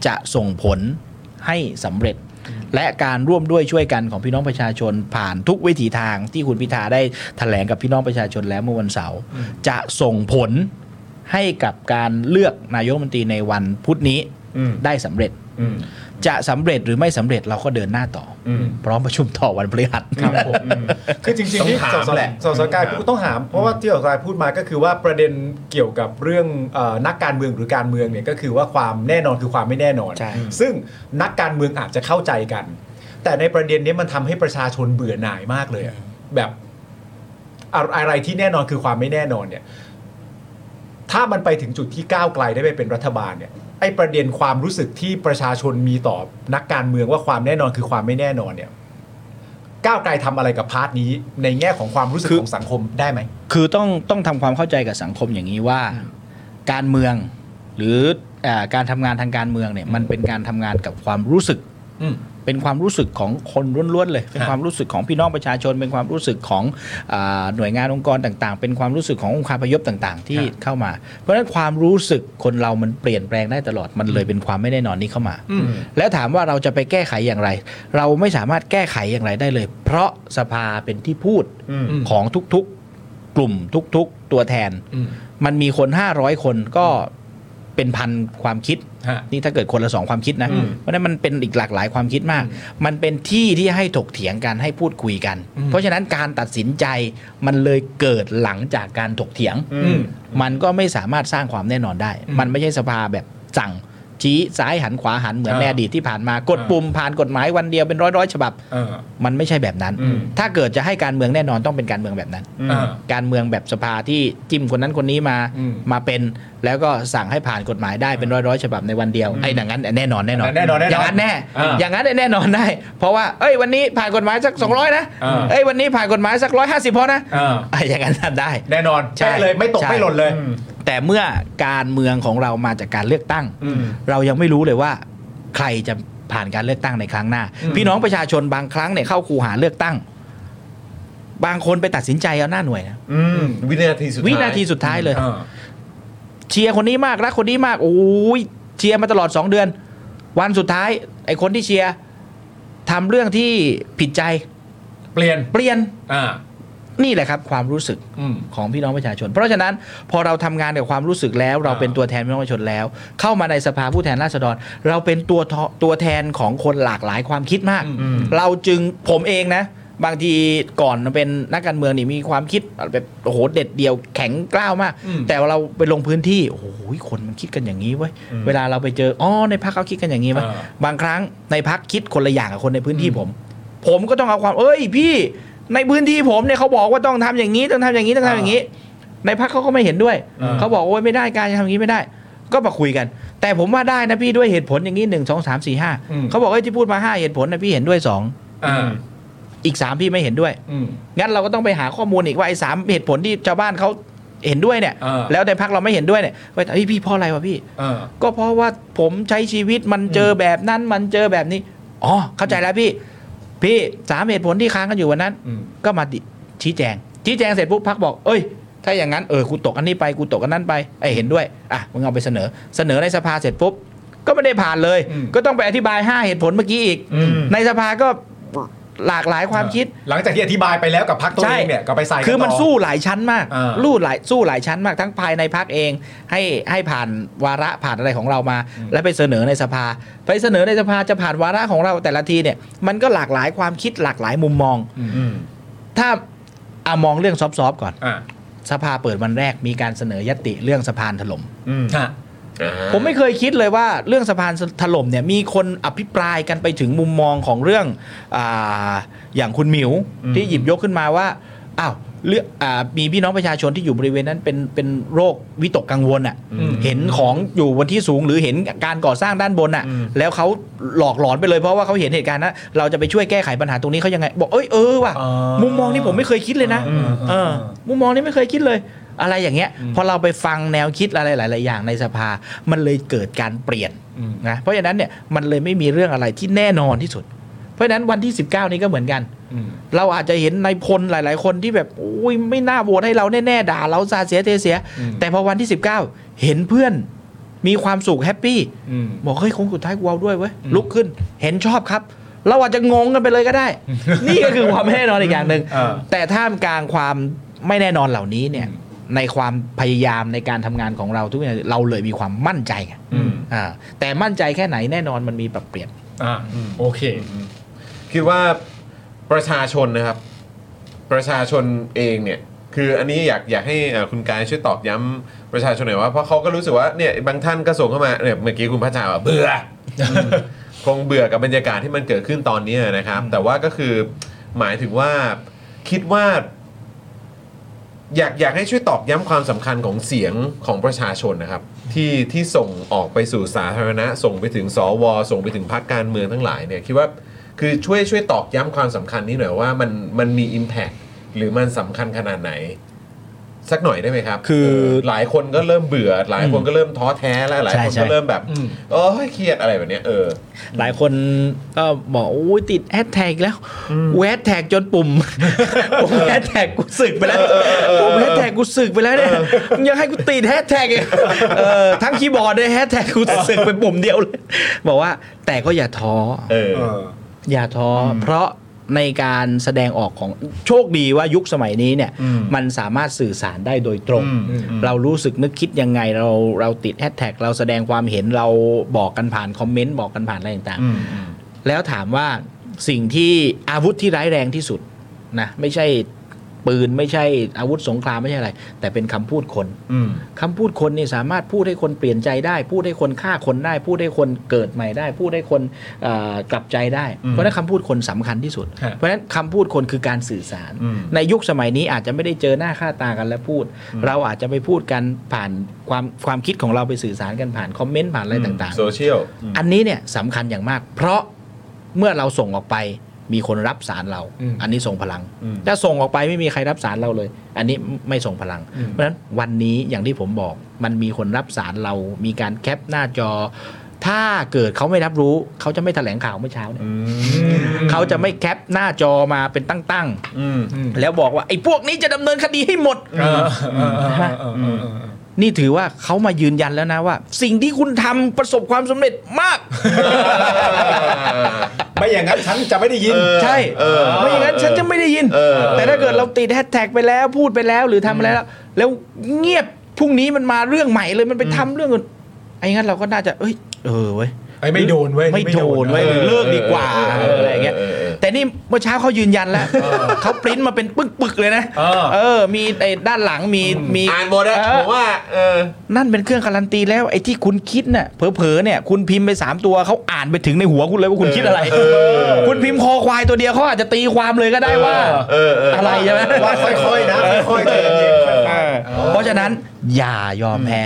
S5: จะส่งผลให้สำเร็จ และการร่วมด้วยช่วยกันของพี่น้องประชาชนผ่านทุกวิถีทางที่คุณพิธาได้แถลงกับพี่น้องประชาชนแล้วเมื่อวันเสาร์จะส่งผลให้กับการเลือกนายกรัฐมนตรีในวันพุธนี้
S1: อืม
S5: ได้สำเร็จ
S1: อืม
S5: จะสำเร็จหรือไม่สำเร็จเราก็เดินหน้าต่ออ
S1: ม
S5: พร้อมประชุมต่อวันพฤหัส
S2: ครับผมคือจริง
S1: ต้
S2: ๆ
S1: อง
S2: ที่
S1: ถาม
S2: สส
S1: แหละ
S2: สสกายพูดต้องหามเพราะว่าที่สสกายพูดมาก็คือว่าประเด็นเกี่ยวกับเรื่องเอ่อนักการเมืองหรือการเมืองเนี่ยก็คือว่าความแน่นอนคือความไม่แน่นอน
S5: ใช่
S2: ซึ่งนักการเมืองอาจจะเข้าใจกัน แต่ในประเด็นเนี้ยมันทำให้ประชาชนเบื่อหน่ายมากเลยอะแบบอะอะไรที่แน่นอนคือความไม่แน่นอนเนี่ย ถ้ามันไปถึงจุดที่ก้าวไกลได้ไปเป็นรัฐบาลเนี่ยไอ้ประเด็นความรู้สึกที่ประชาชนมีต่อนักการเมืองว่าความแน่นอนคือความไม่แน่นอนเนี่ย ก้าวไกลทำอะไรกับพาร์ทนี้ ในแง่ของความรู้สึกของสังคมได้ไหม
S5: คือต้องต้องทำความเข้าใจกับสังคมอย่างนี้ว่า การเมืองหรือเออการทำงานทางการเมืองเนี่ยมันเป็นการทำงานกับความรู้สึก เป็นความรู้สึกของคนล้วนๆเลย เป็นความรู้สึกของพี่น้องประชาชน เป็นความรู้สึกของอาหน่วยงานองค์กรต่างๆ เป็นความรู้สึกขององค์การพยพต่างๆ ที่เข้ามา เพราะฉะนั้นความรู้สึกคนเรามันเปลี่ยนแปลงได้ตลอด มันเลยเป็นความไม่แน่นอนนี้เข้ามา แล้วถามว่าเราจะไปแก้ไขอย่างไร เราไม่สามารถแก้ไขอย่างไรได้เลย เพราะสภาเป็นที่พูดของทุกๆกลุ่มทุกๆตัวแทน มันมีคน 500 คนก็เป็นพันความคิด
S2: ฮะ
S5: นี่ถ้าเกิดคนละสองความคิดนะ เพราะฉะนั้นมันเป็นอีกหลากหลายความคิดมาก มันเป็นที่ที่ให้ถกเถียงกันให้พูดคุยกัน เพราะฉะนั้นการตัดสินใจมันเลยเกิดหลังจากการถกเถียง
S1: อืม
S5: มันก็ไม่สามารถสร้างความแน่นอนได้ มันไม่ใช่สภาแบบสั่งชี้ซ้ายหันขวาหันเหมือนในอดีตที่ผ่านมากดปุ่มผ่านกฎหมายวันเดียวเป็นร้อยร้อยๆฉบับ มันไม่ใช่แบบนั้น
S1: อืม
S5: ถ้าเกิดจะให้การเมืองแน่นอนต้องเป็นการเมืองแบบนั้น
S1: อืม
S5: การเมืองแบบสภาที่จิ้มคนนั้นคนนี้มา
S2: อืม
S5: มาเป็น แล้วก็สั่งให้ผ่านกฎหมายได้เป็นร้อยร้อยๆฉบับในวันเดียวไอ้ดังนั้นแน่นอนแน่นอน
S2: แน่นอนแน่นอน
S5: ย่างนั้นแน่
S2: อ่า
S5: อย่างนั้นแน่นอนได้ เพราะว่าเอ้ยวันนี้ผ่านกฎหมายสัก 200 นะ
S2: อ่า
S5: เอ้ยวันนี้ผ่านกฎหมายสักร้อยห้าสิบพอนะไอ้อย่างนั้นทำได้
S2: แน่นอน
S5: ใช่
S2: ใช่เลยไม่ตก
S5: ใช่
S2: ไม่หล่นเลย
S5: แต่เมื่อการเมืองของเรามาจากการเลือกตั้ง
S2: อืม
S5: เรายังไม่รู้เลยว่า ใครจะผ่านการเลือกตั้งในครั้งหน้า พี่น้องประชาชนบางครั้งเนี่ยเข้าคูหาเลือกตั้ง บางคนไปตัดสินใจเอาหน้าหน่วยนะ
S1: อืม วินาทีสุดท้าย
S5: วินาทีสุดท้ายเลย
S2: เออ
S5: เชียร์คนนี้มากรักคนนี้มากโอ้ยเชียร์มาตลอด 2 เดือน วันสุดท้าย ไอ้คนที่เชียร์ทำเรื่องที่ผิดใจ
S2: เปลี่ยน
S5: เปลี่ยน
S2: อ่า
S5: นี่แหละครับ ความรู้สึก
S2: อืม
S5: ของพี่น้องประชาชน เพราะฉะนั้นพอเราทำงานกับความรู้สึกแล้ว เราเป็นตัวแทนพี่น้องประชาชนแล้ว เข้ามาในสภาผู้แทนราษฎร เราเป็นตัวทอตัวแทนของคนหลากหลายความคิดมาก
S2: อืม
S5: เราจึงผมเองนะ บางทีก่อนเป็นนักการเมืองนี่มีความคิดแบบโอ้โหเด็ดเดียวแข็งกล้าวมาก
S2: อืม
S5: แต่เราไปลงพื้นที่โอ้โหคนมันคิดกันอย่างนี้เว้ยเวลาเราไปเจออ๋อในพักเขาคิดกันอย่างนี้ไหม
S2: อ่า
S5: บางครั้งในพักคิดคนละอย่างกับคนในพื้นที่ผม ผมก็ต้องเอาความ เอ้ยพี่ ในพื้นที่ผมเนี่ยเขาบอกว่าต้องทำอย่างนี้ต้องทำอย่างนี้ต้องทำอย่างนี้ ในพักเขาก็ไม่เห็นด้วย
S2: อ่า
S5: เขาบอกโอ้ยไม่ได้การจะทำอย่างนี้ไม่ได้ ก็มาคุยกัน แต่ผมว่าได้นะพี่ด้วยเหตุผลอย่างนี้หนึ่งสองสามสี่ห้าเขาบอกเอ้ยที่พูดมาห้าเหตุผลนะพี่เห็นด้วยสอง
S2: อ่า
S5: อีกสามพี่ไม่เห็นด้วย
S2: อืม
S5: งั้นเราก็ต้องไปหาข้อมูลอีกว่าไอ้สามเหตุผลที่ชาวบ้านเขาเห็นด้วยเนี่ย
S2: เออ
S5: แล้วในพักเราไม่เห็นด้วยเนี่ยว่าเฮ้ยพี่เพราะอะไรวะพี่
S2: เออ
S5: ก็เพราะว่าผมใช้ชีวิตมันเจอแบบนั้นมันเจอแบบนี้ อ๋อ เข้าใจแล้วพี่ พี่สามเหตุผลที่ค้างกันอยู่วันนั้น
S2: อืม
S5: ก็มาดิชี้แจง ชี้แจงเสร็จปุ๊บพักบอก เอ้ย ถ้าอย่างนั้นเออกูตกอันนี้ไปกูตกอันนั้นไปไอยเห็นด้วย อ่ะมึงเอาไปเสนอ เสนอในสภาเสร็จปุ๊บก็ไม่ได้ผ่านเลย ก็ต้องไปอธิบายห้าเหตุผลเมื่อกี้อีก ในสภาก็หลากหลายความคิด
S2: หลังจากที่อธิบายไปแล้วกับพักตัวเองเนี่ยก็ไปใส่กั
S5: คือมันสู้หลายชั้นมาก
S2: อ่า
S5: ลู่หลายสู้หลายชั้นมากทั้งภายในพักเอง ให้ให้ผ่านวาระผ่านอะไรของเรามา และไปเสนอในสภา ไปเสนอในสภาจะผ่านวาระของเราแต่ละทีเนี่ยมันก็หลากหลายความคิดหลากหลายมุมมอง
S2: อืม
S5: ถ้าอามองเรื่องซอฟต์ๆก่อน
S2: อ่า
S5: สภาเปิดวันแรกมีการเสนอยติเรื่องสะพานถล่ม
S2: ฮะ
S5: ผมไม่เคยคิดเลยว่าเรื่องสะพานถล่มเนี่ยมีคนอภิปรายกันไปถึงมุมมองของเรื่องอาอย่างคุณหมิวที่หยิบยกขึ้นมาว่าอ้าวเรื่องอามีพี่น้องประชาชนที่อยู่บริเวณนั้นเป็นเป็นโรควิตกกังวลอะ่ะ
S2: อืม
S5: เห็นของอยู่บนที่สูงหรือเห็นการก่อสร้างด้านบนอะ่ะ แล้วเขาหลอกหลอนไปเลยเพราะว่าเขาเห็นเหตุการณ์นะเราจะไปช่วยแก้ไขปัญหาตรงนี้เขายังไง บอกเอ้ยเออว่ะ มุมมองนี้ผมไม่เคยคิดเลยนะ
S2: อืม
S5: เออมุมมองนี้ไม่เคยคิดเลย อะไรอย่างเงี้ยพอเราไปฟังแนวคิดอะไรหลาย ๆ อย่างในสภา มันเลยเกิดการเปลี่ยนนะเพราะฉะนั้นเนี่ยมันเลยไม่มีเรื่องอะไรที่แน่นอนที่สุด เพราะฉะนั้นวันที่ 19 นี้ก็เหมือนกัน เราอาจจะเห็นในายพลหลาย ๆ คนที่แบบโอ้ยไม่น่าโหวตให้เราแน่ ๆ ด่าเราซาเสียเทเสีย แต่พอวันที่ 19 เห็นเพื่อนมีความสุขแฮปปี้ บอกเฮ้ยคงสุดท้ายกูเอาด้วยเว้ยลุกขึ้นเห็นชอบครับ เราอาจจะงงกันไปเลยก็ได้ นี่ก็คือความไม่แน่นอนอีกอย่างหนึ่ง
S2: เออ
S5: แต่ท่ามกลางความไม่แน่นอนเหล่านี้เนี่ยในความพยายามในการทำงานของเราทุกอย่างเราเลยมีความมั่นใจไง
S2: อืม
S5: อ่าแต่มั่นใจแค่ไหนแน่นอนมันมีปรับเปลี่ยน
S2: อ่าโอเค
S1: คิดว่าประชาชนนะครับ ประชาชนเองเนี่ย คืออันนี้อยากอยากให้เอ่อคุณกายช่วยตอบย้ำประชาชนหน่อยว่าเพราะเขาก็รู้สึกว่าเนี่ยบางท่านก็ส่งเข้ามาเนี่ยเมื่อกี้คุณพระชาว่าเบื่อคงเบื่อกับบรรยากาศที่มันเกิดขึ้นตอนนี้นะครับ แต่ว่าก็คือหมายถึงว่าคิดว่า อยากอยากให้ช่วยตอกย้ำความสำคัญของเสียงของประชาชนนะครับ ที่ที่ส่งออกไปสู่สาธารณะ ส่งไปถึงสวส่งไปถึงพรรคการเมืองทั้งหลายเนี่ยคิดว่าคือช่วยช่วยตอกย้ำความสำคัญนี้หน่อยว่ามันมันมี Impact หรือมันสำคัญขนาดไหน สักหน่อยได้ไหมครับ
S2: คือ
S1: เหลายคนก็เริ่มเบื่อ หลายคนก็เริ่มท้อแท้แล้วหลาย
S5: ใช่
S1: คน
S5: ใช่
S1: ก็เริ่มแบบโอ้ยเครียดอะไรแบบเนี้ยเออ
S5: หลายคนก็บอกโอ้ยติดแฮชแท็กแล้วแฮชแท็กจนปุ่ม ผมแฮชแท็กกูสึกไปแล้วผมแฮชแท็กกูสึกไปแล้วเนี่ย ยังให้กูติดแฮชแท็กอีก เออทั้งคีย์บอร์ดเลยแฮชแท็กกูสึกไปปุ่มเดียว เลยบอกว่าแต่ก็อย่าท้อ
S1: เออ
S5: อย่าท้ออเพราะในการแสดงออกของโชคดีว่ายุคสมัยนี้เนี่ยมันสามารถสื่อสารได้โดยตรง เรารู้สึกนึกคิดยังไงเราเราติดแฮชแท็กเราแสดงความเห็นเราบอกกันผ่านคอมเมนต์บอกกันผ่านอะไรต่างๆ แล้วถามว่าสิ่งที่อาวุธที่ร้ายแรงที่สุดนะไม่ใช่ปืนไม่ใช่อาวุธสงครามไม่ใช่อะไร แต่เป็นคำพูดคน คำพูดคนนี่สามารถพูดให้คนเปลี่ยนใจได้ พูดให้คนฆ่าคนได้ พูดให้คนเกิดใหม่ได้ พูดให้คนเอ่อกลับใจได้ เพราะฉะนั้นคำพูดคนสำคัญที่สุด
S2: ฮะ
S5: เพราะฉะนั้นคำพูดคนคือการสื่อสาร ในยุคสมัยนี้อาจจะไม่ได้เจอหน้าค่าตากันแล้วพูด เราอาจจะไปพูดกันผ่านความความคิดของเราไปสื่อสารกันผ่านคอมเมนต์ผ่านอะไรต่าง
S1: โซเชียล
S5: ๆ อันนี้เนี่ยสำคัญอย่างมาก เพราะเมื่อเราส่งออกไปมีคนรับสารเรา อันนี้ส่งพลัง ถ้าส่งออกไปไม่มีใครรับสารเราเลย อันนี้ไม่ส่งพลัง เพราะฉะนั้นวันนี้อย่างที่ผมบอก มันมีคนรับสารเรา มีการแคปหน้าจอ ถ้าเกิดเขาไม่รับรู้ เขาจะไม่แถลงข่าวเมื่อเช้าเนี่ยเขาจะไม่แคปหน้าจอมาเป็นตั้ง
S1: อืม
S5: ๆ แล้วบอกว่าไอ้พวกนี้จะดำเนินคดีให้หมด นี่ถือว่าเขามายืนยันแล้วนะว่า สิ่งที่คุณทำประสบความสำเร็จมาก
S2: ไม่อย่างนั้นฉันจะไม่ได้ยิน
S5: ใช่
S1: เออ
S5: ไม่อย่างนั้นฉันจะไม่ได้ยิน
S1: เออ
S5: แต่ถ้าเกิดเราติดแฮชแท็กไปแล้วพูดไปแล้วหรือทำอะไรแล้ว แล้วเงียบพรุ่งนี้มันมาเรื่องใหม่เลยมันไปทำเรื่องอื่นไอ้งั้นเราก็น่าจะ เอ้ยเออเว้ย
S2: ไอ้ไม่โดนเว้ย
S5: ไม่โดนเว้ยหรือเลิกดีกว่าอะไรอย่างเงี้ย แต่นี่เมื่อเช้าเขายืนยันแล้วเขาปริ้นมาเป็นปึกๆเลยนะ
S2: เออ
S5: เออ มีไอ้ด้านหลังมีมี
S1: อ่านหมดอะ
S5: เออ
S1: ผมว่าเออ
S5: นั่นเป็นเครื่องการันตีแล้วไอ้ที่คุณคิดน่ะเผลอๆเนี่ยคุณพิมพ์ไป 3 ตัวเขาอ่านไปถึงในหัวคุณเลยว่าคุณคิดอะไร คุณพิมพ์คอควายตัวเดียวเขาอาจจะตีความเลยก็ได้ว่า
S1: เออเออ
S5: อะไรใช่ไหม
S2: ว่าค่อยๆนะค่อยๆใจเย็นๆค่อยๆ
S5: เพราะฉะนั้นอย่ายอมแพ้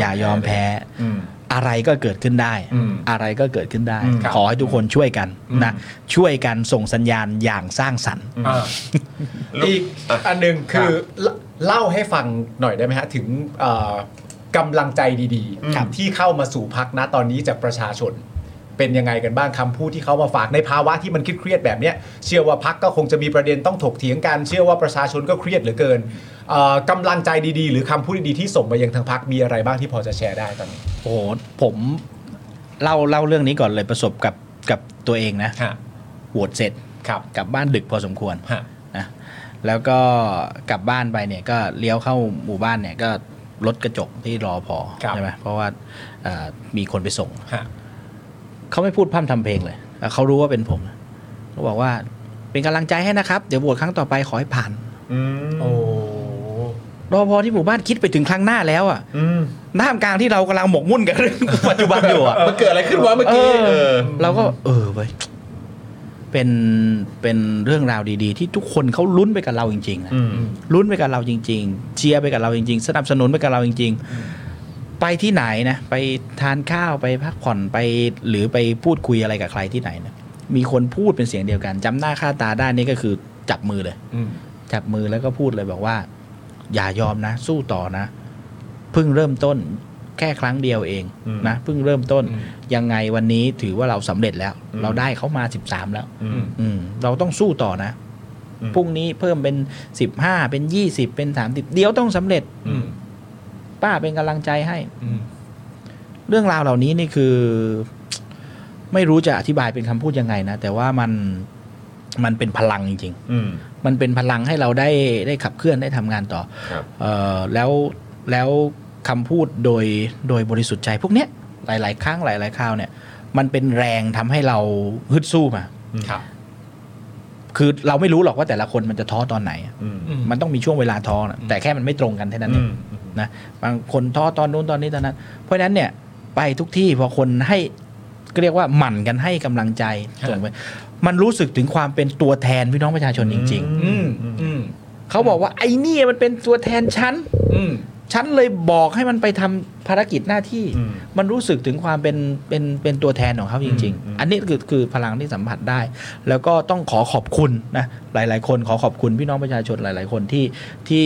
S5: อย่ายอมแพ้ อะไรก็เกิดขึ้นได้ อะไรก็เกิดขึ้นได้ ขอให้ทุกคนช่วยกันนะช่วยกันส่งสัญญาณอย่างสร้างสรรค์
S2: อ่าอีกอันหนึ่งคือเลเล่าให้ฟังหน่อยได้ไหมฮะ ถึงเอ่อกำลังใจดีๆ ที่เข้ามาสู่พักนะตอนนี้จากประชาชน เป็นยังไงกันบ้างคำพูดที่เขามาฝากในภาวะที่มันเครียดๆแบบเนี้ยเชื่อว่าพักก็คงจะมีประเด็นต้องถกเถียงกัน เชื่อว่าประชาชนก็เครียดเหลือเกินเอ่อกำลังใจดีๆ หรือคำพูดดีๆที่ส่งมายังทางพักมีอะไรบ้างที่พอจะแชร์ได้ตอนนี้
S5: โอ้โหผมเล่าเล่าเรื่องนี้ก่อนเลยประสบกับกับตัวเองนะ โหวตเสร็จ
S2: ครับ
S5: กลับบ้านดึกพอสมควร
S2: ฮะ
S5: นะแล้วก็กลับบ้านไปเนี่ยก็เลี้ยวเข้าหมู่บ้านเนี่ยก็รถกระจกที่รอพอ
S2: ครับ
S5: ใช่ไหมเพราะว่าเอ่อมีคนไปส่ง
S2: ฮะ
S5: เขาไม่พูดพร่ำทำเพลงเลยแล้วเขารู้ว่าเป็นผมเขาบอกว่าเป็นกำลังใจให้นะครับ เดี๋ยวโหวตครั้งต่อไปขอให้ผ่าน
S2: โอ้
S5: รอพอที่หมู่บ้านคิดไปถึงครั้งหน้าแล้วอ่ะหน้ามกลางที่เรากำลังหมกมุ่นกับเรื่อง ปัจจุบันอยู่อ่ะ
S1: มันเกิดอะไรขึ้นวะเมื่อ
S5: เอ
S1: กี้เอ
S5: อ
S1: อ
S5: เราก็ เออเว้ยเป็นเป็นเรื่องราวดีๆ ที่ทุกคนเขาลุ้นไปกับเราจริงๆนะลุ้นไปกับเราจริง ๆ เชียร์ไปกับเราจริง ๆ สนับสนุนไปกับเราจริง ๆ ไปที่ไหนนะไปทานข้าวไปพักผ่อนไปหรือไปพูดคุยอะไรกับใครที่ไหนนะมีคนพูดเป็นเสียงเดียวกันจำหน้าค่าตาได้นี่ก็คือจับมือเลย จับมือแล้วก็พูดเลยบอกว่า อย่ายอมนะ สู้ต่อนะ เพิ่งเริ่มต้นแค่ครั้งเดียวเองนะเพิ่งเริ่มต้น ยังไงวันนี้ถือว่าเราสำเร็จแล้ว เราได้เขามาสิบสามแล้ว อืม เราต้องสู้ต่อนะพรุ่งนี้เพิ่มเป็นสิบห้าเป็นยี่สิบเป็นสามสิบเดี๋ยวต้องสำเร็จป้าเป็นกำลังใจให้เรื่องราวเหล่านี้นี่คือ ไม่รู้จะอธิบายเป็นคำพูดยังไงนะ แต่ว่ามันมันเป็นพลังจริง ๆ มันเป็นพลังให้เราได้ได้ขับเคลื่อนได้ทำงานต่อ
S1: ครับ
S5: เออแล้วแล้วคำพูดโดยโดยบริสุทธิ์ใจพวกเนี้ยหลาย ๆ ครั้งหลาย ๆ คราวเนี่ย มันเป็นแรงทำให้เราฮึดสู้มา
S2: ครับ
S5: คือเราไม่รู้หรอกว่าแต่ละคนมันจะท้อตอนไหน มันต้องมีช่วงเวลาท้อนะแต่แค่มันไม่ตรงกันเท่านั้นเองนะบางคนท้อตอนนู้นตอนนี้ตอนนั้น เพราะฉะนั้นเนี่ยไปทุกที่พอคนให้เรียกว่าหมั่นกันให้กำลังใจส่งไปมันรู้สึกถึงความเป็นตัวแทนพี่น้องประชาชนจริง ๆ
S2: อืมอืม
S5: เขาบอกว่าไอ้เนี่ยมันเป็นตัวแทนฉัน
S2: อืม
S5: ฉันเลยบอกให้มันไปทำภารกิจหน้าที่
S2: อืม
S5: มันรู้สึกถึงความเป็นเป็นเป็นตัวแทนของเขาจริง ๆ อันนี้คือคือพลังที่สัมผัสได้ แล้วก็ต้องขอขอบคุณนะหลาย ๆ คนขอขอบคุณพี่น้องประชาชนหลาย ๆ คนที่ที่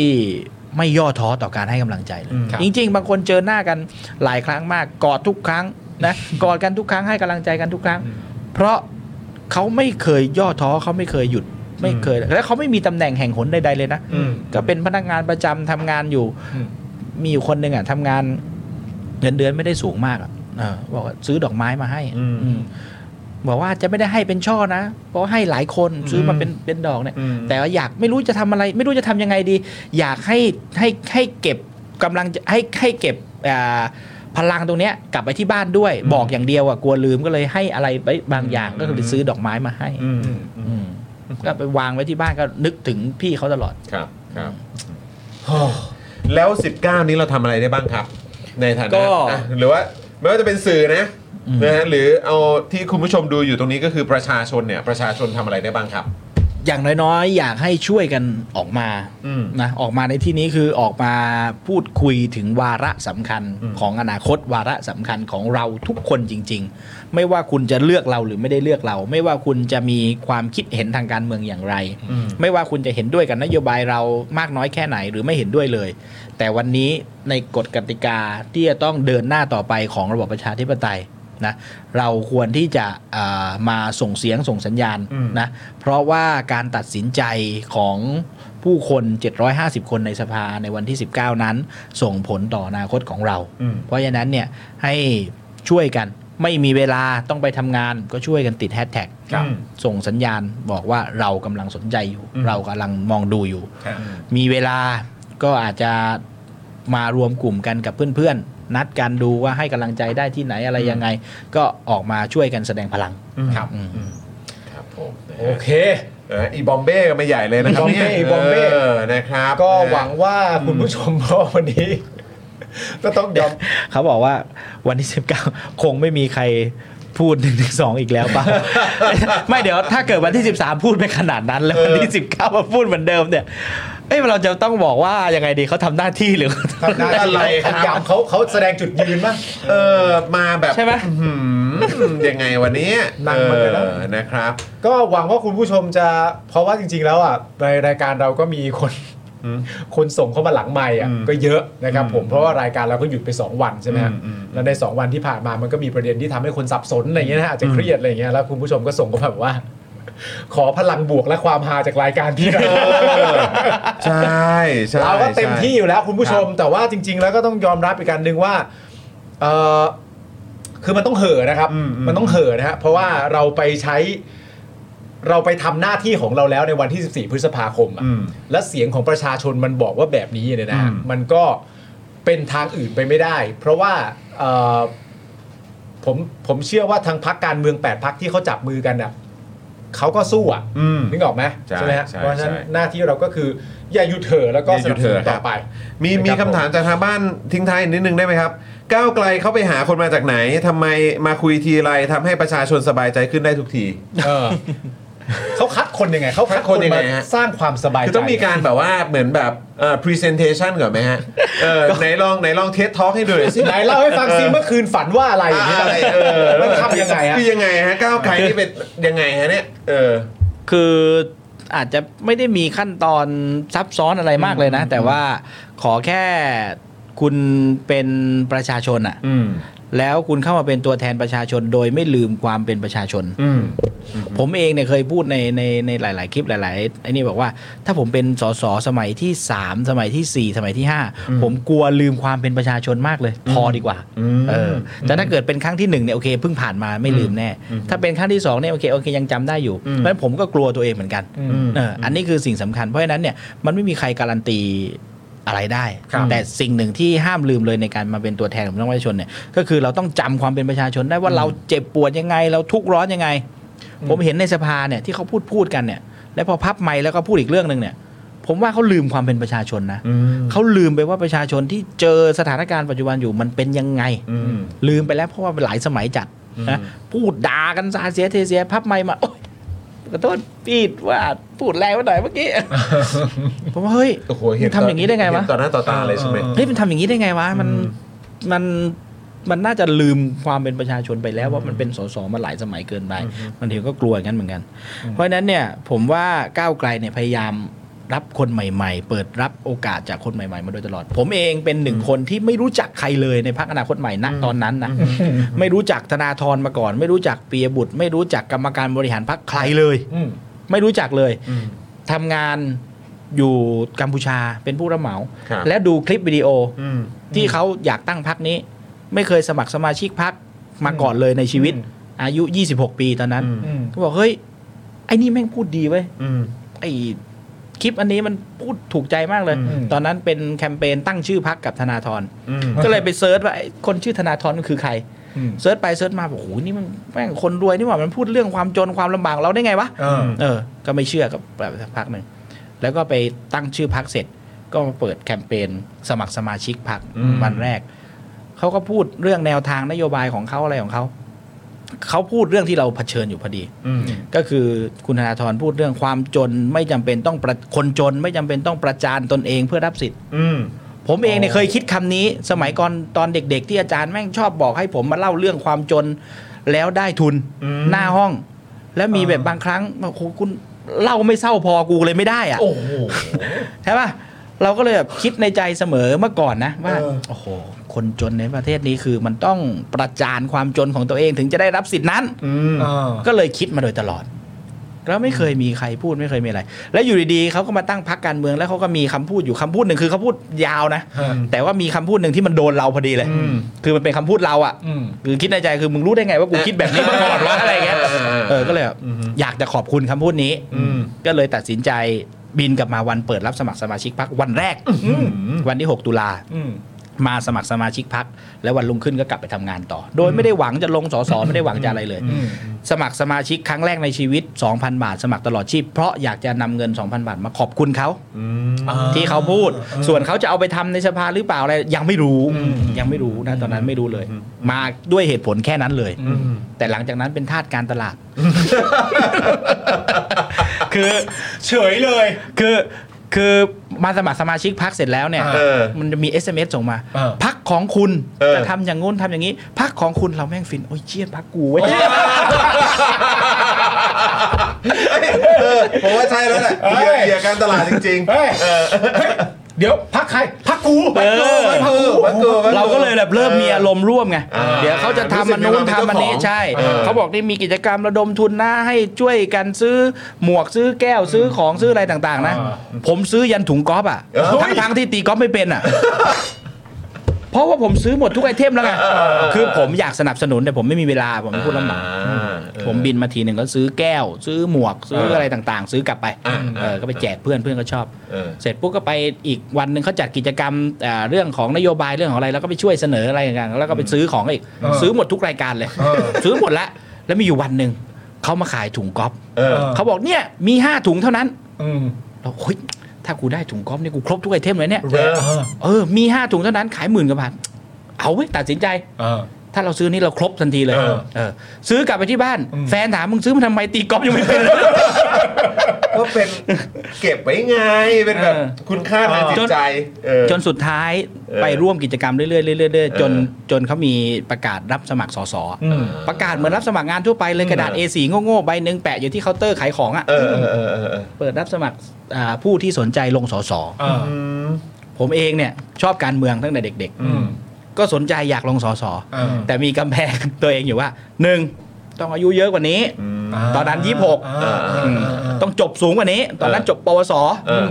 S5: ไม่ย่อท้อต่อการให้กำลังใจเลย จริง ๆ บางคนเจอหน้ากันหลายครั้งมากกอดทุกครั้งนะ กอดกันทุกครั้งให้กำลังใจกันทุกครั้ง เพราะเขาไม่เคยย่อท้อเขาไม่เคยหยุดไม่เคย และเขาไม่มีตำแหน่งแห่งหนใดๆเลยนะ
S2: อืม
S5: ก็เป็นพนักงานประจำทำงานอยู่
S2: อืม
S5: มีอยู่คนหนึ่งอ่ะทำงานเงินเดือนไม่ได้สูงมากอ่ะเออบอกว่าซื้อดอกไม้มาให้อืมบอกว่าจะไม่ได้ให้เป็นช่อนะ เพราะให้หลายคนซื้อมาเป็นเป็นดอกเนี่ย แต่ว่าอยากไม่รู้จะทำอะไร ไม่รู้จะทำยังไงดี อยากให้ให้ให้เก็บกำลังจะให้ให้เก็บอ่าพลังตรงเนี้ยกลับไปที่บ้านด้วย บอกอย่างเดียวอ่ะกลัวลืมก็เลยให้อะไรไปบางอย่างก็เลยซื้อดอกไม้มาให้อืมก็ไปวางไว้ที่บ้านก็นึกถึงพี่เขาตลอด
S1: ครับครับแล้ว 19 นี้เราทำอะไรได้บ้างครับ ในฐา
S5: ก็
S1: นะอ่ะหรือว่าไม่ว่าจะเป็นสื่อนะนะฮะหรือเอาที่คุณผู้ชมดูอยู่ตรงนี้ก็คือประชาชนเนี่ยประชาชนทำอะไรได้บ้างครับ
S5: อย่างน้อยๆ อยากให้ช่วยกันออกมา
S1: อืม
S5: นะออกมาในที่นี้คือออกมาพูดคุยถึงวาระสำคัญของอนาคต วาระสำคัญของเราทุกคนจริง ๆ ไม่ว่าคุณจะเลือกเราหรือไม่ได้เลือกเรา ไม่ว่าคุณจะมีความคิดเห็นทางการเมืองอย่างไร ไม่ว่าคุณจะเห็นด้วยกับนโยบายเรามากน้อยแค่ไหนหรือไม่เห็นด้วยเลย แต่วันนี้ในกฎกติกาที่จะต้องเดินหน้าต่อไปของระบบประชาธิปไตยนะเราควรที่จะอ่ามาส่งเสียงส่งสัญญาณนะเพราะว่าการตัดสินใจของผู้คน 750 คนในสภาในวันที่ 19 นั้น ส่งผลต่ออนาคตของเรา
S1: อืม
S5: เพราะฉะนั้นเนี่ยให้ช่วยกันไม่มีเวลาต้องไปทำงานก็ช่วยกันติดแฮชแท็ก
S1: ครับ
S5: ส่งสัญญาณบอกว่าเรากำลังสนใจอยู่ เรากำลังมองดูอยู่
S1: ครับ
S5: มีเวลาก็อาจจะมารวมกลุ่มกันกับเพื่อนๆ นัดกันดูว่าให้กำลังใจได้ที่ไหนอะไรยังไง ก็ออกมาช่วยกันแสดงพลัง
S2: ครับ
S5: อืม
S1: ครับผมนะ
S2: โอ
S1: ฮะ
S2: เค
S1: เอออีบอมเบ้ก็ไม่ใหญ่เลยนะครับเนี่ย
S2: อีบอมเบ้อีบอมเบ้
S1: ออนะครับ
S2: ก็หวังว่าคุณผู้ชม พอวันนี้ ก็ต้องยอม
S5: เขาบอกว่าวันที่ 19 คงไม่มีใครพูด1นึงสองอีกแล้วเปล่า ไม่เดี๋ยวถ้าเกิดวันที่ 13 พูดไปขนาดนั้น แล้ววันที่ 19 มาพูดเหมือนเดิมเนี่ยเอ้ยเราจะต้องบอกว่ายังไงดีเขาทำหน้าที่หรือ
S2: ทำได้อะไรครับย้ำเขาเขาแสดงจุดยืนบ้าง
S1: เออมาแบบ
S5: ใช่ไหม
S1: อื้อหือยังไงวันนี้
S2: นั่งมาเลยนะ
S1: เออนะครับ
S2: ก็หวังว่าคุณผู้ชมจะเพราะว่าจริง ๆ แล้วอ่ะในรายการเราก็มีคนคนส่งเข้ามาหลังใหม่อ่ะ
S1: อืม
S2: ก็เยอะนะครับผม
S1: อืม
S2: เพราะว่ารายการเราก็หยุดไป 2 วันใช่ไหมฮะ
S1: อืมอืม
S2: แล้วใน 2 วันที่ผ่านมามันก็มีประเด็นที่ทำให้คนสับสนอะไรอย่างเงี้ยนะฮะอาจจะเครียดอะไรอย่างเงี้ยแล้วคุณผู้ชมก็ส่งเข้ามาแบบว่า ขอพลังบวกและความฮาจากรายการพี่หน่อย
S1: อ ใช่ใช่
S2: เราก็เต็มที่อยู่แล้วคุณผู้ชม
S1: ครับ
S2: แต่ว่าจริง ๆ แล้วก็ต้องยอมรับอีกการหนึ่งว่าเออคือมันต้องเห่อะนะครับ
S1: อืมอืม
S2: มันต้องเห่อะนะฮะเพราะว่าเราไปใช้ เราไปทำหน้าที่ของเราแล้วในวันที่ 14 พฤษภาคมอะ
S1: อืม
S2: และเสียงของประชาชนมันบอกว่าแบบนี้เนี่ยนะฮะ
S1: อืม
S2: มันก็เป็นทางอื่นไปไม่ได้ เพราะว่าเอ่อผมผมเชื่อว่าทางพักการเมือง 8พักที่เขาจับมือกันน่ะ เขาก็สู้อ่ะ
S1: อืม
S2: นึกออกไหม
S1: ใช่
S2: ไหมฮะ
S1: ใช่
S2: เพราะฉะนั้น
S1: ใช่
S2: หน้าที่เราก็คืออย่าหยุดเถอะแล้วก็
S1: อย่า
S2: ส
S1: หยุ
S2: นั
S1: ด
S2: บ
S1: เถ
S2: สนุ
S1: อะ
S2: นต่อ
S1: ครับ
S2: ไป
S1: มีมี
S2: รับ
S1: คำถามจากทางบ้านทิ้งท้ายนิดนึงได้ไหมครับ ก้าวไกลเขาไปหาคนมาจากไหนทำไมมาคุยทีไรทำให้ประชาชนสบายใจขึ้นได้ทุกที
S2: เอ อเขาคัดคนยังไงเขา
S1: คัดคนยังไง
S2: มา
S1: ฮะ
S2: สร้างความสบายใจ
S1: คือต้องมีการแบบว่าเหมือนแบบเอ่อ presentation ก่อนไหมฮะเออไหนลองไหนลองเทสท็อกให้ดูหน่อยสิ
S2: ไหนเล่าให้ฟังซิเมื่อคืนฝันว่าอะไรอย่างเงี้ย
S1: อะไรเออ
S2: มันทำยังไงอะ
S1: คือยังไงฮะก้าวไกลนี่เป็นยังไงฮะเนี่ยเออ
S5: คืออาจจะไม่ได้มีขั้นตอนซับซ้อนอะไรมากเลยนะ แต่ว่าขอแค่คุณเป็นประชาชนอะ
S1: อืม
S5: แล้วคุณเข้ามาเป็นตัวแทนประชาชน โดยไม่ลืมความเป็นประชาชน
S1: อืม
S5: ผมเองเนี่ยเคยพูดในในในหลาย ๆ คลิปหลายๆไอ้นี่บอกว่า ถ้าผมเป็นสสสมัยที่ 3 สมัยทีสี่ 4 สมัยที่ 5 ผมกลัวลืมความเป็นประชาชนมากเลย พอดีกว่า
S1: อืม
S5: เออแต่ถ้าเกิดเป็นครั้งที่หนึ่งเนี่ยโอเคเพิ่งผ่านมาไม่ลืมแน่ ถ้าเป็นครั้งที่สองเนี่ยโอเคโอเคยังจำได้อยู่เพราะฉะนั้นผมก็กลัวตัวเองเหมือนกัน
S1: ม
S5: เอออันนี้คือสิ่งสำคัญเพราะฉะนั้นเนี่ยมันไม่มีใครการันตีอะไรได้ แต่สิ่งหนึ่งที่ห้ามลืมเลยในการมาเป็นตัวแทนของพี่น้องประชาชนเนี่ยก็คือเราต้องจำความเป็นประชาชนได้ว่าเราเจ็บปวดยังไง เราทุกข์ร้อนยังไง ผมเห็นในสภาเนี่ยที่เขาพูดพูดกันเนี่ย แล้วพอพับไมค์แล้วก็พูดอีกเรื่องหนึ่งเนี่ย ผมว่าเขาลืมความเป็นประชาชนนะเขาลืมไปว่าประชาชนที่เจอสถานการณ์ปัจจุบันอยู่มันเป็นยังไง
S1: อืม
S5: ลืมไปแล้วเพราะว่าหลายสมัยจัดนะพูดด่ากันสาเสียเทเสีย พับไมค์มาโอ๊ยขอโทษพี่ว่าพูดแรงไปหน่อยเมื่อกี้ ผมว่าเฮ้ย
S1: โอ้โห
S5: มั
S1: เห็น
S5: นทำอย่างนี้ได้ไงวะ
S1: เห็ต่อหน้าต่อตาเลยใช่ไหม
S5: เฮ้ยมันทำอย่างนี้ได้ไงวะมันมันมันน่าจะลืมความเป็นประชาชนไปแล้วว่ามันเป็นสสมาหลายสมัยเกินไปบางทีก็กลัวอย่างนั้นเหมือนกัน เพราะฉะนั้นเนี่ยผมว่าก้าวไกลเนี่ยพยายามรับคนใหม่ ๆ เปิดรับโอกาสจากคนใหม่ๆมาโดยตลอด ผมเองเป็นหนึ่งคนที่ไม่รู้จักใครเลยในพรรคอนาคตใหม่ณตอนนั้นนะ ไม่รู้จักธนาธรมาก่อน ไม่รู้จักปียบุตร ไม่รู้จักกรรมการบริหารพรรคใครเลย
S2: อืม
S5: ไม่รู้จักเลย ทำงานอยู่กัมพูชาเป็นผู้รับเหมา
S1: ครับ
S5: และดูคลิปวิดีโออ
S1: อืม
S5: ที่เขาอยากตั้งพักนี้ ไม่เคยสมัครสมาชิกพักมาก่อนเลยในชีวิต อายุ 26 ปีตอนนั้น
S1: อืม
S2: อืม
S5: ก็บอก เฮ้ย ไอ้นี่แม่งพูดดีเว้ย
S1: อืม
S5: ไอคลิปอันนี้มันพูดถูกใจมากเลย
S1: อืม
S5: ตอนนั้นเป็นแคมเปญตั้งชื่อพักกับธนาธร
S1: อืม
S5: ก็เลยไปเซิร์ชว่าไอ้คนชื่อธนาธรมันคือใคร
S2: อืม
S5: เซิร์ชไปเซิร์ชมาบอกโอ้โหนี่มันแม่งคนรวยนี่หว่ามันพูดเรื่องความจนความลำบากเราได้ไงวะ
S2: เออ
S5: เออ ก็ไม่เชื่อก็แบบสักพักหนึ่ง แล้วก็ไปตั้งชื่อพักเสร็จ ก็มาเปิดแคมเปญสมัครสมาชิกพัก
S1: อืม
S5: วันแรก เขาก็พูดเรื่องแนวทางนโยบายของเขาอะไรของเขา เขาพูดเรื่องที่เราเผชิญอยู่พอดี
S1: อืม
S5: ก็คือคุณธนาธรพูดเรื่องความจนไม่จำเป็นต้องประคนจน ไม่จำเป็นต้องประจานตนเองเพื่อรับสิทธิ์
S1: อืม
S5: ผมเองเนี่ยเคยคิดคำนี้ สมัยก่อนตอนเด็ก ๆ ที่อาจารย์แม่งชอบบอกให้ผมมาเล่าเรื่องความจนแล้วได้ทุน
S1: อืม
S5: หน้าห้อง แล้วมีแบบบางครั้งโอ้โหคุณเล่าไม่เศร้าพอกูเลยไม่ได้อะ
S2: โอ้โห
S5: ใช่ปะเราก็เลยแบบคิดในใจเสมอเมื่อก่อนนะว่า
S2: เออ
S5: โอ้โหคนจนในประเทศนี้คือมันต้องประจานความจนของตัวเองถึงจะได้รับสิทธินั้น
S1: อืม
S2: อ่า
S5: ก็เลยคิดมาโดยตลอด แล้วไม่เคยมีใครพูดไม่เคยมีอะไร แล้วอยู่ดีๆเขาก็มาตั้งพักการเมืองแล้วเขาก็มีคำพูดอยู่คำพูดหนึ่งคือเขาพูดยาวนะ
S2: ฮะ
S5: แต่ว่ามีคำพูดหนึ่งที่มันโดนเราพอดีเลย คือมันเป็นคำพูดเราอ่ะ
S2: อืม
S5: คือคิดในใจคือมึงรู้ได้ไงว่ากูคิดแบบนี้มาก่อนวะอะไรเงี้ย เออ ก็เลยแบบอยากจะขอบคุณคำพูดนี้ ก็เลยตัดสินใจบินกลับมาวันเปิดรับสมัครสมาชิกพักวันแรก วันที่ 6 ตุลา
S2: อืม
S5: มาสมัครสมาชิกพัก แล้ววันรุ่งขึ้นก็กลับไปทำงานต่อ โดยไม่ได้หวังจะลงสสไม่ได้หวังจะอะไรเลย สมัครสมาชิกครั้งแรกในชีวิต 2,000 บาท สมัครตลอดชีพ เพราะอยากจะนำเงิน 2,000 บาทมาขอบคุณเขาที่เขาพูด ส่วนเขาจะเอาไปทำในสภาหรือเปล่าอะไรยังไม่รู้ยังไม่รู้นะตอนนั้นไม่รู้เลย มาด้วยเหตุผลแค่นั้นเลย แต่หลังจากนั้นเป็นทาสการตลาด คือเฉยเลยคือคือมาสมัครสมาชิกพักเสร็จแล้วเนี่ย
S1: เออ
S5: มันจะมี SMS ส่งมา
S2: เออ
S5: พักของคุณ
S1: เออ
S5: จะทำอย่างงู้นทำอย่างนี้ พักของคุณเราแม่งฟิน โอ้ยเชี่ยพักกูเว้ย
S1: เออผมว่าใช่แล้วแหละ
S2: เฮ้ย
S1: เหยื่อเหยื่อการตลาดจริงๆ
S2: เฮ้ยเฮ้ย เดี๋ยวพักใครพักกู
S5: เออ
S2: พัก
S1: เอ
S2: กู
S1: อวัดตัววัดตัว
S5: เราก็เลยแบบเริ่มมีอารมณ์ร่วมไง
S1: อ่า
S5: เดี๋ยวเขาจะทำมันนู้นทำมันนี้ใช่
S1: เออ
S5: เขาบอกนี่มีกิจกรรมระดมทุนนะให้ช่วยกันซื้อหมวกซื้อแก้วซื้อของซื้ออะไรต่างๆ นะ ผมซื้อยันถุงกอล์ฟอ่ะทั้งทั้งๆที่ตีกอล์ฟไม่เป็นอ่ะ เพราะว่าผมซื้อหมดทุกไอเทมแล้วไงคือผมอยากสนับสนุนแต่ผมไม่มีเวลาผมไม่พูดลำบาก
S1: อ่าเออ
S5: ผมบินมาทีหนึ่งก็ซื้อแก้ว ซื้อหมวกซื้อ
S1: เอออ
S5: อะไรต่างๆ ซื้อกลับไป
S1: อ่า
S5: เออก็ไปแจกเพื่อนเพื่อนก็ชอบ
S1: เออ
S5: เสร็จปุ๊บก็ไปอีกวันหนึ่งเขาจัดกิจกรรมเอ่อเรื่องของนโยบายเรื่องของอะไรแล้วก็ไปช่วยเสนออะไรต่างๆแล้วก็ไปซื้อของอีกซื้อหมดทุกรายการเลย ซื้อหมดละแล้วมีอยู่วันหนึ่ง เขามาขายถุงก๊อฟ
S1: เออ
S5: เขาบอกเนี่ยมีห้าถุงเท่านั้น
S2: อืม
S5: เราเฮ้ยถ้ากูได้ถุงก๊อฟเนี่ยกูครบทุกไอเทมเลยเนี่ย
S2: เออ
S5: เออมีห้าถุงเท่านั้นขายหมื่นกว่าบาทเอาเว้ยตัดสินใจ
S2: เออ
S5: ถ้าเราซื้อนี่เราครบทันทีเลย
S2: เออ
S5: เออซื้อกลับไปที่บ้าน
S2: อืม
S5: แฟนถามมึงซื้อมาทำไมตีกอล์ฟยังไม่เป็นเลย
S1: ก็เป็นเก็บไว้ไง เป็นแบบ
S5: เออ
S1: คุณค่าทางจิตใจเออ
S5: จนสุดท้าย
S1: เออ
S5: ไปร่วมกิจกรรมเรื่อยๆเรื่อยๆเรื่อยๆจน
S1: เออ
S5: จนเขามีประกาศรับสมัครสสอะ
S2: อืม
S5: ประกาศเหมือนรับสมัครงานทั่วไปเลยกระดาษ A4 โง่ๆใบหนึ่งแปะอยู่ที่เคาน์เตอร์ขายของอ่ะ
S1: เออเออเออเออเออ
S5: เปิดรับสมัครอ่าผู้ที่สนใจลงสส
S2: เออ
S1: อืม
S5: ผมเองเนี่ยชอบการเมืองตั้งแต่เด็ก
S2: อืม
S5: ๆ ก็สนใจอยากลงสส
S2: เออ
S5: แต่มีกำแพง ตัวเองอยู่ว่าหนึ่งต้องอายุเยอะกว่านี้
S1: อืม
S5: ตอนนั้น26
S2: อ่า
S5: อืมต้องจบสูงกว่านี้ ตอนนั้น
S1: เออ
S5: จบปวส
S1: เออ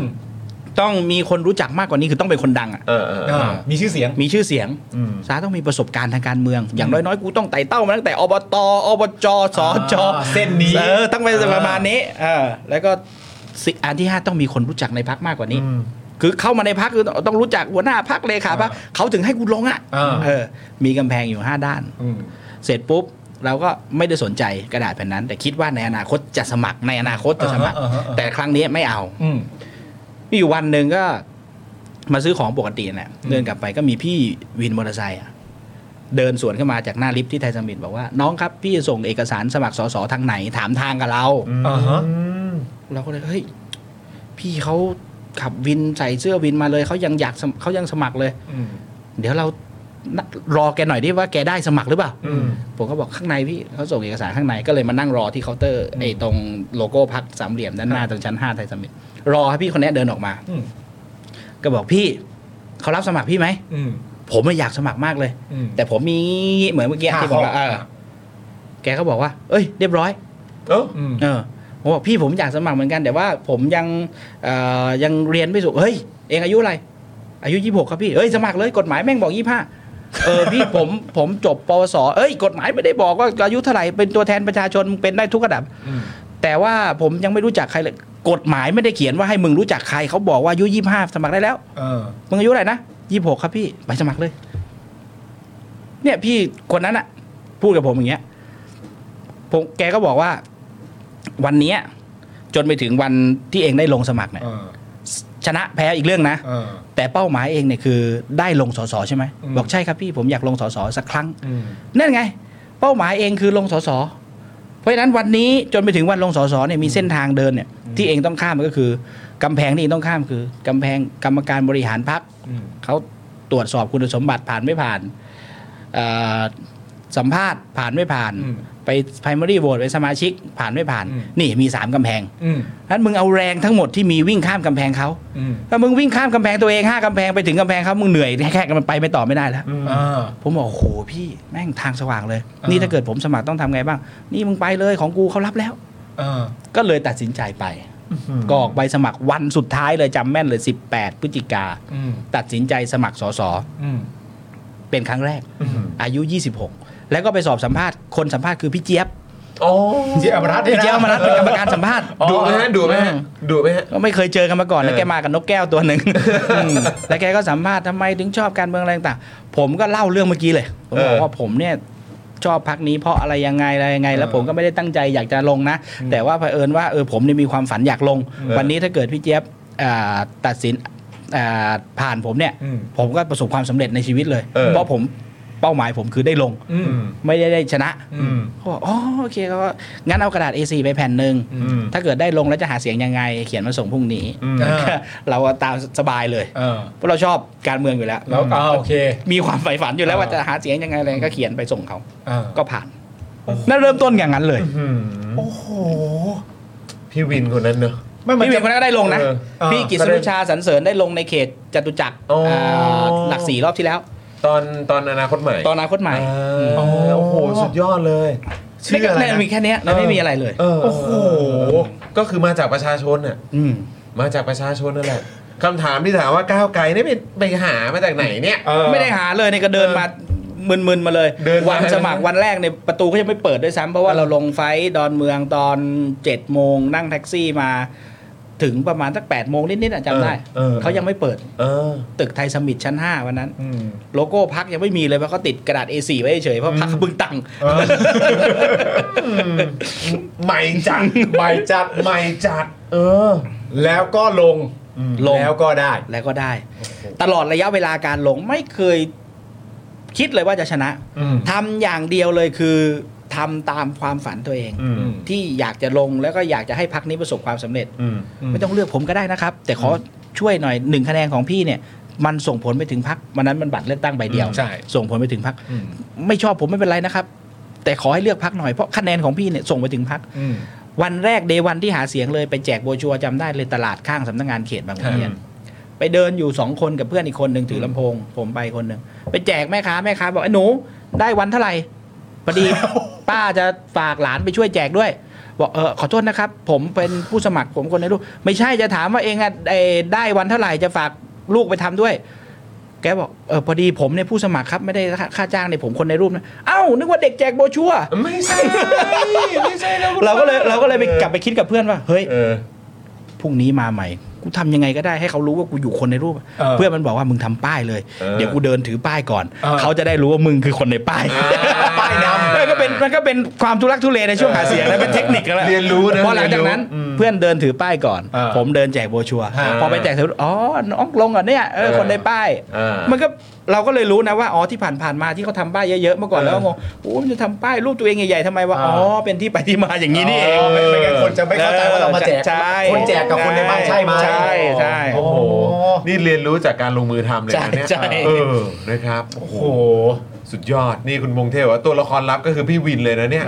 S5: ต้องมีคนรู้จักมากกว่านี้คือต้องเป็นคนดังอ่ะ
S1: เออเออเอ
S2: อ่า
S1: อ
S2: มีชื่อเสียง
S5: มีชื่อเสียง
S1: อืม
S5: สาต้องมีประสบการณ์ทางการเมือง อย่างน้อยๆ กูต้องไต่เต้ามาตั้งแต่อบต อบจ สจ
S2: อ่าเส้นนี้
S5: เออต้องไป
S2: อ่า
S5: ประมาณนี้เออแล้วก็สิอันที่ห้าต้องมีคนรู้จักในพักมากกว่านี้ คือเข้ามาในพักคือต้องรู้จักหัวหน้าพักเลขาพักเขาถึงให้กูลงอ่ะ
S2: อ่า
S5: เออ มีกำแพงอยู่ 5 ด้าน
S2: อืม
S5: เสร็จปุ๊บ เราก็ไม่ได้สนใจกระดาษแผ่นนั้น แต่คิดว่าในอนาคตจะสมัครในอนาคตจะสมัคร
S2: อ่าฮะอ่าฮะ
S5: แต่ครั้งนี้ไม่เอา
S2: อืม
S5: มีอยู่วันหนึ่งก็มาซื้อของปกติแหละเดินกลับไปก็มีพี่วินมอเตอร์ไซค์อะเดินสวนเข้ามาจากหน้าลิฟท์ที่ไทยสมิตบอกว่าน้องครับ พี่ส่งเอกสารสมัครสสทางไหนถามทางกับเรา
S2: อ่าฮะ
S5: เราก็เลยเฮ้ยพี่เขาขับวินใส่เสื้อวินมาเลยเขายังอยากสมเขายังสมัครเลย
S2: อืม
S5: เดี๋ยวเรานัดรอแกหน่อยดิว่าแกได้สมัครหรือเปล่า
S2: อืม
S5: ผมก็บอกข้างในพี่เขาส่งเอกสารข้างในก็เลยมานั่งรอที่เคาน์เตอร์ไอ้ตรงโลโก้พักสามเหลี่ยมด้านหน้าตรงชั้นห้าไทยสมิตรอให้พี่คนนี้เดินออกมา
S2: อืม
S5: ก็บอกพี่เขารับสมัครพี่ไหม
S2: อืม
S5: ผมอะอยากสมัครมากเลย
S2: อืม
S5: แต่ผมมีเหมือนเมื่อกี้
S2: ห้า
S5: ที่ผม
S2: ข้อ
S5: ว่าเออแกก็บอกว่า เอ้ย เรียบร้อย
S2: อืม
S5: เออผมบอกพี่ผมอยากสมัครเหมือนกัน แต่ว่าผมยังเอ่อยังเรียนไม่สุดเฮ้ย เองอายุอะไร อายุยี่หกครับพี่เอ้ยสมัครเลยกฎหมายแม่งบอกยี่ห้าเอ อพี่ ผมผมจบปวสเอ้ย กฎหมายไม่ได้บอกว่าอายุเท่าไหร่เป็นตัวแทนประชาชนเป็นได้ทุกระดับ
S2: อืม
S5: แต่ว่าผมยังไม่รู้จักใครเลยกฎหมายไม่ได้เขียนว่าให้มึงรู้จักใครเขาบอกว่าอายุยี่ห้าสมัครได้แล้ว
S2: เออ
S5: มึงอายุเท่าไหร่นะยี่หกครับพี่ ไปสมัครเลย เนี่ยพี่คนนั้นอะพูดกับผมอย่างเงี้ย ผมแกก็บอกว่า วันเนี้ย จนไปถึงวันที่เองได้ลงสมัครเนี่ย
S2: เออ
S5: ชนะแพ้อีกเรื่องนะ
S2: เออ
S5: แต่เป้าหมายเองเนี่ยคือได้ลงสสใช่ไหม
S2: อืม
S5: บอกใช่ครับพี่ผมอยากลงสสสักครั้ง
S2: อืม
S5: นั่นไง เป้าหมายเองคือลงสสเพราะฉะนั้นวันนี้จนไปถึงวันลงสสเนี่ยมีเส้นทางเดินเนี่ย ที่เองต้องข้ามก็คือกำแพงที่เองต้องข้ามคือกำแพงกรรมการบริหารพรรค
S2: อืม
S5: เขาตรวจสอบคุณสมบัติผ่านไม่ผ่านเอ่อสัมภาษณ์ผ่านไม่ผ่าน
S2: อืม
S5: ไป primary vote ไปสมาชิกผ่านไม่ผ่าน
S2: อืม
S5: นี่มีสามกำแพง
S2: อืม
S5: นั้นมึงเอาแรงทั้งหมดที่มีวิ่งข้ามกำแพงเขา
S2: อืม
S5: ถ้ามึงวิ่งข้ามกำแพงตัวเองห้ากำแพงไปถึงกำแพงเขามึงเหนื่อยแค่กันมันไปไม่ต่อไม่ได้แล้ว
S2: อ่า
S5: ผมบอกโอ้โหพี่แม่งทางสว่างเลย
S2: อ่านี่
S5: นี่ถ้าเกิดผมสมัครต้องทำไงบ้าง นี่มึงไปเลยของกูเขารับแล้ว
S2: เออ
S5: ก็เลยตัดสินใจไปกรอกใบสมัครวันสุดท้ายเลยจำแม่นเลย 18 พฤศจิกา
S2: อืม
S5: ตัดสินใจสมัครสส
S2: อืม
S5: เป็นครั้งแรก อายุ 26 แล้วก็ไปสอบสัมภาษณ์ คนสัมภาษณ์คือพี่เจี๊ยบ
S1: โอ้
S2: เจียมรัตน์นี่นะ
S5: พี่เจี๊ยบมานัดเป็นกรรมการสัมภาษณ์
S1: ดูไหมฮะดูไหมฮะดูไหมฮะ
S5: ก็ไม่เคยเจอกันมาก่อน แล้ว
S1: เออ
S5: แกมากับนกแก้วตัว หนึ่ง อืมแล้วแกก็สัมภาษณ์ทำไมถึงชอบการเมืองอะไรต่างๆผมก็เล่าเรื่องเมื่อกี้เลย ผมบอกว่าผมเนี่ยชอบพักนี้เพราะอะไรยังไงอะไรยังไง แล้วผมก็ไม่ได้ตั้งใจอยากจะลงนะ แต่ว่าเผอิญว่าเออผมเนี่ยมีความฝันอยากลง วันนี้ถ้าเกิดพี่เจี๊ยบอ่าตัดสินอ่าผ่านผมเนี่ย
S2: อืม
S5: ผมก็ประสบความสำเร็จในชีวิตเลย
S1: เออ
S5: เพราะผมเป้าหมายผมคือได้ลง
S2: อืม
S5: ไม่ได้ได้ชนะ
S2: อืม
S5: เขาบอกอ๋อโอเคเขาก็งั้นเอากระดาษ A4 ไปแผ่นหนึ่ง
S2: อื
S1: อืม
S5: ถ้าเกิดได้ลงแล้วจะหาเสียงยังไง เขียนมาส่งพรุ่งนี้
S1: อืม
S2: อ่า
S5: เราก็ตามสบายเลย
S2: เออ
S5: เพราะเราชอบการเมืองอยู่แล้ว
S2: แล้วอ่าโอเค
S5: มีความใฝ่ฝันอยู่แล้ว
S2: อ่า
S5: ว่าจะหาเสียงยังไงอะไรก็เขียนไปส่งเขา
S2: อ่า
S5: ก็ผ่านนั่นเริ่มต้นอย่างนั้นเลย
S1: อืม
S2: โอ้โห
S1: พี่วินคนนั้นเนอะ
S2: ไม่มัน
S5: พี่เวี
S2: จะ
S5: ยนคนนั้นก็ได้ลงนะ
S1: เออ
S2: อ่า
S5: พี่กิตสรุชาสรรเสริญได้ลงในเขตจตุจักร
S1: อ๋ออ่
S5: าหลักสี่รอบที่แล้ว
S1: ตอนตอนอนาคตใหม่
S5: ตอนอนาคตใหม่
S1: อ่าโอ้โหสุดยอดเลย
S2: ชื่ออะไร
S5: นั่น
S2: นะ
S5: มีแค่เนี้ยแล้วไม่มีอะไรเลย
S1: เออ
S2: โอ้โห
S1: ก็คือมาจากประชาชนน่ะ
S5: ม
S1: มาจากประชาชนนั่นแหละคำถามที่ถามว่าก้าวไกลนี่ไปไปหามาจากไหนเนี่ย
S2: เออ
S5: ไม่ได้หาเลยเนี่ยก็เดินมามึนๆมาเลย
S1: เดินมา
S5: วันสมัครวันแรกในยประตูก็ยังไม่เปิดด้วยซ้ำเพราะว่าเราลงไฟท์ดอนเมืองตอนเจ็ดโมงนั่งแท็กซี่มา ถึงประมาณสัก8ปดโมงนิดๆอะจำได้
S2: เออเออ
S5: เขายังไม่เปิด
S2: เออ
S5: ตึกไทยสมิตชั้น 5 วันนั้น
S2: อืม
S5: โลโก้พักยังไม่มีเลยเพราะเขาติดกระดาษ A4 ไว้เฉยๆเพราะพักเขาเพิ่งตั้ง
S2: เออใหม่จัดใหม่จัดใหม่จัด เออ แล้วก็ลง
S5: ลง
S2: แล้วก็ได้
S5: แล้วก็ได้ ตลอดระยะเวลาการลงไม่เคยคิดเลยว่าจะชนะ
S2: อืม
S5: ทำอย่างเดียวเลยคือทำตามความฝันตัวเอง
S2: อืม
S5: ที่อยากจะลงแล้วก็อยากจะให้พักนี้ประสบความสำเร็จ
S2: อืม
S5: ไม่ต้องเลือกผมก็ได้นะครับ แต่ขอช่วยหน่อยหนึ่งคะแนนของพี่เนี่ย มันส่งผลไปถึงพักวันนั้นมันบัตรเลือกตั้งใบเดียว
S2: ใช่
S5: ส่งผลไปถึงพัก
S2: อืม
S5: ไม่ชอบผมไม่เป็นไรนะครับ แต่ขอให้เลือกพักหน่อยเพราะคะแนนของพี่เนี่ยส่งไปถึงพัก
S2: อืม
S5: วันแรกเดวันที่หาเสียงเลยไปแจกโบรชัวร์จำได้เลยตลาดข้างสำนักงานเขตบางขุนเทียน
S2: ครับ
S5: ไปเดินอยู่สองคนกับเพื่อนอีกคนหนึ่งถือลำโพง ผมไปคนหนึ่งไปแจกแม่ค้าแม่ค้าบอกไอ้หนูได้วันเท่าไหร่พ อดี ป้าจะฝากหลานไปช่วยแจกด้วย บอกเออขอโทษนะครับ ผมเป็นผู้สมัครผมคนในลูกไม่ใช่จะถามว่าเองอะเอ่อได้วันเท่าไหร่จะฝากลูกไปทำด้วย แกบอกเออพอดีผมเนี่ยผู้สมัครครับไม่ได้ค่าค่าจ้างในยผมคนในรูปนะเอ้านึกว่าเด็กแจกโบรชัวร์
S2: ไม่ใช่ไม่ใช่แล้ว
S5: เราก็เลยเราก็เลยไปกลับไปคิดกับเพื่อนว่าเฮ้ย
S2: เออ
S5: พรุ่งนี้มาใหม่กูทำยังไงก็ได้ให้เขารู้ว่ากูอยู่คนในรูป
S2: เออ
S5: เพื่อนมันบอกว่ามึงทำป้ายเลย
S2: เออ
S5: เดี๋ยวกูเดินถือป้ายก่อน
S2: เออ
S5: เขาจะได้รู้ว่ามึงคือคนในป้าย
S2: อ่าป้ายนำ
S5: มันก็เป็นมันก็เป็นความทุลักทุเลในช่วงหาเสียงนะเป็นเทคนิคกันแล้ว
S2: เรียนรู้นะ
S5: พอหลังจากนั้น
S2: เรียนรู้อืม
S5: เพื่อนเดินถือป้ายก่อน
S2: เออ
S5: ผมเดินแจกโบรชัวร์
S2: ฮะ
S5: พอไปแจกเสร็จอ๋อน้องลงก่อนเนี่ยเออ
S2: เออ
S5: คนในป้าย
S2: เออ
S5: มันก็เราก็เลยรู้นะว่าอ๋อที่ผ่านๆมาที่เขาทำป้ายเยอะๆเมื่อก่อน
S2: เออ
S5: แล้วก็งงโอ้ยมันจะทำป้ายรูปตัวเองใหญ่ๆทำไมวะ
S2: เอออ๋
S5: อ๋อเป็นที่ไปที่มาอย่างนี้นี่เอง
S2: ไม่ไม่งั้นคนจะไม่เข้าใจว่าเรามาแจก
S5: ใช่
S2: คนแจกกับคนในบ้านใช่ไหม
S5: ใช่ใช่
S2: โอ้
S1: โอ้
S2: โห
S1: โห นี่เรียนรู้จากการลงมือทำเลย
S5: ใช่
S1: นะเนี่ย
S5: ใช่
S1: เออนะครับ โอ้
S2: โอ้
S1: โห
S2: โห
S1: สุดยอด นี่คุณมงเทพบอกว่าตัวละครลับก็คือพี่วินเลยนะเนี่ย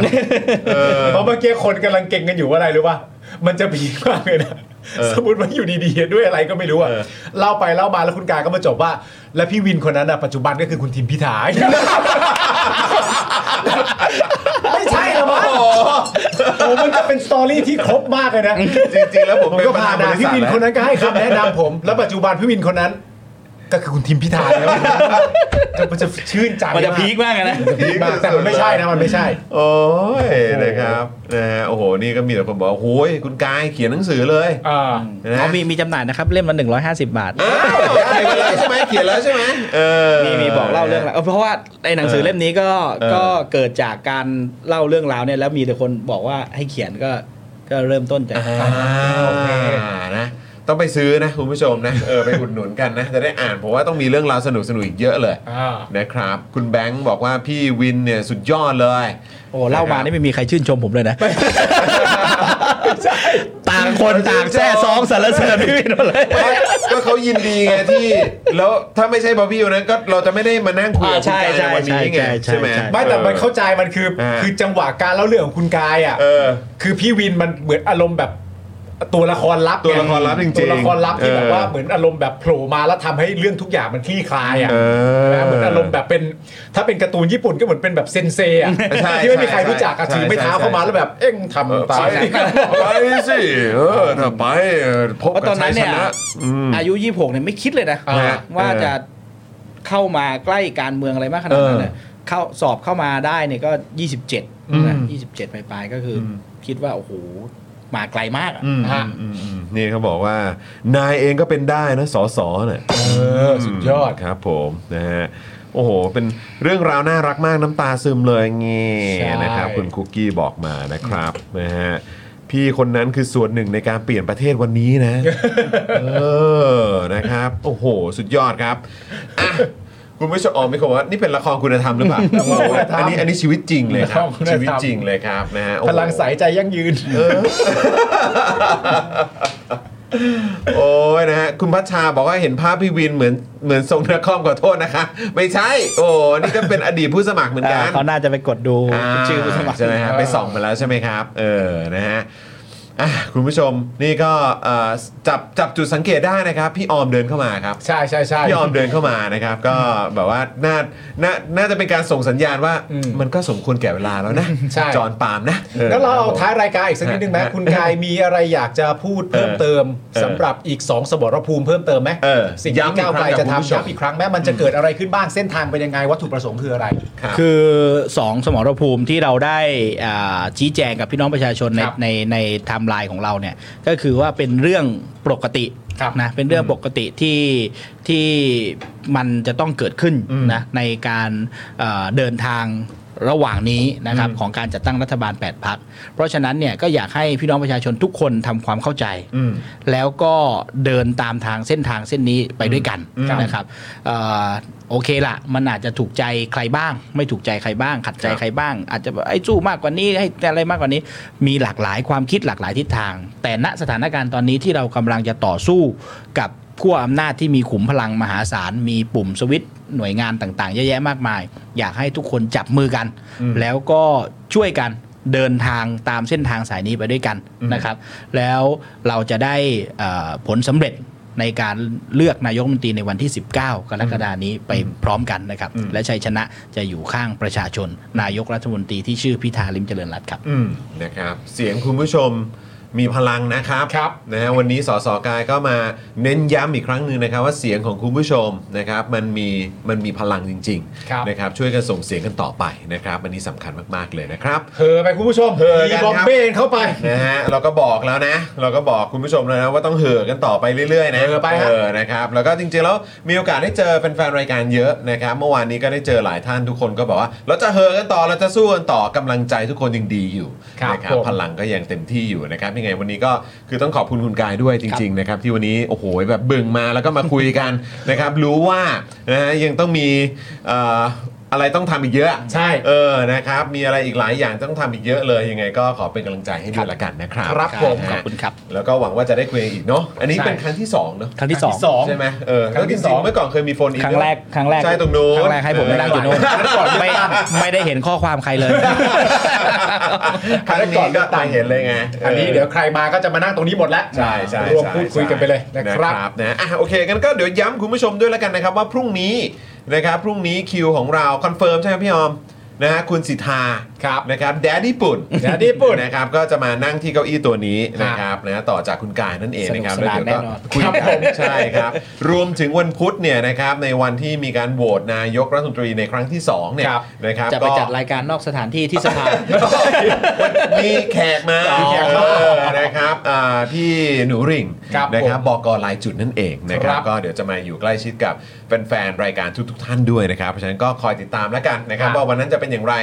S1: เออ
S2: เพราะเมื่อกี้คนกำลังเก่งกันอยู่ว่าอะไรรู้ป่ะ มันจะผีมากเลยนะ
S1: เออ
S2: สมมติว่าอยู่ดีๆ ด้วยอะไรก็ไม่รู้อะ
S1: เออ
S2: เล่าไปเล่ามาแล้วคุณกายก็มาจบว่า และพี่วินคนนั้นอะปัจจุบันก็คือคุณทิมพิธา ไม่ใช่หรอมั้งโอ้โหมันจะเป็นสตอรี่ที่ครบมากเลยนะ
S1: จริงๆ แล้วผม
S2: ผม
S1: เป็น
S2: ก็
S1: ประ
S2: ผ่า
S1: ธานนบ
S2: นะ
S1: ริ
S2: พี่
S1: ษัท
S2: วิน
S1: แล้ว
S2: คนนั้นก็ให้คำแนะนำผม แล้วปัจจุบันพี่วินคนนั้น ก็คือคุณทิมพิธาแล้วจะมันจะชื่นใจ
S5: มันจะพีคมากนะ
S2: พีคมากแต่มันไม่ใช่นะมันไม่ใช่
S1: โอ้ยนะครับนะฮะโอ้โห นี่ก็มีแต่คนบอกว่าโอ้ยคุณกายเขียนหนังสือเลย
S2: อ่า
S1: นะ
S5: เขามีมีจำหน่ายนะครับเล่มละ150 บาท
S1: อ้าวได้ไปแล้วใช่ไหมเขียนแล้วใช่ไหมเออ
S5: มีมีบอกเล่าเรื่องราวเออเพราะว่าไอ้หนังสือเล่มนี้ก็
S1: เออ
S5: ก็เกิดจากการเล่าเรื่องราวเนี่ยแล้วมีแต่คนบอกว่าให้เขียนก็ก็เริ่มต้นจาก
S1: อ่านะต้องไปซื้อนะคุณผู้ชมนะเออไปอุดหนุนกันนะ จะได้อ่านเพราะว่าต้องมีเรื่องราวสนุกสนุกๆอีกเยอะเลย
S2: อ่า
S1: นะครับ คุณแบงค์บอกว่าพี่วินเนี่ยสุดยอดเลย
S5: โอ้เล่ามานี่ไม่มีใครชื่นชมผมเลยนะ ต่างคนต่างแซ่ซ้องสรรเสริญพี่วินหมดเลย
S1: ไม่ก็เขายินดีไงที่ แล้วถ้าไม่ใช่บอบบี้วันนั้นก็เราจะไม่ได้มานั่งคุยกับคุณ
S5: อ่าใช่
S1: กายในวันนี้ไง
S5: ใช่ใช่
S1: ใช่ไหม
S5: ใช่
S2: ไม่แต่มันเข้าใจมันคือ
S1: อ่า
S2: คือจังหวะการเล่าเรื่องของคุณกายอ่ะ
S1: เออ
S2: คือพี่วินมันเหมือนอารมณ์แบบ ตัวละครลับ
S1: ตัวละครลับจริงๆ
S2: ตัวละครลับที่
S1: เออ
S2: แบบว่าเหมือนอารมณ์แบบโผล่มาแล้วทำให้เรื่องทุกอย่างมันคลี่คลายอ่ะ
S1: เออ
S2: นะเหมือนอารมณ์แบบเป็น ถ้าเป็นการ์ตูนญี่ปุ่นก็เหมือนเป็นแบบเซนเซอ่ะ
S1: ใช่
S2: ที่ไม่มีใคร
S1: ใช่
S2: รู้จักอะ
S1: ใช่
S2: ถือไม่เท้า
S1: ใช่
S2: เข้ามาแล้วแบบเอ็งท
S1: เออ
S2: ำ
S1: ไป
S2: ตาม
S1: ไปสิเออถ้าไปเออพบ
S5: เพราะ
S1: กับ
S5: ตอน
S1: ชั
S5: นั้
S1: ย
S5: น
S1: ช
S5: เนี่ย
S1: นะอืม
S5: อายุ 26เนี่ยไม่คิดเลยนะ
S2: อ่า
S5: ว่าจะเข้ามาใกล้การเมืองอะไรมากขนาดนั้นเนี่ยเข้าสอบเข้ามาได้เนี่ยก็ 27นะ27ปลายๆก็คืออคิดว่า โอ้โห มาไกลมากอะ
S1: อืม
S2: ฮะ
S1: อืมอืมนี่เขาบอกว่า นายเองก็เป็นได้นะสอสอเนี่ย
S2: เออสุดยอด
S1: ครับผมนะฮะโอ้โห เป็นเรื่องราวน่ารักมากน้ำตาซึมเลยเงี้
S2: ใช่
S1: นะครับ คุณคุกกี้บอกมานะครับนะฮะพี่คนนั้นคือส่วนหนึ่งในการเปลี่ยนประเทศวันนี้ นะ เออนะครับ โอ้โห สุดยอดครับอ่ะคุณผู้ชมอ๋อมีคนบอกว่านี่เป็นละครคุณธรรมหรือเป ล่าโอ้โหอันนี้อันนี้ชีวิตจริงเลยครับ ชีวิตจริงเลยครับนะฮะโอ้
S2: พ
S1: โห
S2: ลังสายใจยั่งยืน
S1: โอ้ยนะฮะคุณพัชชาบอกว่าเห็นภาพพี่วินเหมือนเหมือนทรงนักคอมขอโทษนะคะ ไม่ใช่ โอ้นี่ก็เป็นอดีตผู้สมัครเหมือนกัน
S5: เขาน่าจะไปกดดู
S1: า
S5: ชื่อผู้สมัคร
S1: ใช่ไหมฮะไปส่องมาแล้วใช่ไหมครับ เออนะฮะอ่ะคุณผู้ชมนี่ก็เอ่อจับจับจุดสังเกตได้นะครับ พี่ออมเดินเข้ามาครับ
S2: ใช่ใช่ใช่
S1: พี่ออมเดินเข้ามานะครับ ก็แบบว่าน่าน่าน่าจะเป็นการส่งสัญญาณว่า
S2: อืม
S1: มันก็สมควรแก่เวลาแล้วนะ
S2: ใช่
S1: จอห์นปาล์มนะออ
S2: งั้นเราเอาท้ายรายการอีกสักนิดนึงไหม
S1: ฮะ
S2: คุณกายมีอะไรอยากจะพูดเพิ่มเติม
S1: เออ
S2: สำหรับอีก 2 สมรภูมิเพิ่มเติมไหม
S1: เออ
S2: สิ่งที่
S1: ย้ำอีก
S2: ก้าว
S1: ครั้ง
S2: ไกลจะ
S1: กับคุณผู้
S2: ทำ
S1: ชม
S2: ย้ำอีกครั้งแม้มันจะเกิดอะไรขึ้นบ้างเส้นทางเป็นยังไงวัตถุประสงค์คืออะไร
S1: ครับ
S5: คือสองสมรภูมิที่เราได้อ่าชี้แจงกับพี่น้องประชาชนใน
S2: ครับ
S5: ในในไท ม์ไลน์ของเราเนี่ยก็คือว่าเป็นเรื่องปกตินะเป็นเรื่องปกติที่ที่มันจะต้องเกิดขึ้นนะในการเอ่อเดินทางระหว่างนี้นะครับของการจัดตั้งรัฐบาล 8 พัก เพราะฉะนั้นเนี่ยก็อยากให้พี่น้องประชาชนทุกคนทำความเข้าใจ แล้วก็เดินตามทางเส้นทางเส้นนี้ไปด้วยกันนะครับเอ่อโอเคละมันอาจจะถูกใจใครบ้าง ไม่ถูกใจใครบ้าง ขัดใจใครบ้าง อาจจะไอ้ยสู้มากกว่านี้ให้อะไรมากกว่านี้ มีหลากหลายความคิดหลากหลายทิศทาง แต่ณสถานการณ์ตอนนี้ที่เรากำลังจะต่อสู้กับขั้วอำนาจที่มีขุมพลังมหาศาล มีปุ่มสวิตช์หน่วยงานต่างๆเยอะแยะมากมาย อยากให้ทุกคนจับมือกัน แล้วก็ช่วยกัน เดินทางตามเส้นทางสายนี้ไปด้วยกันนะครับ แล้วเราจะได้เอ่อผลสำเร็จในการเลือกนายกรัฐมนตรีในวันที่ 19 กรกฎานี้ไปพร้อมกันนะครับ และชัยชนะจะอยู่ข้างประชาชน นายกรัฐมนตรีที่ชื่อพิธาลิมเจริญรัตน์ครับ
S1: อืมนะครับเสียงคุณผู้ชมมีพลังนะครับ
S2: ครับ
S1: นะฮะวันนี้สสกายก็มาเน้นย้ำอีกครั้งหนึ่งนะครับ ว่าเสียงของคุณผู้ชมนะครับมันมีมันมีพลังจริง
S2: ครับ
S1: ๆนะครับช่วยกันส่งเสียงกันต่อไปนะครับอันนี้สำคัญมากๆเลยนะครับ
S2: เห่อไปคุณผู้ชม
S1: เห่อกัน
S2: มี
S1: ครับ
S2: บอมเบ้เข้าไป
S1: นะฮะเราก็บอกแล้วนะ เราก็บอกคุณผู้ชมแล้วนะว่าต้องเห่อกันต่อไปเรื่อยๆนะ
S2: เห่อไปฮะ
S1: เออนะครับแล้วก็จริงๆแล้วมีโอกาสได้เจอแฟนๆรายการเยอะนะครับเมื่อวานนี้ก็ได้เจอหลายท่านทุกคนก็บอกว่า เราจะเห่อกันต่อเราจะสู้กันต่อกำลังใจทุกคนยังดีอยู่
S2: ครับ
S1: นะครั
S2: ผ
S1: บ
S2: ม
S1: พลังก็ยังเต็มที่อยู่นะครับยังไงวันนี้ก็คือต้องขอบคุณคุณกายด้วยจริงๆนะครับที่วันนี้โอ้โหแบบบึงมาแล้วก็มาคุยกัน นะครับรู้ว่านะฮะยังต้องมีเอ่ออะไรต้องทำอีกเยอะ
S2: ใช่
S1: เออ นะครับ มีอะไรอีกหลายอย่างต้องทำอีกเยอะเลย ยังไงก็ขอเป็นกำลังใจให้ด้วยละกันนะครับ
S2: ครับผม
S1: นะ
S5: ขอ
S1: ฮะ
S5: บคุณครับ
S1: แล้วก็หวังว่าจะได้คุยกันอีกเนาะ อันนี้
S2: ใช่
S1: เป็นครั้งที่สองเนาะ
S5: ครั้งที่สอง
S2: สอง
S1: ใช่ไหมเออ
S2: ครั้งที่สอง
S1: แล้วจริๆเมื่อก่อนเคยมีโฟนอิน
S5: ครั้งแรกครั้งแรก
S1: ใช่ตรงนู้น
S5: ครั้งแรกให้ผมไปนั่งอยู่โน่นไม่ไม่ได้เห็นข้อความใครเลย
S1: ครั้งนี้ก็ตาเห็นเลยไง
S2: อันนี้เดี๋ยวใครมาก็จะมานั่งตรงนี้หมดแล้ว
S1: ใช่ใช่
S2: รวม
S1: ใช่
S2: พูดคุยกันไปเลยนะครับ
S1: นะอ่ะโอเคกันก็เดี๋ยวย้ำคุณผู้ชมด้วยแล้วกันนะครับ ว่าพรุ่งนี้นะครับพรุ่งนี้คิวของเราคอนเฟิร์มใช่ไหมพี่ออมนะฮะคุณสิทธา
S2: ครับ
S1: นะครับแดดดี้ปุ่น
S2: Daddy ปุ่น
S1: นะครับก็จะมานั่งที่เก้าอี้ตัวนี้นะครับนะต่อจากคุณกายนั่นเองนะครับ
S5: สนุกสนาน
S1: ล้วเดี๋ยว
S5: แน่นอน
S1: คุย
S2: ครับ
S1: กั
S2: ผ
S1: น
S2: ม
S1: ใช่ครับ รวมถึงวันพุธเนี่ยนะครับในวันที่มีการโหวตนายกรัฐมนตรีในครั้งที่สองเนี่ยนะครับ
S5: จะไป
S1: ก็
S5: จัดรายการนอกสถานที่ที่สภา
S1: มีแขกมา
S2: มีแขกมา
S1: เออนะครับอ่าพี่หนูริ่ง
S2: ครับ
S1: นะครับ
S2: ผม
S1: บอกกลายจุดนั่นเองนะค
S2: ค
S1: รั
S2: รับ บ
S1: ก็เดี๋ยวจะมาอยู่ใกล้ชิดกับแฟนๆรายการทุกๆท่านด้วยนะครับ เพราะฉะนั้นก็คอยติดตามแล้วกันนะครับ
S2: ครับ
S1: ว่าวันนั้นจะเป็นอย่างไร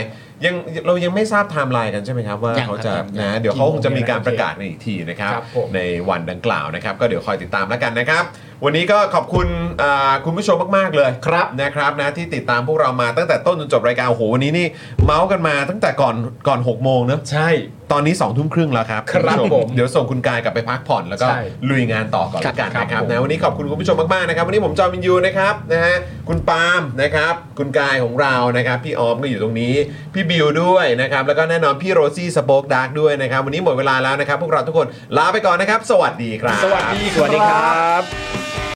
S1: ยังเรายังไม่ทราบไทม์ไลน์กันใช่ไหมครับว่า
S5: ยังครับ
S1: เขาจะ
S5: ยัง
S1: นะเดี๋ยวเขาคงจะมีการประกาศในอีกทีนะครับ
S2: ครับผม
S1: ในวันดังกล่าวนะครับ ก็เดี๋ยวคอยติดตามแล้วกันนะครับ วันนี้ก็ขอบคุณอ่าคุณผู้ชมมากๆเลย
S2: ครับ
S1: นะครับนะที่ติดตามพวกเรามาตั้งแต่ต้นจนจบรายการโอ้โหวันนี้นี่เมาส์กันมาตั้งแต่ก่อนก่อนหกโมงเนอะ
S2: ใช่
S1: ตอนนี้2องทุ่มครึ่งแล้วครับ
S2: ครับ
S1: ณผู้ช
S2: ผม
S1: เดี๋ยวส่งคุณกายกลับไปพักผ่อนแล้วก็
S2: ใช่
S1: ลุยงานต่อก่อนแล้วกัน
S2: ครับ
S1: นะครับ
S2: ผม
S1: นะวันนี้ขอบคุณคุณผู้ชมมากๆนะครับวันนี้ผมจอมินยูนะครับนะฮะคุณปาล์มนะครับคุณกายของเรานะครับพี่ออมก็อยู่ตรงนี้ พี่บิวด้วยนะครับแล้วก็แน่นอนพี่โรซี่สโป็อกดาร์กด้วยนะครับวันนี้หมดเวลาแล้วนะครับ พวกเราทุกคนลาไปก่อนนะครับ สวัสดีครับ
S2: สวัสดี
S5: สวัสดีครับ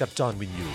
S7: กับจอห์นวินยู